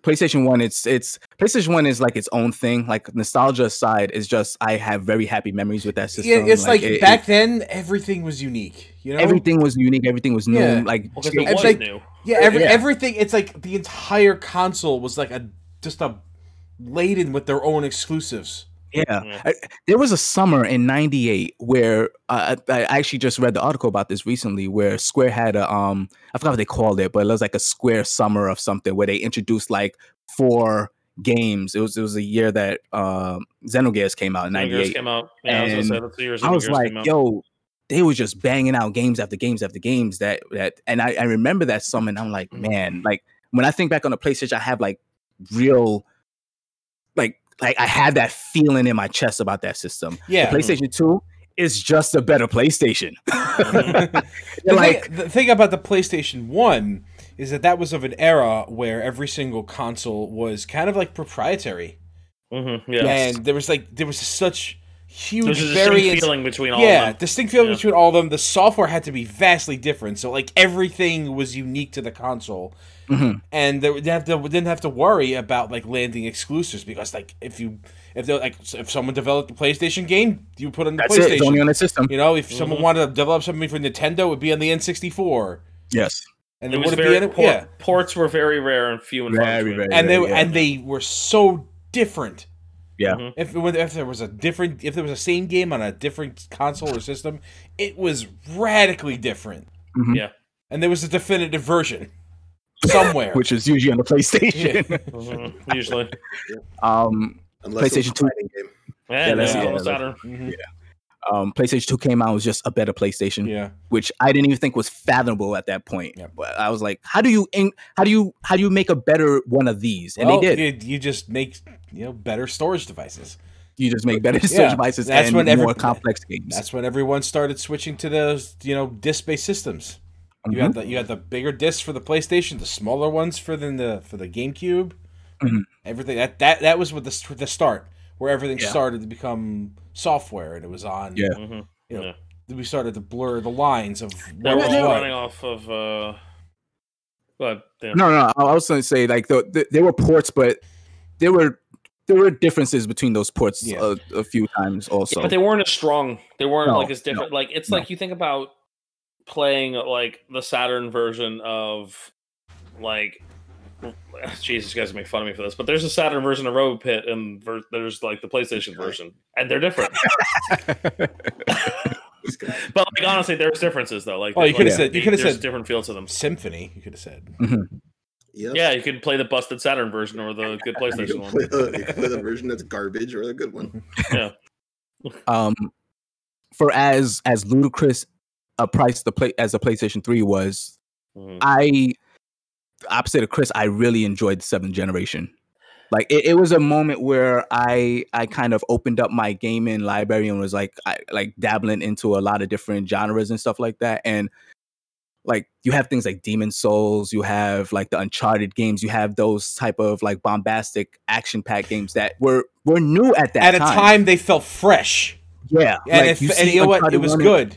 Speaker 2: PlayStation 1 it's it's PlayStation 1 is like its own thing. Like nostalgia aside, it's just I have very happy memories with that system.
Speaker 4: Yeah, it's like,
Speaker 2: it- it-
Speaker 4: back then everything was unique. You know,
Speaker 2: everything was unique, everything was new.
Speaker 4: Yeah.
Speaker 2: Like
Speaker 3: Well, 'cause it
Speaker 4: it's
Speaker 3: was
Speaker 4: like-
Speaker 3: new.
Speaker 4: Yeah, every,
Speaker 2: Yeah.
Speaker 4: everything. It's like the entire console was like a just a laden with their own exclusives.
Speaker 2: Yeah.
Speaker 3: Yeah.
Speaker 2: I, there was a summer in 98 where uh, I, I actually just read the article about this recently where Square had a, um, I forgot what they called it, but it was like a Square summer of something where they introduced like four games. It was, it was a year that uh, Xenogears came out in
Speaker 3: Metal Gears
Speaker 2: 98.
Speaker 3: came out. Yeah, I was gonna say
Speaker 2: and
Speaker 3: that's the years
Speaker 2: I
Speaker 3: Metal
Speaker 2: was
Speaker 3: Gears
Speaker 2: like,
Speaker 3: came out.
Speaker 2: yo, they was just banging out games after games after games that that and I, I remember that some and I'm like, man, like when I think back on the PlayStation, I have like real like like I had that feeling in my chest about that system.
Speaker 4: Yeah,
Speaker 3: Mhm.
Speaker 2: PlayStation 2 is just a better PlayStation.
Speaker 4: the,
Speaker 2: like
Speaker 4: thing, the thing about the PlayStation One is that that was of an era where every single console was kind of like proprietary,
Speaker 3: Mhm, Yeah,
Speaker 4: and there was like there was such huge
Speaker 3: there's a distinct
Speaker 4: variance.
Speaker 3: feeling between all
Speaker 4: yeah,
Speaker 3: of them.
Speaker 4: distinct feeling
Speaker 3: Yeah.
Speaker 4: between all of them. The software had to be vastly different, so like everything was unique to the console.
Speaker 2: Mhm.
Speaker 4: and they would have to, didn't have to worry about like landing exclusives because like if you if they like s- if someone developed a PlayStation game, you put it on the
Speaker 2: that's it. It's
Speaker 4: PlayStation.
Speaker 2: only on the system.
Speaker 4: you know, if someone
Speaker 3: Mhm.
Speaker 4: wanted to develop something for Nintendo, it would be on the N64,
Speaker 2: Yes.
Speaker 4: and
Speaker 3: It
Speaker 4: it
Speaker 3: was
Speaker 4: would be
Speaker 3: very
Speaker 4: any,
Speaker 3: port-
Speaker 4: yeah,
Speaker 3: ports were very rare and few and far
Speaker 2: Very,
Speaker 3: between.
Speaker 2: very,
Speaker 4: and they
Speaker 2: very, yeah.
Speaker 4: and they were so different.
Speaker 2: Yeah.
Speaker 3: Mhm.
Speaker 4: If it, were- if there was a different if there was a same game on a different console or system, it was radically different.
Speaker 2: Mhm.
Speaker 3: Yeah.
Speaker 4: and there was a definitive version somewhere.
Speaker 2: which is usually on the PlayStation.
Speaker 3: Mhm, Usually,
Speaker 2: um
Speaker 1: Unless it was
Speaker 2: PlayStation
Speaker 1: a
Speaker 2: 2.
Speaker 1: fighting game.
Speaker 3: yeah,
Speaker 2: Yeah,
Speaker 3: this
Speaker 2: that's-
Speaker 3: is
Speaker 2: yeah,
Speaker 3: on the
Speaker 2: that's-
Speaker 3: Saturn.
Speaker 4: Mhm.
Speaker 2: um PlayStation 2 came out it was just a better PlayStation.
Speaker 4: yeah.
Speaker 2: which I didn't even think was fathomable at that point.
Speaker 4: Yep.
Speaker 2: But I was like, how do you in, how do you how do you make a better one of these? And
Speaker 4: Well,
Speaker 2: they did.
Speaker 4: You, you just make you know better storage devices.
Speaker 2: you just make better
Speaker 4: Yeah,
Speaker 2: search devices
Speaker 4: that's
Speaker 2: and
Speaker 4: when every-
Speaker 2: more complex games.
Speaker 4: That's when everyone started switching to those, you know, disc-based systems. You
Speaker 2: Mhm.
Speaker 4: had the you had the bigger discs for the PlayStation, the smaller ones for the, the for the GameCube.
Speaker 2: Mhm.
Speaker 4: Everything that that that was with the st- the start where everything
Speaker 2: Yeah.
Speaker 4: started to become software, and it was on.
Speaker 2: Yeah.
Speaker 3: hmm
Speaker 4: You know,
Speaker 3: Yeah.
Speaker 4: we started to blur the lines of
Speaker 3: That
Speaker 4: what
Speaker 3: was
Speaker 4: was
Speaker 3: running
Speaker 4: what.
Speaker 3: off of. Uh, but yeah.
Speaker 2: No, no, I I was going to say like the, the, there were ports, but there were there were differences between those ports
Speaker 4: Yeah.
Speaker 2: a, a few times also.
Speaker 3: Yeah, but they weren't as strong. They weren't
Speaker 2: No,
Speaker 3: like as different. Like it's
Speaker 2: no.
Speaker 3: like you think about playing like the Saturn version of like Jesus, you guys make fun of me for this, but there's a Saturn version of Road Pit, and ver- there's like the PlayStation version, and they're different.
Speaker 1: This guy.
Speaker 3: but like honestly, there's differences though. Like
Speaker 4: Oh, you
Speaker 3: there's,
Speaker 4: coulda
Speaker 3: like,
Speaker 4: said- you
Speaker 3: the-
Speaker 4: coulda
Speaker 3: there's
Speaker 4: said-
Speaker 3: different feel to them.
Speaker 4: Symphony, you could have said.
Speaker 1: Yep.
Speaker 3: Yeah, you can play the busted Saturn version or the good
Speaker 1: You
Speaker 3: PlayStation
Speaker 1: can
Speaker 3: one.
Speaker 1: play the, you can play the version that's garbage or the good one.
Speaker 2: um, for as as ludicrous a price the play as the PlayStation Three was,
Speaker 3: Mhm.
Speaker 2: I opposite of Chris, I really enjoyed the seventh generation. Like it, it was a moment where I I kind of opened up my gaming library and was like I like dabbling into a lot of different genres and stuff like that. And like you have things like Demon Souls, you have like the Uncharted games, you have those type of like bombastic action pack games that were were new at that
Speaker 4: At a time they felt fresh,
Speaker 2: Yeah,
Speaker 4: and,
Speaker 2: like,
Speaker 4: it, and you know what? It
Speaker 2: Uncharted
Speaker 4: was
Speaker 2: 1 and-
Speaker 4: good.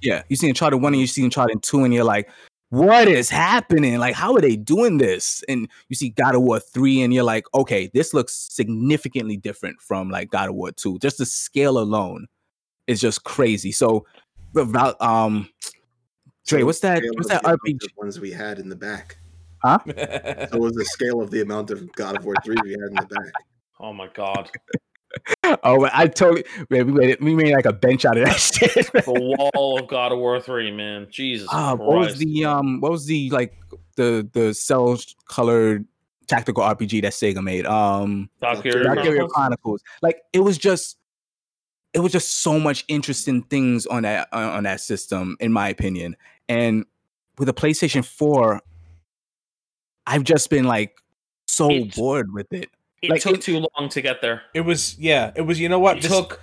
Speaker 2: yeah, you see Uncharted one and you see Uncharted two, and you're like, what is happening? Like, how are they doing this? And you see God of War three, and you're like, okay, this looks significantly different from like God of War two. Just the scale alone is just crazy. So, the val- um, Dre, what's that?
Speaker 1: Scale
Speaker 2: What's
Speaker 1: of
Speaker 2: that
Speaker 1: the amount
Speaker 2: RPG?
Speaker 1: of Ones we had in the back.
Speaker 4: yeah,
Speaker 1: That was the scale of the amount of God of War three we had in the back.
Speaker 3: Oh my god,
Speaker 2: Oh, well, I totally. Man, we made it, we made like a bench out of that shit.
Speaker 3: the wall of God of War three, man, Jesus
Speaker 2: Uh,
Speaker 3: Christ.
Speaker 2: what was the um? What was the like the the cell colored tactical RPG that Sega made? Um.
Speaker 1: Valkyria
Speaker 3: Valkyria
Speaker 2: Valkyria
Speaker 3: Chronicles?
Speaker 2: Chronicles. Like it was just it was just so much interesting things on that on on that system, in my opinion. And with the PlayStation 4, I've just been like so
Speaker 3: It's-
Speaker 2: bored with it.
Speaker 3: It
Speaker 2: Like,
Speaker 3: took
Speaker 2: it- Uh,
Speaker 3: too long to get there.
Speaker 4: it was. Yeah, it was. You know what?
Speaker 3: It
Speaker 4: This,
Speaker 3: took.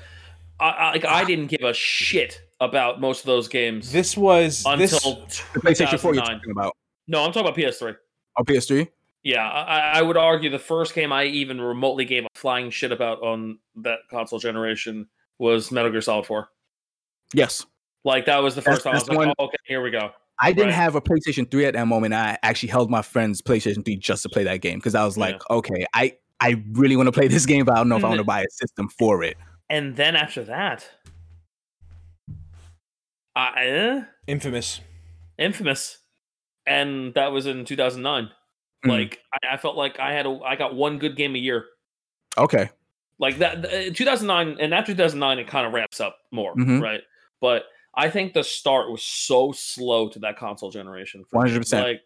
Speaker 3: I, I, like I didn't give a shit about most of those games
Speaker 4: this was
Speaker 3: until.
Speaker 4: this.
Speaker 2: The PlayStation 4 you're
Speaker 3: 2009.
Speaker 2: talking about.
Speaker 3: No, I'm talking about PS3.
Speaker 2: Or PS3?
Speaker 3: Yeah, I, I- I would argue the first game I even remotely gave a flying shit about on that console generation was Metal Gear Solid 4.
Speaker 2: Yes.
Speaker 3: Like that was the
Speaker 2: That's-
Speaker 3: first time I
Speaker 2: that's
Speaker 3: was like,
Speaker 2: one-
Speaker 3: oh, okay, here we go.
Speaker 2: I didn't
Speaker 3: Right.
Speaker 2: have a PlayStation 3 at that moment. I actually held my friend's PlayStation 3 just to play that game because I was
Speaker 3: Yeah.
Speaker 2: like, okay, I I really want to play this game, but I don't know if I want to
Speaker 3: Mhm.
Speaker 2: buy a system for it.
Speaker 3: And then after that, I eh?
Speaker 4: Infamous.
Speaker 3: Infamous, and that was in 2009.
Speaker 2: Mhm.
Speaker 3: Like I, I felt like I had a, I got one good game a year.
Speaker 2: Okay.
Speaker 3: like that uh, 2009 and after 2009 it kind of ramps up more
Speaker 2: Mhm.
Speaker 3: right but i think the start was so slow to that console generation for me.
Speaker 2: 100%.
Speaker 3: like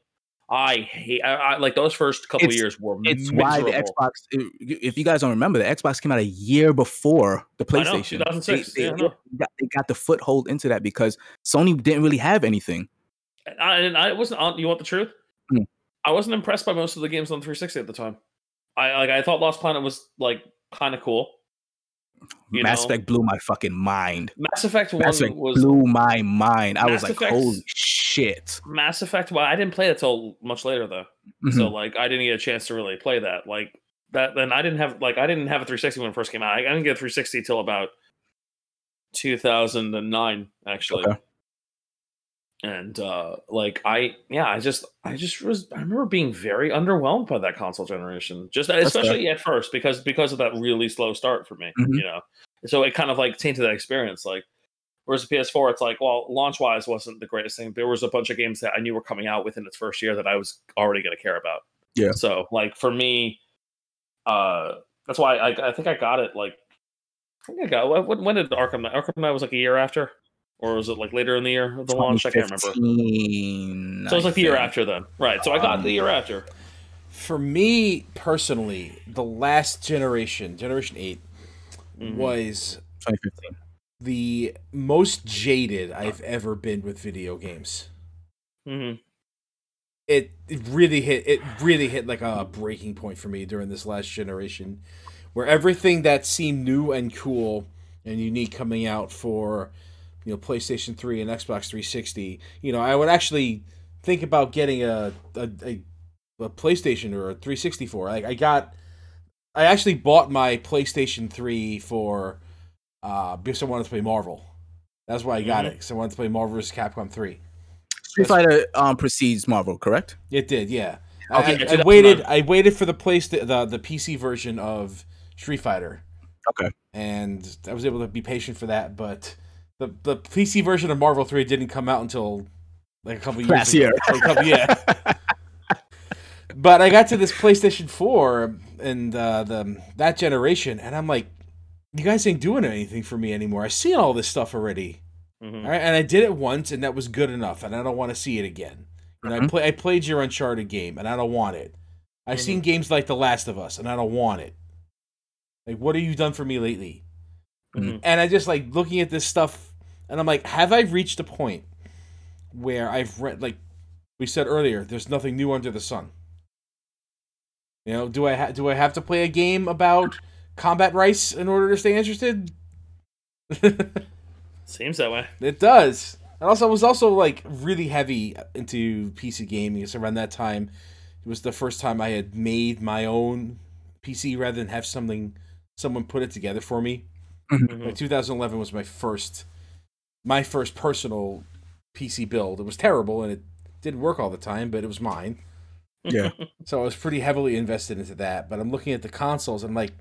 Speaker 3: i hate I, I like those first couple
Speaker 2: It's-
Speaker 3: years were
Speaker 2: it's why
Speaker 3: miserable.
Speaker 2: the Xbox. i- If you guys don't remember, the Xbox came out a year before the
Speaker 3: I know,
Speaker 2: PlayStation.
Speaker 3: 2006,
Speaker 2: They, they-
Speaker 3: yeah, I know.
Speaker 2: they got, they got the foothold into that because Sony didn't really have anything.
Speaker 3: And I, and I wasn't on you want the truth
Speaker 2: Mm.
Speaker 3: i wasn't impressed by most of the games on 360 at the time i like i thought lost planet was like kind of cool You
Speaker 2: Mass
Speaker 3: know?
Speaker 2: Effect blew my fucking mind.
Speaker 3: mass effect 1
Speaker 2: Mass Effect
Speaker 3: was
Speaker 2: blew my mind. I was
Speaker 3: Mass
Speaker 2: like,
Speaker 3: Effect's-
Speaker 2: holy shit.
Speaker 3: mass effect well i didn't play it till much later though So
Speaker 2: Mhm.
Speaker 3: like I didn't get a chance to really play that. Like that then I didn't have like I didn't have a 360 when it first came out. I, I didn't get a 360 till about 2009 actually.
Speaker 2: Okay.
Speaker 3: And uh like I yeah, I just I just was I remember being very underwhelmed by that console generation. Just
Speaker 2: fair.
Speaker 3: especially at first because because of that really slow start for me,
Speaker 2: Mhm.
Speaker 3: you know. So it kind of like tainted that experience like Whereas the PS4, it's like, well, launch wise wasn't the greatest thing. There was a bunch of games that I knew were coming out within its first year that I was already going to care about.
Speaker 2: Yeah.
Speaker 3: So, like for me, uh, that's why I, I think I got it. Like, I think I got when, when did Arkham Knight? Arkham Knight was like a year after, or was it like later in the year of the launch? I can't remember.
Speaker 2: 2015,
Speaker 3: So it was like the year
Speaker 2: I
Speaker 3: after then, right? So I got it the
Speaker 4: Um,
Speaker 3: year after.
Speaker 4: For me personally, the last generation, Generation 8,
Speaker 3: Mhm.
Speaker 4: was
Speaker 2: think. 2015.
Speaker 4: the most jaded I've ever been with video games.
Speaker 3: Mhm.
Speaker 4: It, it really hit it really hit like a breaking point for me during this last generation where everything that seemed new and cool and unique coming out for you know PlayStation 3 and Xbox 360, you know, I would actually think about getting a a, a, a PlayStation or a 364. Like I got I actually bought my PlayStation 3 for uh because I wanted to play Marvel. That's why I got it, 'cause it because I wanted to play Marvel vs. Capcom 3.
Speaker 2: Street Fighter um, precedes Marvel, correct?
Speaker 4: It did, yeah.
Speaker 2: Okay,
Speaker 4: I-
Speaker 3: yeah,
Speaker 4: I, I
Speaker 3: 2009.
Speaker 4: waited. I waited for the place the, the the PC version of Street Fighter.
Speaker 2: Okay.
Speaker 4: And I was able to be patient for that, but the the PC version of Marvel Three didn't come out until like a couple years
Speaker 2: Last
Speaker 4: ago.
Speaker 2: year.
Speaker 4: Like a couple- yeah. but I got to this PlayStation Four and uh, the that generation, and I'm like, you guys ain't doing anything for me anymore. I've seen all this stuff already.
Speaker 3: Mm-hmm.
Speaker 4: All right, and I did it once, and that was good enough, and I don't want to see it again. You know, I
Speaker 2: Mhm.
Speaker 4: play I played your Uncharted game, and I don't want it. I've seen games like The Last of Us, and I don't want it. Like, what have you done for me lately?
Speaker 3: Mm-hmm.
Speaker 2: Mhm.
Speaker 4: And I just like looking at this stuff, and I'm like, have I reached a point where I've read like we said earlier? There's nothing new under the sun. You know, do I ha- do I have to play a game about combat rice in order to stay interested?
Speaker 3: Seems that way.
Speaker 4: It does. And also, I was also like really heavy into PC gaming. So around that time, it was the first time I had made my own PC rather than have something someone put it together for me.
Speaker 3: Mhm.
Speaker 4: Like 2011 was my first, my first personal PC build. It was terrible and it didn't work all the time, but it was mine.
Speaker 2: Yeah.
Speaker 4: So I was pretty heavily invested into that. But I'm looking at the consoles and like,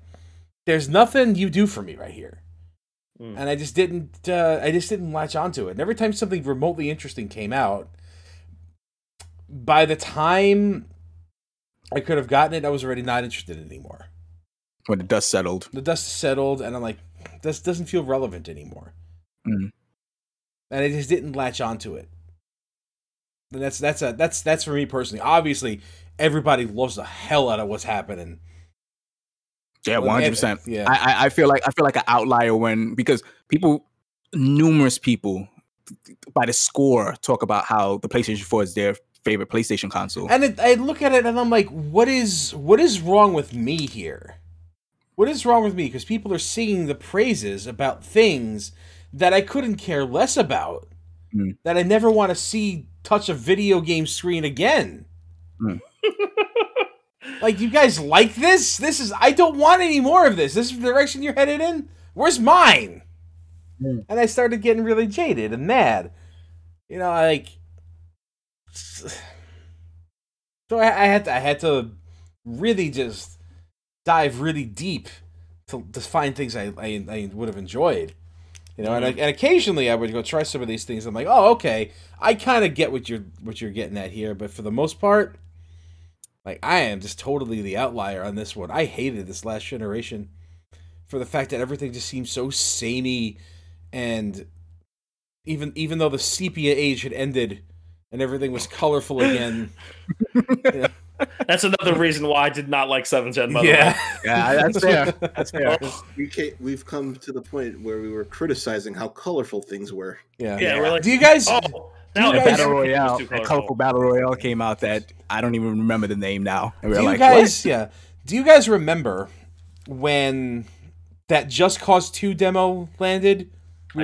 Speaker 4: there's nothing you do for me right here.
Speaker 3: Mm.
Speaker 4: And I just didn't, uh, I just didn't latch onto it. And every time something remotely interesting came out, by the time I could have gotten it, I was already not interested anymore.
Speaker 2: When the dust settled.
Speaker 4: The dust settled, and I'm like, this doesn't feel relevant anymore.
Speaker 2: Mm.
Speaker 4: and I just didn't latch onto it. And that's that's a that's that's for me personally. Obviously, everybody loves the hell out of what's happening.
Speaker 2: Yeah,
Speaker 4: Well,
Speaker 2: one
Speaker 4: and-
Speaker 2: hundred percent.
Speaker 4: yeah.
Speaker 2: I I- I feel like I feel like an outlier when because people, numerous people, by the score talk about how the PlayStation Four is their favorite PlayStation console.
Speaker 4: And it, I look at it and I'm like, what is what is wrong with me here? What is wrong with me? Because people are singing the praises about things that I couldn't care less about,
Speaker 2: Mm.
Speaker 4: that I never want to see touch a video game screen again.
Speaker 2: Mm.
Speaker 4: like you guys like this? This is I don't want any more of this. This is the direction you're headed in. Where's mine?
Speaker 2: Mm.
Speaker 4: And I started getting really jaded and mad. You know, like so I, I had to, I had to really just dive really deep to, to find things I, I, I would have enjoyed. You know, and, I, and occasionally I would go try some of these things. I'm like, oh, okay, I kind of get what you're what you're getting at here, but for the most part, like I am just totally the outlier on this one. I hated this last generation for the fact that everything just seemed so samey, and even even though the sepia age had ended and everything was colorful again,
Speaker 3: That's another reason why I did not like Seven Gen. By the way.
Speaker 2: yeah, that's fair. That's fair.
Speaker 1: We can't, we've come to the point where we were criticizing how colorful things were.
Speaker 4: yeah.
Speaker 3: Yeah, we're like,
Speaker 4: Do you guys?
Speaker 3: oh,
Speaker 4: you
Speaker 3: now
Speaker 2: The
Speaker 4: guys-
Speaker 2: battle
Speaker 4: Everything
Speaker 2: royale,
Speaker 3: too
Speaker 2: that colorful
Speaker 3: colorful.
Speaker 2: battle royale came out that I don't even remember the name now. And we
Speaker 4: do
Speaker 2: were
Speaker 4: you
Speaker 2: like, what?
Speaker 4: guys? Yeah. Do you guys remember when that Just Cause Two demo landed? We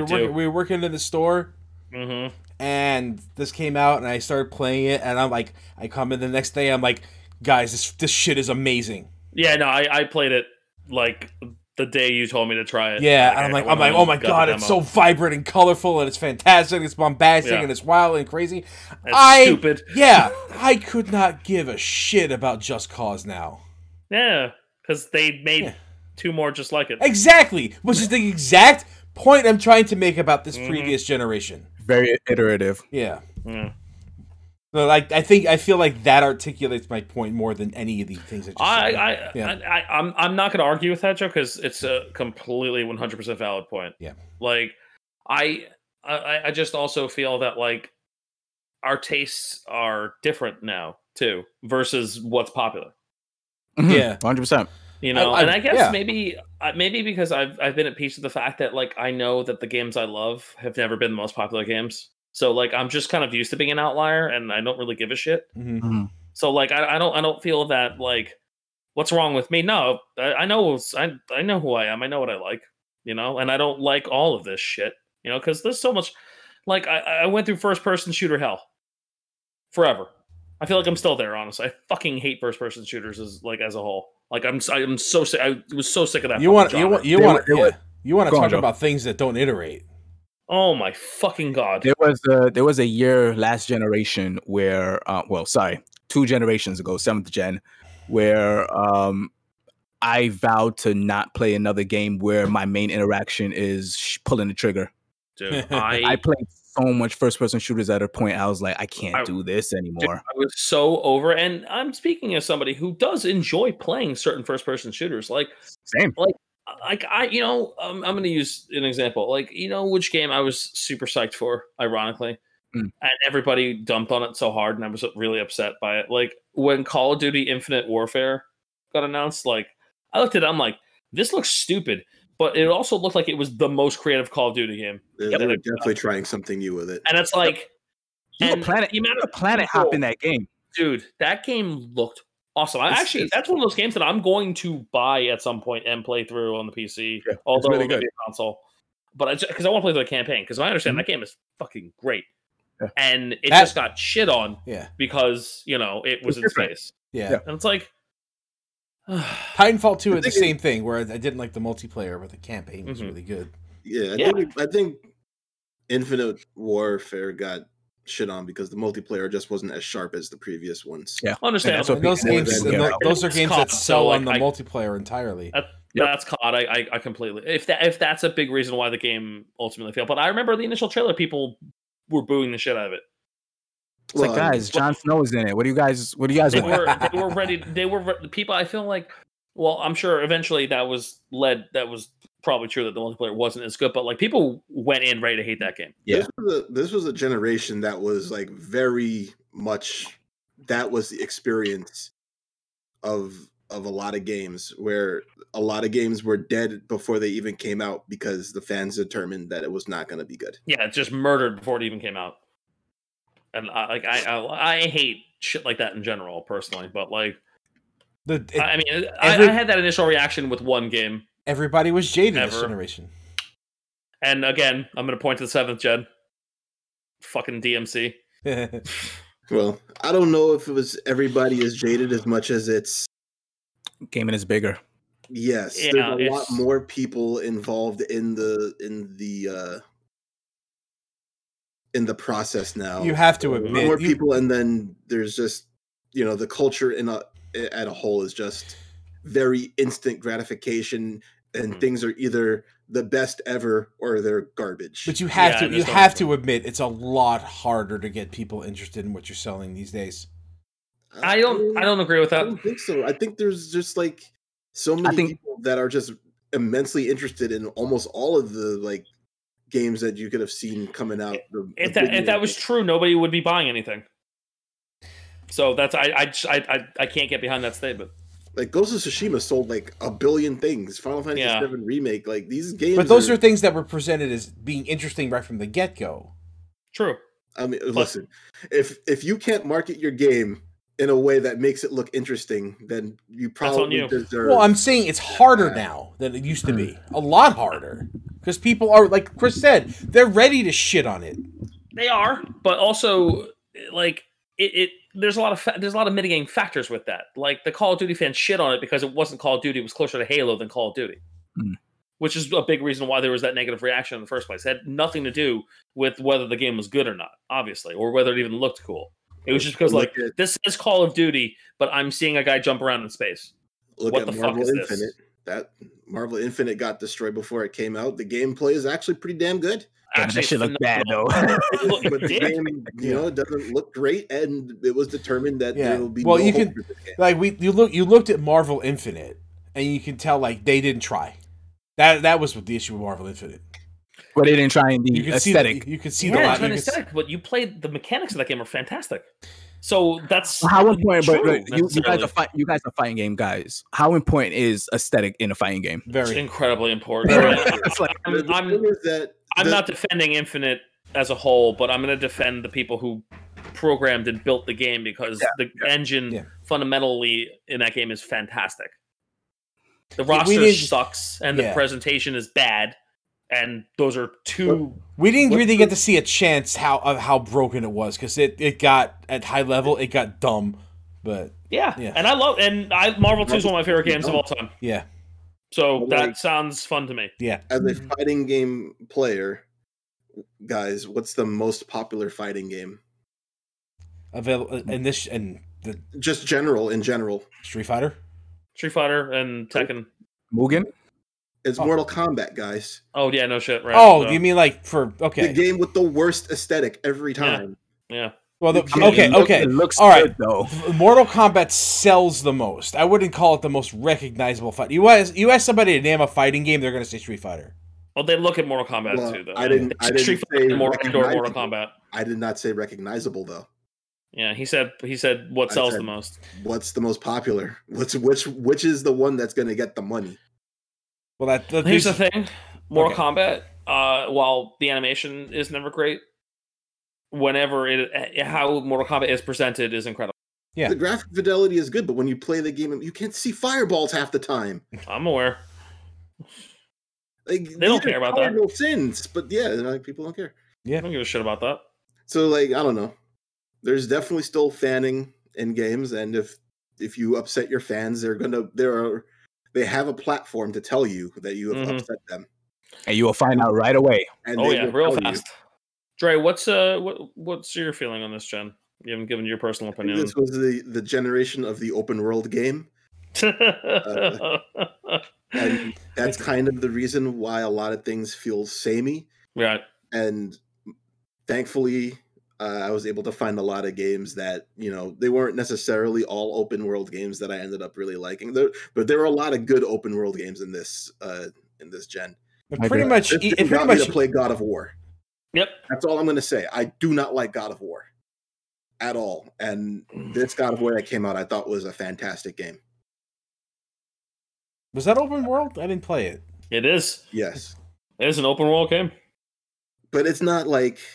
Speaker 3: I
Speaker 4: were
Speaker 3: do.
Speaker 4: working, we were working in the store,
Speaker 3: Mhm.
Speaker 4: and this came out, and I started playing it, and I'm like, I come in the next day, I'm like, guys, this this shit is amazing.
Speaker 3: Yeah, no, I, I played it like the day you told me to try it.
Speaker 4: Yeah,
Speaker 3: I-
Speaker 4: and I'm
Speaker 3: I
Speaker 4: like,
Speaker 3: went
Speaker 4: I'm like,
Speaker 3: home
Speaker 4: oh my
Speaker 3: and got the
Speaker 4: god, it's so
Speaker 3: demo.
Speaker 4: vibrant and colorful, and it's fantastic, it's bombastic,
Speaker 3: Yeah.
Speaker 4: and it's wild and crazy.
Speaker 3: It's
Speaker 4: I-
Speaker 3: stupid.
Speaker 4: Yeah, I could not give a shit about Just Cause now.
Speaker 3: Yeah, because they made
Speaker 4: Yeah.
Speaker 3: two more just like it.
Speaker 4: Exactly, which is the exact point I'm trying to make about
Speaker 3: Mm-hmm.
Speaker 4: this previous generation.
Speaker 2: very iterative.
Speaker 4: Yeah.
Speaker 3: Yeah.
Speaker 4: So like I think I feel like that articulates my point more than any of the things I just
Speaker 3: I,
Speaker 4: said.
Speaker 3: I,
Speaker 4: Yeah.
Speaker 3: I, I, I'm, I'm not going to argue with that, Joe, because it's a completely 100% valid point.
Speaker 4: Yeah.
Speaker 3: Like, I, I, I just also feel that like our tastes are different now too versus what's popular.
Speaker 4: Yeah.
Speaker 2: hundred percent.
Speaker 3: You know,
Speaker 4: I-
Speaker 3: and I guess
Speaker 4: yeah.
Speaker 3: maybe, uh, maybe because I've, I've been at peace with the fact that like I know that the games I love have never been the most popular games. So like I'm just kind of used to being an outlier, and I don't really give a shit.
Speaker 4: Mhm.
Speaker 3: So like I, I don't I don't feel that like what's wrong with me? No, I, I know I, I know who I am. I know what I like, you know, and I don't like all of this shit, you know, because there's so much. Like I, I went through first person shooter hell forever. I feel like I'm still there. Honestly, I fucking hate first person shooters as like as a whole. Like I'm I'm so sick. I was so sick of that. fucking
Speaker 4: You want you
Speaker 3: genre.
Speaker 4: want you
Speaker 2: They
Speaker 4: want
Speaker 2: were- they
Speaker 4: yeah. you want to
Speaker 2: Go on,
Speaker 4: talk
Speaker 2: Joe.
Speaker 4: about things that don't iterate.
Speaker 3: Oh my fucking god!
Speaker 2: There was a, there was a year last generation where uh, well sorry two generations ago seventh gen where um, I vowed to not play another game where my main interaction is sh- pulling the trigger.
Speaker 3: Dude,
Speaker 2: I
Speaker 3: I
Speaker 2: played so much first person shooters at a point I was like I can't
Speaker 3: I-
Speaker 2: do this anymore.
Speaker 3: I was so over. And I'm speaking as somebody who does enjoy playing certain first person shooters. Like,
Speaker 2: Same.
Speaker 3: like I, you know, um, I'm going to use an example. Like, you know, which game I was super psyched for, ironically,
Speaker 2: Mm.
Speaker 3: and everybody dumped on it so hard, and I was really upset by it. Like when Call of Duty Infinite Warfare got announced, like I looked at it, I'm like, this looks stupid, but it also looked like it was the most creative Call of Duty game,
Speaker 1: They,
Speaker 3: Yep.
Speaker 1: they were definitely trying something new with it.
Speaker 3: and it's like,
Speaker 2: You
Speaker 3: and
Speaker 2: a planet
Speaker 3: the amount
Speaker 2: you
Speaker 3: of
Speaker 2: a planet hop in that game.
Speaker 3: dude, that game looked awesome. I
Speaker 2: It's-
Speaker 3: actually,
Speaker 2: it's-
Speaker 3: that's one of those games that I'm going to buy at some point and play through on the PC,
Speaker 2: Yeah, it's
Speaker 3: although
Speaker 2: really
Speaker 3: it'll be
Speaker 2: good. Mm-hmm.
Speaker 3: a console. But I because I want to play through the campaign because I understand that game is fucking great,
Speaker 2: Yeah.
Speaker 3: and it
Speaker 4: That-
Speaker 3: just got shit on
Speaker 4: Yeah,
Speaker 3: because you know it was in
Speaker 2: different.
Speaker 3: space,
Speaker 4: yeah.
Speaker 2: Yeah.
Speaker 3: and it's like,
Speaker 4: Titanfall two
Speaker 1: The
Speaker 4: is the
Speaker 1: thing is-
Speaker 4: same thing. Where I I didn't like the multiplayer, but the campaign was
Speaker 3: Mhm.
Speaker 4: really good.
Speaker 1: Yeah, I,
Speaker 3: Yeah.
Speaker 1: Think, I think Infinite Warfare got shit on because the multiplayer just wasn't as sharp as the previous ones.
Speaker 2: Yeah.
Speaker 3: understand
Speaker 2: that's
Speaker 3: that's,
Speaker 2: what
Speaker 4: And those
Speaker 2: people
Speaker 1: people
Speaker 4: games,
Speaker 1: don't
Speaker 4: and
Speaker 2: care
Speaker 4: tho-
Speaker 2: about.
Speaker 4: those are
Speaker 3: It's
Speaker 4: games
Speaker 3: called,
Speaker 4: that
Speaker 3: so,
Speaker 4: sell on the
Speaker 3: like, I-
Speaker 4: multiplayer entirely.
Speaker 3: That's-
Speaker 2: Yep.
Speaker 3: COD. I, I I completely if that if that's a big reason why the game ultimately failed. But I remember the initial trailer, people were booing the shit out of it.
Speaker 2: It's like
Speaker 1: I mean,
Speaker 2: guys, Jon Snow is in it. What do you guys? What do you guys
Speaker 3: they
Speaker 2: want?
Speaker 3: were they were ready they were re- people i feel like well i'm sure eventually that was led that was probably true that the multiplayer wasn't as good but like people went in ready to hate that game
Speaker 2: Yeah.
Speaker 1: This was, a, this was a generation that was like very much that was the experience of of a lot of games where a lot of games were dead before they even came out because the fans determined that it was not going to be good.
Speaker 3: yeah it just murdered before it even came out and i like i i, I hate shit like that in general personally but like
Speaker 4: The, it-
Speaker 3: i I mean
Speaker 4: every-
Speaker 3: I, I had that initial reaction with one game
Speaker 4: everybody was jaded this
Speaker 3: Ever.
Speaker 4: generation.
Speaker 3: and again i'm gonna point to the seventh gen fucking dmc
Speaker 1: Well, I don't know if it was everybody is jaded as much as it's
Speaker 2: Gaming is bigger.
Speaker 1: yes,
Speaker 3: Yeah,
Speaker 1: there's a lot
Speaker 3: it's-
Speaker 1: more people involved in the in the uh in the process now.
Speaker 2: Oh,
Speaker 4: you have
Speaker 1: A
Speaker 4: to
Speaker 1: lot
Speaker 4: admit,
Speaker 1: more
Speaker 4: you-
Speaker 1: people, and then there's just you know the culture in a at a whole is just very instant gratification, and
Speaker 4: Mm-hmm.
Speaker 3: Mhm.
Speaker 1: things are either the best ever or they're garbage.
Speaker 4: but you have
Speaker 3: Yeah,
Speaker 4: to
Speaker 3: and
Speaker 4: you
Speaker 3: there's no
Speaker 4: have
Speaker 3: difference.
Speaker 4: to admit it's a lot harder to get people interested in what you're selling these days.
Speaker 3: i don't i don't agree with
Speaker 1: I
Speaker 3: that
Speaker 1: don't think so. I think there's just like so many
Speaker 2: think-
Speaker 1: people that are just immensely interested in almost all of the like games that you could have seen coming out. The, the
Speaker 3: if that
Speaker 1: big
Speaker 3: if that was
Speaker 1: names.
Speaker 3: true, nobody would be buying anything. So that's I I just- I I, I can't get behind that statement.
Speaker 1: like Ghost of Tsushima sold like a billion things. Final Fantasy
Speaker 3: Yeah.
Speaker 1: VII remake, like these games.
Speaker 4: But those are things that were presented as being interesting right from the get go.
Speaker 3: True.
Speaker 1: I mean, listen, if if you can't market your game in a way that makes it look interesting, then you
Speaker 3: on
Speaker 1: probably
Speaker 3: you.
Speaker 1: deserve.
Speaker 4: Well, I'm saying it's harder now than it used to be. A lot harder. Because people are, like Chris said, they're ready to shit on it.
Speaker 3: They are, but also like it. it there's a lot of fa- there's a lot of mitigating factors with that. Like the Call of Duty fans shit on it because it wasn't Call of Duty; it was closer to Halo than Call of Duty,
Speaker 2: Hmm.
Speaker 3: which is a big reason why there was that negative reaction in the first place. It had nothing to do with whether the game was good or not, obviously, or whether it even looked cool. It was just because
Speaker 1: look
Speaker 3: like this is Call of Duty, but I'm seeing a guy jump around in space.
Speaker 1: at, look
Speaker 3: what
Speaker 1: at
Speaker 3: the fuck
Speaker 1: Marvel
Speaker 3: is this?
Speaker 1: Infinite. That Marvel Infinite got destroyed before it came out. The gameplay is actually pretty damn good,
Speaker 2: Damn, that shit look bad
Speaker 3: phenomenal.
Speaker 2: though.
Speaker 3: Well, it
Speaker 1: but the
Speaker 3: did.
Speaker 1: game, you know, doesn't look great, and it was determined that
Speaker 4: Yeah.
Speaker 1: there will be.
Speaker 4: Well,
Speaker 1: no
Speaker 4: you
Speaker 1: hope
Speaker 4: can-
Speaker 1: for this game.
Speaker 4: Like we you look you looked at Marvel Infinite and you can tell like they didn't try. That that was what the issue with Marvel Infinite.
Speaker 2: but they didn't try and
Speaker 4: You
Speaker 2: the
Speaker 4: can see
Speaker 2: aesthetic.
Speaker 4: the, you can see
Speaker 3: yeah,
Speaker 4: the
Speaker 3: it's
Speaker 4: you
Speaker 3: been
Speaker 4: can s-
Speaker 3: aesthetic, but you played the mechanics of that game are fantastic. So that's
Speaker 2: How important? But,
Speaker 3: true,
Speaker 2: but you, you guys
Speaker 3: necessarily.
Speaker 2: are fight, you guys are fighting game guys. How important is aesthetic in a fighting game?
Speaker 3: It's
Speaker 4: very
Speaker 3: incredibly important.
Speaker 2: It's like-
Speaker 1: The-
Speaker 3: I'm,
Speaker 1: the
Speaker 3: I'm,
Speaker 1: thing is that
Speaker 3: I'm
Speaker 1: the-
Speaker 3: not defending Infinite as a whole, but I'm going to defend the people who programmed and built the game because the engine
Speaker 4: yeah.
Speaker 3: fundamentally in that game is fantastic. The roster
Speaker 4: need-
Speaker 3: sucks and
Speaker 4: yeah.
Speaker 3: the presentation is bad, and those are two.
Speaker 4: We didn't
Speaker 3: What-
Speaker 4: really get to see a chance how of how broken it was because it, it got at high level it got dumb, but
Speaker 3: Yeah.
Speaker 4: Yeah.
Speaker 3: and I love and I Marvel Two is one of my favorite games of all time.
Speaker 4: yeah,
Speaker 3: So
Speaker 1: Well, like-
Speaker 3: that sounds fun to me.
Speaker 1: As a
Speaker 4: Mm-hmm.
Speaker 1: fighting game player, guys, what's the most popular fighting game?
Speaker 4: available and uh, this and the
Speaker 1: Just general in general.
Speaker 4: Street Fighter.
Speaker 3: Street Fighter and Tekken.
Speaker 2: Mugen.
Speaker 1: It's
Speaker 4: Oh.
Speaker 1: Mortal Kombat, guys.
Speaker 3: Oh yeah, no shit. Right.
Speaker 4: Oh,
Speaker 3: so-
Speaker 4: you mean like for okay?
Speaker 1: The game with the worst aesthetic every
Speaker 3: Yeah.
Speaker 1: time.
Speaker 3: yeah.
Speaker 4: well, the,
Speaker 1: I mean,
Speaker 4: okay,
Speaker 2: it look-
Speaker 4: okay.
Speaker 2: It looks
Speaker 4: All right.
Speaker 2: good though.
Speaker 4: Mortal Kombat sells the most. I wouldn't call it the most recognizable fight. You ask, you ask somebody to name a fighting game, they're gonna say Street Fighter.
Speaker 3: Well, they look at Mortal Kombat
Speaker 1: Well,
Speaker 3: too, though.
Speaker 1: I didn't- I didn't
Speaker 3: Street
Speaker 1: say
Speaker 3: Fighter and Mortal, and or Mortal
Speaker 1: recognizable.
Speaker 3: Kombat.
Speaker 1: I did not say recognizable though.
Speaker 3: Yeah, he said. He said what
Speaker 1: I
Speaker 3: sells
Speaker 1: said-
Speaker 3: the most.
Speaker 1: What's the most popular? What's which which is the one that's going to get the money?
Speaker 4: Well, that, that
Speaker 3: Here's the
Speaker 4: these-
Speaker 3: thing: Mortal Kombat. Uh, while the animation is never great, whenever it eh, how Mortal Kombat is presented is incredible.
Speaker 4: Yeah.
Speaker 1: The graphic fidelity is good, but when you play the game, you can't see fireballs half the time.
Speaker 3: I'm aware.
Speaker 1: Like
Speaker 3: They don't care about that.
Speaker 1: No sins, but yeah, like, people don't care.
Speaker 3: I don't give a shit about that.
Speaker 1: So like I don't know. There's definitely still fanning in games, and if if you upset your fans, they're gonna there are they have a platform to tell you that you have
Speaker 3: Mhm.
Speaker 1: upset them.
Speaker 2: And you will find out right away.
Speaker 1: And
Speaker 3: Oh
Speaker 1: they
Speaker 3: yeah,
Speaker 1: will
Speaker 3: real
Speaker 1: tell you.
Speaker 3: fast. Dre, what's uh, what what's your feeling on this, Jen? You haven't given your personal
Speaker 1: I think
Speaker 3: opinion.
Speaker 1: This was the the generation of the open world game, Uh, and that's kind of the reason why a lot of things feel samey.
Speaker 3: right.
Speaker 1: and thankfully uh, i was able to find a lot of games that you know they weren't necessarily all open world games that i ended up really liking there, but there were a lot of good open world games in this uh in this gen
Speaker 2: I
Speaker 4: pretty
Speaker 2: do.
Speaker 4: much.
Speaker 1: this
Speaker 4: It
Speaker 1: gen
Speaker 4: pretty
Speaker 1: got me
Speaker 4: much.
Speaker 1: to play god of war
Speaker 3: Yep.
Speaker 1: that's all i'm going to say i do not like god of war at all and
Speaker 4: Mm.
Speaker 1: this god of war that came out i thought was a fantastic game
Speaker 4: Was that open world? I didn't play it.
Speaker 3: It is.
Speaker 1: yes
Speaker 3: It is an open world game.
Speaker 1: but it's not like
Speaker 3: Um,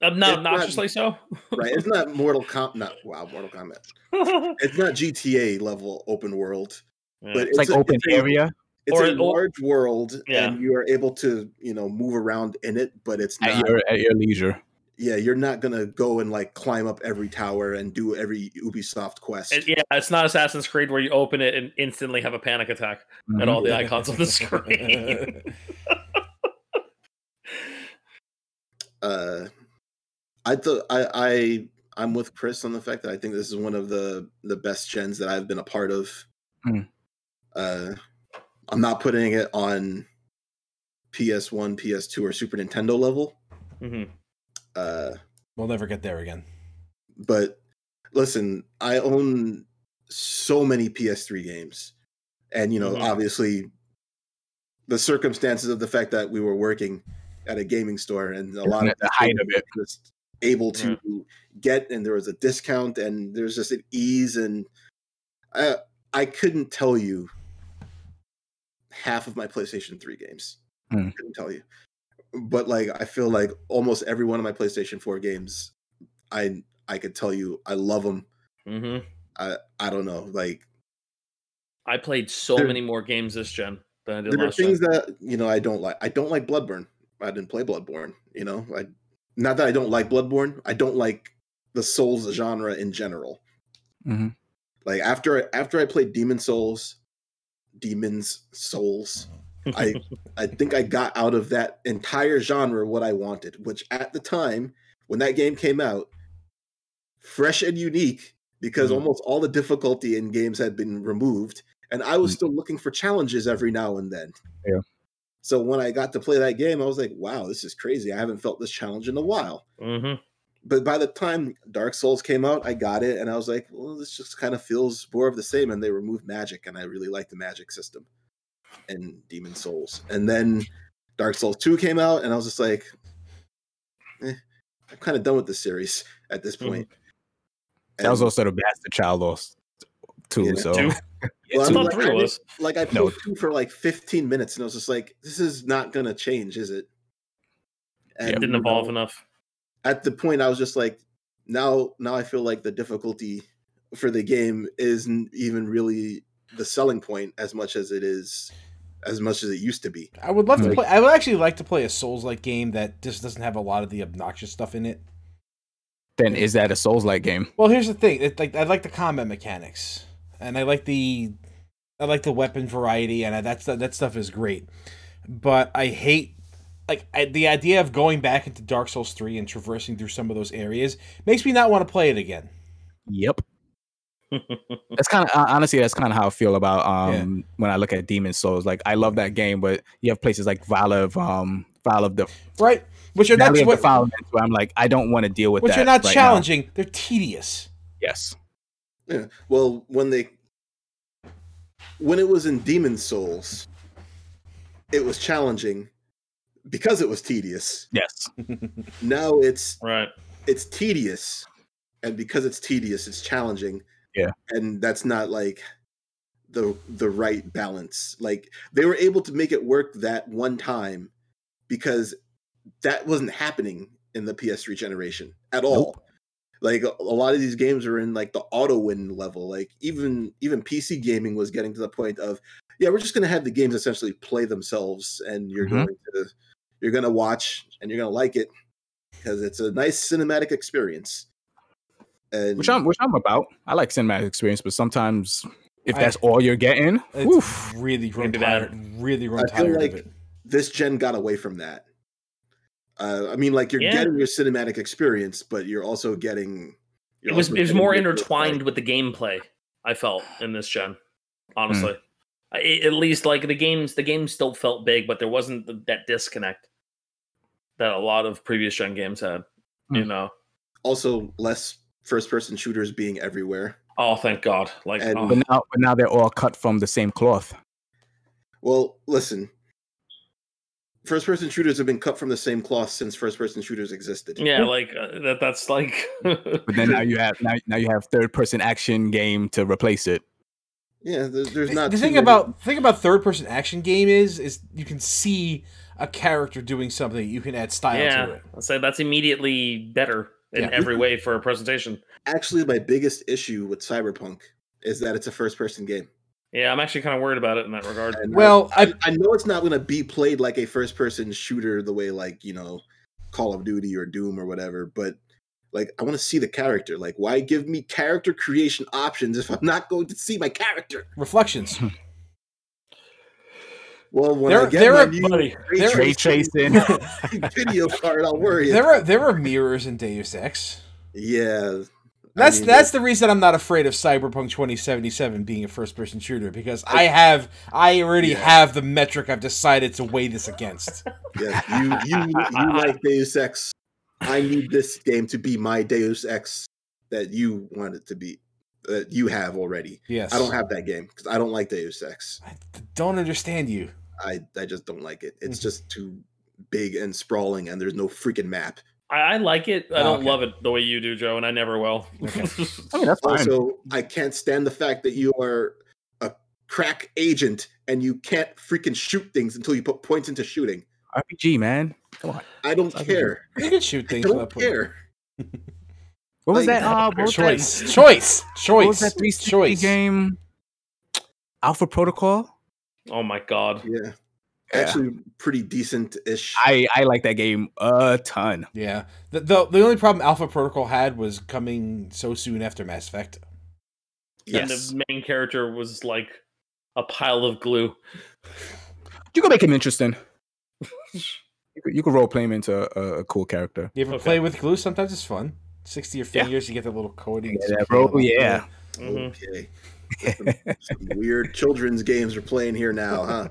Speaker 3: not
Speaker 1: It's not-
Speaker 3: obnoxiously so.
Speaker 1: right it's not mortal kombat not wow mortal kombat
Speaker 3: Yeah.
Speaker 1: it's not gta level open world But
Speaker 2: It's,
Speaker 1: It's
Speaker 2: like
Speaker 1: a-
Speaker 2: open
Speaker 1: it's a-
Speaker 2: area.
Speaker 1: it's
Speaker 3: Or
Speaker 1: a
Speaker 3: an ol-
Speaker 1: large world
Speaker 3: Yeah.
Speaker 1: and you are able to you know move around in it but it's not
Speaker 2: At your at your leisure.
Speaker 1: yeah you're not gonna go and like climb up every tower and do every ubisoft quest
Speaker 3: It- yeah, it's not Assassin's Creed where you open it and instantly have a panic attack at
Speaker 2: Mhm.
Speaker 3: all the icons on the screen.
Speaker 1: uh i thought i i i'm with chris on the fact that i think this is one of the the best gens that i've been a part of
Speaker 2: Mm.
Speaker 1: uh i'm not putting it on ps1 ps2 or super nintendo level
Speaker 3: hmm
Speaker 1: uh
Speaker 4: We'll never get there again.
Speaker 1: but listen, I own so many PS3 games, and you know,
Speaker 3: Mhm.
Speaker 1: obviously, the circumstances of the fact that we were working at a gaming store and a lot
Speaker 2: Isn't
Speaker 1: of
Speaker 2: it the
Speaker 1: these
Speaker 2: height
Speaker 1: games
Speaker 2: of it?
Speaker 1: were just able to get, and there was a discount, and there's just an ease, and I I couldn't tell you half of my PlayStation 3 games.
Speaker 2: Hmm.
Speaker 1: Couldn't tell you. But like I feel like almost every one of my PlayStation 4 games I I could tell you I love them.
Speaker 3: hmm
Speaker 1: I don't know. Like
Speaker 3: I played so
Speaker 1: There-
Speaker 3: many more games this gen than I did
Speaker 1: there are
Speaker 3: last gen.
Speaker 1: things that you know I don't like. I don't like Bloodborne. I didn't play Bloodborne, you know. I not that I don't like Bloodborne. I don't like the Souls genre in general.
Speaker 2: Mhm.
Speaker 1: Like after I after I played Demon Souls, Demons Souls, I I think I got out of that entire genre what I wanted, which at the time when that game came out, fresh and unique because
Speaker 3: Mhm.
Speaker 1: almost all the difficulty in games had been removed, and I was still looking for challenges every now and then.
Speaker 2: Yeah.
Speaker 1: So when I got to play that game, I was like, "Wow, this is crazy! I haven't felt this challenge in a while."
Speaker 3: Mhm.
Speaker 1: But by the time Dark Souls came out, I got it, and I was like, "Well, this just kind of feels more of the same." And they removed magic, and I really like the magic system and Demon Souls. And then Dark Souls Two came out, and I was just like, eh, "I'm kind of done with this series at this
Speaker 3: Mm-hmm.
Speaker 1: point."
Speaker 2: That was
Speaker 1: And-
Speaker 2: also the bastard child lost too.
Speaker 1: Yeah.
Speaker 2: So
Speaker 3: Two?
Speaker 2: Yeah,
Speaker 1: Well,
Speaker 3: I
Speaker 1: I'm
Speaker 2: two.
Speaker 3: thought
Speaker 1: like,
Speaker 3: three
Speaker 1: I
Speaker 3: was.
Speaker 1: like I
Speaker 2: No.
Speaker 1: played two for like 15 minutes, and I was just like, "This is not gonna change, is it?" And,
Speaker 3: Didn't
Speaker 1: you
Speaker 3: evolve
Speaker 1: know,
Speaker 3: enough.
Speaker 1: At the point, I was just like, "Now, now I feel like the difficulty for the game isn't even really the selling point as much as it is as much as it used to be.
Speaker 4: I would love to
Speaker 1: Like-
Speaker 4: play. I would actually like to play a Souls like game that just doesn't have a lot of the obnoxious stuff in it.
Speaker 2: Then is that a Souls like game?
Speaker 4: Well, here's the thing. It, like I like the combat mechanics, and I like the I like the weapon variety, and I, that's that stuff is great. But I hate like I, the idea of going back into Dark Souls three and traversing through some of those areas makes me not want to play it again.
Speaker 2: Yep. that's kind of honestly that's kind of how I feel about
Speaker 4: Yeah.
Speaker 2: um when I look at Demon Souls. Like I love that game, but you have places like Val of um Val of the
Speaker 4: Right? Which are not
Speaker 2: Valley of
Speaker 4: what,
Speaker 2: Defilement where I'm like I don't want to deal with
Speaker 4: which
Speaker 2: that.
Speaker 4: are not
Speaker 2: right now.
Speaker 4: challenging. They're tedious.
Speaker 2: Yes.
Speaker 1: Yeah. Well, when they when it was in Demon Souls, it was challenging because it was tedious.
Speaker 2: Yes.
Speaker 1: Now it's
Speaker 3: Right.
Speaker 1: it's tedious, and because it's tedious, it's challenging.
Speaker 2: Yeah.
Speaker 1: and that's not like the the right balance. Like they were able to make it work that one time because that wasn't happening in the PS3 generation at all. Like a a lot of these games were in like the auto win level. Like even even PC gaming was getting to the point of yeah, we're just gonna have the games essentially play themselves, and you're
Speaker 2: Mhm.
Speaker 1: going to you're gonna watch and you're gonna like it because it's a nice cinematic experience. And
Speaker 2: Which I'm which I'm about. I like cinematic experience, but sometimes if
Speaker 4: I-
Speaker 2: that's all you're getting,
Speaker 4: It's
Speaker 2: oof.
Speaker 4: really grown
Speaker 3: Maybe that-
Speaker 4: tired. Really grown
Speaker 1: I feel
Speaker 4: tired
Speaker 1: like-
Speaker 4: of it.
Speaker 1: this gen got away from that. Uh, I mean, like you're
Speaker 3: Yeah.
Speaker 1: getting your cinematic experience, but you're also getting.
Speaker 3: It
Speaker 1: you're
Speaker 3: was
Speaker 1: also
Speaker 3: it was
Speaker 1: getting
Speaker 3: more
Speaker 1: your- your
Speaker 3: intertwined
Speaker 1: play.
Speaker 3: with the gameplay. I felt in this gen, honestly. I, a- at least like the games, the game still felt big, but there wasn't th- that disconnect that a lot of previous gen games had. You
Speaker 2: Hmm.
Speaker 3: know.
Speaker 1: Also, less first-person shooters being everywhere.
Speaker 3: Oh, thank God! Like,
Speaker 1: And-
Speaker 3: oh,
Speaker 2: But now but now they're all cut from the same cloth.
Speaker 1: Well, listen. First-person shooters have been cut from the same cloth since first-person shooters existed.
Speaker 3: yeah, like uh, that. That's like.
Speaker 2: But then now you have now, now you have third person action game to replace it.
Speaker 1: Yeah, there's, there's
Speaker 4: The-
Speaker 1: not
Speaker 4: the
Speaker 1: too
Speaker 4: thing
Speaker 1: many-
Speaker 4: about thing about third person action game is is you can see a character doing something you can add style to
Speaker 3: yeah,
Speaker 4: it
Speaker 3: I'd say that's immediately better in
Speaker 4: Yeah.
Speaker 3: every way for a presentation.
Speaker 1: actually my biggest issue with Cyberpunk is that it's a first-person game.
Speaker 3: Yeah, I'm actually kind of worried about it in that regard.
Speaker 1: And I-
Speaker 4: well
Speaker 1: I,
Speaker 4: I,
Speaker 1: I know it's not going to be played like a first person shooter the way like you know call of duty or doom or whatever but like i want to see the character like why give me character creation options if i'm not going to see my character
Speaker 4: reflections
Speaker 1: well when
Speaker 4: There-
Speaker 1: i get
Speaker 4: there
Speaker 1: my
Speaker 4: are-
Speaker 1: new
Speaker 3: Buddy,
Speaker 1: ray
Speaker 4: there-
Speaker 2: Ray
Speaker 1: tracing
Speaker 2: tracing.
Speaker 1: video card i'll worry
Speaker 4: there are there are mirrors in deus ex
Speaker 1: yeah I
Speaker 4: that's
Speaker 1: mean,
Speaker 4: that's the reason i'm not afraid of cyberpunk 2077 being a first person shooter because i have i already
Speaker 1: Yeah.
Speaker 4: have the metric i've decided to weigh this against
Speaker 1: yes, you, you you like deus ex i need this game to be my deus ex that you want it to be that you have already
Speaker 4: yes
Speaker 1: i don't have that game because i don't like deus ex
Speaker 4: I don't understand you
Speaker 1: I I just don't like it. It's
Speaker 2: Mm-hmm.
Speaker 4: Mhm.
Speaker 1: just too big and sprawling, and there's no freaking map.
Speaker 3: I, I like it. I
Speaker 4: Oh,
Speaker 3: don't
Speaker 4: okay.
Speaker 3: love it the way you do, Joe, and I never will.
Speaker 4: Okay.
Speaker 2: I mean, that's fine.
Speaker 1: Also, I can't stand the fact that you are a crack agent and you can't freaking shoot things until you put points into shooting.
Speaker 2: RPG, man. Come on.
Speaker 1: I don't
Speaker 2: Sounds
Speaker 1: care.
Speaker 4: you can shoot
Speaker 1: I
Speaker 4: things
Speaker 1: don't
Speaker 4: without putting-
Speaker 1: care.
Speaker 2: What was
Speaker 1: Like,
Speaker 2: that? Uh, what was that-
Speaker 4: choice choice
Speaker 2: What was
Speaker 4: choice
Speaker 2: that 360
Speaker 4: choice
Speaker 2: game? Alpha Protocol.
Speaker 3: Oh my God!
Speaker 1: Yeah,
Speaker 2: Yeah.
Speaker 1: actually, pretty decent ish.
Speaker 2: I I like that game a ton.
Speaker 4: Yeah. The, the the only problem Alpha Protocol had was coming so soon after Mass Effect.
Speaker 2: Yes,
Speaker 3: And the main character was like a pile of glue.
Speaker 2: you could make him interesting. you could, you could role play him into a, a cool character.
Speaker 4: You ever
Speaker 3: Okay.
Speaker 4: play with glue? Sometimes it's fun. 60 or
Speaker 2: Yeah.
Speaker 4: fingers, you get that little coating.
Speaker 2: Yeah, that bro, yeah.
Speaker 3: Mhm.
Speaker 1: Okay.
Speaker 2: Mm-hmm.
Speaker 1: some, some weird children's games we're playing here now, huh?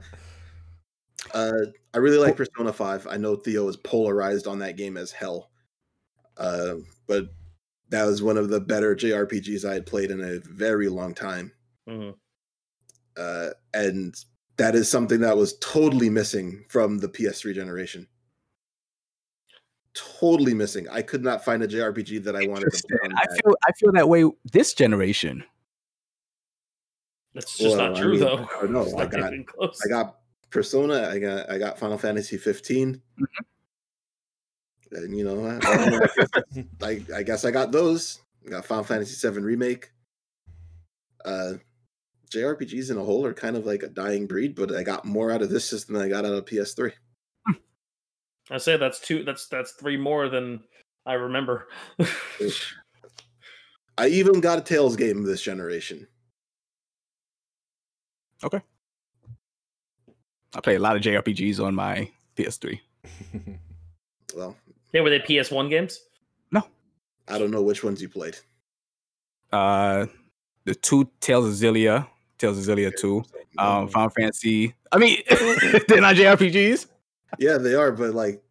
Speaker 1: Uh, I really like Persona Five. I know Theo is polarized on that game as hell, uh, but that was one of the better JRPGs I had played in a very long time,
Speaker 3: Mhm.
Speaker 1: uh, and that is something that was totally missing from the PS3 generation. Totally missing. I could not find a JRPG that I wanted to play.
Speaker 2: Interesting.
Speaker 1: on
Speaker 2: I
Speaker 1: that.
Speaker 2: feel I feel that way this generation.
Speaker 3: That's just
Speaker 1: Well,
Speaker 3: not
Speaker 1: I
Speaker 3: true,
Speaker 1: mean,
Speaker 3: though.
Speaker 1: I don't know.
Speaker 3: It's
Speaker 1: I
Speaker 3: not
Speaker 1: got-
Speaker 3: even close.
Speaker 1: I got Persona. I got I got Final Fantasy 15. And you know, I, I guess I, I guess I got those. I got Final Fantasy 7 remake. uh, JRPGs in a whole are kind of like a dying breed, but I got more out of this system than I got out of PS3.
Speaker 3: I say that's two. That's that's three more than I remember.
Speaker 1: I even got a Tails game this generation.
Speaker 2: I play a lot of JRPGs on my PS3.
Speaker 1: Well,
Speaker 3: yeah, were they PS1 games?
Speaker 1: I don't know which ones you played.
Speaker 2: Uh, the two Tales of Zillia, Tales of Zillia two, um, Final Fantasy. I mean, they're not JRPGs.
Speaker 1: yeah, they are, but like,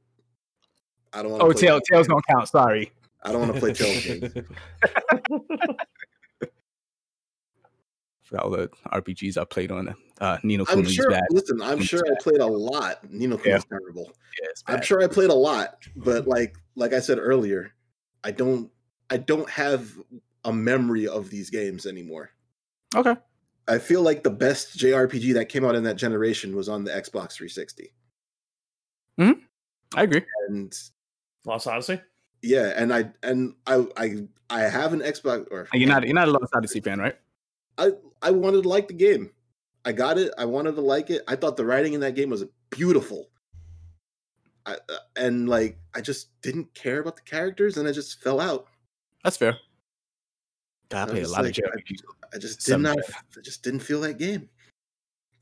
Speaker 1: I don't want.
Speaker 2: Oh, Tales, Tales don't count. Sorry.
Speaker 1: I don't want to play Tails games.
Speaker 2: Forgot all the RPGs I played on uh, Nino
Speaker 1: I'm
Speaker 2: Kuni's
Speaker 1: sure.
Speaker 2: bad.
Speaker 1: Listen, I'm
Speaker 2: Kuni's
Speaker 1: sure I
Speaker 2: bad.
Speaker 1: played a lot. Nino
Speaker 2: Yeah.
Speaker 1: Kuni's terrible.
Speaker 2: Yeah, it's
Speaker 1: I'm
Speaker 2: bad.
Speaker 1: sure I played a lot, but like like I said earlier, I don't I don't have a memory of these games anymore.
Speaker 2: Okay.
Speaker 1: I feel like the best JRPG that came out in that generation was on the Xbox 360.
Speaker 2: I agree.
Speaker 1: And
Speaker 3: Lost Odyssey.
Speaker 1: yeah, and I and I I I have an Xbox or
Speaker 2: And You're not you're not a Lost Odyssey fan, right?
Speaker 1: I I wanted to like the game. I got it. I wanted to like it. I thought the writing in that game was beautiful. I, uh, and like I just didn't care about the characters, and I just fell out.
Speaker 2: That's fair. God, I
Speaker 1: I'm
Speaker 2: played a
Speaker 1: just
Speaker 2: lot
Speaker 1: like,
Speaker 2: of JRPGs.
Speaker 1: I just did
Speaker 2: Some-
Speaker 1: not. I just didn't feel that game.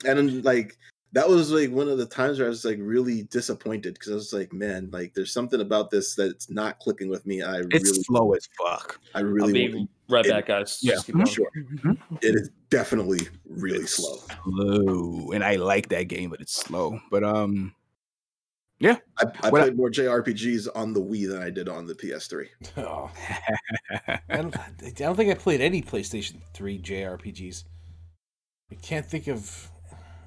Speaker 1: And then, like that was like one of the times where I was like really disappointed because I was like, man, like there's something about this that's not clicking with me. I
Speaker 2: It's
Speaker 1: really,
Speaker 2: slow as fuck.
Speaker 1: I
Speaker 3: I'll
Speaker 1: really,
Speaker 3: be
Speaker 1: want
Speaker 3: right
Speaker 1: it-
Speaker 3: back, guys.
Speaker 2: yeah.
Speaker 3: Just keep going.
Speaker 1: sure.
Speaker 2: Mm-hmm.
Speaker 1: it is definitely really slow.
Speaker 2: Slow, and I like that game, but it's slow. But um,
Speaker 1: I, I
Speaker 2: What I-
Speaker 1: played more JRPGs on the Wii than I did on the PS3.
Speaker 4: Oh, I, don't, I don't think I played any PlayStation 3 JRPGs. I can't think of.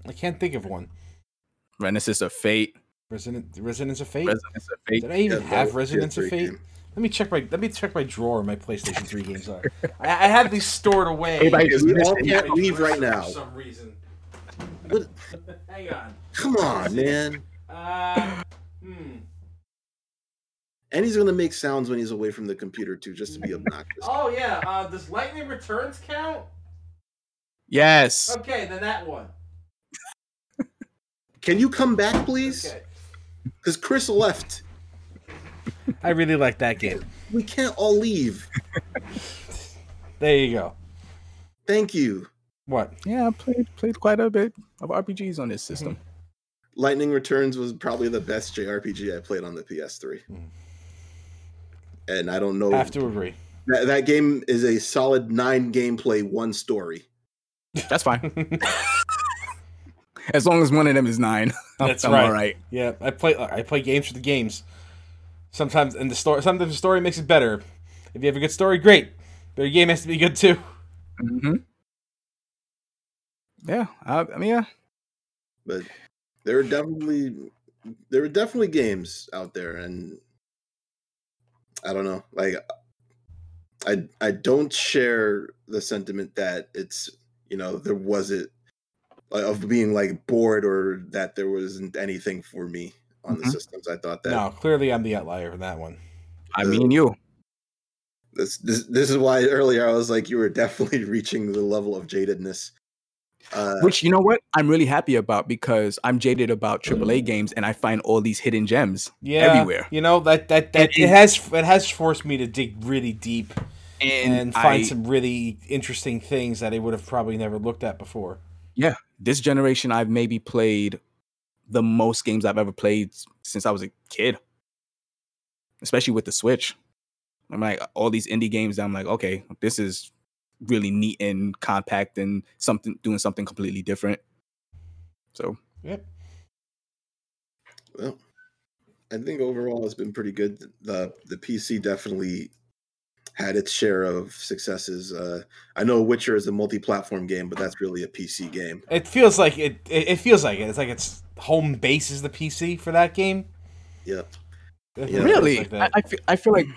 Speaker 4: I can't think of one.
Speaker 2: Renaissance of Fate,
Speaker 4: Resident Resonance of Fate.
Speaker 2: Resonance of Fate.
Speaker 4: Did I even
Speaker 1: Yeah, that was
Speaker 4: have
Speaker 1: a
Speaker 4: Resonance of
Speaker 1: PS3
Speaker 4: Fate?
Speaker 1: game.
Speaker 4: Let me check my let me check my drawer. where My PlayStation 3 games are. I, I have these stored away.
Speaker 2: Everybody just
Speaker 1: We
Speaker 2: missed
Speaker 1: all
Speaker 2: it.
Speaker 1: can't leave right now.
Speaker 4: For some reason.
Speaker 1: What-
Speaker 4: Hang on.
Speaker 1: Come on, man.
Speaker 4: Uh, hmm.
Speaker 1: And he's gonna make sounds when he's away from the computer too, just to be obnoxious.
Speaker 4: Oh yeah. Uh, does Lightning Returns count?
Speaker 2: Yes.
Speaker 4: Okay, then that one.
Speaker 1: Can you come back, please? Because Chris left.
Speaker 4: I really like that game.
Speaker 1: We can't all leave.
Speaker 4: There you go.
Speaker 1: Thank you.
Speaker 4: What?
Speaker 2: Yeah, I played played quite a bit of RPGs on this system.
Speaker 1: Lightning Returns was probably the best JRPG I played on the PS3. And I don't know.
Speaker 4: Have to agree.
Speaker 1: that, that game is a solid nine gameplay, one story.
Speaker 2: That's fine. as long as one of them is nine, I'm,
Speaker 4: That's
Speaker 2: I'm
Speaker 4: right.
Speaker 2: all right.
Speaker 4: Yeah, I play I play games for the games. Sometimes and the story sometimes the story makes it better. If you have a good story, great. But your game has to be good too.
Speaker 2: hmm Yeah, I, I mean, yeah.
Speaker 1: But there are definitely there are definitely games out there, and I don't know. Like I I don't share the sentiment that it's you know there wasn't like, of being like bored or that there wasn't anything for me on the
Speaker 2: Mhm.
Speaker 1: systems. I thought that
Speaker 4: No, clearly I'm the outlier in that one.
Speaker 2: I mean, you.
Speaker 1: this, this this is why earlier I was like you were definitely reaching the level of jadedness. Uh,
Speaker 2: Which you know what? I'm really happy about because I'm jaded about AAA games, and I find all these hidden gems
Speaker 4: Yeah,
Speaker 2: everywhere.
Speaker 4: You know that that, that
Speaker 2: And-
Speaker 4: it has it has forced me to dig really deep
Speaker 2: And,
Speaker 4: and, find
Speaker 2: I-
Speaker 4: some really interesting things that I would have probably never looked at before.
Speaker 2: this generation, I've maybe played the most games I've ever played s- since I was a kid, especially with the Switch. I'm like uh, all these indie games. That I'm like, okay, this is really neat and compact and something doing something completely different. So
Speaker 1: Well, I think overall it's been pretty good. The the PC definitely had its share of successes. Uh, I know Witcher is a multi-platform game, but that's really a PC game.
Speaker 4: It feels like it, it. It feels like it. It's like its home base is the PC for that game.
Speaker 1: Yeah.
Speaker 4: It
Speaker 1: Yeah.
Speaker 4: feels
Speaker 2: really,
Speaker 4: like
Speaker 2: I,
Speaker 4: that.
Speaker 2: I, feel, I feel like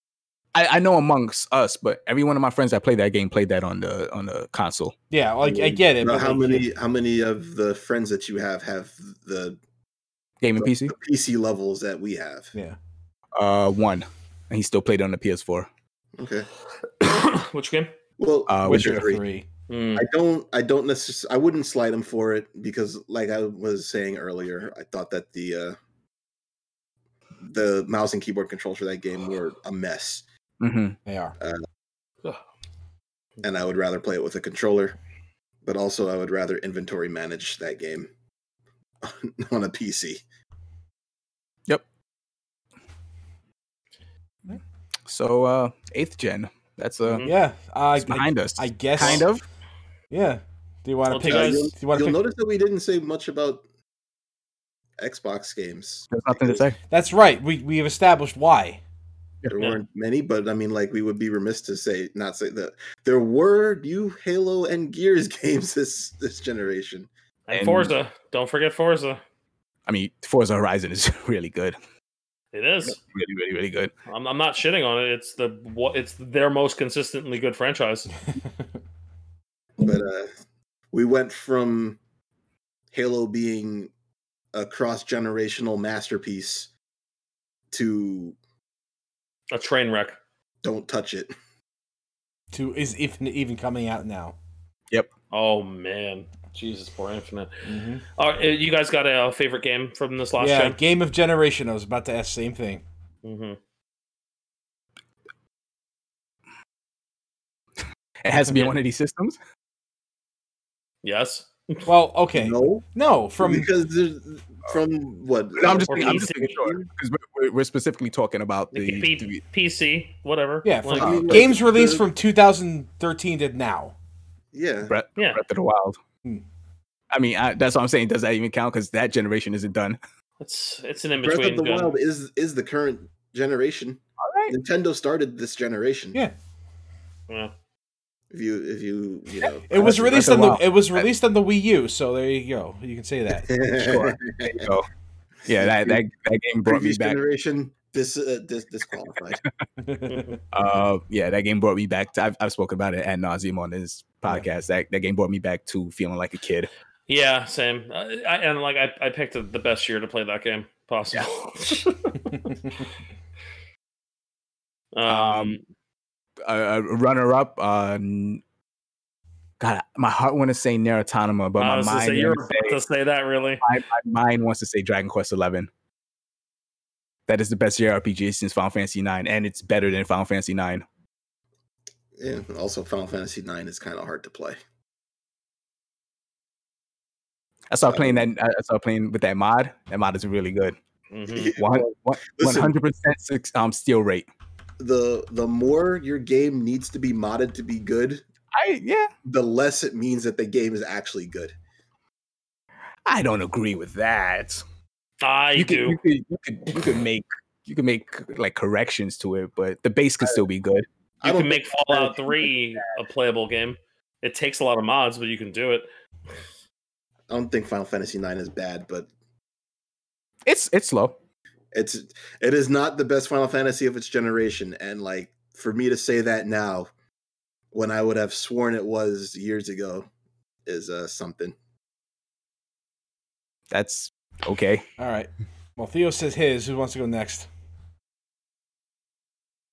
Speaker 2: I, I know amongst us, but every one of my friends that played that game played that on the on the console.
Speaker 4: yeah, like I get it.
Speaker 1: Now,
Speaker 4: But
Speaker 1: how
Speaker 4: like,
Speaker 1: many how many of the friends that you have have the,
Speaker 2: Gaming
Speaker 1: the
Speaker 2: PC,
Speaker 1: the PC levels that we have?
Speaker 4: Yeah.
Speaker 2: uh, one, and he still played it on the PS4.
Speaker 1: Okay.
Speaker 3: Which game?
Speaker 1: Well,
Speaker 2: Uh,
Speaker 4: Witcher
Speaker 1: Witcher 3.
Speaker 4: three.
Speaker 3: Mm.
Speaker 1: I don't I don't necessarily I wouldn't slight him for it because like I was saying earlier, I thought that the uh the mouse and keyboard controls for that game were a mess
Speaker 2: Mhm.
Speaker 4: They are.
Speaker 1: and I would rather play it with a controller. But also I would rather inventory manage that game on a PC.
Speaker 2: So uh eighth gen. That's uh
Speaker 3: Mhm.
Speaker 4: Yeah. Uh,
Speaker 2: it's behind us.
Speaker 4: I guess.
Speaker 2: kind of.
Speaker 4: Yeah. Do you want to
Speaker 3: Well,
Speaker 4: pick?
Speaker 3: do you
Speaker 1: guys-
Speaker 4: do you want to
Speaker 1: You'll
Speaker 4: pick?
Speaker 1: notice that we didn't say much about Xbox games.
Speaker 2: There's nothing to say.
Speaker 4: That's right. We we have established why.
Speaker 1: There
Speaker 3: Yeah.
Speaker 1: weren't many, but I mean, like, we would be remiss to say not say that there were new Halo and Gears games this this generation.
Speaker 3: And
Speaker 2: And-
Speaker 3: Forza. Don't forget Forza.
Speaker 2: I mean, Forza Horizon is really good.
Speaker 3: It is.
Speaker 2: Really, really, really good.
Speaker 3: I'm, I'm not shitting on it. It's the what it's their most consistently good franchise.
Speaker 1: But uh, we went from Halo being a cross generational masterpiece to
Speaker 3: A train wreck.
Speaker 1: don't touch it.
Speaker 4: to is even even coming out now.
Speaker 3: Oh man, Jesus, poor Infinite.
Speaker 4: Mm-hmm.
Speaker 3: All right, uh, you guys got a uh, favorite game from this last
Speaker 4: Yeah,
Speaker 3: gen?
Speaker 4: game of generation. I was about to ask same thing.
Speaker 3: Mm-hmm.
Speaker 2: It has to be
Speaker 3: Yeah.
Speaker 2: one of these systems.
Speaker 3: Yes.
Speaker 4: Well, okay, no,
Speaker 1: No,
Speaker 4: from
Speaker 1: because there's, from what?
Speaker 2: No, I'm just
Speaker 3: Or
Speaker 2: thinking, I'm just
Speaker 3: PC.
Speaker 2: thinking sure because we're, we're specifically talking about
Speaker 3: It
Speaker 2: the,
Speaker 3: could be
Speaker 2: the-
Speaker 3: PC, whatever.
Speaker 4: yeah from
Speaker 3: Like,
Speaker 1: I mean, like,
Speaker 4: games released
Speaker 1: the-
Speaker 4: from 2013 to now.
Speaker 1: yeah.
Speaker 2: Breath,
Speaker 3: Yeah.
Speaker 2: Breath of the Wild.
Speaker 4: Hmm.
Speaker 2: I mean, I, that's what I'm saying. Does that even count? Because that generation isn't done.
Speaker 3: it's it's an in
Speaker 1: Breath
Speaker 3: between.
Speaker 1: of the Wild is is the current generation.
Speaker 2: All right.
Speaker 1: Nintendo started this generation.
Speaker 4: Yeah.
Speaker 1: If you if you you know
Speaker 4: It was
Speaker 2: Breath of
Speaker 4: released
Speaker 2: the
Speaker 4: on the
Speaker 2: Wild.
Speaker 4: it was released on the Wii U. So there you go. You can say that.
Speaker 2: Sure. There you go. Yeah, that, that, that game brought me
Speaker 1: previous
Speaker 2: back.
Speaker 1: generation dis, uh, dis, disqualified.
Speaker 2: Uh, yeah, that game brought me back. To, I've, I've spoken about it ad nauseum on this
Speaker 4: Yeah.
Speaker 2: podcast. That, that game brought me back to feeling like a kid.
Speaker 3: Yeah, same. Uh, I, and like I, I picked the best year to play that game possible. um,
Speaker 2: A, a runner up. Uh, n- God, my heart want to say Nier Automata, but
Speaker 3: I
Speaker 2: my
Speaker 3: was gonna
Speaker 2: mind,
Speaker 3: say, you're
Speaker 2: wants
Speaker 3: about
Speaker 2: to say,
Speaker 3: to say that really.
Speaker 2: my, my mind wants to say Dragon Quest Eleven. That is the best JRPG since Final Fantasy Nine, and it's better than Final Fantasy Nine.
Speaker 1: yeah. Also, Final Fantasy IX is kind of hard to play.
Speaker 2: I started playing that. I started playing with that mod. That mod is really good.
Speaker 3: Mhm.
Speaker 2: One
Speaker 1: Well,
Speaker 2: one
Speaker 1: listen,
Speaker 2: hundred percent um steal rate.
Speaker 1: the the more your game needs to be modded to be good,
Speaker 2: I yeah.
Speaker 1: the less it means that the game is actually good.
Speaker 2: I don't agree with that.
Speaker 3: I
Speaker 2: you
Speaker 3: do.
Speaker 2: Could, you could you could you could make you could make like corrections to it, but the base could still be good.
Speaker 1: I
Speaker 3: you
Speaker 1: don't
Speaker 3: can make
Speaker 1: think-
Speaker 3: Fallout 3 a playable game. It takes a lot of mods, but you can do it.
Speaker 1: I don't think Final Fantasy IX is bad, but
Speaker 2: It's it's slow.
Speaker 1: it's it is not the best Final Fantasy of its generation. And like for me to say that now, when I would have sworn it was years ago, is uh something.
Speaker 2: That's okay.
Speaker 4: All right. Well, Theo says his. Who wants to go next?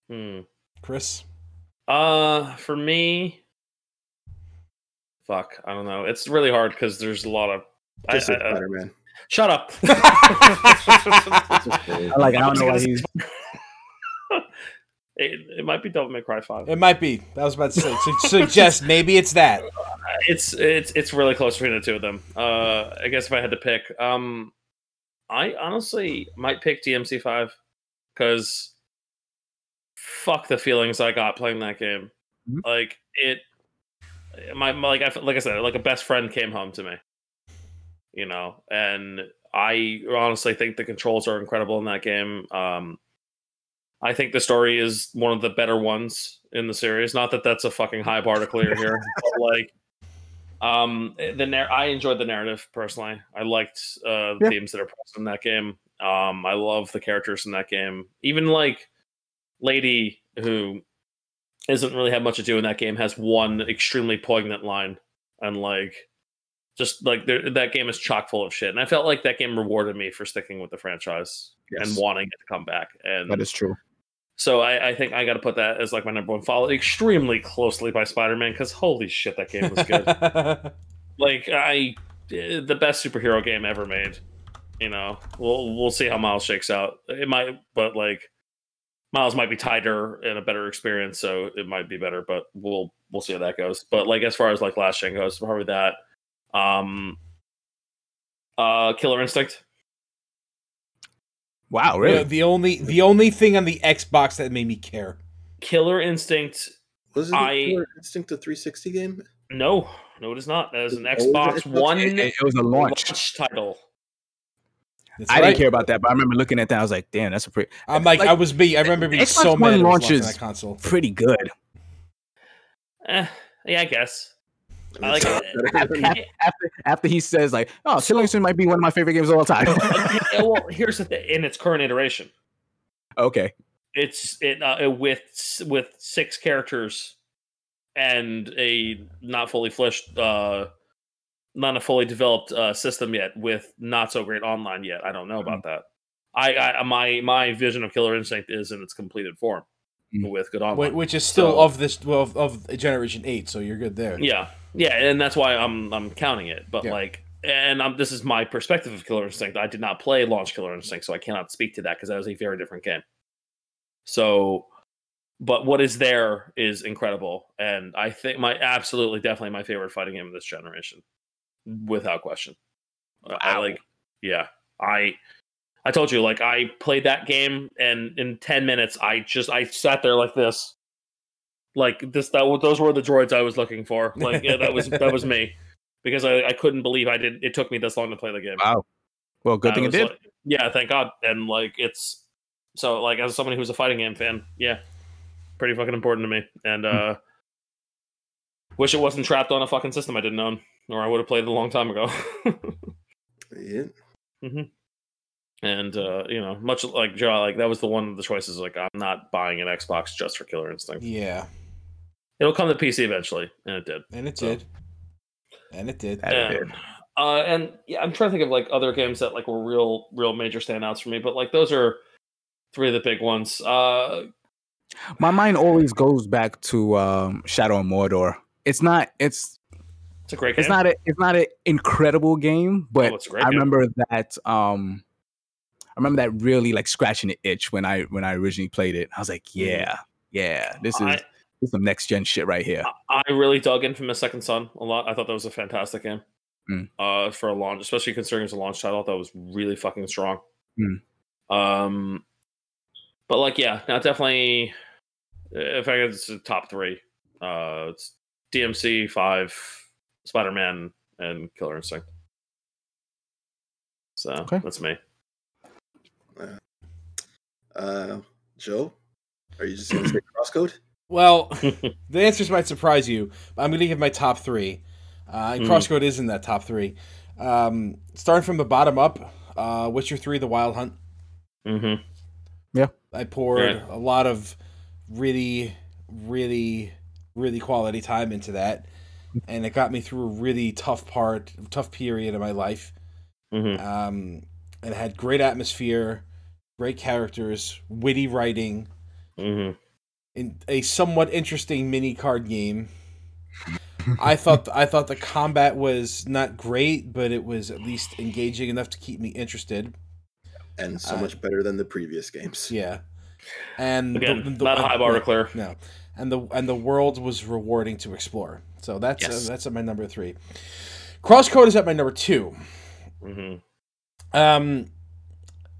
Speaker 3: Hmm.
Speaker 4: Chris.
Speaker 3: Uh, for me, fuck, I don't know. It's really hard because there's a lot of. I,
Speaker 1: Just
Speaker 3: I- uh, I-
Speaker 1: Spider Man.
Speaker 3: shut up.
Speaker 2: I like. I don't know what
Speaker 3: Disgusting.
Speaker 2: he's.
Speaker 3: it, it might be Devil May Cry Five.
Speaker 4: It might be. I was about to say, su- suggest maybe it's that.
Speaker 3: It's it's it's really close between the two of them. Uh, I guess if I had to pick, um, I honestly might pick DMC Five because fuck the feelings I got playing that game.
Speaker 2: Mhm.
Speaker 3: Like it, my, my like I f- like I said, like a best friend came home to me. You know, and I honestly think the controls are incredible in that game. Um, I think the story is one of the better ones in the series. Not that that's a fucking high bar to clear here, but like, um, the narr- I enjoyed the narrative personally. I liked uh, the
Speaker 2: Yeah.
Speaker 3: themes that are present in that game. Um, I love the characters in that game. Even like Lady, who doesn't really have much to do in that game, has one extremely poignant line, and like, just like there- that game is chock full of shit. And I felt like that game rewarded me for sticking with the franchise and
Speaker 2: Yes.
Speaker 3: wanting it to come back. And
Speaker 2: That is true.
Speaker 3: So I, I think I got to put that as like my number one, followed extremely closely by Spider Man because holy shit, that game was good. like I, the best superhero game ever made. You know, we'll we'll see how Miles shakes out. It might, but like Miles might be tighter and a better experience, so it might be better. But we'll we'll see how that goes. But like as far as like Last Gen goes, probably that. Um, uh, Killer Instinct.
Speaker 2: Wow,
Speaker 4: You know,
Speaker 2: really?
Speaker 4: the only the only thing on the Xbox that made me care.
Speaker 3: Killer Instinct.
Speaker 1: Was it
Speaker 3: I-
Speaker 1: Killer Instinct a 360 game?
Speaker 3: No, no, it is not. That is an
Speaker 1: Oh, is it
Speaker 3: Xbox
Speaker 1: Xbox?
Speaker 3: One
Speaker 2: It, it- it was a launch.
Speaker 3: launch title.
Speaker 4: That's
Speaker 2: I
Speaker 4: right.
Speaker 2: didn't care about that, but I remember looking at that. I was like, "Damn, that's a pretty,
Speaker 4: I'm like,
Speaker 2: Like,
Speaker 4: I was me. I remember being
Speaker 2: Xbox
Speaker 4: so
Speaker 2: One
Speaker 4: mad. Launches
Speaker 2: launches-
Speaker 4: that console.
Speaker 2: pretty good."
Speaker 3: Eh, yeah, I guess.
Speaker 1: I
Speaker 3: I
Speaker 1: mean,
Speaker 3: like
Speaker 1: it's not better than-
Speaker 2: After, after, after he says like, "Oh, Killing Instinct might be one of my favorite games of all time."
Speaker 3: Yeah, well, here's the thing. In its current iteration,
Speaker 2: okay,
Speaker 3: it's it uh, it- with s- with six characters and a not fully fleshed, uh, not a fully developed uh, system yet, with not so great online yet. I don't know about that. I, I my my vision of Killer Instinct is in its completed form
Speaker 2: Mm.
Speaker 3: with good online.
Speaker 4: Wh- Which is still
Speaker 3: So-
Speaker 4: of this well, of, of generation eight, so you're good there.
Speaker 3: Yeah, yeah, and that's why I'm I'm counting it. But
Speaker 4: Yeah.
Speaker 3: like, and i this is my perspective of Killer Instinct. I did not play Launch Killer Instinct, so I cannot speak to that because that was a very different game. So, but what is there is incredible, and I think my absolutely definitely my favorite fighting game of this generation, without question. I- I
Speaker 2: Wow.
Speaker 3: like, yeah, I. I told you, like I played that game, and in ten minutes, I just I sat there like this, like this. That was- those were the droids I was looking for. Like yeah, that was that was me, because I, I couldn't believe I did. It took me this long to play the game.
Speaker 2: wow. Well, good
Speaker 3: I
Speaker 2: thing it
Speaker 3: was
Speaker 2: did.
Speaker 3: like- yeah, thank God. And like it's so like as somebody who's a fighting game fan, yeah, pretty fucking important to me. And
Speaker 2: Hmm.
Speaker 3: uh wish it wasn't trapped on a fucking system I didn't own, or I would have played it a long time ago.
Speaker 1: Yeah.
Speaker 3: and uh, you know, much like Joe, like that was the one of the choices. Like I'm not buying an Xbox just for Killer Instinct.
Speaker 2: Mm.
Speaker 4: Yeah,
Speaker 3: It'll come to PC eventually, and it did.
Speaker 4: and it
Speaker 3: So-
Speaker 4: did, and it did.
Speaker 2: That it did.
Speaker 3: And, uh, and yeah, I'm trying to think of like other games that like were real, real major standouts for me. But like those are three of the big ones. Uh,
Speaker 2: My mind always goes back to um, Shadow of Mordor. It's not. It's
Speaker 3: it's a great game. Oh,
Speaker 2: it's not a it's not an incredible game, but
Speaker 3: it's a great
Speaker 2: I
Speaker 3: game.
Speaker 2: remember that um I remember that really like scratching the itch when I when I originally played it. I was like, yeah, yeah, this is
Speaker 3: Mm-hmm. I- Uh,
Speaker 2: this is some next gen shit right here.
Speaker 3: I really dug Infamous Second Son a lot. I thought that was a fantastic game
Speaker 2: Mm.
Speaker 3: uh, for a launch, especially considering it's a launch title. I thought it was really fucking strong.
Speaker 2: Mm.
Speaker 3: Um, but like, yeah, now definitely. If I guess it's a top three, uh, it's DMC five, Spider Man, and Killer Instinct. So
Speaker 2: Okay.
Speaker 3: that's me.
Speaker 1: Uh, Joe, are you just going to say crosscode?
Speaker 4: Well, the answers might surprise you, but I'm going to give my top three. Uh, and
Speaker 3: Mm.
Speaker 4: Crosscode is in that top three. Um, starting from the bottom up, uh, Witcher 3 The Wild Hunt.
Speaker 3: hmm
Speaker 4: I poured
Speaker 3: Right.
Speaker 4: a lot of really, really, really quality time into that. And it got me through a really tough part, tough period of my life.
Speaker 3: hmm
Speaker 4: Um, and it had great atmosphere, great characters, witty writing,
Speaker 3: hmm
Speaker 4: in a somewhat interesting mini card game. I thought I thought the combat was not great, but it was at least engaging enough to keep me interested.
Speaker 1: And so
Speaker 4: Uh,
Speaker 1: much better than the previous games.
Speaker 4: Yeah, and
Speaker 3: Again, not a high bar to clear.
Speaker 4: No, and the and the world was rewarding to explore. So that's
Speaker 3: Yes.
Speaker 4: uh, that's at my number three. Crosscode is at my number two.
Speaker 3: hmm
Speaker 4: Um,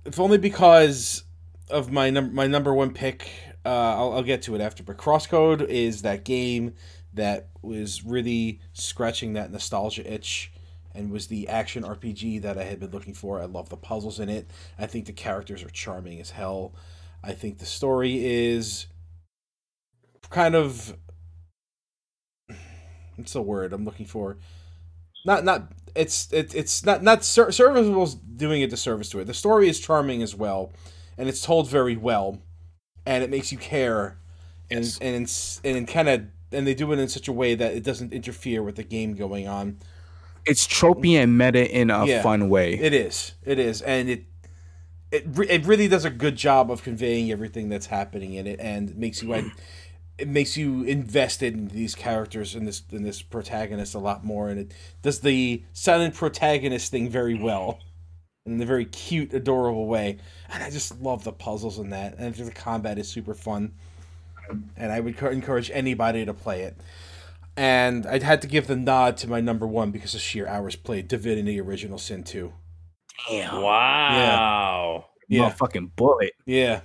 Speaker 4: if only because of my num- my number one pick. Uh, I'll, I'll get to it after. But Crosscode is that game that was really scratching that nostalgia itch and was the action RPG that I had been looking for. I love the puzzles in it. I think the characters are charming as hell. I think the story is kind of what's the word I'm looking for? Not not it's it, it's not not ser- serviceable's doing a disservice to it. The story is charming as well, and it's told very well, and it makes you care, and
Speaker 2: Yes.
Speaker 4: and it's, and kind of and they do it in such a way that it doesn't interfere with the game going on.
Speaker 3: mm-hmm.
Speaker 2: It's tropey and meta in a
Speaker 4: Yeah.
Speaker 2: fun way.
Speaker 4: It is. It is, and it it, re- it really does a good job of conveying everything that's happening in it and makes you en- it makes you invested in these characters and this in this protagonist a lot more and it does the silent protagonist thing very well in a very cute adorable way and i just love the puzzles in that and the combat is super fun and i would cur- encourage anybody to play it and i'd had to give the nod to my number one because of sheer hours played divinity original sin 2
Speaker 2: Damn.
Speaker 3: Wow.
Speaker 4: yeah
Speaker 2: Motherfucking bullet
Speaker 4: yeah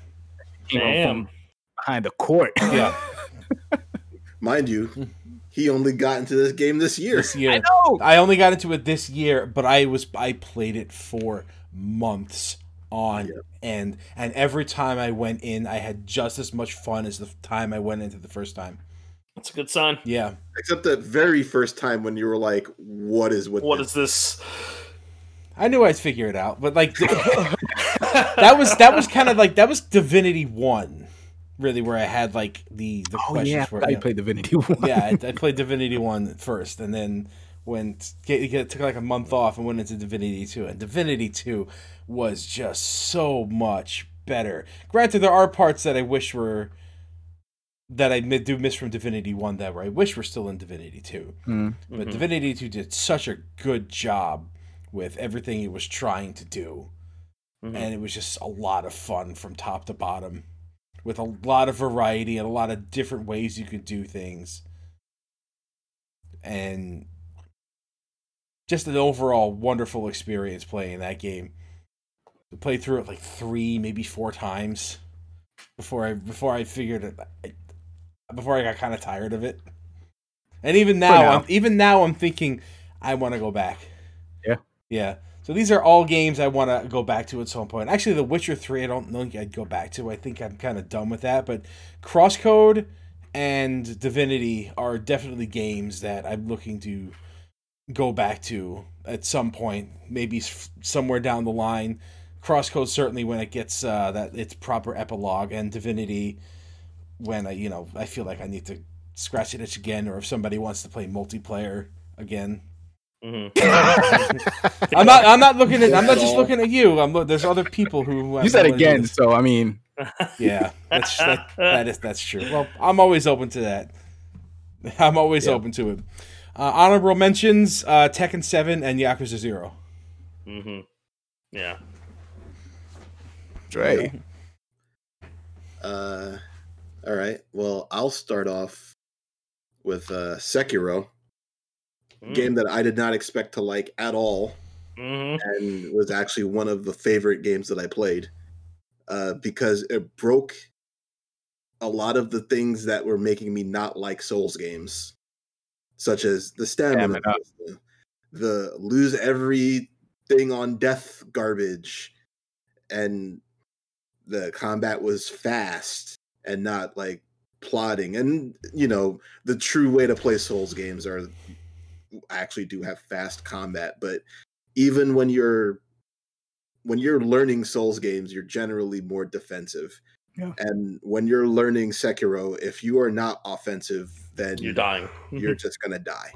Speaker 2: came out
Speaker 3: Damn.
Speaker 2: from behind the court.
Speaker 4: yeah
Speaker 1: Mind
Speaker 3: Hmm.
Speaker 1: you, he only got into this game this year.
Speaker 4: this year
Speaker 2: I know.
Speaker 4: I only got into it this year, but I was I played it for months on end, and every time I went in, I had just as much fun as the time I went into the first time.
Speaker 3: That's a good sign.
Speaker 4: Yeah,
Speaker 1: Except that very first time when you were like, "What is with
Speaker 3: What
Speaker 1: this?
Speaker 3: is this?
Speaker 4: I knew I'd figure it out, but like that was that was kind of like that was Divinity One, really, where I had like the the
Speaker 2: Oh
Speaker 4: questions
Speaker 2: yeah,
Speaker 4: were
Speaker 2: I
Speaker 4: yeah.
Speaker 2: played Divinity One.
Speaker 4: yeah, I, I played Divinity One first, and then went get, get, took like a month off and went into Divinity Two. And Divinity Two was just so much better. Granted, there are parts that I wish were that I mi- do miss from Divinity One that were I wish were still in Divinity Two.
Speaker 2: Mm.
Speaker 4: But
Speaker 3: Mhm.
Speaker 4: Divinity Two did such a good job with everything it was trying to do
Speaker 3: Mhm.
Speaker 4: and it was just a lot of fun from top to bottom with a lot of variety and a lot of different ways you could do things and just an overall wonderful experience playing that game I played through it like three maybe four times before i before i figured it I- before i got kind of tired of it and even now,
Speaker 2: now.
Speaker 4: I'm, even now i'm thinking i want to go back
Speaker 2: Yeah.
Speaker 4: yeah so these are all games I want to go back to at some point. Actually, The Witcher 3, I don't know if I'd go back to. I think I'm kind of done with that. But Crosscode and Divinity are definitely games that I'm looking to go back to at some point, maybe s- somewhere down the line. Crosscode certainly when it gets uh, that its proper epilogue, and Divinity when I you know I feel like I need to scratch it itch again, or if somebody wants to play multiplayer again.
Speaker 3: Mhm. Mm-hmm.
Speaker 4: I'm not. I'm not looking at. I'm not just looking at you. I'm. Look, there's other people who. who I'm
Speaker 2: You said
Speaker 4: willing to
Speaker 2: again,
Speaker 4: do this.
Speaker 2: so I mean,
Speaker 4: Yeah, that's that, that is that's true. Well, I'm always open to that. I'm always open to it. Uh, honorable mentions: uh, Tekken Seven and Yakuza Zero.
Speaker 3: Mhm. Yeah.
Speaker 2: Dre.
Speaker 1: Uh, all right. Well, I'll start off with uh, Sekiro,
Speaker 3: Mm.
Speaker 1: game that I did not expect to like at all,
Speaker 3: Mhm.
Speaker 1: and was actually one of the favorite games that I played uh, because it broke a lot of the things that were making me not like Souls games, such as the stamina,
Speaker 2: Stamina.
Speaker 1: the, the lose everything on death garbage, and the combat was fast and not like plotting. And you know, the true way to play Souls games are actually do have fast combat, but even when you're when you're learning Souls games, you're generally more defensive.
Speaker 2: Yeah.
Speaker 1: And when you're learning Sekiro, if you are not offensive, then
Speaker 3: You're dying.
Speaker 1: you're just gonna die.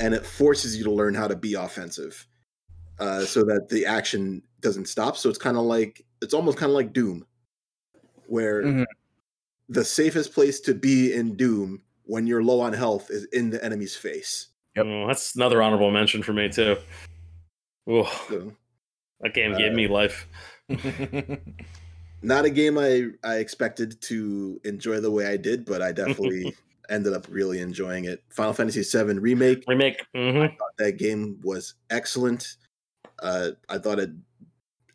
Speaker 1: And it forces you to learn how to be offensive, uh, so that the action doesn't stop. So it's kind of like it's almost kind of like Doom, where
Speaker 2: Mhm.
Speaker 1: the safest place to be in Doom when you're low on health is in the enemy's face.
Speaker 2: Yep.
Speaker 3: Oh, that's another honorable mention for me too. Ooh,
Speaker 1: So
Speaker 3: that game gave me life.
Speaker 1: not a game I I expected to enjoy the way I did, but I definitely ended up really enjoying it. Final Fantasy VII remake.
Speaker 3: Remake. hmm
Speaker 1: that game was excellent. Uh, I thought it,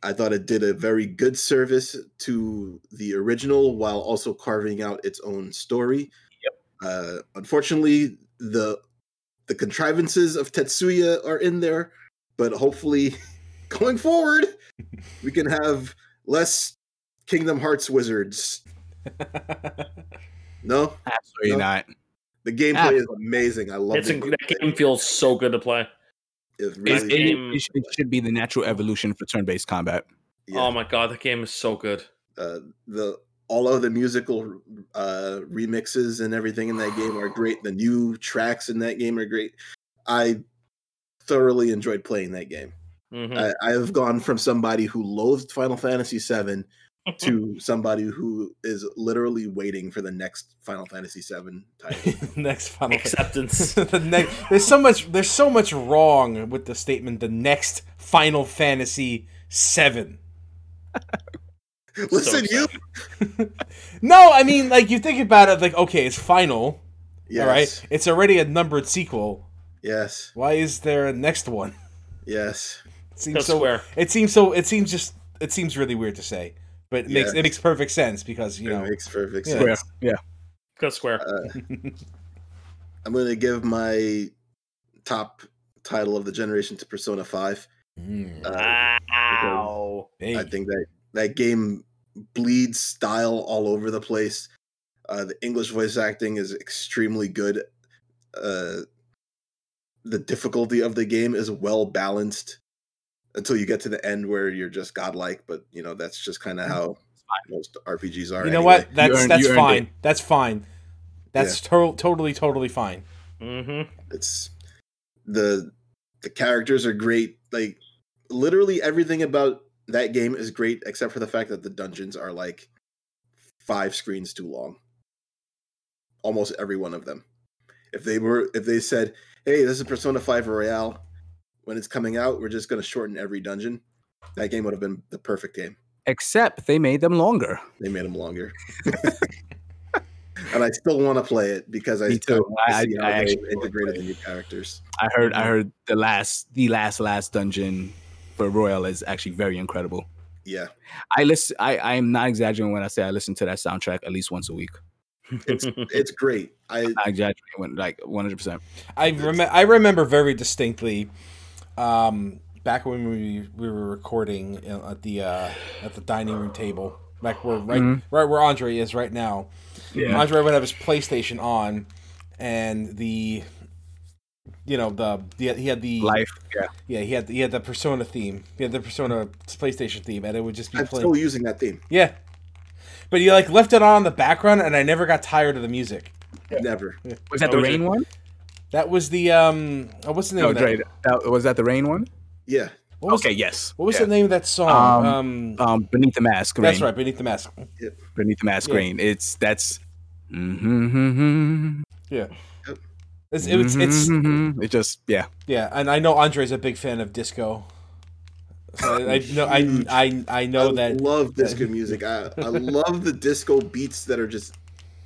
Speaker 1: I thought it did a very good service to the original while also carving out its own story. Yep. Uh, unfortunately, the the contrivances of Tetsuya are in there, but hopefully, going forward, we can have less Kingdom Hearts wizards. No,
Speaker 2: Absolutely
Speaker 1: No.
Speaker 2: not.
Speaker 1: the gameplay is amazing. I love
Speaker 3: It's
Speaker 1: the
Speaker 3: a, Ah. that game feels so good to play.
Speaker 1: It's
Speaker 2: It's-
Speaker 1: really,
Speaker 2: it-
Speaker 3: game-
Speaker 2: it should- it should be the natural evolution for turn-based combat.
Speaker 1: yeah.
Speaker 3: Oh my god, that game is so good.
Speaker 1: uh, the all of the musical uh, remixes and everything in that game are great. The new tracks in that game are great. I thoroughly enjoyed playing that game.
Speaker 3: Mhm.
Speaker 1: I, I've gone from somebody who loathed Final Fantasy VII to somebody who is literally waiting for the next Final Fantasy VII title.
Speaker 4: next Final Fantasy.
Speaker 3: Acceptance.
Speaker 4: the next, there's so much there's so much wrong with the statement the next Final Fantasy 7.
Speaker 1: Listen, you.
Speaker 3: excited.
Speaker 4: No, I mean like you think about it like okay, it's final,
Speaker 1: Yes.
Speaker 4: all right? It's already a numbered sequel.
Speaker 1: Yes.
Speaker 4: Why is there a next one?
Speaker 1: Yes.
Speaker 4: It
Speaker 3: No
Speaker 4: seems so
Speaker 3: square.
Speaker 4: it seems so it seems just it seems really weird to say, but it makes
Speaker 1: Yes.
Speaker 4: it makes perfect sense because you know
Speaker 1: It makes perfect
Speaker 4: Yeah.
Speaker 1: sense.
Speaker 2: Yeah, yeah.
Speaker 3: Go square.
Speaker 1: I'm going to give my top title of the generation to Persona 5.
Speaker 4: Mm,
Speaker 1: Uh,
Speaker 3: Wow.
Speaker 1: I
Speaker 4: big.
Speaker 1: think that that game bleeds style all over the place. Uh, the English voice acting is extremely good. Uh, the difficulty of the game is well balanced until you get to the end where you're just godlike. But you know that's just kind of how most RPGs are.
Speaker 4: Mm. you know
Speaker 1: anyway.
Speaker 4: what? That's
Speaker 2: earned-
Speaker 4: that's
Speaker 2: you earned
Speaker 4: fine.
Speaker 2: it.
Speaker 4: That's fine. That's to- totally totally fine.
Speaker 3: hmm
Speaker 1: It's the the characters are great. Like literally everything about that game is great except for the fact that the dungeons are like five screens too long. Almost every one of them. If they were if they said, "Hey, this is Persona 5 Royale. When it's coming out, we're just going to shorten every dungeon." That game would have been the perfect game.
Speaker 2: Except they made them longer.
Speaker 1: They made them longer. and I still want to play it because I
Speaker 2: Me
Speaker 1: still
Speaker 2: too.
Speaker 1: want to
Speaker 2: I-
Speaker 1: see
Speaker 2: I-
Speaker 1: how
Speaker 2: I
Speaker 1: they
Speaker 2: actually wanna
Speaker 1: integrated
Speaker 2: play
Speaker 1: the new characters.
Speaker 2: I heard I heard the last the last last dungeon for Royal is actually very incredible.
Speaker 1: Yeah.
Speaker 2: I listen I I am not exaggerating when I say I listen to that soundtrack at least once a week.
Speaker 1: it's great. I
Speaker 2: I exaggerate when like 100%.
Speaker 4: I remember I remember very distinctly um, back when we we were recording in- at the uh, at the dining room table, like where right
Speaker 2: Mhm.
Speaker 4: right where Andre is right now. Andre would have his PlayStation on, and the you know the, the he had the
Speaker 2: Life. Yeah.
Speaker 4: yeah he had he had the Persona theme, he had the Persona PlayStation theme, and it would just be
Speaker 1: I'm
Speaker 4: playing.
Speaker 1: still using that theme.
Speaker 4: Yeah, but you like left it on in the background, and I never got tired of the music.
Speaker 1: Never.
Speaker 2: Was that
Speaker 3: Oh,
Speaker 2: the
Speaker 3: is it?
Speaker 2: rain one?
Speaker 4: That was the um oh, what's the name
Speaker 2: No,
Speaker 4: of that?
Speaker 2: Dre, that, was that the rain one?
Speaker 1: Yeah.
Speaker 4: What was,
Speaker 2: okay, yes.
Speaker 4: What was
Speaker 2: yeah.
Speaker 4: the name of that song?
Speaker 2: Um,
Speaker 4: um
Speaker 2: Um, beneath the mask. Rain.
Speaker 4: That's right, beneath the mask.
Speaker 2: Beneath the mask.
Speaker 4: Yeah.
Speaker 2: Rain. It's that's. Mm-hmm,
Speaker 4: Yeah.
Speaker 1: Yep.
Speaker 4: It's, it's, it's
Speaker 2: it just yeah.
Speaker 4: yeah, and I know Andre's a big fan of disco. So I, I know I,
Speaker 1: Huge.
Speaker 4: I I
Speaker 1: I
Speaker 4: know that
Speaker 1: love disco music. I, I love the disco beats that are just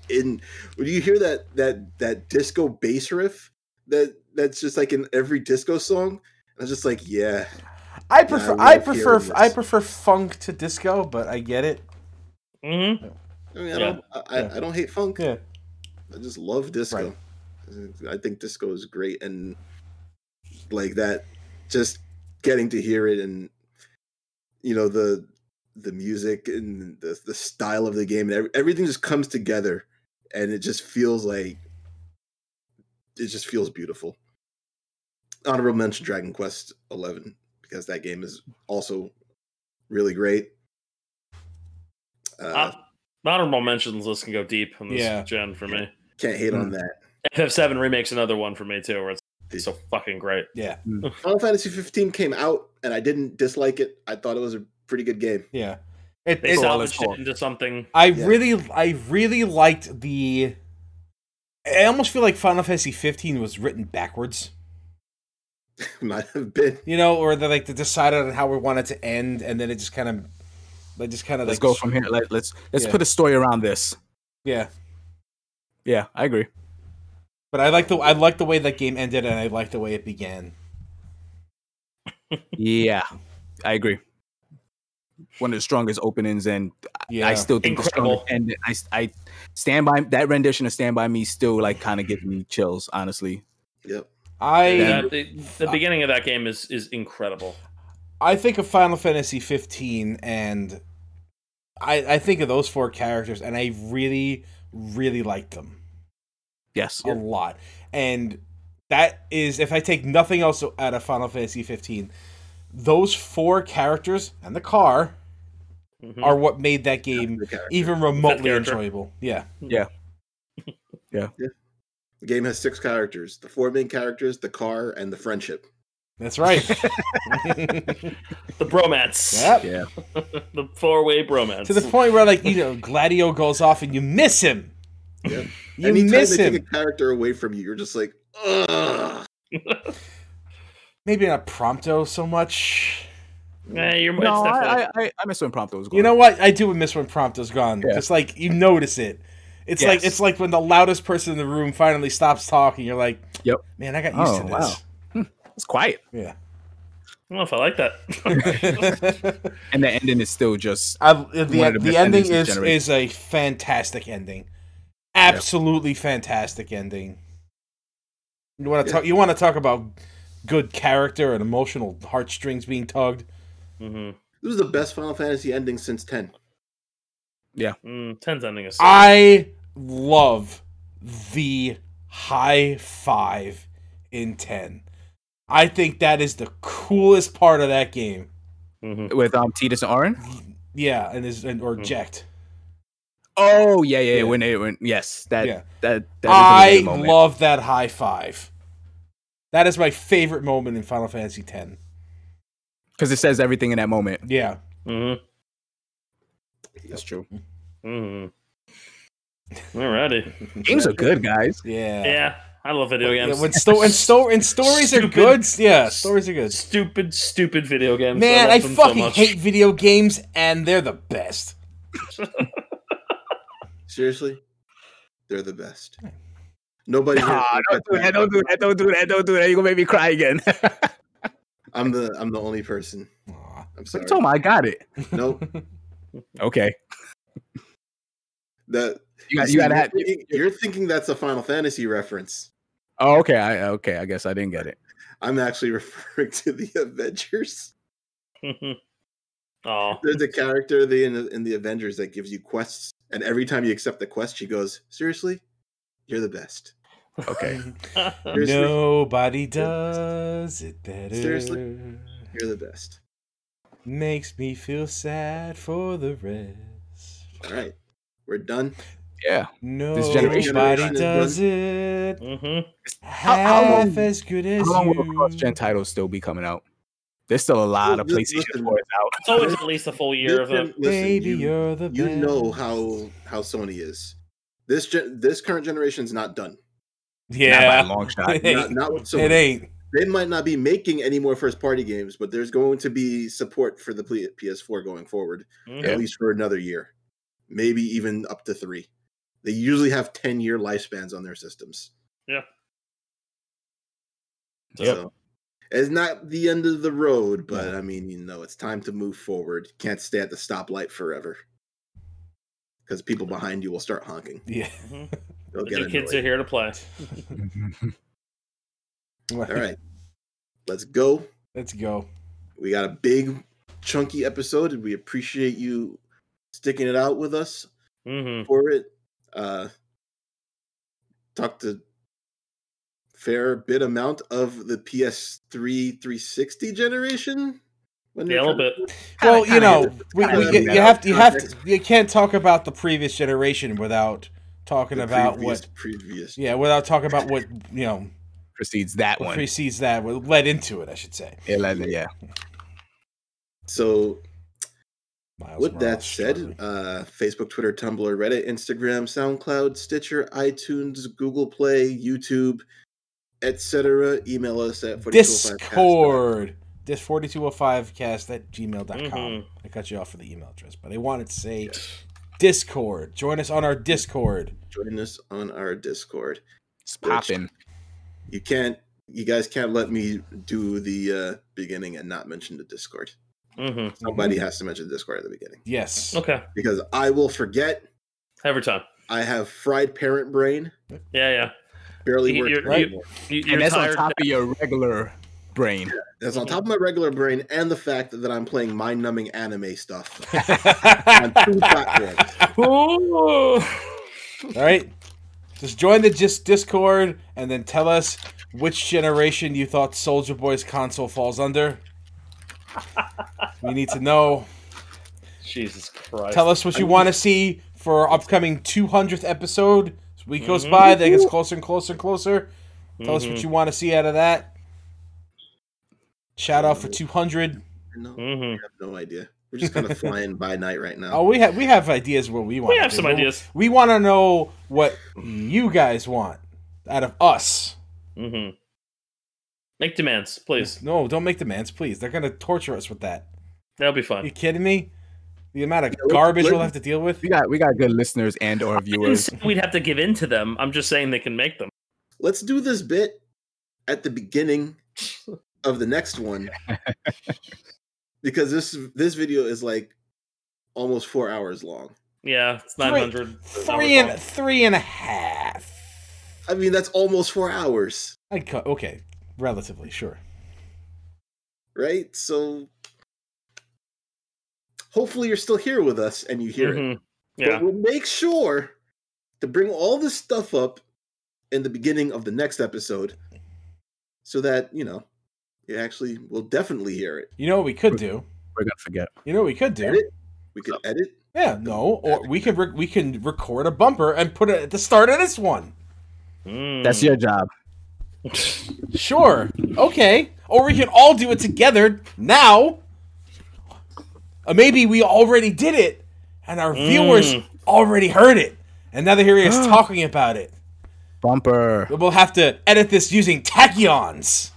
Speaker 1: in when you hear that that that disco bass riff that that's just like in every disco song. I'm just like, yeah.
Speaker 4: I prefer
Speaker 1: love
Speaker 4: I prefer
Speaker 1: hearing
Speaker 4: I
Speaker 1: this.
Speaker 4: prefer funk to disco, but I get it.
Speaker 3: hmm
Speaker 1: I mean, I,
Speaker 3: Yeah.
Speaker 1: don't, I, I- I don't hate funk.
Speaker 4: Yeah.
Speaker 1: I just love disco.
Speaker 4: Right.
Speaker 1: I think disco is great and like that just getting to hear it and you know the the music and the the style of the game and every, everything just comes together and it just feels like it just feels beautiful. Honorable mention Dragon Quest 11 because that game is also really great. Uh,
Speaker 3: Ah, honorable mentions list can go deep on this
Speaker 4: Yeah.
Speaker 3: gen for me.
Speaker 1: can't hate
Speaker 2: Hmm.
Speaker 1: on that.
Speaker 3: FF7 remakes another one for me too, where it's so fucking great.
Speaker 4: Yeah.
Speaker 1: Final Fantasy 15 came out and I didn't dislike it. I thought it was a pretty good game.
Speaker 4: Yeah. It,
Speaker 3: They
Speaker 4: it-
Speaker 3: salvaged it into something.
Speaker 4: I
Speaker 1: Yeah.
Speaker 4: really I really liked the I almost feel like Final Fantasy 15 was written backwards.
Speaker 1: Might have been.
Speaker 4: you know, or they like they decided on how we wanted to end, and then it just kind of, they just kind of
Speaker 2: Let's
Speaker 4: like,
Speaker 2: go from here. Let, let's let's
Speaker 4: Yeah.
Speaker 2: put a story around this.
Speaker 4: yeah.
Speaker 2: Yeah, I agree.
Speaker 4: But I like the I like the way that game ended, and I like the way it began.
Speaker 2: Yeah, I agree. One of the strongest openings, and
Speaker 4: Yeah,
Speaker 2: I still think
Speaker 3: Incredible.
Speaker 2: And I I stand by that rendition of "Stand by Me." Still, like, kind of gives me chills. Honestly,
Speaker 1: Yep.
Speaker 4: I
Speaker 3: Yeah, the, the beginning of that game is is incredible.
Speaker 4: I think of Final Fantasy 15, and I I think of those four characters, and I really really liked them
Speaker 2: yes.
Speaker 4: a lot, and that is if I take nothing else out of Final Fantasy 15, those four characters and the car
Speaker 3: Mhm.
Speaker 4: are what made that game
Speaker 1: The character.
Speaker 4: even remotely
Speaker 3: character.
Speaker 4: enjoyable. Yeah.
Speaker 1: The game has six characters the four main characters, the car, and the friendship.
Speaker 4: That's right.
Speaker 3: The bromance.
Speaker 4: Yep.
Speaker 2: Yeah.
Speaker 3: The four way bromance.
Speaker 4: To the point where, like, you know, Gladio goes off and you miss him.
Speaker 1: Yeah.
Speaker 4: You
Speaker 1: Anytime
Speaker 4: miss
Speaker 1: they
Speaker 4: him.
Speaker 1: take a character away from you, you're just like, ugh.
Speaker 4: Maybe not Prompto so much.
Speaker 3: Eh, you're,
Speaker 2: No,
Speaker 3: it's definitely-
Speaker 2: I, I, I I miss when Prompto was gone.
Speaker 4: You know what? I do miss when Prompto's gone.
Speaker 2: Yeah.
Speaker 4: It's like you notice it. It's like
Speaker 2: Yes.
Speaker 4: it's like when the loudest person in the room finally stops talking. You're like,
Speaker 2: Yep.
Speaker 4: man, I got
Speaker 2: Oh,
Speaker 4: used to this."
Speaker 2: wow. it's quiet,
Speaker 4: Yeah.
Speaker 1: Oh,
Speaker 3: I don't know if I like that.
Speaker 2: and the ending is still just
Speaker 4: I, the
Speaker 2: One of the
Speaker 4: the,
Speaker 2: best
Speaker 4: ending
Speaker 2: endings in
Speaker 4: is
Speaker 2: generation.
Speaker 4: is a fantastic ending, absolutely fantastic ending. You want to
Speaker 1: Yeah.
Speaker 4: talk? You want to talk about good character and emotional heartstrings being tugged?
Speaker 3: hmm
Speaker 1: This is the best Final Fantasy ending since 10.
Speaker 3: mm, Ten's ending is.
Speaker 4: I love the high five in ten. I think that is the coolest part of that game.
Speaker 3: Mhm.
Speaker 2: with um Titus and Orin.
Speaker 4: Yeah, and is and
Speaker 2: Mm.
Speaker 4: or Jekt.
Speaker 2: Oh yeah, yeah,
Speaker 4: Yeah.
Speaker 2: yeah. When they when yes, that
Speaker 4: Yeah.
Speaker 2: that that is
Speaker 4: I
Speaker 2: amazing moment.
Speaker 4: love that high five. That is my favorite moment in Final Fantasy X.
Speaker 2: because it says everything in that moment.
Speaker 4: Yeah.
Speaker 3: Mhm.
Speaker 2: That's true.
Speaker 3: Mhm. Alrighty.
Speaker 2: Games are good, guys.
Speaker 4: Yeah.
Speaker 3: Mm-hmm. Yeah, I love video
Speaker 4: Yeah,
Speaker 3: games.
Speaker 4: when sto- and, sto- and stories are
Speaker 3: Stupid.
Speaker 4: good. Yeah, stories are good.
Speaker 3: stupid, stupid video games.
Speaker 4: Man,
Speaker 3: love
Speaker 4: I
Speaker 3: them so
Speaker 4: fucking
Speaker 3: much.
Speaker 4: hate video games, and they're the best.
Speaker 1: Seriously? They're the best. Nobody. here-
Speaker 2: Hmm. Nah, don't do that. Don't do that. Don't do that. Don't do that. You're gonna make me cry again.
Speaker 1: I'm the I'm the only person.
Speaker 4: Aw.
Speaker 1: I'm sorry.
Speaker 2: It's all oh I got it.
Speaker 1: Nope.
Speaker 2: Okay,
Speaker 1: That
Speaker 2: you got you got to have.
Speaker 1: You're thinking- You're thinking that's a Final Fantasy reference.
Speaker 2: Oh, okay. I okay. I guess I didn't get it.
Speaker 1: I'm actually referring to the Avengers.
Speaker 3: Aw.
Speaker 1: There's a character the, in, the- in the Avengers that gives you quests, and every time you accept the quest, she goes, "Seriously, you're the best."
Speaker 2: Okay.
Speaker 1: Seriously,
Speaker 4: Nobody does it better.
Speaker 1: Seriously? you're the best.
Speaker 4: Makes me feel sad for the rest.
Speaker 1: All right, we're done.
Speaker 2: Yeah. generation-
Speaker 4: Nobody does it
Speaker 3: Mhm.
Speaker 4: half
Speaker 2: how long-
Speaker 4: as good as
Speaker 2: How long will
Speaker 4: you.
Speaker 2: cross gen titles still be coming out? There's still a lot of
Speaker 1: Well,
Speaker 2: PlayStation
Speaker 1: just listen.
Speaker 2: 4s out.
Speaker 3: It's always at least a full year of
Speaker 1: You
Speaker 3: them.
Speaker 1: can- listen,
Speaker 4: Baby,
Speaker 1: you-
Speaker 4: you, are the
Speaker 1: you
Speaker 4: best.
Speaker 1: know how how Sony is. This gen- this current generation's not done.
Speaker 2: Not by
Speaker 4: Yeah,
Speaker 2: a long shot.
Speaker 4: Hey.
Speaker 1: Not, not with Sony.
Speaker 4: it ain't.
Speaker 1: They might not be making any more first party games, but there's going to be support for the P- PS4 going forward,
Speaker 3: Mm-hmm.
Speaker 2: Yeah.
Speaker 1: at least for another year, maybe even up to three. They usually have ten year lifespans on their systems.
Speaker 2: Yep.
Speaker 1: So it's not the end of the road, but I mean, you know, it's time to move forward. Can't stay at the stoplight forever. Because people behind you will start honking.
Speaker 4: Yeah.
Speaker 3: Mhm.
Speaker 1: They'll
Speaker 3: The
Speaker 1: get
Speaker 3: new kids are
Speaker 1: annoyed.
Speaker 3: here to play.
Speaker 1: All right. Let's go.
Speaker 4: Let's go.
Speaker 1: We got a big, chunky episode, and we appreciate you sticking it out with us
Speaker 3: hmm
Speaker 1: for it. Uh, talked a fair bit amount of the PS3 360 generation. when
Speaker 3: Yeah, a
Speaker 1: they're
Speaker 3: little
Speaker 1: trying
Speaker 3: bit.
Speaker 1: to-
Speaker 4: Well,
Speaker 2: Kinda- kinda
Speaker 4: you know,
Speaker 2: hit
Speaker 4: we,
Speaker 2: kinda
Speaker 4: we,
Speaker 2: hit
Speaker 4: you,
Speaker 2: that
Speaker 4: you
Speaker 2: out
Speaker 4: have
Speaker 1: of
Speaker 4: to, you have to,
Speaker 1: context.
Speaker 4: you can't talk about the previous generation without talking
Speaker 1: the
Speaker 4: about
Speaker 1: previous-
Speaker 4: what,
Speaker 1: previous
Speaker 4: yeah, without talking about what you know
Speaker 2: Precedes that
Speaker 4: what
Speaker 2: one.
Speaker 4: precedes that, what led into it, I should say.
Speaker 2: Yeah, like- yeah.
Speaker 1: So
Speaker 4: Miles
Speaker 1: With that
Speaker 4: Morales,
Speaker 1: said,
Speaker 4: struggling.
Speaker 1: uh, Facebook, Twitter, Tumblr, Reddit, Instagram, SoundCloud, Stitcher, iTunes, Google Play, YouTube, etc. Email us at 4205cast.
Speaker 4: Discord. This 4205cast at gmail.com.
Speaker 1: Mm-hmm.
Speaker 3: Mhm.
Speaker 4: I cut you off for the email address, but I wanted to say Discord. Join us on our Discord.
Speaker 1: Join us on our Discord.
Speaker 2: It's popping.
Speaker 1: You can't, you guys can't let me do the uh, beginning and not mention the Discord.
Speaker 3: hmm
Speaker 1: Somebody has to mention Discord at the beginning
Speaker 4: Yes.
Speaker 3: Okay.
Speaker 1: because I will forget.
Speaker 3: Every time.
Speaker 1: I have fried parent brain,
Speaker 3: Yeah, yeah.
Speaker 1: barely
Speaker 3: You-
Speaker 1: works
Speaker 3: you're-
Speaker 1: anymore.
Speaker 3: You, you're
Speaker 2: And that's on
Speaker 3: tired.
Speaker 2: top of your regular brain.
Speaker 1: That's on top of my regular brain and the fact that I'm playing mind numbing anime stuff on two platforms.
Speaker 3: Ooh.
Speaker 4: All right. Just join the just Discord and then tell us which generation you thought Soldier Boy's console falls under. We need to know.
Speaker 3: Jesus Christ.
Speaker 4: Tell us what you want to see for our upcoming 200th episode. As week
Speaker 3: Mm-hmm.
Speaker 4: goes by, that gets closer and closer and closer. Tell us what you want to see out of that. Shout out for two hundred.
Speaker 1: No, I
Speaker 3: hmm
Speaker 1: have no idea. We're just kind of flying by night right now.
Speaker 4: Oh, we have we have ideas what we want.
Speaker 3: We
Speaker 4: to
Speaker 3: have
Speaker 4: do.
Speaker 3: some ideas.
Speaker 4: We want to know what you guys want out of us.
Speaker 3: hmm Make demands, please.
Speaker 4: No, don't make demands, please. They're gonna torture us with that.
Speaker 3: That'll be
Speaker 4: you
Speaker 3: fun.
Speaker 4: kidding me? The amount of
Speaker 1: let's-
Speaker 4: garbage
Speaker 1: let-
Speaker 4: we'll have to deal with.
Speaker 2: We got we got good listeners and or
Speaker 3: I didn't
Speaker 2: viewers.
Speaker 3: say we'd have to give in to them. I'm just saying they can make them.
Speaker 1: Let's do this bit at the beginning of the next one because this this video is like almost four hours long.
Speaker 3: Yeah, it's
Speaker 4: Three-
Speaker 3: 900.
Speaker 4: Three and three and a half.
Speaker 1: I mean, that's almost four hours,
Speaker 4: I co- okay, relatively sure.
Speaker 1: right? So hopefully you're still here with us and you hear it.
Speaker 3: Mhm. Yeah.
Speaker 1: But we'll make sure to bring all this stuff up in the beginning of the next episode so that, you know, you actually will definitely hear it.
Speaker 4: You know what we could do?
Speaker 2: We're gonna forget.
Speaker 4: You know what we could do?
Speaker 1: Edit? We could edit.
Speaker 4: Yeah, no, or we could re- we can record a bumper and put it at the start of this one.
Speaker 3: Mm-hmm.
Speaker 2: That's your job.
Speaker 4: Sure. Okay. Or we can all do it together now. Or maybe we already did it and our viewers already heard it. And now they hear us talking about it.
Speaker 2: Bumper.
Speaker 4: But we'll have to edit this using tachyons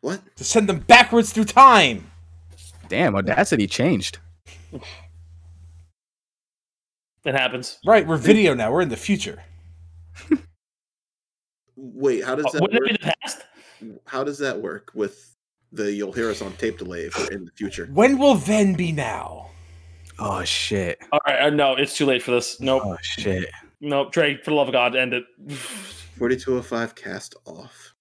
Speaker 1: What?
Speaker 4: to send them backwards through time.
Speaker 2: Damn, Audacity changed.
Speaker 3: It happens.
Speaker 4: Right, we're video now. We're in the future.
Speaker 1: Wait, how does that
Speaker 3: Uh, Wouldn't
Speaker 1: work?
Speaker 3: it be the past?
Speaker 1: How does that work with the you'll hear us on tape delay if we're in the future?
Speaker 4: When will then be now?
Speaker 2: Oh shit.
Speaker 3: All right. uh, No, it's too late for this.
Speaker 4: Uh.
Speaker 3: Nope.
Speaker 2: Oh shit.
Speaker 3: Nope. Drake, for the love of God, end it.
Speaker 1: 4205 cast off.